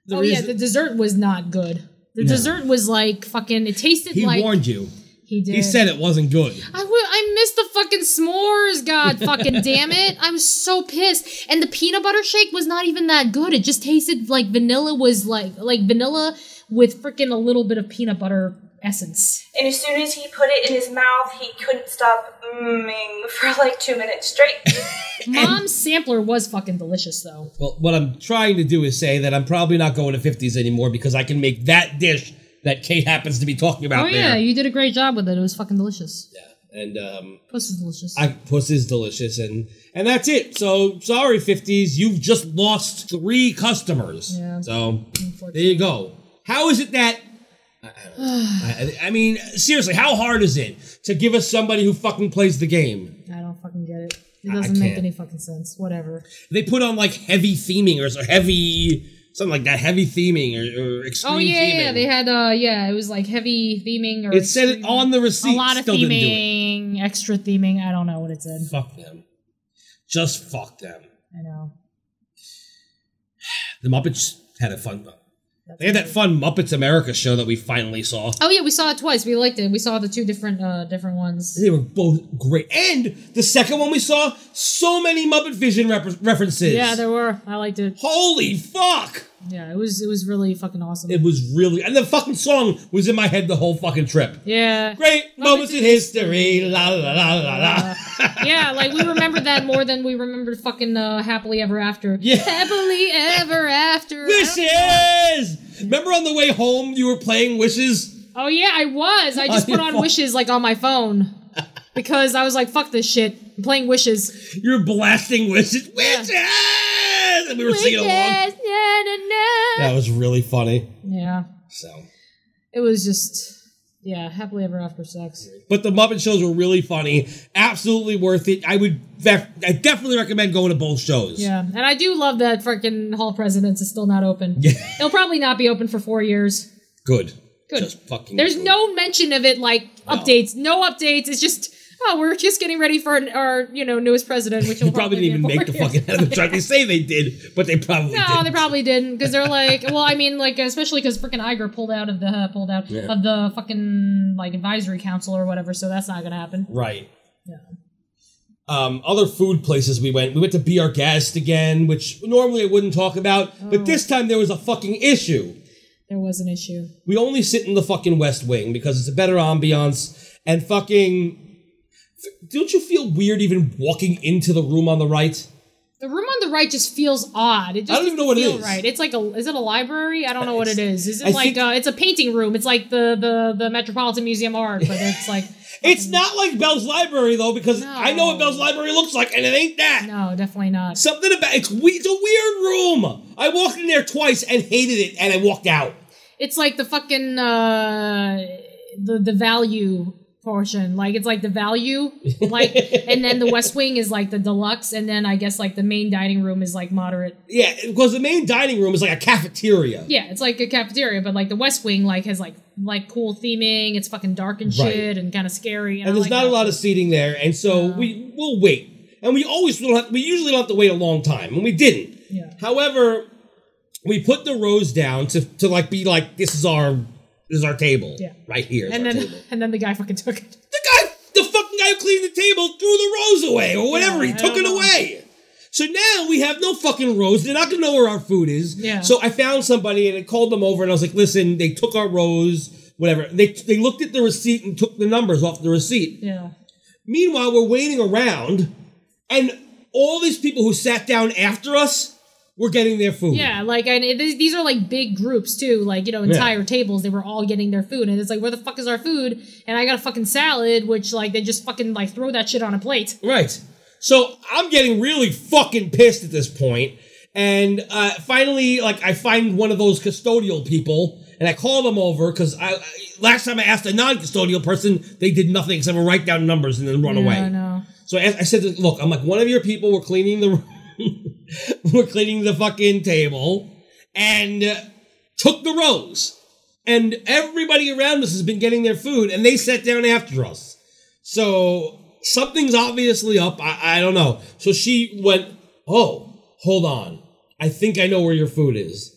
[SPEAKER 3] The
[SPEAKER 4] oh
[SPEAKER 3] reason-
[SPEAKER 4] yeah, the dessert was not good. The dessert was like fucking. It tasted
[SPEAKER 3] he
[SPEAKER 4] like
[SPEAKER 3] warned you.
[SPEAKER 4] he did.
[SPEAKER 3] He said it wasn't good.
[SPEAKER 4] I wi- I missed the fucking s'mores. God fucking damn it! I'm so pissed. And the peanut butter shake was not even that good. It just tasted like vanilla was like like vanilla with freaking a little bit of peanut butter essence.
[SPEAKER 5] And as soon as he put it in his mouth, he couldn't stop mmming for like two minutes straight.
[SPEAKER 4] Mom's sampler was fucking delicious though.
[SPEAKER 3] Well, what I'm trying to do is say that I'm probably not going to fifties anymore because I can make that dish that Kate happens to be talking about
[SPEAKER 4] Oh yeah,
[SPEAKER 3] there.
[SPEAKER 4] you did a great job with it. It was fucking delicious.
[SPEAKER 3] yeah. And um,
[SPEAKER 4] Puss is delicious.
[SPEAKER 3] I, puss is delicious, and and that's it. So sorry, fifties, you've just lost three customers.
[SPEAKER 4] Yeah.
[SPEAKER 3] So there you go. How is it that? I, I, don't know. I, I mean, seriously, how hard is it to give us somebody who fucking plays the game?
[SPEAKER 4] I don't fucking get it. It
[SPEAKER 3] I- I
[SPEAKER 4] doesn't make
[SPEAKER 3] can't.
[SPEAKER 4] any fucking sense. Whatever.
[SPEAKER 3] They put on like heavy theming or so heavy something like that, heavy theming or, or extreme
[SPEAKER 4] Oh yeah,
[SPEAKER 3] theming.
[SPEAKER 4] yeah. They had uh yeah, it was like heavy theming or
[SPEAKER 3] it said it
[SPEAKER 4] extreme-
[SPEAKER 3] on the
[SPEAKER 4] a
[SPEAKER 3] receipt.
[SPEAKER 4] lot of
[SPEAKER 3] still didn't do it.
[SPEAKER 4] theming, extra theming. I don't know what it said.
[SPEAKER 3] Fuck them. Just fuck them.
[SPEAKER 4] I know.
[SPEAKER 3] The Muppets had a fun. They had that fun Muppets America show that we finally saw.
[SPEAKER 4] Oh yeah, we saw it twice. We liked it. We saw the two different uh different ones.
[SPEAKER 3] They were both great. And the second one we saw, so many Muppet Vision rep- references.
[SPEAKER 4] Yeah, there were. I liked it.
[SPEAKER 3] Holy fuck!
[SPEAKER 4] Yeah, it was it was really fucking awesome.
[SPEAKER 3] It was really. And the fucking song was in my head the whole fucking trip.
[SPEAKER 4] yeah.
[SPEAKER 3] Great moments in history. La la la la la.
[SPEAKER 4] Yeah, like we remember that more than we remembered fucking uh, happily ever after.
[SPEAKER 3] Yeah.
[SPEAKER 4] Happily ever after. I don't-
[SPEAKER 3] Wishes! Remember on the way home you were playing Wishes?
[SPEAKER 4] Oh yeah, I was. I just
[SPEAKER 3] On your
[SPEAKER 4] put on
[SPEAKER 3] phone.
[SPEAKER 4] wishes like on my phone because I was like, fuck this shit. I'm playing wishes.
[SPEAKER 3] You were blasting Wishes.
[SPEAKER 4] Yeah.
[SPEAKER 3] Wishes! And we were singing along.
[SPEAKER 4] Wishes, na, na, na.
[SPEAKER 3] That was really funny.
[SPEAKER 4] Yeah.
[SPEAKER 3] So.
[SPEAKER 4] It was just Yeah, happily ever after sex.
[SPEAKER 3] But the Muppet shows were really funny, absolutely worth it. I would, I definitely recommend going to both shows.
[SPEAKER 4] Yeah, and I do love that freaking Hall of Presidents is still not open. It'll probably not be open for four years.
[SPEAKER 3] Good.
[SPEAKER 4] Good.
[SPEAKER 3] Just fucking.
[SPEAKER 4] There's
[SPEAKER 3] good.
[SPEAKER 4] no mention of it like updates. No updates. It's just oh, we're just getting ready for an- our you know newest president, which will
[SPEAKER 3] They probably
[SPEAKER 4] be
[SPEAKER 3] didn't even
[SPEAKER 4] in
[SPEAKER 3] make
[SPEAKER 4] four
[SPEAKER 3] the
[SPEAKER 4] years.
[SPEAKER 3] fucking head of the track. They say they did, but they probably
[SPEAKER 4] No,
[SPEAKER 3] didn't.
[SPEAKER 4] they probably didn't because they're like, well, I mean, like especially because freaking Iger pulled out of the uh, pulled out
[SPEAKER 3] Yeah.
[SPEAKER 4] of the fucking like advisory council or whatever, so that's not gonna happen.
[SPEAKER 3] Right.
[SPEAKER 4] Yeah.
[SPEAKER 3] Um, other food places we went. We went to Be Our Guest again, which normally I wouldn't talk about, but this
[SPEAKER 4] Oh.
[SPEAKER 3] time there was a fucking issue.
[SPEAKER 4] There was an issue.
[SPEAKER 3] We only sit in the fucking West Wing because it's a better ambiance and fucking. Don't you feel weird even walking into the room on the right?
[SPEAKER 4] The room on the right just feels odd. It just
[SPEAKER 3] I don't even know what it
[SPEAKER 4] doesn't feel
[SPEAKER 3] is.
[SPEAKER 4] Right? It's like a is it a library? I don't know what it is. Is it
[SPEAKER 3] I
[SPEAKER 4] like
[SPEAKER 3] think-
[SPEAKER 4] uh, it's a painting room? It's like the the the Metropolitan Museum of Art, but it's like
[SPEAKER 3] It's not like Bell's Library though, because I know what
[SPEAKER 4] No.
[SPEAKER 3] Bell's Library looks like, and it ain't that.
[SPEAKER 4] no, definitely not.
[SPEAKER 3] Something about it's we, it's a weird room. I walked in there twice and hated it, and I walked out.
[SPEAKER 4] It's like the fucking uh the the value portion. Like it's like the value, like, and then the West Wing is like the deluxe, and then I guess like the main dining room is like moderate.
[SPEAKER 3] Yeah, because the main dining room is like a cafeteria.
[SPEAKER 4] Yeah, it's like a cafeteria, but like the West Wing like has like like cool theming. It's fucking dark and
[SPEAKER 3] Right.
[SPEAKER 4] shit, and kind of scary.
[SPEAKER 3] and
[SPEAKER 4] I
[SPEAKER 3] there's
[SPEAKER 4] like
[SPEAKER 3] not
[SPEAKER 4] that.
[SPEAKER 3] a lot of seating there, and so we we'll wait. And we always don't have, we usually don't have to wait a long time, and we didn't.
[SPEAKER 4] Yeah.
[SPEAKER 3] However, we put the rows down to to like be like this is our this is our table
[SPEAKER 4] Yeah.
[SPEAKER 3] right here. is
[SPEAKER 4] and
[SPEAKER 3] our
[SPEAKER 4] then
[SPEAKER 3] table.
[SPEAKER 4] and then the guy fucking took it.
[SPEAKER 3] the guy, the fucking guy who cleaned the table, threw the rose away or whatever.
[SPEAKER 4] Yeah,
[SPEAKER 3] he
[SPEAKER 4] I
[SPEAKER 3] took
[SPEAKER 4] don't
[SPEAKER 3] it
[SPEAKER 4] know.
[SPEAKER 3] away. So now we have no fucking rose. They're not gonna know where our food is.
[SPEAKER 4] Yeah.
[SPEAKER 3] So I found somebody and I called them over and I was like, listen, they took our rose, whatever. They they looked at the receipt and took the numbers off the receipt.
[SPEAKER 4] Yeah.
[SPEAKER 3] Meanwhile, we're waiting around, and all these people who sat down after us were getting their food.
[SPEAKER 4] Yeah, like and it, these these are like big groups too, like you know entire tables. They were all getting their food, and it's like where the fuck is our food? And I got a fucking salad, which like they just fucking like throw that shit on a plate.
[SPEAKER 3] Right. So I'm getting really fucking pissed at this point, and uh, finally, like, I find one of those custodial people, and I call them over because I, I last time I asked a non-custodial person, they did nothing except for write down numbers and then run away.
[SPEAKER 4] I know.
[SPEAKER 3] So I, I said, "Look, I'm like one of your people. We're cleaning the, we're cleaning the fucking table, and uh, took the rose, and everybody around us has been getting their food, and they sat down after us. So something's obviously up. I, I don't know. So she went, "Oh, hold on. I think I know where your food is."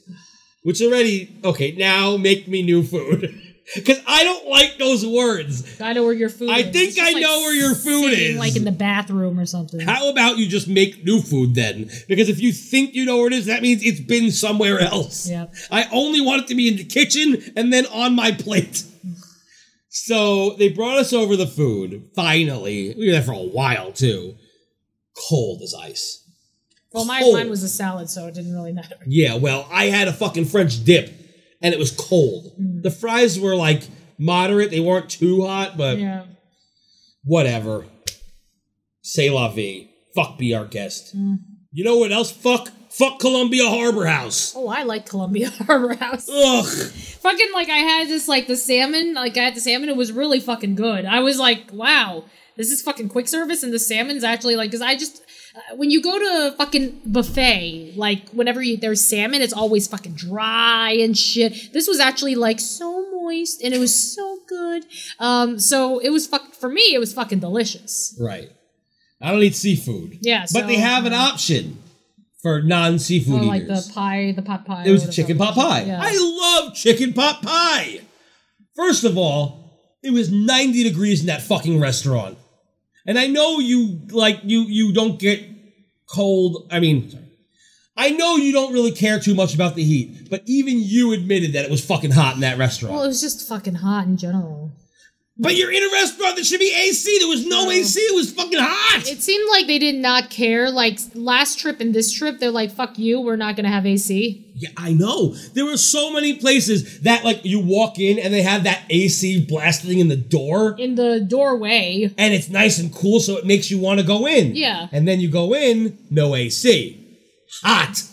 [SPEAKER 3] Which already okay. Now make me new food. Because I don't like those words.
[SPEAKER 4] I know where your food.
[SPEAKER 3] I
[SPEAKER 4] is.
[SPEAKER 3] think
[SPEAKER 4] It's just,
[SPEAKER 3] I know where your food
[SPEAKER 4] sitting,
[SPEAKER 3] is.
[SPEAKER 4] Like in the bathroom or something.
[SPEAKER 3] How about you just make new food then? Because if you think you know where it is, that means it's been somewhere else.
[SPEAKER 4] Yep.
[SPEAKER 3] I only want it to be in the kitchen and then on my plate. So they brought us over the food, finally. We were there for a while too. Cold as ice.
[SPEAKER 4] well, my
[SPEAKER 3] cold.
[SPEAKER 4] mine was a salad, so it didn't really matter.
[SPEAKER 3] Yeah, well, I had a fucking French dip and it was cold. The fries were like moderate, they weren't too hot, but
[SPEAKER 4] Yeah.
[SPEAKER 3] whatever. Say la vie. Fuck be our guest. You know what else? Fuck fuck Columbia Harbor House.
[SPEAKER 4] Oh, I like Columbia Harbor House.
[SPEAKER 3] Ugh.
[SPEAKER 4] fucking like I had this like the salmon, like I had the salmon. It was really fucking good. I was like, wow, this is fucking quick service, and the salmon's actually like because I just uh, when you go to a fucking buffet, like whenever you, there's salmon, it's always fucking dry and shit. This was actually like so moist, and it was so good. Um, so it was fuck for me. It was fucking delicious.
[SPEAKER 3] Right. I don't eat seafood.
[SPEAKER 4] Yeah,
[SPEAKER 3] but they
[SPEAKER 4] so,
[SPEAKER 3] have an option for non seafood
[SPEAKER 4] Or
[SPEAKER 3] eaters.
[SPEAKER 4] like the pie, the pot pie.
[SPEAKER 3] it was
[SPEAKER 4] or
[SPEAKER 3] a chicken pot
[SPEAKER 4] whatever.
[SPEAKER 3] pie.
[SPEAKER 4] Yeah.
[SPEAKER 3] I love chicken pot pie. First of all, it was 90 degrees in that fucking restaurant. And I know you like you you don't get cold. I mean, sorry. I know you don't really care too much about the heat, but even you admitted that it was fucking hot in that restaurant.
[SPEAKER 4] well, it was just fucking hot in general.
[SPEAKER 3] but you're in a restaurant that should be AC. There was no AC. It was fucking hot.
[SPEAKER 4] It seemed like they did not care. Like last trip and this trip, they're like, "Fuck you, we're not gonna have AC."
[SPEAKER 3] Yeah, I know. There were so many places that like you walk in and they have that AC blasting in the door.
[SPEAKER 4] In the doorway,
[SPEAKER 3] and it's nice and cool, so it makes you want to go in.
[SPEAKER 4] Yeah.
[SPEAKER 3] And then you go in, no AC, hot,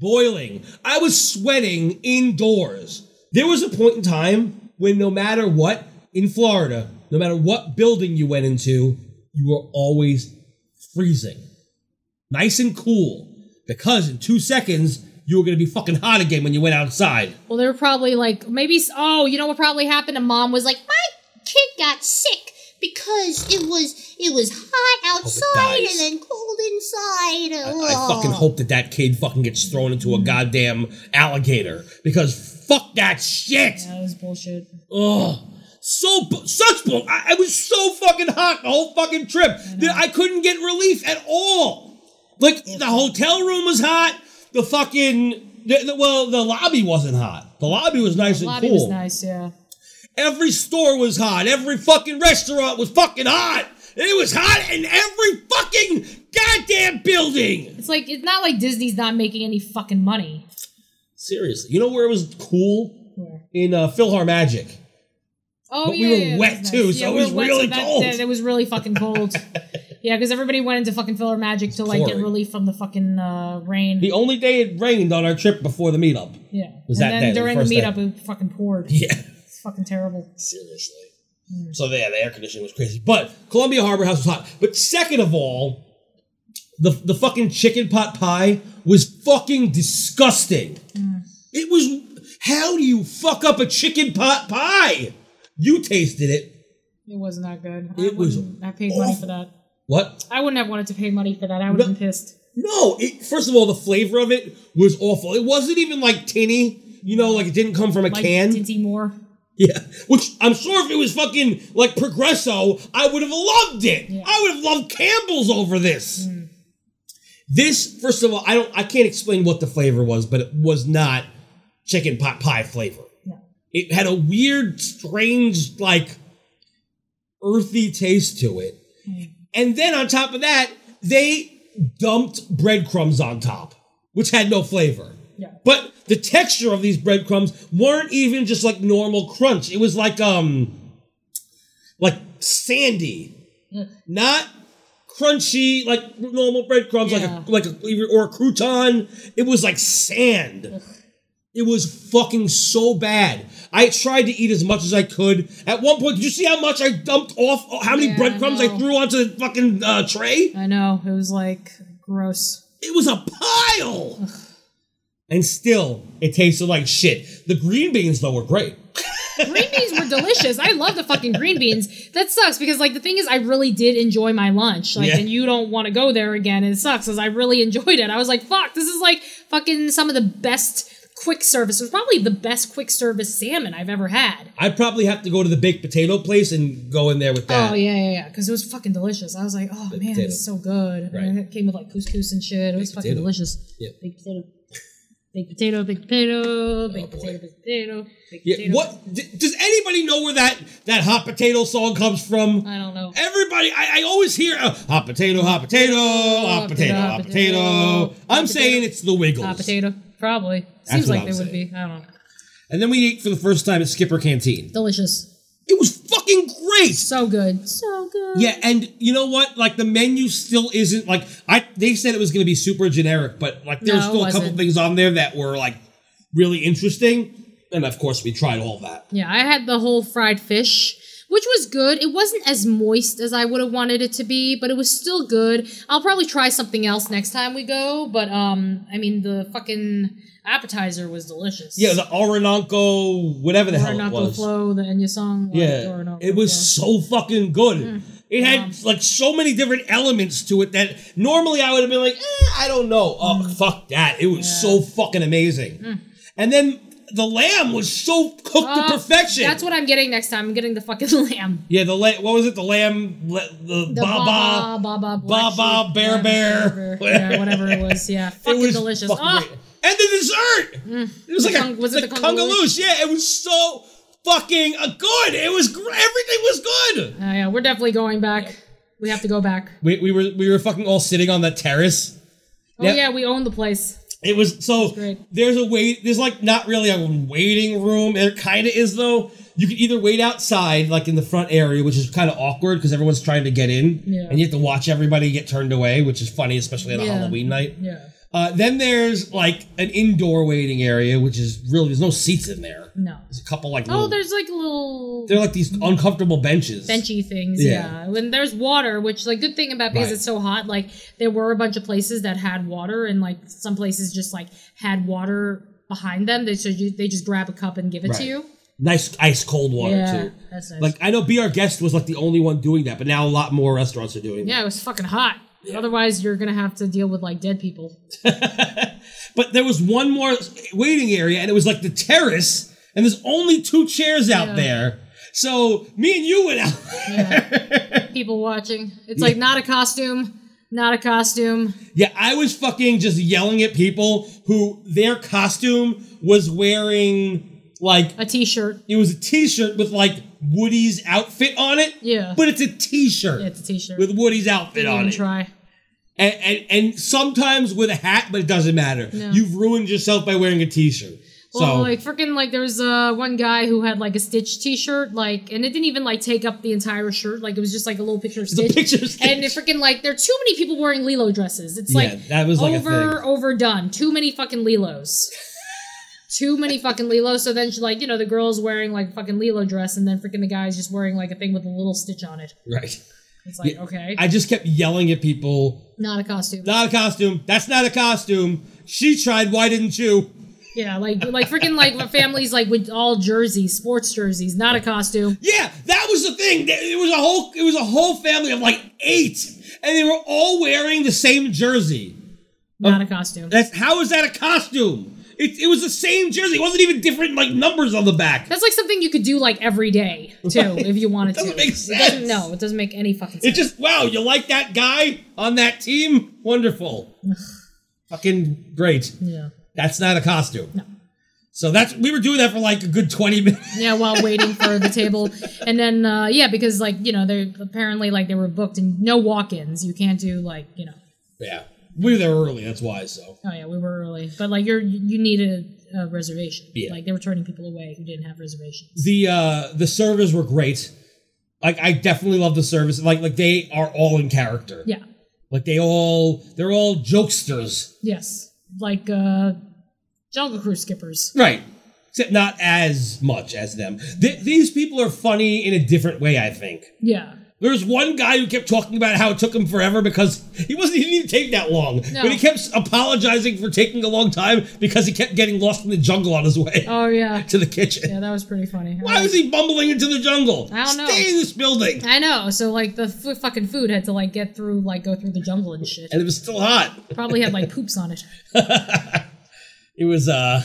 [SPEAKER 3] boiling. I was sweating indoors. There was a point in time when no matter what, in Florida, no matter what building you went into, you were always freezing. Nice and cool. Because in two seconds, you were going to be fucking hot again when you went outside.
[SPEAKER 4] Well, they were probably like, maybe, s- oh, you know what probably happened? And mom was like, my kid got sick because it was it was hot outside
[SPEAKER 3] dies.
[SPEAKER 4] and then cold inside.
[SPEAKER 3] I fucking hope that that kid fucking gets thrown into a goddamn alligator because fuck that shit.
[SPEAKER 4] That was bullshit.
[SPEAKER 3] Ugh. So bu- such bull. I, I was so fucking hot the whole fucking trip that I couldn't get relief at all. Like the hotel room was hot. The fucking the, the- well, the lobby wasn't hot. The lobby was nice and
[SPEAKER 4] Lobby
[SPEAKER 3] cool.
[SPEAKER 4] was nice, yeah.
[SPEAKER 3] Every store was hot. Every fucking restaurant was fucking hot. And it was hot in every fucking goddamn building.
[SPEAKER 4] It's like it's not like Disney's not making any fucking money.
[SPEAKER 3] Seriously, you know where it was cool in uh, Philhar Magic.
[SPEAKER 4] Oh
[SPEAKER 3] But we
[SPEAKER 4] yeah,
[SPEAKER 3] were
[SPEAKER 4] yeah, yeah,
[SPEAKER 3] wet,
[SPEAKER 4] that nice.
[SPEAKER 3] too, so
[SPEAKER 4] Yeah,
[SPEAKER 3] it
[SPEAKER 4] we were
[SPEAKER 3] was
[SPEAKER 4] wet,
[SPEAKER 3] really
[SPEAKER 4] that-
[SPEAKER 3] cold.
[SPEAKER 4] that- It was really fucking cold. yeah, because everybody went into fucking filler magic to like get
[SPEAKER 3] pouring.
[SPEAKER 4] relief from the fucking uh, rain.
[SPEAKER 3] The only day it rained on our trip before the meetup.
[SPEAKER 4] yeah,
[SPEAKER 3] was that
[SPEAKER 4] and then
[SPEAKER 3] day, the
[SPEAKER 4] during the,
[SPEAKER 3] first day.
[SPEAKER 4] meetup, it fucking poured.
[SPEAKER 3] Yeah.
[SPEAKER 4] It's fucking terrible.
[SPEAKER 3] Seriously. So yeah, the air conditioning was crazy. But Columbia Harbor House was hot. But second of all, the the fucking chicken pot pie was fucking disgusting. It was how do you fuck up a chicken pot pie? You tasted it.
[SPEAKER 4] It was not good. I
[SPEAKER 3] It was
[SPEAKER 4] wouldn't- I paid money for that.
[SPEAKER 3] What?
[SPEAKER 4] I wouldn't have wanted to pay money for that. I would have
[SPEAKER 3] No.
[SPEAKER 4] been pissed.
[SPEAKER 3] No, it first of all, the flavor of it was awful. It wasn't even like tinny. You know, like it didn't come from a
[SPEAKER 4] Like
[SPEAKER 3] can.
[SPEAKER 4] Dinty Moore.
[SPEAKER 3] Yeah, which I'm sure if it was fucking like Progresso, I would have loved it. I would have loved Campbell's over this. This, first of all, I don't, I can't explain what the flavor was, but it was not chicken pot pie flavor. It had a weird, strange, like earthy taste to it.
[SPEAKER 4] Hmm.
[SPEAKER 3] And then on top of that, they dumped breadcrumbs on top, which had no flavor.
[SPEAKER 4] Yeah.
[SPEAKER 3] But the texture of these breadcrumbs weren't even just like normal crunch. It was like um like sandy. Not crunchy like normal breadcrumbs
[SPEAKER 4] Yeah.
[SPEAKER 3] like a, like a, or a crouton. It was like sand. It was fucking so bad. I tried to eat as much as I could. At one point, did you see how much I dumped off? How many
[SPEAKER 4] Yeah, I
[SPEAKER 3] breadcrumbs I,
[SPEAKER 4] know.
[SPEAKER 3] threw onto the fucking uh, tray?
[SPEAKER 4] I know. It was like gross.
[SPEAKER 3] It was a pile. And still, it tasted like shit. The green beans though were great.
[SPEAKER 4] green beans were delicious. I love the fucking green beans. That sucks because like the thing is, I really did enjoy my lunch. Like,
[SPEAKER 3] Yeah.
[SPEAKER 4] and you don't want to go there again. And it sucks because I really enjoyed it. I was like, fuck, this is like fucking some of the best quick service. It was probably the best quick service salmon I've ever had.
[SPEAKER 3] I'd probably have to go to the baked potato place and go in there with that.
[SPEAKER 4] Oh yeah, yeah, yeah. Because it was fucking delicious. I was like, oh man,
[SPEAKER 3] potato.
[SPEAKER 4] it's so good.
[SPEAKER 3] Right.
[SPEAKER 4] And it came with like couscous and shit. It was fucking
[SPEAKER 3] potato.
[SPEAKER 4] delicious.
[SPEAKER 3] Yeah.
[SPEAKER 4] Baked potato. Baked potato, baked potato, baked potato, baked potato, baked
[SPEAKER 3] Oh, Yeah,
[SPEAKER 4] potato.
[SPEAKER 3] What d- does anybody know where that that hot potato song comes from?
[SPEAKER 4] I don't know.
[SPEAKER 3] Everybody, I, I always hear uh, hot potato, hot potato, hot potato, hot potato. I'm
[SPEAKER 4] Hot
[SPEAKER 3] saying
[SPEAKER 4] potato.
[SPEAKER 3] it's the Wiggles.
[SPEAKER 4] Hot potato, probably.
[SPEAKER 3] That's
[SPEAKER 4] Seems
[SPEAKER 3] what
[SPEAKER 4] like
[SPEAKER 3] I'm
[SPEAKER 4] they would
[SPEAKER 3] saying.
[SPEAKER 4] be. I don't know.
[SPEAKER 3] And then we ate for the first time at Skipper Canteen.
[SPEAKER 4] Delicious.
[SPEAKER 3] It was fucking great.
[SPEAKER 4] So good. So good.
[SPEAKER 3] Yeah, and you know what? Like the menu still isn't like I. They said it was going to be super generic, but like there's
[SPEAKER 4] No, it
[SPEAKER 3] still a couple
[SPEAKER 4] wasn't.
[SPEAKER 3] things on there that were like really interesting. And of course, we tried all that.
[SPEAKER 4] Yeah, I had the whole fried fish, which was good. It wasn't as moist as I would have wanted it to be, but it was still good. I'll probably try something else next time we go, but um I mean the fucking appetizer was delicious.
[SPEAKER 3] Yeah, the Orinoco, whatever the hell it
[SPEAKER 4] Orinoco
[SPEAKER 3] was.
[SPEAKER 4] Flow, the Enya song. like,
[SPEAKER 3] Yeah,
[SPEAKER 4] Orinoco
[SPEAKER 3] it was
[SPEAKER 4] Flow.
[SPEAKER 3] so fucking good.
[SPEAKER 4] Mm.
[SPEAKER 3] It had like so many different elements to it that normally I would have been like, eh, I don't know. Oh, fuck that. It was so fucking amazing.
[SPEAKER 4] Mm.
[SPEAKER 3] And then the lamb was so cooked
[SPEAKER 4] Oh,
[SPEAKER 3] to perfection.
[SPEAKER 4] That's what I'm getting next time. I'm getting the fucking lamb.
[SPEAKER 3] yeah, the la- what was it? The lamb, la- the,
[SPEAKER 4] The
[SPEAKER 3] baba,
[SPEAKER 4] Baba,
[SPEAKER 3] Baba,
[SPEAKER 4] Black Sheep,
[SPEAKER 3] Bear
[SPEAKER 4] Lamb,
[SPEAKER 3] Bear.
[SPEAKER 4] whatever. Yeah, whatever it was. Yeah,
[SPEAKER 3] It
[SPEAKER 4] fucking
[SPEAKER 3] was
[SPEAKER 4] delicious.
[SPEAKER 3] fucking
[SPEAKER 4] Ah!
[SPEAKER 3] great. And the dessert. It was like
[SPEAKER 4] Kung-
[SPEAKER 3] a,
[SPEAKER 4] was it
[SPEAKER 3] the
[SPEAKER 4] the Kungaloosh?
[SPEAKER 3] Kungaloosh. Yeah, it was so fucking uh, good. It was gr- everything was good.
[SPEAKER 4] Uh, yeah, we're definitely going back. We have to go back.
[SPEAKER 3] We, we were we were fucking all sitting on that terrace.
[SPEAKER 4] Oh
[SPEAKER 3] Yep.
[SPEAKER 4] yeah, we own the place.
[SPEAKER 3] It was so
[SPEAKER 4] great.
[SPEAKER 3] there's a wait there's like not really a waiting room. There kinda is though. You can either wait outside, like in the front area, which is kind of awkward because everyone's trying to get in,
[SPEAKER 4] Yeah.
[SPEAKER 3] and you have to watch everybody get turned away, which is funny, especially on a
[SPEAKER 4] Yeah.
[SPEAKER 3] Halloween night.
[SPEAKER 4] Yeah.
[SPEAKER 3] Uh, then there's like an indoor waiting area, which is really there's no seats in there.
[SPEAKER 4] No.
[SPEAKER 3] There's a couple like
[SPEAKER 4] Oh,
[SPEAKER 3] little-
[SPEAKER 4] there's like little
[SPEAKER 3] they're like these uncomfortable benches.
[SPEAKER 4] benchy things.
[SPEAKER 3] Yeah.
[SPEAKER 4] Yeah. And there's water, which like good thing about because
[SPEAKER 3] Right.
[SPEAKER 4] it's so hot. Like there were a bunch of places that had water, and like some places just like had water behind them. They so you, they just grab a cup and give it
[SPEAKER 3] Right.
[SPEAKER 4] to you.
[SPEAKER 3] nice ice cold water
[SPEAKER 4] yeah,
[SPEAKER 3] too.
[SPEAKER 4] that's nice.
[SPEAKER 3] Like I know, be our guest was like the only one doing that, but now a lot more restaurants are doing
[SPEAKER 4] yeah, it was fucking hot. Otherwise, you're gonna have to deal with like dead people.
[SPEAKER 3] that. but there was one more waiting area, and it was like the terrace, and there's only two chairs out
[SPEAKER 4] Yeah.
[SPEAKER 3] there. So me and you went out.
[SPEAKER 4] Yeah. people watching. It's like not a costume. Not a costume.
[SPEAKER 3] Yeah, I was fucking just yelling at people who their costume was wearing like
[SPEAKER 4] A t-shirt.
[SPEAKER 3] it was a t-shirt with like Woody's outfit on it.
[SPEAKER 4] Yeah.
[SPEAKER 3] But it's a t-shirt
[SPEAKER 4] Yeah, it's a t-shirt.
[SPEAKER 3] with Woody's outfit
[SPEAKER 4] Didn't
[SPEAKER 3] on
[SPEAKER 4] even
[SPEAKER 3] it.
[SPEAKER 4] try.
[SPEAKER 3] And, and and sometimes with a hat, but it doesn't matter.
[SPEAKER 4] No.
[SPEAKER 3] You've ruined yourself by wearing a t-shirt.
[SPEAKER 4] Well,
[SPEAKER 3] so
[SPEAKER 4] like freaking, like there was uh, one guy who had like a Stitch T-shirt, like, and it didn't even like take up the entire shirt. Like it was just like a little picture of
[SPEAKER 3] the
[SPEAKER 4] Stitch.
[SPEAKER 3] pictures
[SPEAKER 4] and it freaking like there are too many people wearing Lilo dresses. It's
[SPEAKER 3] Yeah,
[SPEAKER 4] like
[SPEAKER 3] that was, like, a
[SPEAKER 4] over
[SPEAKER 3] thing.
[SPEAKER 4] overdone. Too many fucking Lilos. too many fucking Lilos. So then she like you know the girl's wearing like fucking Lilo dress, and then freaking the guy's just wearing like a thing with a little stitch on it.
[SPEAKER 3] right.
[SPEAKER 4] It's like okay,
[SPEAKER 3] I just kept yelling at people.
[SPEAKER 4] not a costume.
[SPEAKER 3] Not a costume. That's not a costume. She tried. Why didn't you?
[SPEAKER 4] yeah, like like freaking like families like with all jerseys, sports jerseys, not a costume.
[SPEAKER 3] Yeah, that was the thing. There- It was a whole it was a whole family of like eight, and they were all wearing the same jersey. Oh.
[SPEAKER 4] Not a costume.
[SPEAKER 3] That's how is that a costume? It, it was the same jersey. It wasn't even different like numbers on the back.
[SPEAKER 4] That's like something you could do like every day too, if you wanted
[SPEAKER 3] Doesn't
[SPEAKER 4] to.
[SPEAKER 3] make
[SPEAKER 4] It doesn't,
[SPEAKER 3] sense.
[SPEAKER 4] no, it doesn't make any fucking
[SPEAKER 3] It
[SPEAKER 4] sense.
[SPEAKER 3] just wow, you like that guy on that team? Wonderful. Fucking great.
[SPEAKER 4] yeah.
[SPEAKER 3] That's not a costume. So that's we were doing that for like a good 20 minutes.
[SPEAKER 4] yeah, while waiting for the table, and then uh, yeah, because like you know they apparently like they were booked and no walk-ins. You can't do like you know.
[SPEAKER 3] Yeah. We were there early, that's why so.
[SPEAKER 4] Oh yeah, we were early, but like you're you need a, a reservation.
[SPEAKER 3] Yeah.
[SPEAKER 4] Like they were turning people away who didn't have reservations.
[SPEAKER 3] the uh the servers were great. Like I definitely love the service. Like like they are all in character.
[SPEAKER 4] Yeah.
[SPEAKER 3] Like they all they're all jokesters.
[SPEAKER 4] Yes. Like uh, Jungle Cruise skippers.
[SPEAKER 3] Right. Except not as much as them. Th- these people are funny in a different way, I think.
[SPEAKER 4] Yeah.
[SPEAKER 3] There's one guy who kept talking about how it took him forever because he wasn't he didn't even take that long.
[SPEAKER 4] No.
[SPEAKER 3] But he kept apologizing for taking a long time because he kept getting lost in the jungle on his way
[SPEAKER 4] Oh yeah.
[SPEAKER 3] to the kitchen.
[SPEAKER 4] Yeah, that was pretty funny.
[SPEAKER 3] Why was he bumbling into the jungle?
[SPEAKER 4] I don't know.
[SPEAKER 3] Stay in this building.
[SPEAKER 4] I know. So like the f- fucking food had to like get through like go through the jungle and shit.
[SPEAKER 3] And it was still hot.
[SPEAKER 4] Probably had like poops on it.
[SPEAKER 3] it was uh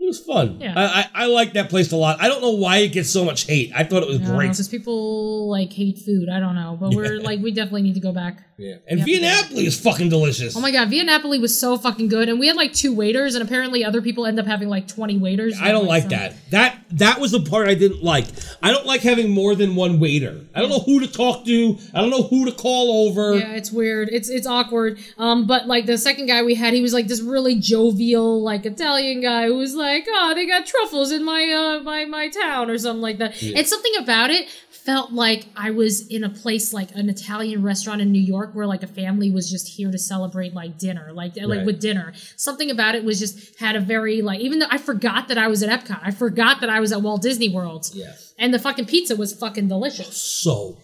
[SPEAKER 3] it was fun.
[SPEAKER 4] Yeah.
[SPEAKER 3] I, I I like that place a lot. I don't know why it gets so much hate. I thought it was great.
[SPEAKER 4] Because people like hate food. I don't know, but we're like we definitely need to go back.
[SPEAKER 3] Yeah. And Viennapoli is fucking delicious.
[SPEAKER 4] Oh my god, Via Napoli was so fucking good, and we had like two waiters, and apparently other people end up having like twenty waiters.
[SPEAKER 3] I don't like
[SPEAKER 4] some-
[SPEAKER 3] that. That that was the part I didn't like. I don't like having more than one waiter. I don't know who to talk to. I don't know who to call over.
[SPEAKER 4] Yeah, it's weird. It's it's awkward. Um, but like the second guy we had, he was like this really jovial, like Italian guy who was like, "Oh, they got truffles in my uh my my town" or something like that. And something about it felt like I was in a place like an Italian restaurant in New York where like a family was just here to celebrate like dinner, like
[SPEAKER 3] Right.
[SPEAKER 4] like with dinner. Something about it was just had a very like even though I forgot that I was at Epcot, I forgot that I was at Walt Disney World.
[SPEAKER 3] Yeah.
[SPEAKER 4] And the fucking pizza was fucking delicious
[SPEAKER 3] So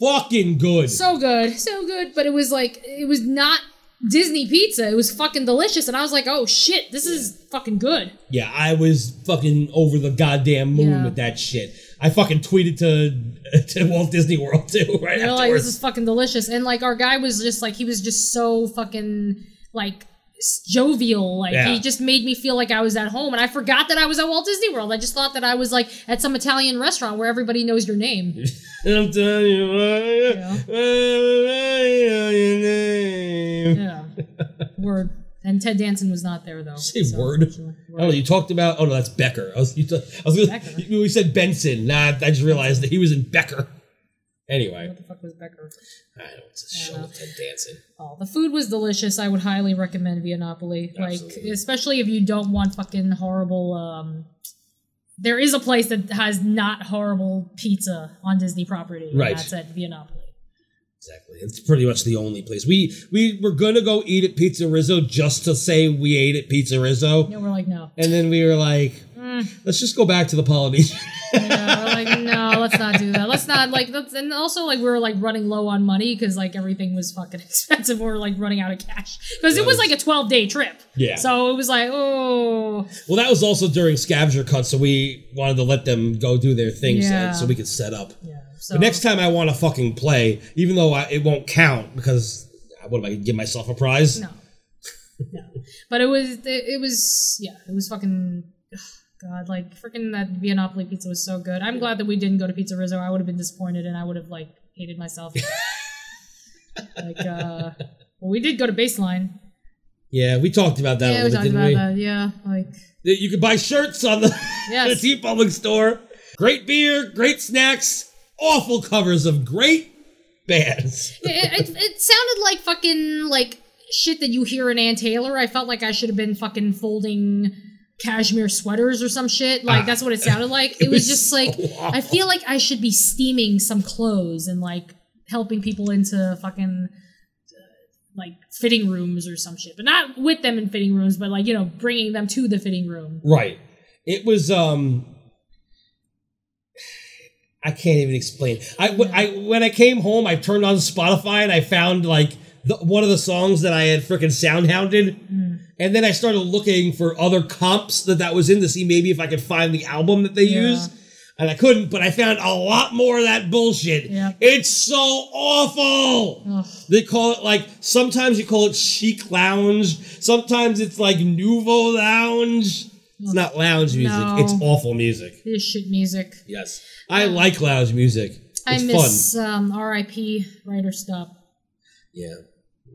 [SPEAKER 3] fucking good.
[SPEAKER 4] so good, so good. But it was like it was not Disney pizza. It was fucking delicious, and I was like, oh shit, this is fucking good.
[SPEAKER 3] yeah, I was fucking over the goddamn moon
[SPEAKER 4] Yeah.
[SPEAKER 3] with that shit. I fucking tweeted to to Walt Disney World too, right
[SPEAKER 4] They're like,
[SPEAKER 3] afterwards.
[SPEAKER 4] this is fucking delicious, and like our guy was just like he was just so fucking like s- jovial like
[SPEAKER 3] Yeah.
[SPEAKER 4] he just made me feel like i was at home and i forgot that i was at walt disney world i just thought that i was like at some italian restaurant where everybody knows your name
[SPEAKER 3] I'm telling you, I- I know your name.
[SPEAKER 4] yeah word and ted danson was not there though
[SPEAKER 3] Say word.
[SPEAKER 4] sure, word.
[SPEAKER 3] Oh, you talked about. Oh no, that's Becker. I was. You t- I was gonna,
[SPEAKER 4] Becker?
[SPEAKER 3] you- we said Benson. Nah, I just realized that he was in Becker. Anyway,
[SPEAKER 4] what the fuck was becker
[SPEAKER 3] I don't. It's a show
[SPEAKER 4] Yeah.
[SPEAKER 3] with Ted Danson.
[SPEAKER 4] Oh, the food was delicious. I would highly recommend Viennapoli.
[SPEAKER 3] Absolutely.
[SPEAKER 4] Like, especially if you don't want fucking horrible. Um, there is a place that has not horrible pizza on Disney property. and
[SPEAKER 3] Right.
[SPEAKER 4] That's at Viennapoli.
[SPEAKER 3] Exactly. It's pretty much the only place. We we were gonna go eat at Pizza Rizzo just to say we ate at Pizza Rizzo.
[SPEAKER 4] No, we're like, no.
[SPEAKER 3] And then we were like,
[SPEAKER 4] Mm.
[SPEAKER 3] let's just go back to the Polynesian.
[SPEAKER 4] Yeah, we're like, no, let's not do that. Let's not like that's and also like we were like running low on money because like everything was fucking expensive. We were like running out of cash. Because it was like a twelve day trip.
[SPEAKER 3] Yeah.
[SPEAKER 4] So it was like, oh
[SPEAKER 3] well, that was also during scavenger cunt, so we wanted to let them go do their things
[SPEAKER 4] Yeah.
[SPEAKER 3] and so we could set up.
[SPEAKER 4] yeah. So
[SPEAKER 3] But next time I want to fucking play, even though I, it won't count because what am I gonna give myself a prize?
[SPEAKER 4] No. No. But it was it, it was yeah, it was fucking ugh, God, like freaking that Viennopoli pizza was so good. I'm glad that we didn't go to Pizza Rizzo. I would have been disappointed and I would have like hated myself. like uh well, we did go to baseline.
[SPEAKER 3] Yeah, we talked about that
[SPEAKER 4] yeah,
[SPEAKER 3] a
[SPEAKER 4] we
[SPEAKER 3] little
[SPEAKER 4] talked
[SPEAKER 3] bit,
[SPEAKER 4] about
[SPEAKER 3] didn't Oh, we?
[SPEAKER 4] that. Yeah, like
[SPEAKER 3] That You could buy shirts on the
[SPEAKER 4] Yes.
[SPEAKER 3] T Public store. Great beer, great snacks, awful covers of great bands.
[SPEAKER 4] it, it, it sounded like fucking like shit that you hear in Ann Taylor. I felt like I should have been fucking folding cashmere sweaters or some shit. Like that's what it sounded like. It was
[SPEAKER 3] was
[SPEAKER 4] just like
[SPEAKER 3] so
[SPEAKER 4] I feel like I should be steaming some clothes and like helping people into fucking uh, like fitting rooms or some shit, but not with them in fitting rooms, but like you know bringing them to the fitting room.
[SPEAKER 3] Right. It was um I can't even explain. I, w- I- when I came home, I turned on Spotify and I found like the, one of the songs that I had freaking sound hounded, and then I started looking for other comps that that was in to see maybe if I could find the album that they
[SPEAKER 4] Yeah.
[SPEAKER 3] use, and I couldn't. But I found a lot more of that bullshit.
[SPEAKER 4] Yeah.
[SPEAKER 3] It's so awful.
[SPEAKER 4] Ugh.
[SPEAKER 3] They call it like sometimes you call it chic lounge, sometimes it's like nouveau lounge. It's not lounge music.
[SPEAKER 4] No.
[SPEAKER 3] It's awful music.
[SPEAKER 4] This shit music.
[SPEAKER 3] Yes. I like lounge music. It's
[SPEAKER 4] I
[SPEAKER 3] fun.
[SPEAKER 4] miss um, R.I.P. Writer Stop.
[SPEAKER 3] Yeah.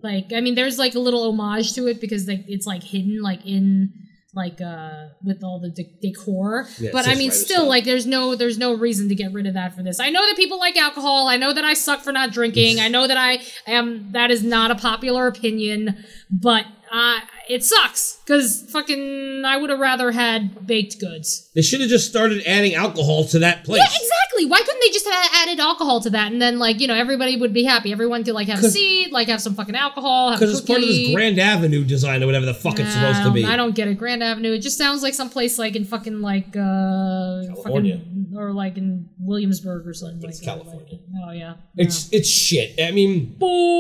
[SPEAKER 4] like i mean there's like a little homage to it because like it's like hidden like in like uh with all the de- decor
[SPEAKER 3] Yeah, it
[SPEAKER 4] but i
[SPEAKER 3] says
[SPEAKER 4] mean
[SPEAKER 3] writer's
[SPEAKER 4] still
[SPEAKER 3] note.
[SPEAKER 4] like there's no there's no reason to get rid of that for this i know that people like alcohol i know that i suck for not drinking i know that i am that is not a popular opinion but uh it sucks because fucking i would have rather had baked goods
[SPEAKER 3] They should have just started adding alcohol to that place.
[SPEAKER 4] yeah exactly why couldn't they just have added alcohol to that and then like you know everybody would be happy everyone could like have a
[SPEAKER 3] 'Cause-
[SPEAKER 4] seat like have some fucking alcohol have a
[SPEAKER 3] Because it's part of this
[SPEAKER 4] cookie.
[SPEAKER 3] Grand Avenue design or whatever the fuck it's
[SPEAKER 4] Nah, I
[SPEAKER 3] supposed to
[SPEAKER 4] don't-
[SPEAKER 3] be.
[SPEAKER 4] Um, I don't get it. Grand Avenue. It just sounds like someplace like in fucking like uh
[SPEAKER 3] California.
[SPEAKER 4] fucking, or like in Williamsburg or something.
[SPEAKER 3] Right, but
[SPEAKER 4] like
[SPEAKER 3] it's
[SPEAKER 4] that.
[SPEAKER 3] California.
[SPEAKER 4] oh yeah.
[SPEAKER 3] It's it's shit. I mean,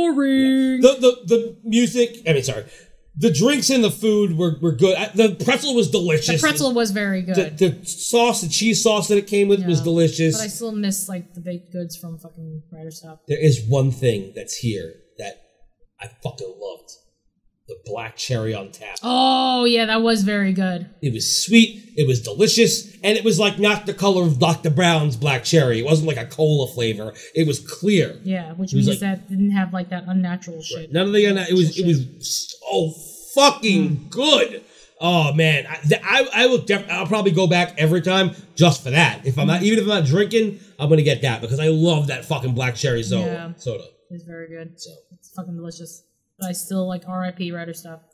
[SPEAKER 4] boring.
[SPEAKER 3] the the the music. I mean, sorry. The drinks and the food were, were good. I- The pretzel was
[SPEAKER 4] The
[SPEAKER 3] delicious.
[SPEAKER 4] pretzel was very good.
[SPEAKER 3] The, the sauce, the cheese sauce that it came with, was
[SPEAKER 4] Yeah. but I
[SPEAKER 3] delicious.
[SPEAKER 4] still miss like the baked goods from fucking Rider Stop.
[SPEAKER 3] There is one thing that's here that I fucking loved: the black cherry on tap.
[SPEAKER 4] Oh yeah, that was very good.
[SPEAKER 3] It was sweet, it was delicious, and it was like not the color of Dr. Brown's black cherry. It wasn't like a cola flavor. It was clear.
[SPEAKER 4] Yeah, which
[SPEAKER 3] It was
[SPEAKER 4] means
[SPEAKER 3] like-
[SPEAKER 4] that didn't have like that unnatural shit.
[SPEAKER 3] None of the it was it was so fucking
[SPEAKER 4] Hmm.
[SPEAKER 3] good. Oh man, I, th- I, I will def- I'll probably go back every time just for that. If I'm
[SPEAKER 4] Hmm.
[SPEAKER 3] not even if I'm not drinking, I'm gonna get that because I love that fucking black cherry soda.
[SPEAKER 4] Yeah.
[SPEAKER 3] Soda.
[SPEAKER 4] It was very good.
[SPEAKER 3] So
[SPEAKER 4] It's fucking delicious. But I still like R.I.P. Rider Stop.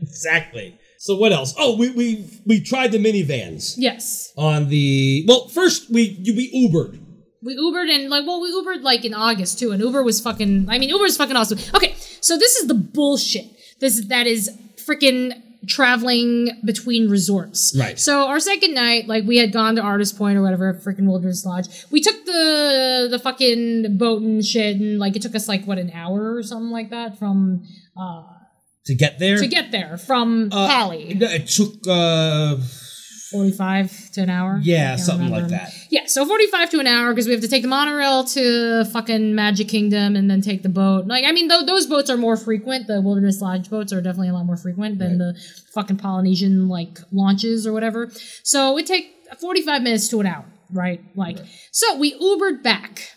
[SPEAKER 3] exactly. So what else? Oh, we we we tried the minivans
[SPEAKER 4] Yes,
[SPEAKER 3] on the well. First we you, we Ubered.
[SPEAKER 4] We Ubered and like well, we Ubered like in August too, and Uber was fucking. I mean, Uber is fucking awesome. Okay, so this is the bullshit. This that is freaking traveling between resorts.
[SPEAKER 3] Right.
[SPEAKER 4] So our second night, like we had gone to Artist Point or whatever, freaking Wilderness Lodge. We took the the fucking boat and shit, and like it took us like what an hour or something like that from uh
[SPEAKER 3] to get there.
[SPEAKER 4] to get there from
[SPEAKER 3] Uh,
[SPEAKER 4] Cali.
[SPEAKER 3] no, It took uh,
[SPEAKER 4] 45 to an hour. I
[SPEAKER 3] yeah,
[SPEAKER 4] can't
[SPEAKER 3] something like
[SPEAKER 4] remember.
[SPEAKER 3] that.
[SPEAKER 4] Yeah, so 45 to an hour because we have to take the monorail to fucking Magic Kingdom and then take the boat. Like, I mean, tho- those boats are more frequent. The Wilderness Lodge boats are definitely a lot more frequent than the fucking Polynesian, like, launches or whatever. So it take 45 minutes to an hour, right? Like, so we Ubered back.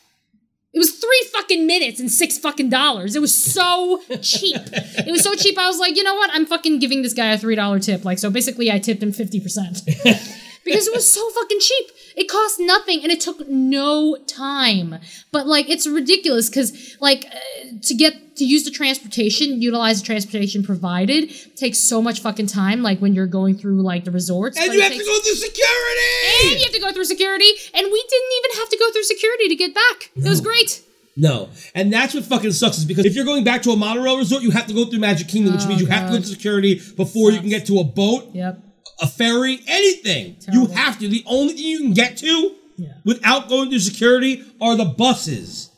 [SPEAKER 4] It was three fucking minutes and six fucking dollars. It was so cheap. it was so cheap. I was like, you know what? I'm fucking giving this guy a three dollar tip. Like, so basically, I tipped him fifty percent because it was so fucking cheap. It cost nothing and it took no time. But like, it's ridiculous because like uh, to get to use the transportation, utilize the transportation provided takes so much fucking time. Like when you're going through like the resorts,
[SPEAKER 3] And
[SPEAKER 4] but
[SPEAKER 3] you
[SPEAKER 4] it
[SPEAKER 3] have to
[SPEAKER 4] takes-
[SPEAKER 3] go through security.
[SPEAKER 4] and you have to go through security, and we didn't even have to go through security to get back. It was great.
[SPEAKER 3] No. And that's what fucking sucks is because if you're going back to a monorail resort, you have to go through Magic Kingdom, which means you have to go to security before you can get to a boat,
[SPEAKER 4] Oh, Yep.
[SPEAKER 3] a ferry, anything. You
[SPEAKER 4] Terrible.
[SPEAKER 3] have to. The only thing you can get to
[SPEAKER 4] Yeah.
[SPEAKER 3] without going through security are the buses.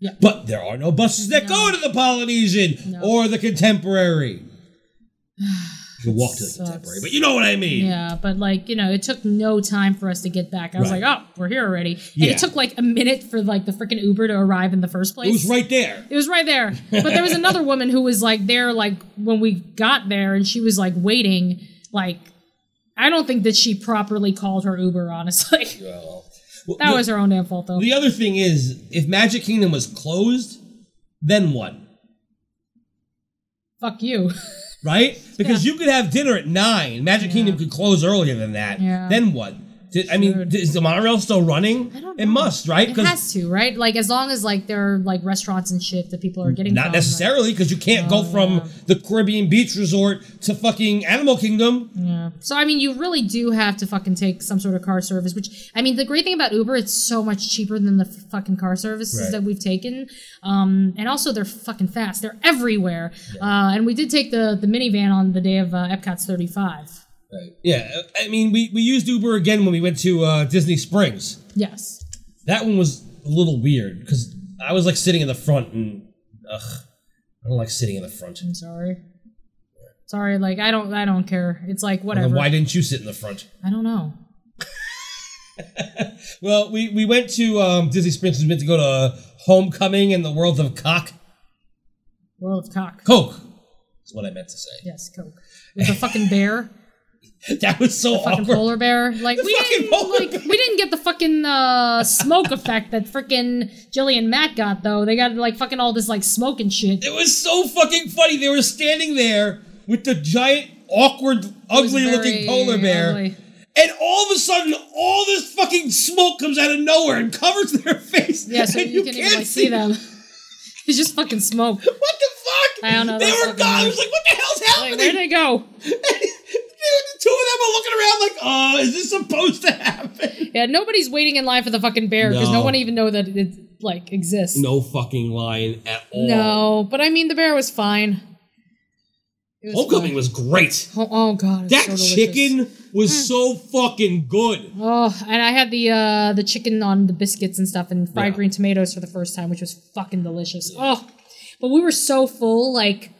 [SPEAKER 4] Yeah.
[SPEAKER 3] But there are no buses that go to the Polynesian
[SPEAKER 4] No.
[SPEAKER 3] or the Contemporary. You can walk to the
[SPEAKER 4] Sucks.
[SPEAKER 3] Contemporary, but you know what I mean.
[SPEAKER 4] Yeah, but like, you know, it took no time for us to get back. I was
[SPEAKER 3] Right.
[SPEAKER 4] like, oh, we're here already. And
[SPEAKER 3] Yeah.
[SPEAKER 4] it took like a minute for like the freaking Uber to arrive in the first place.
[SPEAKER 3] It was right there.
[SPEAKER 4] It was right there. But there was another woman who was like there, like when we got there, and she was like waiting. Like, I don't think that she properly called her Uber, honestly.
[SPEAKER 3] Well,
[SPEAKER 4] That
[SPEAKER 3] the-
[SPEAKER 4] was her own damn fault, though.
[SPEAKER 3] The other thing is, if Magic Kingdom was closed, then what?
[SPEAKER 4] Fuck you.
[SPEAKER 3] Right? Because you could have dinner at nine. Magic Kingdom could close earlier than that.
[SPEAKER 4] Yeah.
[SPEAKER 3] Then what? Did, I mean, is the monorail still running?
[SPEAKER 4] I don't
[SPEAKER 3] It
[SPEAKER 4] know.
[SPEAKER 3] must, right?
[SPEAKER 4] It has to, right? Like, as long as like there are like restaurants and shit that people are getting.
[SPEAKER 3] not
[SPEAKER 4] from,
[SPEAKER 3] necessarily, because you can't
[SPEAKER 4] Oh,
[SPEAKER 3] go from the Caribbean beach resort to fucking Animal Kingdom.
[SPEAKER 4] like- So I mean, you really do have to fucking take some sort of car service. Which I mean, the great thing about Uber, it's so much cheaper than the f- fucking car services
[SPEAKER 3] Right.
[SPEAKER 4] that we've taken. Um, and also they're fucking fast. They're everywhere. Uh, and we did take the the minivan on the day of uh, Epcot's 35.
[SPEAKER 3] Yeah, I mean, we, we used Uber again when we went to uh, Disney Springs.
[SPEAKER 4] Yes.
[SPEAKER 3] That one was a little weird because I was like sitting in the front, and ugh, I don't like sitting in the front.
[SPEAKER 4] I'm sorry. Sorry, like I don't, I don't care. It's like whatever.
[SPEAKER 3] Then why didn't you sit in the front?
[SPEAKER 4] I don't know.
[SPEAKER 3] Well, we, we went to um, Disney Springs. We went to go to Homecoming and the World of Cock.
[SPEAKER 4] World of cock.
[SPEAKER 3] Coke is what I meant to say.
[SPEAKER 4] Yes, Coke. With a fucking bear,
[SPEAKER 3] That was so
[SPEAKER 4] fucking
[SPEAKER 3] awkward.
[SPEAKER 4] polar bear. Like
[SPEAKER 3] The
[SPEAKER 4] we
[SPEAKER 3] fucking
[SPEAKER 4] didn't,
[SPEAKER 3] polar
[SPEAKER 4] like
[SPEAKER 3] bear.
[SPEAKER 4] we didn't get the fucking uh, smoke effect that freaking Jilly and Matt got though. They got like fucking all this like smoke and shit.
[SPEAKER 3] It was so fucking funny. They were standing there with the giant, awkward,
[SPEAKER 4] It was
[SPEAKER 3] ugly looking
[SPEAKER 4] very
[SPEAKER 3] polar bear.
[SPEAKER 4] ugly.
[SPEAKER 3] And all of a sudden, all this fucking smoke comes out of nowhere and covers their face.
[SPEAKER 4] Yeah, so
[SPEAKER 3] and
[SPEAKER 4] you, can't even like see them. It's just fucking smoke.
[SPEAKER 3] What the fuck?
[SPEAKER 4] I don't know,
[SPEAKER 3] They
[SPEAKER 4] that's
[SPEAKER 3] were
[SPEAKER 4] fucking
[SPEAKER 3] gone. I
[SPEAKER 4] weird.
[SPEAKER 3] was like, what the hell's
[SPEAKER 4] Like,
[SPEAKER 3] happening?
[SPEAKER 4] where'd they go?
[SPEAKER 3] the two of them were looking around like, uh, is this supposed to happen?
[SPEAKER 4] Yeah, nobody's waiting in line for the fucking bear because no.
[SPEAKER 3] No.
[SPEAKER 4] one even know that it like exists.
[SPEAKER 3] no fucking line at all.
[SPEAKER 4] No, but I mean the bear was fine. It was
[SPEAKER 3] Homecoming was great.
[SPEAKER 4] fine. Oh, oh god, it was
[SPEAKER 3] That
[SPEAKER 4] so delicious. Mm.
[SPEAKER 3] chicken was so fucking good.
[SPEAKER 4] Oh, and I had the uh the chicken on the biscuits and stuff and fried
[SPEAKER 3] Yeah.
[SPEAKER 4] green tomatoes for the first time, which was fucking delicious. Oh, but we were so full, like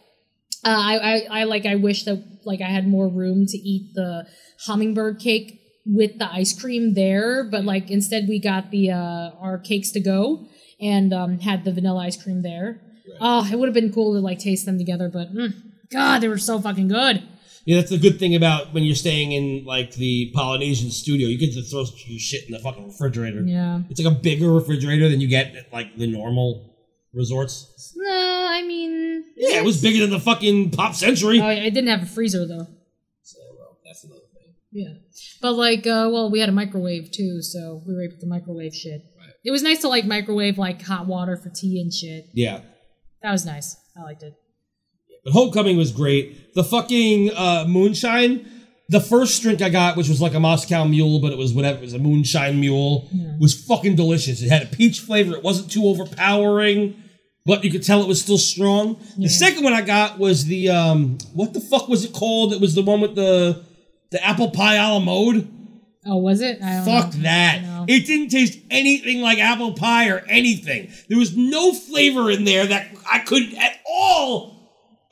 [SPEAKER 4] uh, I, I I like I wish that like I had more room to eat the hummingbird cake with the ice cream there, but like instead we got the uh our cakes to go and um had the vanilla ice cream there. Oh, it would have been cool to like taste them together, but mm, god, they were so fucking good.
[SPEAKER 3] Yeah, that's the good thing about when you're staying in like the Polynesian studio. You get to throw your shit in the fucking refrigerator.
[SPEAKER 4] Yeah.
[SPEAKER 3] It's like a bigger refrigerator than you get at like the normal resorts.
[SPEAKER 4] No, Uh, I mean
[SPEAKER 3] Yeah, it was bigger than the fucking Pop Century.
[SPEAKER 4] Oh, I didn't have a freezer though.
[SPEAKER 3] So, well, that's another thing.
[SPEAKER 4] Yeah. But like, uh, well, we had a microwave too, so we were able to microwave shit. It was nice to like microwave like hot water for tea and shit.
[SPEAKER 3] Yeah.
[SPEAKER 4] That was nice. I liked it.
[SPEAKER 3] But Homecoming was great. The fucking uh, moonshine. The first drink I got, which was like a Moscow Mule, but it was whatever. It was a moonshine mule. Was fucking delicious. It had a peach flavor. It wasn't too overpowering, but you could tell it was still strong. The second one I got was the um, what the fuck was it called? It was the one with the the apple pie a la mode.
[SPEAKER 4] Oh, was it? Mm, I don't
[SPEAKER 3] Fuck
[SPEAKER 4] know.
[SPEAKER 3] that.
[SPEAKER 4] No.
[SPEAKER 3] It didn't taste anything like apple pie or anything. There was no flavor in there that I could at all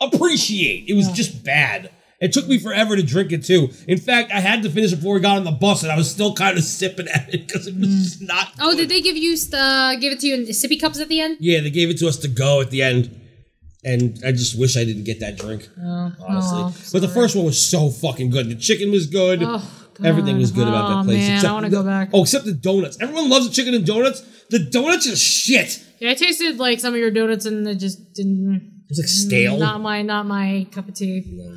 [SPEAKER 3] appreciate. It was just bad. It took me forever to drink it too. In fact, I had to finish it before we got on the bus, and I was still kind of sipping at it because it was just not.
[SPEAKER 4] Oh,
[SPEAKER 3] good.
[SPEAKER 4] did they give you uh, give it to you in sippy cups at the end?
[SPEAKER 3] Yeah, they gave it to us to go at the end, and I just wish I didn't get that drink.
[SPEAKER 4] Oh,
[SPEAKER 3] honestly,
[SPEAKER 4] well,
[SPEAKER 3] but the first one was so fucking good. The chicken was good. Everything was good about
[SPEAKER 4] Oh,
[SPEAKER 3] that place.
[SPEAKER 4] man, I
[SPEAKER 3] except
[SPEAKER 4] wanna
[SPEAKER 3] the-
[SPEAKER 4] go back.
[SPEAKER 3] Oh, except the donuts. Everyone loves the chicken and donuts. The donuts are shit.
[SPEAKER 4] Yeah, I tasted like some of your donuts and it just didn't.
[SPEAKER 3] It's like stale.
[SPEAKER 4] Mm, Not my, not my cup of tea.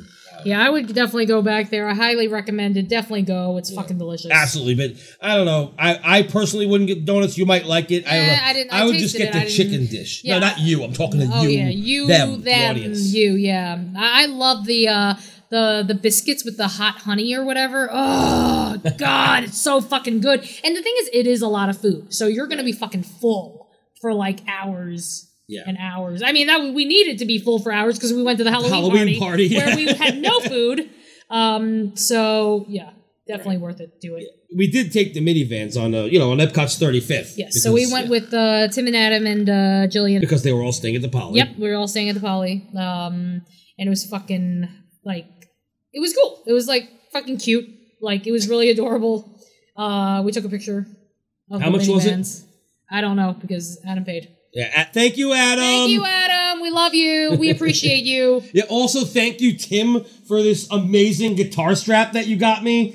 [SPEAKER 4] Yeah, I would definitely go back there. I highly recommend it. Definitely go. It's fucking delicious.
[SPEAKER 3] Absolutely, but I don't know. I, I personally wouldn't get donuts. You might like it. I don't
[SPEAKER 4] Eh,
[SPEAKER 3] know.
[SPEAKER 4] I didn't- I
[SPEAKER 3] would just
[SPEAKER 4] tasted
[SPEAKER 3] get
[SPEAKER 4] it,
[SPEAKER 3] the
[SPEAKER 4] I didn't-
[SPEAKER 3] chicken dish.
[SPEAKER 4] Yeah.
[SPEAKER 3] No, not you. I'm talking to
[SPEAKER 4] Oh
[SPEAKER 3] you.
[SPEAKER 4] yeah, you,
[SPEAKER 3] them,
[SPEAKER 4] them,
[SPEAKER 3] the audience.
[SPEAKER 4] you, yeah. I, I love the uh, the the biscuits with the hot honey or whatever. Oh god, it's so fucking good. And the thing is, it is a lot of food, so you're gonna be fucking full for like hours
[SPEAKER 3] Yeah.
[SPEAKER 4] and hours. I mean, that we needed to be full for hours because we went to the Halloween,
[SPEAKER 3] Halloween party, yeah.
[SPEAKER 4] where we had no food. Um, so yeah, definitely worth it. Do it.
[SPEAKER 3] we did take the minivans on uh, you know on Epcot's 35th.
[SPEAKER 4] Yes. so we
[SPEAKER 3] because-
[SPEAKER 4] went with uh, Tim and Adam and uh, Jillian.
[SPEAKER 3] because they were all staying at the Poly.
[SPEAKER 4] Yep, we were all staying at the Poly. Um, and it was fucking like it was cool. It was like fucking cute. Like it was really adorable. Uh, we took a picture. Of
[SPEAKER 3] How
[SPEAKER 4] the
[SPEAKER 3] much was it?
[SPEAKER 4] minivans. I don't know because Adam paid.
[SPEAKER 3] Yeah. a- Thank you, Adam.
[SPEAKER 4] Thank you, Adam. We love you. We appreciate you.
[SPEAKER 3] Yeah. Also, thank you, Tim, for this amazing guitar strap that you got me.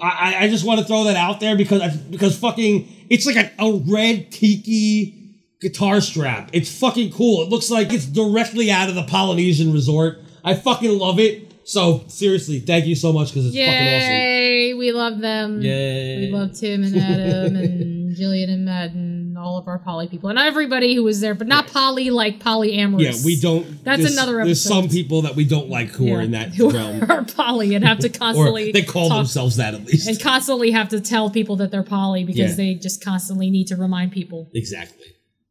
[SPEAKER 3] I, I- I just want to throw that out there because I, because fucking it's like a, a red tiki guitar strap. It's fucking cool. It looks like it's directly out of the Polynesian resort. I fucking love it. So seriously, thank you so much because it's fucking awesome.
[SPEAKER 4] Yay! We love them.
[SPEAKER 3] Yay.
[SPEAKER 4] We love Tim and Adam and Jillian and Matt and all of our poly people and everybody who was there, but not poly like polyamorous.
[SPEAKER 3] Yeah, we don't.
[SPEAKER 4] That's
[SPEAKER 3] there's-
[SPEAKER 4] another
[SPEAKER 3] There's
[SPEAKER 4] episode.
[SPEAKER 3] some people that we don't like who are in that
[SPEAKER 4] who
[SPEAKER 3] realm,
[SPEAKER 4] are poly and have to
[SPEAKER 3] or
[SPEAKER 4] constantly
[SPEAKER 3] they call
[SPEAKER 4] talk-
[SPEAKER 3] themselves that at least.
[SPEAKER 4] and constantly have to tell people that they're poly because
[SPEAKER 3] Yeah.
[SPEAKER 4] they just constantly need to remind people.
[SPEAKER 3] Exactly.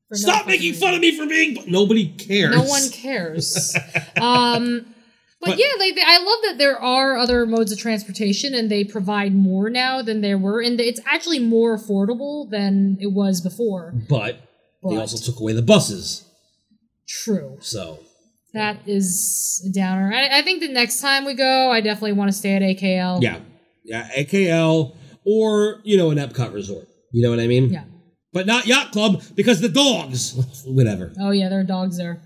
[SPEAKER 4] for no
[SPEAKER 3] Stop
[SPEAKER 4] fucking
[SPEAKER 3] making
[SPEAKER 4] reason.
[SPEAKER 3] fun of me for being. But nobody cares.
[SPEAKER 4] No one cares. um, but,
[SPEAKER 3] But-
[SPEAKER 4] yeah, they, they, I love that there are other modes of transportation and they provide more now than there were, and it's actually more affordable than it was before.
[SPEAKER 3] But, they
[SPEAKER 4] But-
[SPEAKER 3] also took away the buses.
[SPEAKER 4] True,
[SPEAKER 3] So
[SPEAKER 4] that is a downer. I, I think the next time we go, I definitely want to stay at AKL.
[SPEAKER 3] yeah, yeah, AKL or you know an Epcot resort. You know what I mean?
[SPEAKER 4] yeah.
[SPEAKER 3] But not yacht club because the dogs. Whatever.
[SPEAKER 4] Oh yeah, there are dogs there.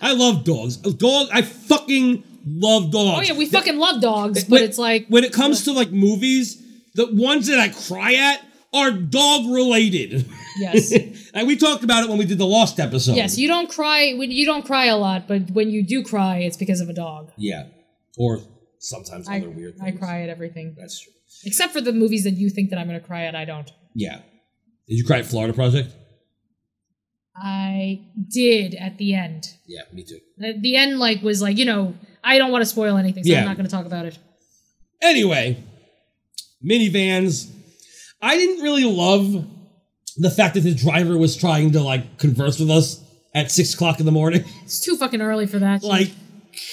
[SPEAKER 3] I love dogs. Dog. I fucking love dogs.
[SPEAKER 4] Oh yeah, we
[SPEAKER 3] The-
[SPEAKER 4] fucking love dogs, but
[SPEAKER 3] when-
[SPEAKER 4] it's like
[SPEAKER 3] when it comes to like movies, the ones that I cry at are dog related.
[SPEAKER 4] yes.
[SPEAKER 3] and we talked about it when we did the Lost episode.
[SPEAKER 4] Yes, you don't cry when you don't cry a lot, but when you do cry, it's because of a dog.
[SPEAKER 3] yeah. Or sometimes
[SPEAKER 4] I,
[SPEAKER 3] other weird.
[SPEAKER 4] I
[SPEAKER 3] Things.
[SPEAKER 4] cry at everything
[SPEAKER 3] That's true.
[SPEAKER 4] except for the movies that you think that I'm going to cry at. I don't.
[SPEAKER 3] Yeah. Did you cry at Florida Project?
[SPEAKER 4] I did at the end.
[SPEAKER 3] Yeah, me too.
[SPEAKER 4] At the end, like was like you know I don't want to spoil anything, so
[SPEAKER 3] Yeah.
[SPEAKER 4] I'm not going to talk about it.
[SPEAKER 3] Anyway, minivans. I didn't really love the fact that the driver was trying to like converse with us at six o'clock in the morning.
[SPEAKER 4] It's too fucking early for that.
[SPEAKER 3] like,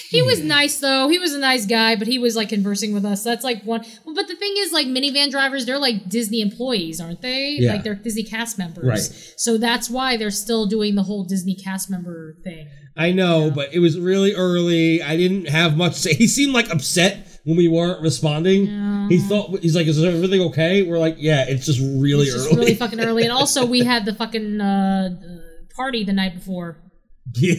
[SPEAKER 4] he was nice though. He was a nice guy, but he was like conversing with us. That's like one. Well, but the thing is, like minivan drivers, they're like Disney employees, aren't they?
[SPEAKER 3] Yeah.
[SPEAKER 4] Like they're Disney cast members.
[SPEAKER 3] Right.
[SPEAKER 4] So that's why they're still doing the whole Disney cast member thing.
[SPEAKER 3] I know, but it was really early. I didn't have much. Say. He seemed like upset when we weren't responding. He thought he's like, "Is everything okay?" We're like, "Yeah, it's just really
[SPEAKER 4] It's just
[SPEAKER 3] early."
[SPEAKER 4] really fucking early. And also, we had the fucking uh, uh, party the night before.
[SPEAKER 3] Yeah.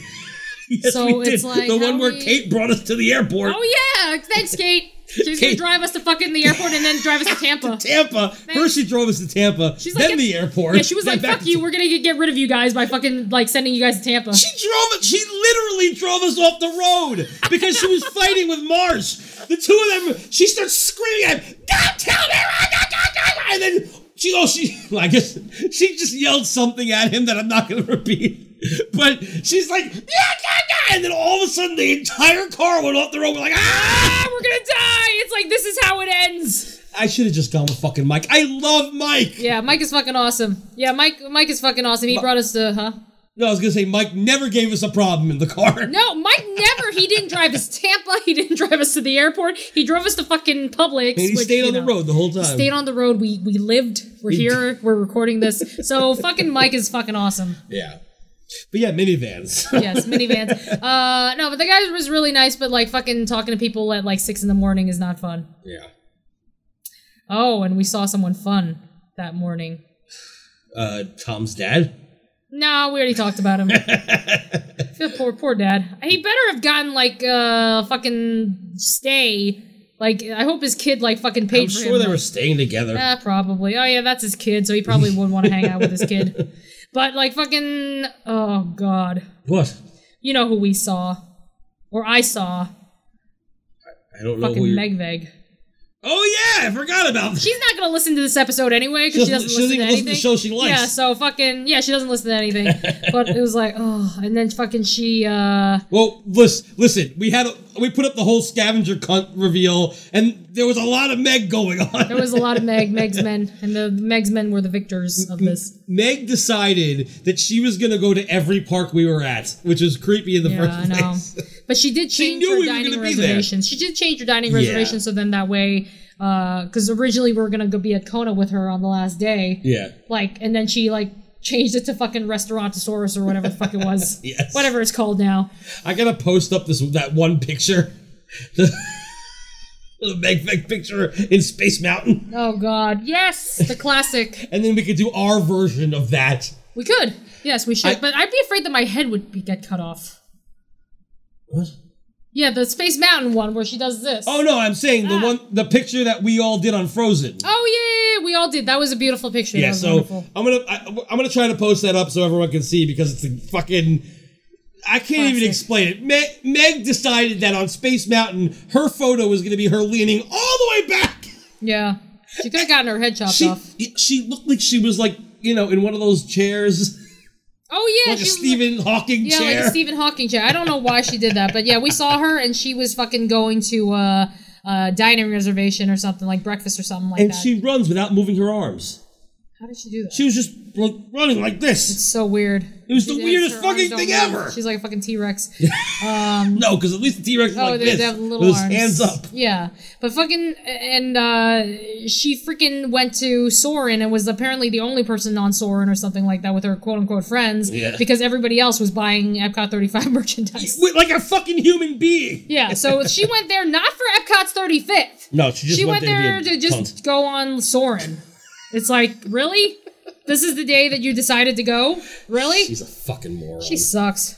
[SPEAKER 3] yes,
[SPEAKER 4] So
[SPEAKER 3] we did.
[SPEAKER 4] it's like,
[SPEAKER 3] the
[SPEAKER 4] how
[SPEAKER 3] one where
[SPEAKER 4] we-
[SPEAKER 3] Kate brought us to the airport,
[SPEAKER 4] Oh yeah, thanks, Kate. She's gonna
[SPEAKER 3] Kate-
[SPEAKER 4] drive us to fucking the airport and then drive us to Tampa.
[SPEAKER 3] Tampa. First, she drove us to Tampa,
[SPEAKER 4] She's like,
[SPEAKER 3] then the airport.
[SPEAKER 4] Yeah, she was
[SPEAKER 3] then
[SPEAKER 4] like,
[SPEAKER 3] back
[SPEAKER 4] "Fuck
[SPEAKER 3] to
[SPEAKER 4] you, we're gonna get- get rid of you guys by fucking like sending you guys to Tampa."
[SPEAKER 3] She drove She literally drove us off the road because she was fighting with Marsh. The two of them. She starts screaming at him. Don't tell me. what to do!" And then she. Oh, she. well, I guess she just yelled something at him that I'm not going to repeat. But she's like, "Yeah, yeah, yeah," and then all of a sudden the entire car went off the road. We're like, ah!
[SPEAKER 4] Ah, we're gonna die. It's like this is how it ends.
[SPEAKER 3] I should have just gone with fucking Mike. I love Mike.
[SPEAKER 4] Yeah, Mike is fucking awesome. Yeah, Mike, Mike is fucking awesome. He brought us to, huh?
[SPEAKER 3] No, I was gonna say Mike never gave us a problem in the car.
[SPEAKER 4] No, Mike never. He didn't drive us to Tampa. He didn't drive us to the airport. He drove us to fucking Publix.
[SPEAKER 3] and he
[SPEAKER 4] which,
[SPEAKER 3] stayed
[SPEAKER 4] you
[SPEAKER 3] on the
[SPEAKER 4] know.
[SPEAKER 3] road the whole time.
[SPEAKER 4] stayed on the road. We we lived. We're here. We're recording this. So fucking Mike is fucking awesome.
[SPEAKER 3] yeah, but yeah, minivans.
[SPEAKER 4] Yes, minivans. Uh, no, but the guy was really nice. But like fucking talking to people at like six in the morning is not fun.
[SPEAKER 3] yeah.
[SPEAKER 4] Oh, and we saw someone fun that morning.
[SPEAKER 3] uh, Tom's dad.
[SPEAKER 4] No, we already talked about him. Feel poor, poor dad. He better have gotten like uh fucking stay. Like I hope his kid like fucking paid
[SPEAKER 3] I'm
[SPEAKER 4] for
[SPEAKER 3] sure
[SPEAKER 4] him.
[SPEAKER 3] they were staying together.
[SPEAKER 4] Yeah, probably. Oh yeah, that's his kid, so he probably wouldn't want to hang out with his kid. But like fucking oh god.
[SPEAKER 3] what?
[SPEAKER 4] You know who we saw. Or I saw.
[SPEAKER 3] I don't know
[SPEAKER 4] Fucking
[SPEAKER 3] who. You're...
[SPEAKER 4] Megveg.
[SPEAKER 3] oh yeah, I forgot about that.
[SPEAKER 4] She's not gonna listen to this episode anyway, because
[SPEAKER 3] She
[SPEAKER 4] she
[SPEAKER 3] doesn't-
[SPEAKER 4] doesn't,
[SPEAKER 3] she
[SPEAKER 4] listen
[SPEAKER 3] doesn't
[SPEAKER 4] to
[SPEAKER 3] even listen to
[SPEAKER 4] anything.
[SPEAKER 3] the show she likes.
[SPEAKER 4] Yeah, so fucking yeah, she doesn't listen to anything. but it was like, oh and then fucking she uh
[SPEAKER 3] Well, listen, listen. We had a, we put up the whole scavenger cunt reveal, and there was a lot of Meg going on.
[SPEAKER 4] There was a lot of Meg, Meg's men, and the Meg's men were the victors of this.
[SPEAKER 3] Meg decided that she was gonna go to every park we were at, which was creepy in the
[SPEAKER 4] Yeah,
[SPEAKER 3] first
[SPEAKER 4] I know.
[SPEAKER 3] place.
[SPEAKER 4] But she did change
[SPEAKER 3] knew
[SPEAKER 4] her
[SPEAKER 3] we were
[SPEAKER 4] dining
[SPEAKER 3] gonna be there.
[SPEAKER 4] reservations. She did change her dining reservations so then that way, because originally we were gonna go be at Kona with her on the last day.
[SPEAKER 3] Yeah.
[SPEAKER 4] Like, and then she like changed it to fucking Restaurantosaurus or whatever the fuck it was.
[SPEAKER 3] Yes.
[SPEAKER 4] Whatever it's called now.
[SPEAKER 3] I gotta post up this that one picture. The, the Meg Meg picture in Space Mountain.
[SPEAKER 4] Oh God, yes, the classic.
[SPEAKER 3] And then we could do our version of that.
[SPEAKER 4] We could, yes, we should.
[SPEAKER 3] I-
[SPEAKER 4] but I'd be afraid that my head would be, get cut off.
[SPEAKER 3] What?
[SPEAKER 4] Yeah, the Space Mountain one where she does this.
[SPEAKER 3] Oh no, I'm saying the one the picture that we all did on Frozen.
[SPEAKER 4] Ah. Oh yeah, we all did. That was a beautiful picture.
[SPEAKER 3] yeah,
[SPEAKER 4] that was
[SPEAKER 3] so
[SPEAKER 4] wonderful.
[SPEAKER 3] I'm gonna I, I'm gonna try to post that up so everyone can see because it's a fucking I can't even
[SPEAKER 4] Classic.
[SPEAKER 3] explain it. Meg, Meg decided that on Space Mountain, her photo was gonna be her leaning all the way back.
[SPEAKER 4] Yeah, she could have gotten her head chopped
[SPEAKER 3] She
[SPEAKER 4] off.
[SPEAKER 3] she looked like she was like you know in one of those chairs.
[SPEAKER 4] Oh yeah,
[SPEAKER 3] like a
[SPEAKER 4] she was
[SPEAKER 3] Stephen Hawking
[SPEAKER 4] yeah,
[SPEAKER 3] chair.
[SPEAKER 4] like a Stephen Hawking chair. I don't know why she did that, but yeah, we saw her and she was fucking going to uh, uh dining reservation or something like breakfast or something like
[SPEAKER 3] and
[SPEAKER 4] that.
[SPEAKER 3] she runs without moving her arms.
[SPEAKER 4] How did she do that?
[SPEAKER 3] She was just like running like this.
[SPEAKER 4] so weird.
[SPEAKER 3] It was
[SPEAKER 4] She
[SPEAKER 3] the
[SPEAKER 4] did-
[SPEAKER 3] weirdest
[SPEAKER 4] her
[SPEAKER 3] fucking
[SPEAKER 4] arms don't
[SPEAKER 3] thing
[SPEAKER 4] move.
[SPEAKER 3] ever.
[SPEAKER 4] She's like a fucking T Rex.
[SPEAKER 3] no, because at least the T Rex is
[SPEAKER 4] Oh,
[SPEAKER 3] like
[SPEAKER 4] they,
[SPEAKER 3] this.
[SPEAKER 4] they have little
[SPEAKER 3] with his
[SPEAKER 4] arms.
[SPEAKER 3] hands up.
[SPEAKER 4] Yeah, but fucking and uh, she freaking went to Soren and was apparently the only person on Soren or something like that with her quote unquote friends
[SPEAKER 3] Yeah.
[SPEAKER 4] because everybody else was buying Epcot 35 merchandise.
[SPEAKER 3] With, like a fucking human being.
[SPEAKER 4] Yeah, so she went there not for Epcot's 35th.
[SPEAKER 3] No, she just
[SPEAKER 4] she
[SPEAKER 3] went,
[SPEAKER 4] went there
[SPEAKER 3] to,
[SPEAKER 4] to,
[SPEAKER 3] be a
[SPEAKER 4] just
[SPEAKER 3] cunt.
[SPEAKER 4] go on Soren. It's like really, this is the day that you decided to go. Really,
[SPEAKER 3] She's a fucking moron.
[SPEAKER 4] she sucks.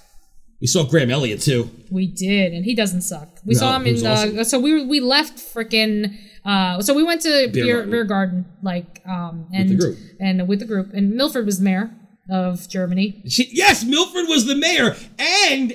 [SPEAKER 3] we saw Graham Elliott too.
[SPEAKER 4] We did, and he doesn't suck. We
[SPEAKER 3] No,
[SPEAKER 4] saw him
[SPEAKER 3] he
[SPEAKER 4] in
[SPEAKER 3] was
[SPEAKER 4] the.
[SPEAKER 3] awesome.
[SPEAKER 4] So we we left freaking. Uh, so we went to beer beer garden,
[SPEAKER 3] garden.
[SPEAKER 4] like um and
[SPEAKER 3] group.
[SPEAKER 4] and with the group and Milford was mayor of Germany.
[SPEAKER 3] She, yes, Milford was the mayor, and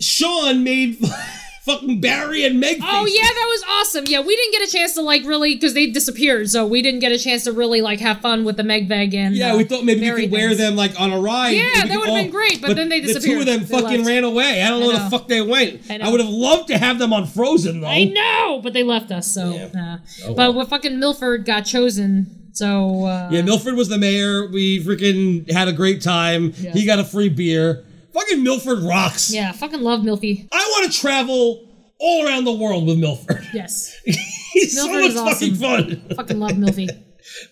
[SPEAKER 3] Sean made fucking Barry and Meg.
[SPEAKER 4] Oh
[SPEAKER 3] faces.
[SPEAKER 4] yeah, that was awesome. Yeah, we didn't get a chance to like really because they disappeared, so we didn't get a chance to really like have fun with the Megveg and
[SPEAKER 3] Yeah,
[SPEAKER 4] uh,
[SPEAKER 3] we thought maybe we
[SPEAKER 4] Barry
[SPEAKER 3] could wear
[SPEAKER 4] things.
[SPEAKER 3] them like on a ride.
[SPEAKER 4] Yeah,
[SPEAKER 3] and we
[SPEAKER 4] that
[SPEAKER 3] could
[SPEAKER 4] would've
[SPEAKER 3] all-
[SPEAKER 4] been great, but then they
[SPEAKER 3] The two
[SPEAKER 4] disappeared.
[SPEAKER 3] of them
[SPEAKER 4] They
[SPEAKER 3] fucking
[SPEAKER 4] left.
[SPEAKER 3] ran away. I don't know, where
[SPEAKER 4] know.
[SPEAKER 3] the fuck they went.
[SPEAKER 4] I
[SPEAKER 3] I,
[SPEAKER 4] know.
[SPEAKER 3] would have loved to have them on Frozen though.
[SPEAKER 4] I know, but they left us. So, uh,
[SPEAKER 3] Oh. well.
[SPEAKER 4] but what fucking Milford got chosen. So uh,
[SPEAKER 3] Yeah, Milford was the mayor. We freaking had a great time. He got a free beer. Fucking Milford rocks.
[SPEAKER 4] yeah, fucking love Milfy.
[SPEAKER 3] I want to travel all around the world with Milford.
[SPEAKER 4] Yes,
[SPEAKER 3] He's
[SPEAKER 4] Milford is
[SPEAKER 3] so much fucking fun.
[SPEAKER 4] fucking love Milfy.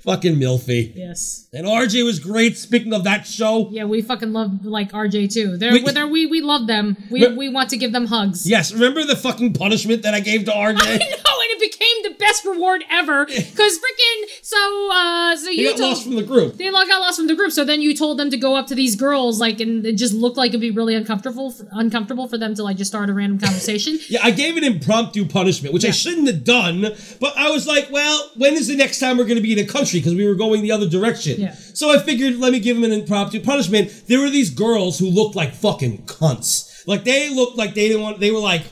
[SPEAKER 3] fucking Milfy.
[SPEAKER 4] Yes.
[SPEAKER 3] And RJ was great. Speaking of that show,
[SPEAKER 4] Yeah, we fucking love like RJ too. They're,
[SPEAKER 3] We-
[SPEAKER 4] whether we we love them, we we want to give them hugs.
[SPEAKER 3] yes, remember the fucking punishment that I gave to
[SPEAKER 4] I know,
[SPEAKER 3] RJ?
[SPEAKER 4] and it became the best reward ever because freaking so uh so
[SPEAKER 3] He
[SPEAKER 4] you
[SPEAKER 3] got
[SPEAKER 4] told
[SPEAKER 3] lost from the group.
[SPEAKER 4] they all got lost from the group. So then you told them to go up to these girls like and it just looked like it'd be really uncomfortable for, uncomfortable for them to like just start a random conversation.
[SPEAKER 3] Yeah, I gave an impromptu punishment, which I shouldn't have done, but I was like, well, when is the next time we're going to be in a country? Because we were going the other direction.
[SPEAKER 4] Yeah.
[SPEAKER 3] So I figured, let me give him an impromptu punishment. There were these girls who looked like fucking cunts. Like, they looked like they didn't want, they were like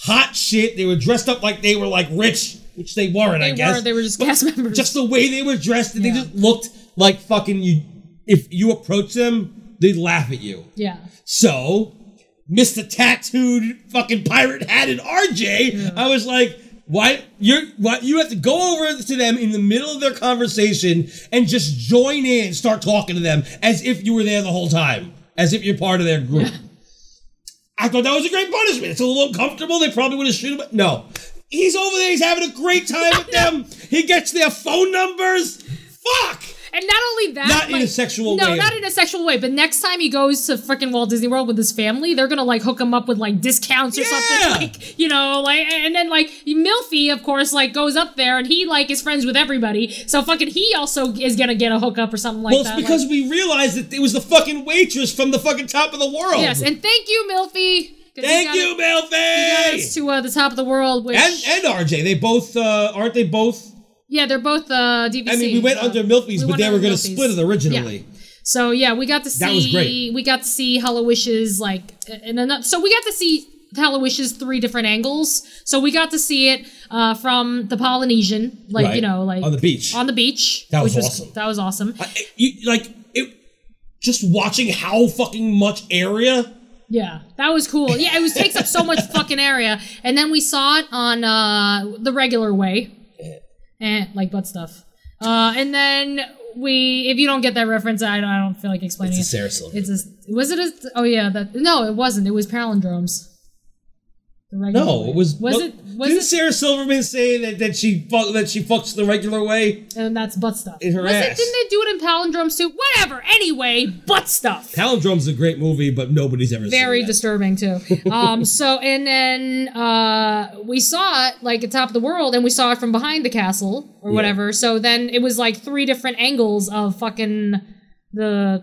[SPEAKER 3] hot shit. They were dressed up like they were like rich, which they weren't,
[SPEAKER 4] They
[SPEAKER 3] I guess.
[SPEAKER 4] were they were just cast members.
[SPEAKER 3] just the way they were dressed, and
[SPEAKER 4] Yeah.
[SPEAKER 3] they just looked like fucking you. If you approach them, they laugh at you.
[SPEAKER 4] yeah.
[SPEAKER 3] So, Mr. Tattooed fucking pirate hatted RJ, I was like, why you're why you have to go over to them in the middle of their conversation and just join in, start talking to them as if you were there the whole time, as if you're part of their group. I thought that was a great punishment. It's a little uncomfortable. They probably would have shoot him. but No. He's over there. He's having a great time with them. He gets their phone numbers. Fuck.
[SPEAKER 4] And not only that,
[SPEAKER 3] Not in
[SPEAKER 4] like-
[SPEAKER 3] a sexual
[SPEAKER 4] no,
[SPEAKER 3] way.
[SPEAKER 4] not in a sexual way. But next time he goes to freaking Walt Disney World with his family, they're gonna like hook him up with like discounts or
[SPEAKER 3] Yeah.
[SPEAKER 4] something, like you know, like and then like Milfy, of course, like goes up there and he like is friends with everybody, so fucking he also is gonna get a hookup or something like
[SPEAKER 3] Well, it's
[SPEAKER 4] that.
[SPEAKER 3] because
[SPEAKER 4] like-
[SPEAKER 3] we realized that it was the fucking waitress from the fucking top of the world.
[SPEAKER 4] yes, and thank you, Milfy. 'cause he
[SPEAKER 3] Thank
[SPEAKER 4] got
[SPEAKER 3] you,
[SPEAKER 4] us- he got us
[SPEAKER 3] Melfi.
[SPEAKER 4] to uh, the top of the world, which
[SPEAKER 3] And and RJ, they both uh, aren't they both?
[SPEAKER 4] yeah, they're both uh, DVC.
[SPEAKER 3] I mean, we went
[SPEAKER 4] uh,
[SPEAKER 3] under Milfy's,
[SPEAKER 4] we
[SPEAKER 3] but
[SPEAKER 4] went
[SPEAKER 3] they were
[SPEAKER 4] under
[SPEAKER 3] going to
[SPEAKER 4] Milfy's.
[SPEAKER 3] split it originally.
[SPEAKER 4] So yeah, we got to see
[SPEAKER 3] That was great.
[SPEAKER 4] we got to see Hello Wishes like in another. So we got to see Hello Wishes three different angles. So we got to see it uh, from the Polynesian, like you
[SPEAKER 3] Right.
[SPEAKER 4] know, like
[SPEAKER 3] On the beach.
[SPEAKER 4] on the beach.
[SPEAKER 3] That was
[SPEAKER 4] which
[SPEAKER 3] awesome.
[SPEAKER 4] That was awesome.
[SPEAKER 3] I- it- you- like it, just watching how fucking much area
[SPEAKER 4] Yeah, that was cool. Yeah, it was takes up so much fucking area, and then we saw it on uh, the regular way, and like butt stuff. Uh, and then we, if you don't get that reference, I don't, I don't feel like explaining
[SPEAKER 12] It's a
[SPEAKER 4] it.
[SPEAKER 12] Sarah Silverman.
[SPEAKER 4] It's a was it a oh yeah that no it wasn't it was palindromes. The regular
[SPEAKER 3] No,
[SPEAKER 4] way.
[SPEAKER 3] it was.
[SPEAKER 4] was
[SPEAKER 3] well,
[SPEAKER 4] it was
[SPEAKER 3] didn't
[SPEAKER 4] it
[SPEAKER 3] Sarah Silverman say that, that she fuck, that she fucks the regular way
[SPEAKER 4] and that's butt stuff.
[SPEAKER 3] in her
[SPEAKER 4] was
[SPEAKER 3] ass?
[SPEAKER 4] it? Didn't they do it in palindromes too? Whatever. Anyway, butt stuff.
[SPEAKER 3] Palindrome's a great movie, but nobody's ever
[SPEAKER 4] very
[SPEAKER 3] seen it.
[SPEAKER 4] disturbing too. Um, so and then uh, we saw it like at top of the world, and we saw it from behind the castle or whatever. So then it was like three different angles of fucking the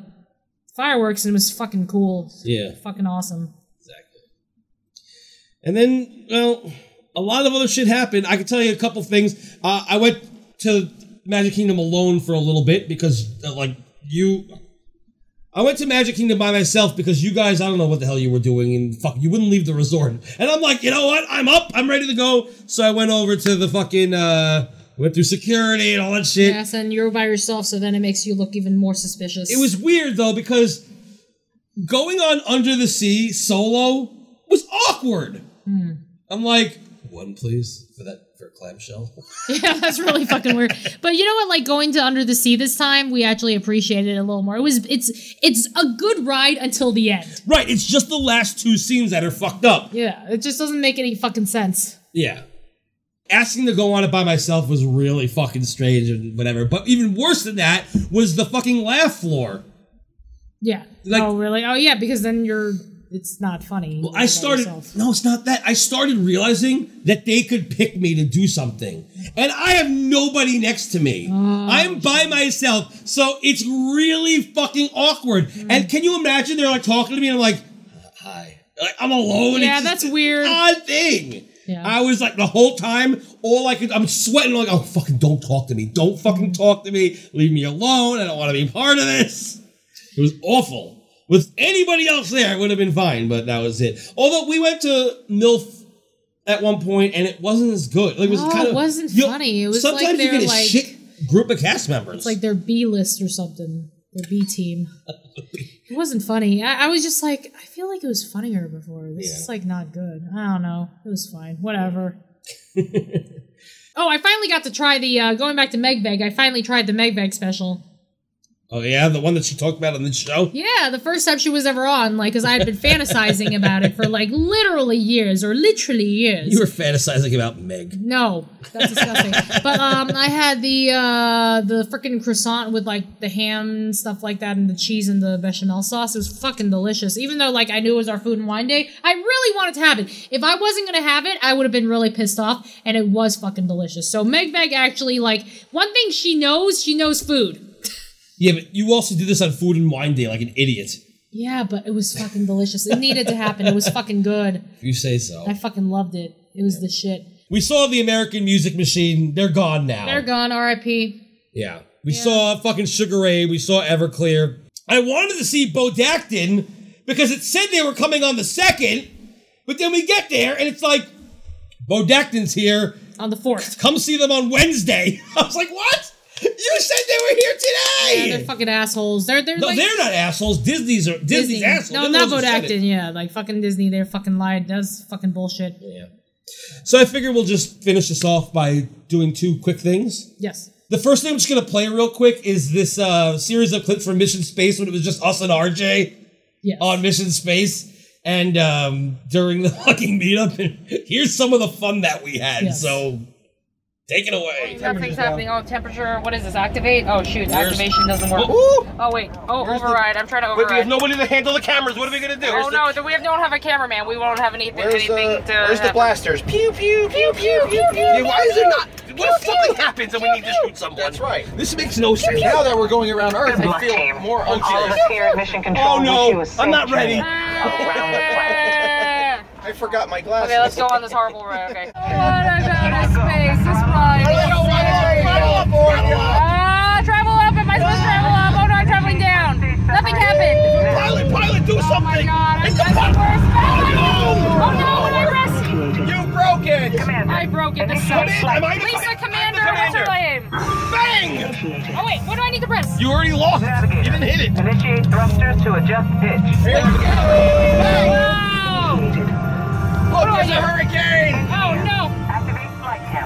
[SPEAKER 4] fireworks, and it was fucking cool,
[SPEAKER 3] Yeah.
[SPEAKER 4] fucking awesome.
[SPEAKER 3] And then, well, a lot of other shit happened. I can tell you a couple things. Uh, I went to Magic Kingdom alone for a little bit because, uh, like, you. I went to Magic Kingdom by myself because you guys, I don't know what the hell you were doing, and fuck, you wouldn't leave the resort. And I'm like, you know what? I'm up. I'm ready to go. So I went over to the fucking. Uh, went through security and all that shit.
[SPEAKER 4] Yes, and you're by yourself, so then it makes you look even more suspicious.
[SPEAKER 3] It was weird though because going on Under the Sea solo was awkward. I'm like,
[SPEAKER 12] One, please, for that for clamshell.
[SPEAKER 4] yeah, that's really fucking weird. But you know what? Like going to Under the Sea this time, we actually appreciated it a little more. It was it's it's a good ride until the end.
[SPEAKER 3] right, it's just the last two scenes that are fucked up.
[SPEAKER 4] Yeah, it just doesn't make any fucking sense.
[SPEAKER 3] Yeah. Asking to go on it by myself was really fucking strange and whatever. But even worse than that was the fucking laugh floor.
[SPEAKER 4] Yeah.
[SPEAKER 3] Like-
[SPEAKER 4] oh, really? Oh, yeah, because then you're. It's not funny. You're
[SPEAKER 3] I
[SPEAKER 4] by
[SPEAKER 3] started.
[SPEAKER 4] yourself.
[SPEAKER 3] No, it's not that. I started realizing that they could pick me to do something, and I have nobody next to me.
[SPEAKER 4] Oh.
[SPEAKER 3] I'm by myself, so it's really fucking awkward. And can you imagine? They're like talking to me, and I'm like,
[SPEAKER 12] Hi.
[SPEAKER 3] like, I'm alone.
[SPEAKER 4] Yeah,
[SPEAKER 3] It's just
[SPEAKER 4] that's weird.
[SPEAKER 3] an Odd thing.
[SPEAKER 4] Yeah.
[SPEAKER 3] I was like the whole time, all I could, I'm sweating like, oh fucking, don't talk to me, don't fucking talk to me, leave me alone. I don't want to be part of this. It was awful. With anybody else there, it would have been fine, but that was it. Although we went to MILF at one point, and it wasn't as good. Like, it was
[SPEAKER 4] No,
[SPEAKER 3] kind
[SPEAKER 4] Oh, it
[SPEAKER 3] of
[SPEAKER 4] wasn't
[SPEAKER 3] you know,
[SPEAKER 4] funny. It was like
[SPEAKER 3] sometimes
[SPEAKER 4] they
[SPEAKER 3] you get
[SPEAKER 4] were
[SPEAKER 3] a
[SPEAKER 4] like-
[SPEAKER 3] shit group of cast members.
[SPEAKER 4] It's like their B list or something. Their B team. it wasn't funny. I, I was just like, I feel like it was funnier before. This is like not good. I don't know. It was fine. Whatever. oh, I finally got to try the. Uh, going back to Megbeg, I finally tried the Megbeg special.
[SPEAKER 3] oh yeah, the one that she talked about on this show.
[SPEAKER 4] Yeah, the first time she was ever on, like, because I had been fantasizing about it for like literally years or literally years.
[SPEAKER 12] You were fantasizing about Meg.
[SPEAKER 4] No, that's disgusting. but um, I had the uh, the freaking croissant with like the ham and stuff like that, and the cheese and the bechamel sauce. It was fucking delicious. Even though like I knew it was our food and wine day, I really wanted to have it. If I wasn't gonna have it, I would have been really pissed off. And it was fucking delicious. So Meg Meg actually like one thing she knows, she knows food.
[SPEAKER 3] Yeah, but you also did this on Food and Wine Day, like an idiot.
[SPEAKER 4] Yeah, but it was fucking delicious. It needed to happen. It was fucking good.
[SPEAKER 12] If you say so.
[SPEAKER 4] I fucking loved it. It was the shit.
[SPEAKER 3] We saw the American Music Machine. They're gone now.
[SPEAKER 4] They're gone. R.I.P.
[SPEAKER 3] Yeah. We saw fucking Sugar Ray. We saw Everclear. I wanted to see Bodactin because it said they were coming on the second, but then we get there and it's like, Bodactin's here.
[SPEAKER 4] on the fourth.
[SPEAKER 3] Come see them on Wednesday. I was like, what? You said they were here today.
[SPEAKER 4] Yeah, they're fucking assholes. They're they're
[SPEAKER 3] no,
[SPEAKER 4] like
[SPEAKER 3] they're not assholes. Disney's are Disney's
[SPEAKER 4] Disney.
[SPEAKER 3] assholes.
[SPEAKER 4] No,
[SPEAKER 3] They're the
[SPEAKER 4] not
[SPEAKER 3] ones who said it.
[SPEAKER 4] Bodactin. Yeah, like fucking Disney. They're fucking lied. That's fucking bullshit.
[SPEAKER 3] So I figure we'll just finish this off by doing two quick things.
[SPEAKER 4] Yes.
[SPEAKER 3] The first thing I'm just gonna play real quick is this uh, series of clips from Mission Space when it was just us and RJ
[SPEAKER 4] Yes.
[SPEAKER 3] on Mission Space, and um, during the fucking meetup. And here's some of the fun that we had.
[SPEAKER 4] Yes.
[SPEAKER 3] So take it away.
[SPEAKER 13] Nothing's happening. Oh, temperature. What is this? Activate? Oh, shoot. Activation doesn't work. Oh, wait. Oh, override. I'm trying to override.
[SPEAKER 8] nobody to handle the cameras. What are we gonna do?
[SPEAKER 13] oh, no. we have, don't have a cameraman. We won't have anything,
[SPEAKER 2] uh,
[SPEAKER 13] anything to. happen.
[SPEAKER 8] blasters? Pew pew pew pew pew pew. Why is there not? What if something happens and we need to shoot someone? That's right. This makes no sense. Now that we're going around Earth, I feel more
[SPEAKER 13] All of us here at Mission Control.
[SPEAKER 8] Oh
[SPEAKER 13] wish you
[SPEAKER 8] no,
[SPEAKER 13] a
[SPEAKER 8] I'm not
[SPEAKER 13] safe
[SPEAKER 8] ready.
[SPEAKER 13] journey around the planet.
[SPEAKER 8] I forgot my glasses.
[SPEAKER 13] okay, let's go on this horrible road. Okay. What about a space? This ride is scary. Ah, travel up. Am I supposed to travel up? Oh no, I'm traveling down. Nothing happened.
[SPEAKER 8] Pilot, pilot, do
[SPEAKER 13] Oh my
[SPEAKER 8] something!
[SPEAKER 13] god, I'm
[SPEAKER 8] Hit the
[SPEAKER 13] that's the
[SPEAKER 8] button!
[SPEAKER 13] worst.
[SPEAKER 8] Oh,
[SPEAKER 13] Oh no, when I rest,
[SPEAKER 8] no! You broke it!
[SPEAKER 13] I broke it. This sucks.
[SPEAKER 8] Am I-
[SPEAKER 13] Lisa,
[SPEAKER 8] I'm the
[SPEAKER 13] commander, what's her name?
[SPEAKER 8] Bang!
[SPEAKER 14] initiated.
[SPEAKER 13] Oh wait, what do I need to press?
[SPEAKER 14] You already lost. You didn't hit it. Initiate thrusters to adjust pitch.
[SPEAKER 13] What do I
[SPEAKER 14] Oh, there's a
[SPEAKER 13] do?
[SPEAKER 14] hurricane!
[SPEAKER 13] Oh no!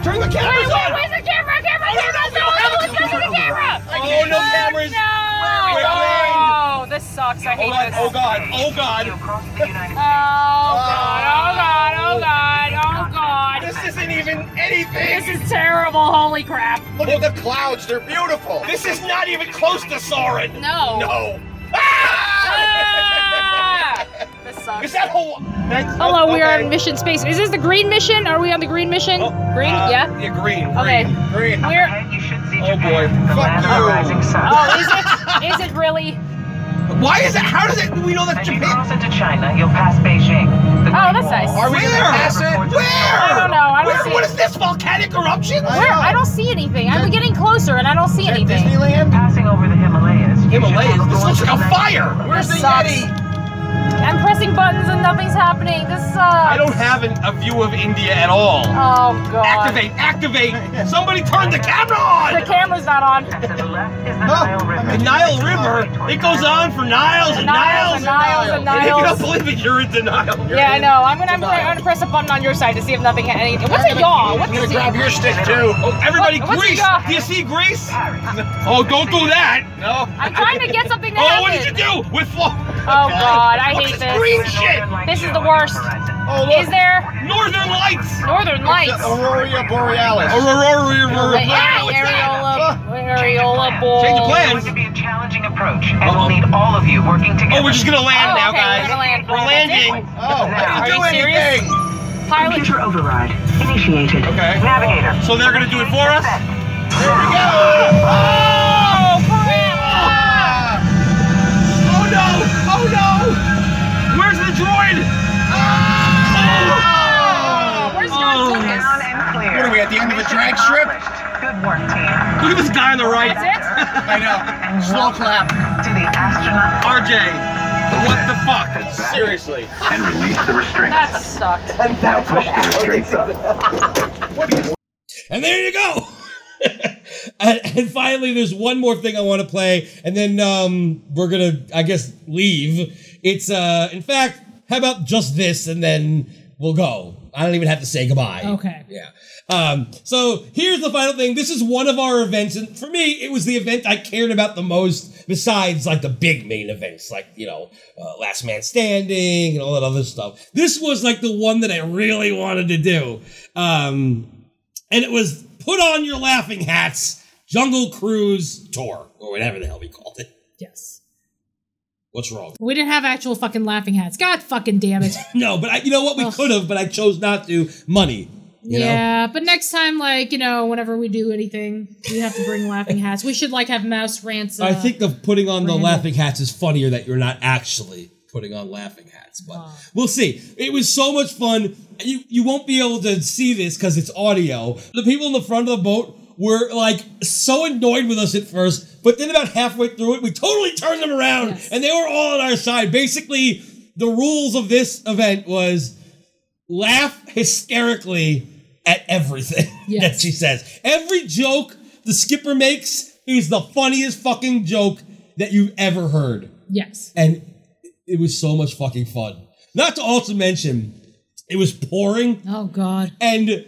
[SPEAKER 14] Turn the cameras
[SPEAKER 13] Wait,
[SPEAKER 14] on!
[SPEAKER 13] Wait, where's the camera? Camera!
[SPEAKER 14] Oh,
[SPEAKER 13] Camera!
[SPEAKER 14] no,
[SPEAKER 13] No,
[SPEAKER 14] no,
[SPEAKER 13] no,
[SPEAKER 14] no,
[SPEAKER 13] let's go to the camera!
[SPEAKER 14] Oh, no cameras. Where
[SPEAKER 13] Oh,
[SPEAKER 14] are
[SPEAKER 13] this sucks. I hate
[SPEAKER 14] Hold on.
[SPEAKER 13] this.
[SPEAKER 14] Oh god. Oh god.
[SPEAKER 13] Oh god! Oh god! Oh god!
[SPEAKER 14] This isn't even anything.
[SPEAKER 13] This is terrible! Holy crap!
[SPEAKER 14] Look at the clouds. They're beautiful. This is not even close to Sauron.
[SPEAKER 13] No.
[SPEAKER 14] No.
[SPEAKER 13] This sucks.
[SPEAKER 14] Ah! Is that whole? That's,
[SPEAKER 13] Hello, we are
[SPEAKER 14] okay.
[SPEAKER 13] in mission space. Is this the green mission? Are we on the green mission? green?
[SPEAKER 14] Uh,
[SPEAKER 13] yeah.
[SPEAKER 14] Yeah, green. green.
[SPEAKER 13] Okay.
[SPEAKER 14] Green.
[SPEAKER 13] We're.
[SPEAKER 14] Oh boy. Fuck
[SPEAKER 13] Oh,
[SPEAKER 14] you.
[SPEAKER 13] is it? Is it really?
[SPEAKER 14] Why is it? How does it? We know that's Japan.
[SPEAKER 15] Cross into China, you'll pass Beijing.
[SPEAKER 13] Oh, that's nice.
[SPEAKER 14] Are we gonna pass it? Where?
[SPEAKER 13] I don't know. I don't
[SPEAKER 14] Where?
[SPEAKER 13] see
[SPEAKER 14] What
[SPEAKER 13] it.
[SPEAKER 14] is this volcanic eruption?
[SPEAKER 13] Where? I don't see anything. I'm getting closer and I don't see anything.
[SPEAKER 14] Disneyland?
[SPEAKER 15] Passing over the Himalayas.
[SPEAKER 14] Himalayas. This looks like a fire. Where's
[SPEAKER 13] This
[SPEAKER 14] the
[SPEAKER 13] sucks.
[SPEAKER 14] Yeti?
[SPEAKER 13] I'm pressing buttons and nothing's happening. This sucks.
[SPEAKER 14] I don't have an, a view of India at all.
[SPEAKER 13] Oh god.
[SPEAKER 14] Activate! Activate! Somebody turn the camera on!
[SPEAKER 13] The camera's not on.
[SPEAKER 14] The Nile River. It goes on for Niles and
[SPEAKER 13] Niles and
[SPEAKER 14] Niles
[SPEAKER 13] Niles and
[SPEAKER 14] And if you don't
[SPEAKER 13] Niles.
[SPEAKER 14] believe it, you're in denial. You're
[SPEAKER 13] Yeah, I
[SPEAKER 14] in
[SPEAKER 13] know. I'm gonna, I'm, gonna,
[SPEAKER 14] denial.
[SPEAKER 13] I'm gonna press a button on your side to see if nothing. Any, what's a yaw? What's
[SPEAKER 14] I'm gonna
[SPEAKER 13] a-
[SPEAKER 14] grab your stick too. Oh, everybody,
[SPEAKER 13] What- what's a
[SPEAKER 14] Greece!
[SPEAKER 13] yaw?
[SPEAKER 14] Do you see Greece? Oh, don't do that! No.
[SPEAKER 13] I'm trying to get something to
[SPEAKER 14] Oh,
[SPEAKER 13] happen.
[SPEAKER 14] what did you do? With flo-
[SPEAKER 13] Oh god, I
[SPEAKER 14] What's
[SPEAKER 13] hate
[SPEAKER 14] this
[SPEAKER 13] this.
[SPEAKER 14] green shit? Oh,
[SPEAKER 13] This is the worst. Is there
[SPEAKER 14] Northern Lights?
[SPEAKER 13] Northern Lights?
[SPEAKER 14] Aurora Borealis. Aurora Borealis. Wow, it's
[SPEAKER 13] Areola, Areola
[SPEAKER 14] that-
[SPEAKER 13] Bowl.
[SPEAKER 14] Change of plans.
[SPEAKER 15] Challenging approach, and we'll need all of you working together.
[SPEAKER 14] Uh-huh. Oh, we're just gonna land
[SPEAKER 13] Oh,
[SPEAKER 14] now,
[SPEAKER 13] okay,
[SPEAKER 14] guys.
[SPEAKER 13] we're gonna land.
[SPEAKER 14] We're landing. I
[SPEAKER 15] Oh,
[SPEAKER 13] Are
[SPEAKER 14] didn't
[SPEAKER 13] you
[SPEAKER 14] do
[SPEAKER 13] serious?
[SPEAKER 14] anything.
[SPEAKER 13] Pilot.
[SPEAKER 15] Computer override initiated. Okay. Navigator.
[SPEAKER 14] So they're gonna do it for us? There we go!
[SPEAKER 13] Oh crap!
[SPEAKER 14] Oh no! Oh no! Where's the droid? Oh!
[SPEAKER 13] Where's George Lucas?
[SPEAKER 14] What are we at the end of a drag strip?
[SPEAKER 15] Good work, team.
[SPEAKER 14] Look at this guy on the right.
[SPEAKER 13] That's
[SPEAKER 14] I know. Slow clap.
[SPEAKER 15] To the astronaut.
[SPEAKER 14] RJ, what the fuck? Seriously.
[SPEAKER 16] and release the
[SPEAKER 13] it.
[SPEAKER 16] restraints.
[SPEAKER 13] That sucked.
[SPEAKER 16] Now push the restraints up.
[SPEAKER 3] And there you go. and, and finally, there's one more thing I want to play, and then um, we're gonna, I guess, leave. It's uh, in fact, how about just this, and then we'll go. I don't even have to say goodbye.
[SPEAKER 4] Okay.
[SPEAKER 3] Yeah. Um, so here's the final thing. This is one of our events, and for me, it was the event I cared about the most, besides like the big main events, like you know, uh, Last Man Standing and all that other stuff. This was like the one that I really wanted to do, um, and it was put on your laughing hats, Jungle Cruise Tour, or whatever the hell we called it.
[SPEAKER 4] Yes.
[SPEAKER 3] What's wrong?
[SPEAKER 4] We didn't have actual fucking laughing hats. God fucking damn it.
[SPEAKER 3] No, but I, you know what? We could have, but I chose not to. Money. You Know?
[SPEAKER 4] yeah, but next time, like, you know, whenever we do anything, we have to bring laughing hats. We should, like, have mouse rants. Uh,
[SPEAKER 3] I think the putting on the
[SPEAKER 4] Brandon.
[SPEAKER 3] laughing hats is funnier that you're not actually putting on laughing hats, but we'll see. It was so much fun. You you won't be able to see this because it's audio. The people in the front of the boat were like so annoyed with us at first, but then about halfway through it, we totally turned them around and they were all on our side. Basically, the rules of this event was laugh hysterically at everything that she says. Every joke the skipper makes is the funniest fucking joke that you've ever heard.
[SPEAKER 4] Yes.
[SPEAKER 3] And it was so much fucking fun. Not to also mention, it was pouring.
[SPEAKER 4] Oh God.
[SPEAKER 3] And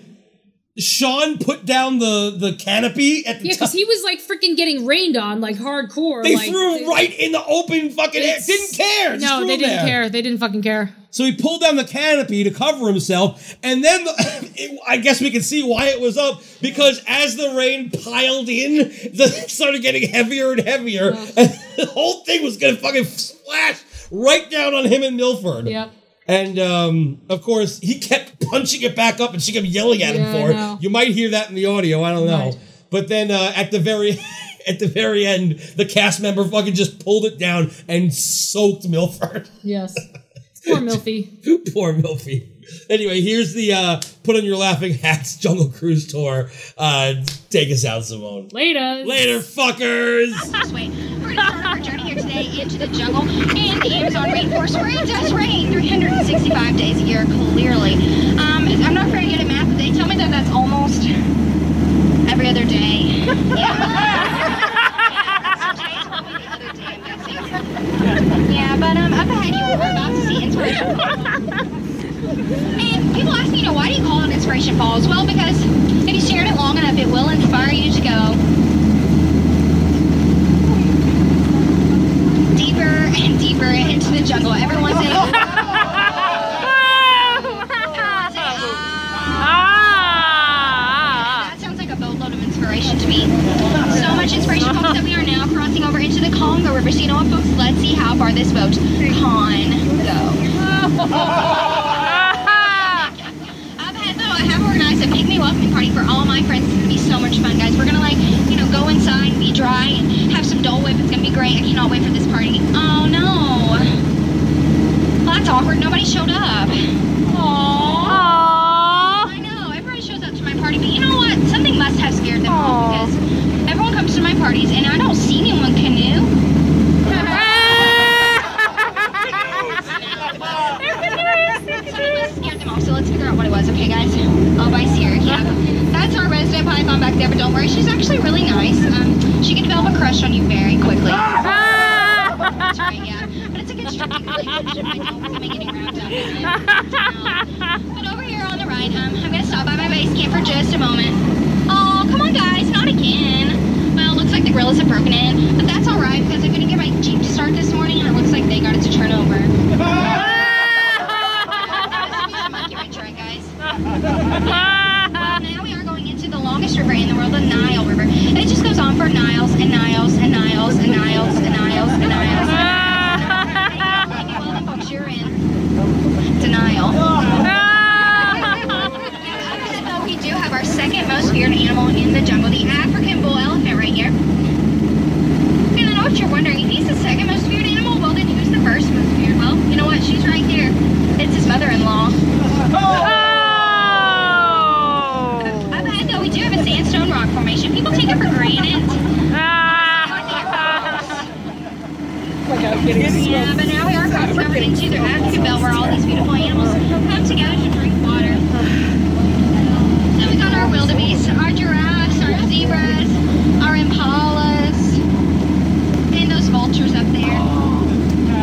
[SPEAKER 3] Sean put down the the canopy at the
[SPEAKER 4] Yeah, because he was, like, freaking getting rained on, like, hardcore.
[SPEAKER 3] They
[SPEAKER 4] like,
[SPEAKER 3] threw him right in the open fucking air.
[SPEAKER 4] It's-
[SPEAKER 3] Didn't care. Just
[SPEAKER 4] No,
[SPEAKER 3] threw
[SPEAKER 4] they
[SPEAKER 3] him
[SPEAKER 4] didn't
[SPEAKER 3] there.
[SPEAKER 4] care. They didn't fucking care.
[SPEAKER 3] So he pulled down the canopy to cover himself, and then the, it, I guess we can see why it was up because as the rain piled in, the it started getting heavier and heavier, and the whole thing was gonna fucking splash right down on him and Milford.
[SPEAKER 4] Yep.
[SPEAKER 3] And um, of course, he kept punching it back up, and she kept yelling at him
[SPEAKER 4] Yeah, I
[SPEAKER 3] for
[SPEAKER 4] know.
[SPEAKER 3] it. You might hear that in the audio. I don't know.
[SPEAKER 4] Right.
[SPEAKER 3] But then uh, at the very at the very end, the cast member fucking just pulled it down and soaked Milford.
[SPEAKER 4] Yes. Poor Milfy.
[SPEAKER 3] Poor Milfy. Anyway, here's the uh, put on your laughing hats Jungle Cruise tour. Uh, take us out, Simone.
[SPEAKER 4] Later.
[SPEAKER 3] Later, fuckers.
[SPEAKER 17] This way. We're gonna start our journey here today into the jungle and the Amazon rainforest where it does rain 365 days a year, clearly. Um, I'm not very good at math, but they tell me that that's almost every other day. Yeah. um, river. But you know what, folks? Let's see how far this boat can go. I've had though I have organized a pick me welcoming party for all my friends. It's gonna be so much fun, guys. We're gonna like you know go inside, be dry, and have some Dole Whip. It's gonna be great. I cannot wait for this party. Oh no, well, that's awkward. Nobody showed up. Aww. I know. Everybody shows up to my party, but you know what? Something must have scared them all because everyone comes to my parties and I don't see anyone canoe. Something must have scared them all, so let's figure out what it was. Okay, guys. Oh, by Sierra. Yeah. That's our resident python back there, but don't worry, she's actually really nice. Um, she can develop a crush on you very quickly. That's right, yeah. But it's a constructive relationship. I don't want to make any round up. Um, But over here on the right, um, I'm gonna stop by my base camp for just a moment. Oh, come on, guys, not again. Well, looks like the gorillas have broken in, but that's all right because I couldn't get my jeep to start this morning, and it looks like they got it to turn over. Well, now we are going into the longest river in the world, the Nile River. And it just goes on for Niles and Niles and Niles and Niles and Niles and Niles. And Niles. Well, the folks you're in denial. Even though we do have our second most feared animal in the jungle, the African bull elephant right here. And I know what you're wondering, if he's the second most feared animal, well then who's the first most feared? Well, you know what? She's right there. It's his mother-in-law. I've had though we do have a sandstone rock formation. People take it for granted. yeah, but now we are cross-covered into the African belt where all these beautiful animals come together to drink water. Then we got our wildebeest, our giraffes, our zebras, our impalas, and those vultures up there.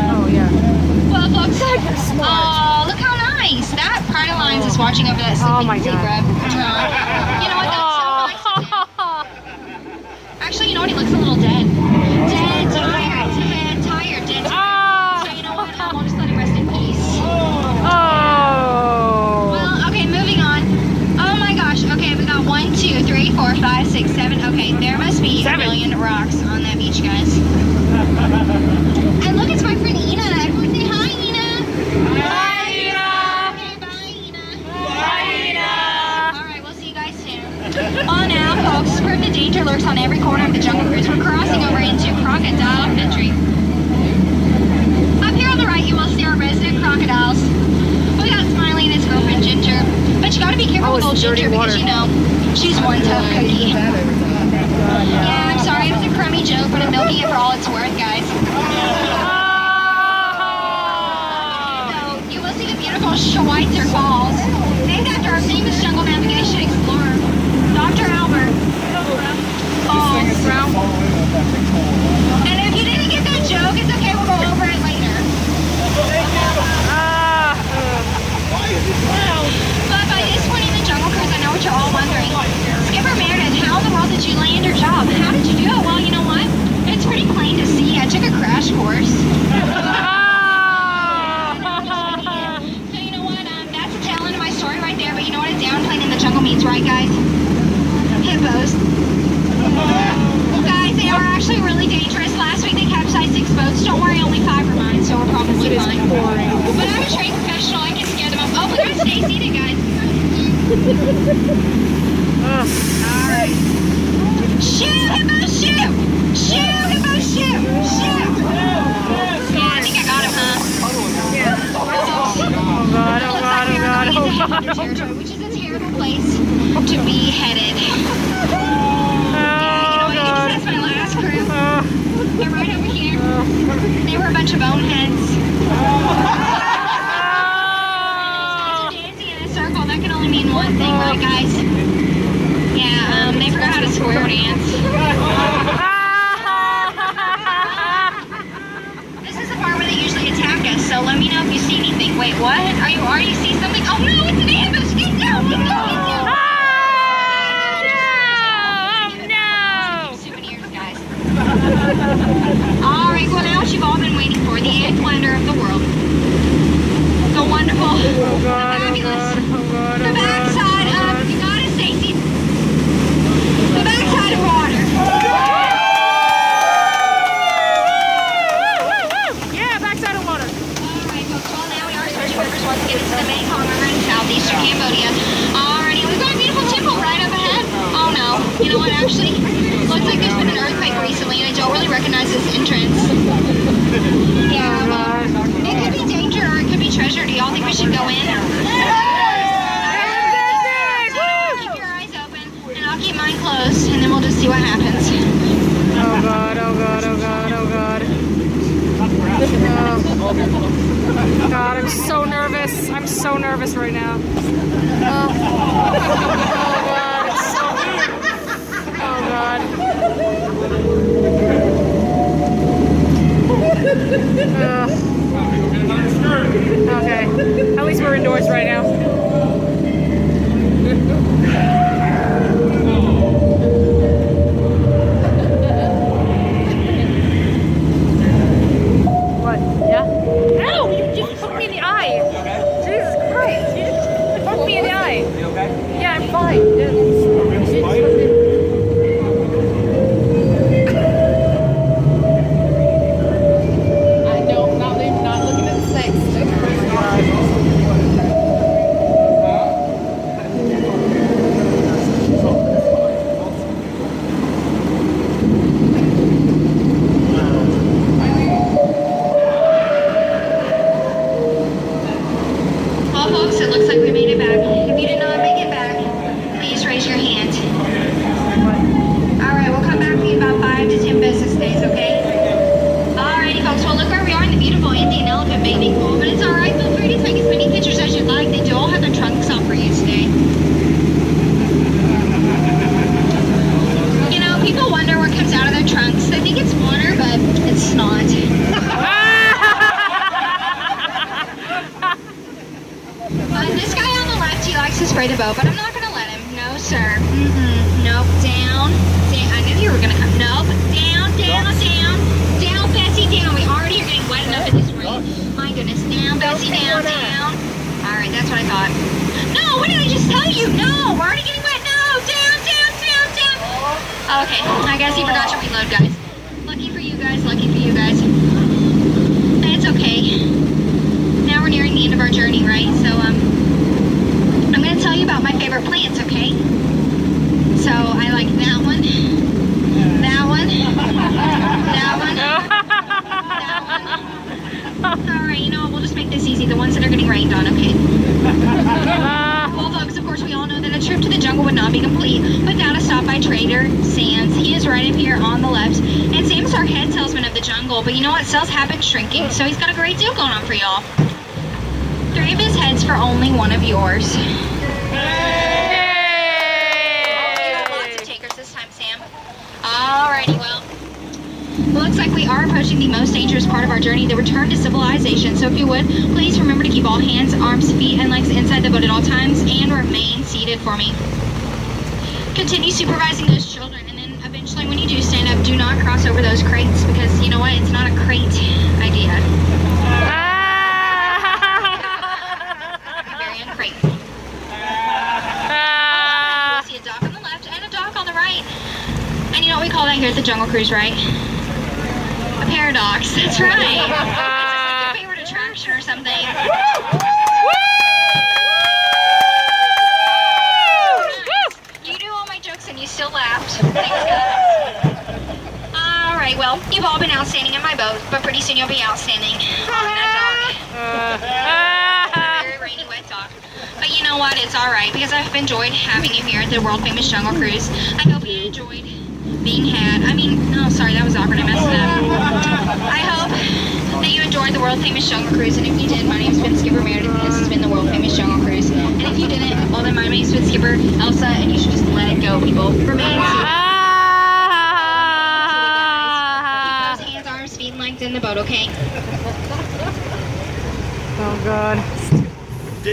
[SPEAKER 17] Oh yeah. Well, folks, oh look how nice that pride lines is watching over that sleeping zebra. Uh, you know what? That's so nice. of them. Actually, you know what? He looks a little dead. Dead, tired, dead, tired, dead. Tired. So you know what? I will just let him rest in peace. Oh. Well, okay, moving on. Oh my gosh. Okay, we got one, two, three, four, five, six, seven. Okay, there must be a million rocks on that beach, guys. And look, it's my friend Ina. Everyone say hi, Ina. Hi, Ina. Alright, we'll see you guys soon. On out, folks. Where the danger lurks on every corner of the jungle cruise, we're crossing over into crocodile country. Up here on the right, you will see our resident crocodiles. We got Smiley and his girlfriend Ginger. But you gotta be careful with old Ginger because you know she's one tough cookie. Yeah, I'm sorry, it was a crummy joke, but I'm milking it for all it's worth, guys. So you will see the beautiful Schweitzer Falls, named after our famous jungle navigation explorer, Dr. Albert Falls. And if you didn't get that joke, it's okay, we'll go over it later. But by this point in the jungle cruise, I know what you're all wondering. Skipper Meredith, how in the world did you land your job? How did you do it? Well, you know what? It's pretty plain to see. I took a crash course. So you know what? Um, that's the tail end of my story right there. But you know what a downplane in the jungle means, right, guys? Hippos. Guys, they are actually really dangerous. Last week they capsized six boats. Don't worry, only five are mine, so we're probably fine. But I'm a trained professional. I can scare them up. Oh, we gotta stay seated, guys. All right. Shoot, hippo, shoot! Shoot, hippo, shoot! Shoot! Yeah, I think I got him, huh? Yeah. Oh, God, oh, God, oh, God, oh, God. Which is a terrible place to be headed. Yeah, you know what? That's my last crew. They're right over here. They were a bunch of boneheads. Dancing in a circle, that can only mean one thing, right, guys? Yeah, um, they forgot how to square dance. this is the part where they usually attack us, so let me know if you see anything. Wait, what? Are you already see something? Oh no, it's an ambush! Get down! Get down! Get down!
[SPEAKER 18] Ah!
[SPEAKER 17] Souvenirs, guys. All right, well now what you've all been waiting for, the eighth wonder of the world. The wonderful, the fabulous, the backside of, you gotta say, see, the backside of water. Oh, recognize this entrance. Yeah, well, it could be danger or it could be treasure. Do y'all think we should go in? Keep your eyes open, and I'll keep mine closed, and then we'll just see what happens.
[SPEAKER 13] Oh god, oh god, oh god, oh god. Oh. God, I'm so nervous. I'm so nervous right now. Oh, oh god, it's so Oh god. Ugh. Okay. At least we're indoors right now. What? Yeah? Ow! You just poked me in the eye! Jesus Christ! You just poked me in the eye! You okay? Yeah, I'm fine. Yeah. You just poked me-
[SPEAKER 19] I don't, not, even- not looking at the sex.
[SPEAKER 17] Well, folks, it looks like we made it back. If you did not make it back, please raise your hand. All right, we'll come back to you about five to ten business days, okay? All righty, folks. Well, look where we are in the beautiful Indian Elephant Bathing Pool, but it's all right. Feel free to take as many pictures as you'd like. They do all have their trunks off for you today. You know, people wonder what comes out of their trunks. They think it's water, but it's not. Uh, this guy on the left, he likes to spray the boat, but I'm not gonna let him. No, sir. Mm-mm. Nope. Down. Down. I knew you were gonna come. Nope. Down. Down. Down. Down, Bessie. Down. We already are getting wet enough in this rain. My goodness. Down, Bessie. Down. Down. All right. That's what I thought. No. What did I just tell you? No. We're already getting wet. No. Down. Down. Down. Down. Okay. I guess he forgot to reload, guys. Lucky for you guys. Lucky for you guys. It's okay. Now we're nearing the end of our journey, right? So um. I'm gonna tell you about my favorite plants, okay? So I like that one, that one, that one, that one. All right, you know what? We'll just make this easy. The ones that are getting rained on, okay? well, folks, of course, we all know that a trip to the jungle would not be complete without a stop by Trader Sands. He is right up here on the left. And Sam is our head salesman of the jungle, but you know what? Sales have been shrinking, so he's got a great deal going on for y'all. Three of his heads for only one of yours. Lots of takers this time, Sam. Alrighty, well. Looks like we are approaching the most dangerous part of our journey, the return to civilization. So if you would, please remember to keep all hands, arms, feet, and legs inside the boat at all times and remain seated for me. Continue supervising those children, and then eventually when you do stand up, do not cross over those crates because you know what? It's not a crate idea. Very uncrate. We'll see a dock on the left and a dock on the right. And you know what we call that here at the Jungle Cruise, right? A paradox. That's right. it's just like your favorite attraction or something. You do all my jokes and you still laughed. Thanks, guys. All right, well, you've all been outstanding in my boat, but pretty soon you'll be outstanding on that dock. Very rainy, wet dock. But you know what? It's all right because I've enjoyed having you here at the world famous Jungle Cruise. I hope you enjoyed being had. I mean, no, sorry, that was awkward. I messed it up. I hope that you enjoyed the world famous Jungle Cruise. And if you did, my name's been Skipper Meredith, and this has been the world famous Jungle Cruise. And if you didn't, well, then my name's been Skipper Elsa, and you should just let it go, people. Remain. Keep those hands, arms, feet, and legs in the boat, okay?
[SPEAKER 13] Oh god. Oh god. Uh,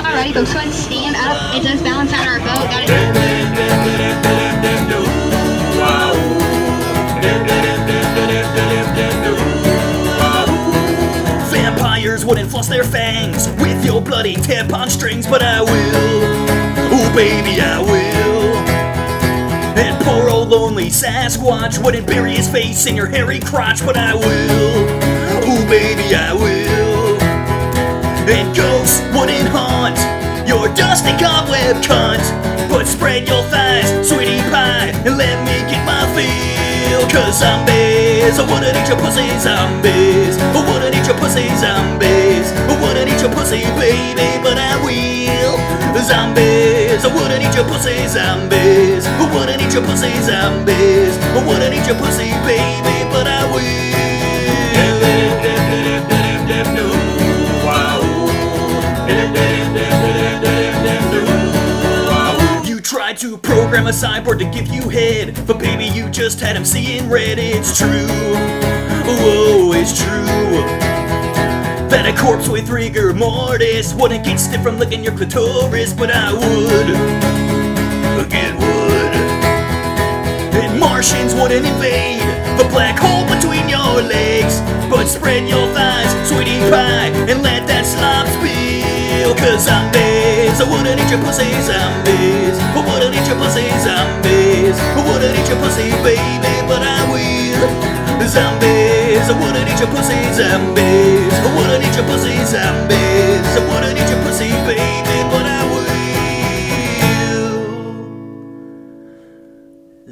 [SPEAKER 17] Alrighty, folks, go ahead and stand up. It does balance out our boat. That is.
[SPEAKER 18] Vampires wouldn't floss their fangs with your bloody tampon strings, but I will. Oh, baby, I will. And poor old lonely Sasquatch wouldn't bury his face in your hairy crotch, but I will. Oh, baby, I will. And ghosts wouldn't haunt your dusty cobweb cunt, but in your thighs, sweetie pie, and let me get my fill. Cause zombies, I wouldn't eat your pussy, zombies. I wouldn't eat your pussy, zombies. I wouldn't eat your pussy, baby, but I will. Zombies, I wouldn't eat your pussy, zombies. I wouldn't eat your pussy, zombies. I wouldn't eat your pussy, baby, but I will. You tried to program a cyborg to give you head, but baby, you just had him seeing red. It's true. Whoa, it's true. That a corpse with rigor mortis wouldn't get stiff from licking your clitoris, but I would. Again, would. And Martians wouldn't invade the black hole between your legs, but spread your thighs, sweetie pie, and let that slop spill. Cause zombies, I wouldn't eat your pussy, zombies. I wouldn't eat your pussy, zombies. I wouldn't eat your pussy, baby, but I will. Zombies, I wouldn't eat your pussy, zombies. I wouldn't eat your pussy, zombies. I wouldn't eat your pussy, baby, but I will.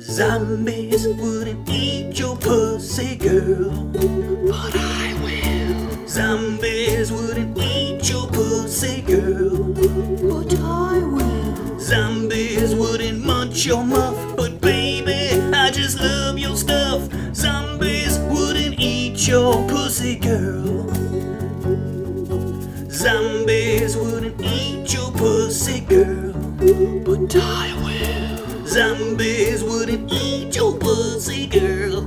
[SPEAKER 18] Zombies wouldn't eat your pussy, girl, but I will. Zombies wouldn't eat your pussy, girl, but I will. Zombies wouldn't munch your muff, but baby, I just love your stuff. Zombies wouldn't eat your pussy, girl. Zombies wouldn't eat your pussy, girl, but I will. Zombies wouldn't eat your pussy, girl,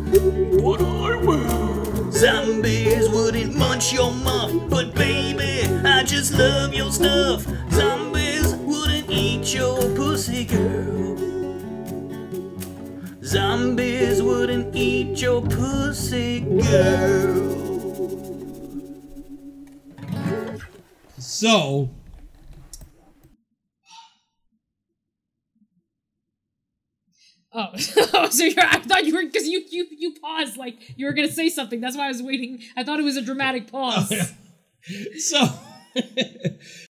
[SPEAKER 18] but I will. Zombies wouldn't munch your muff, but baby, I just love your stuff. Zombies wouldn't eat your pussy, girl. Zombies wouldn't eat your pussy, girl.
[SPEAKER 3] So
[SPEAKER 4] Oh, oh, so you're, I thought you were because you you you paused like you were gonna say something.
[SPEAKER 3] Oh,
[SPEAKER 4] That's why I was waiting. I thought it was a dramatic pause.
[SPEAKER 3] so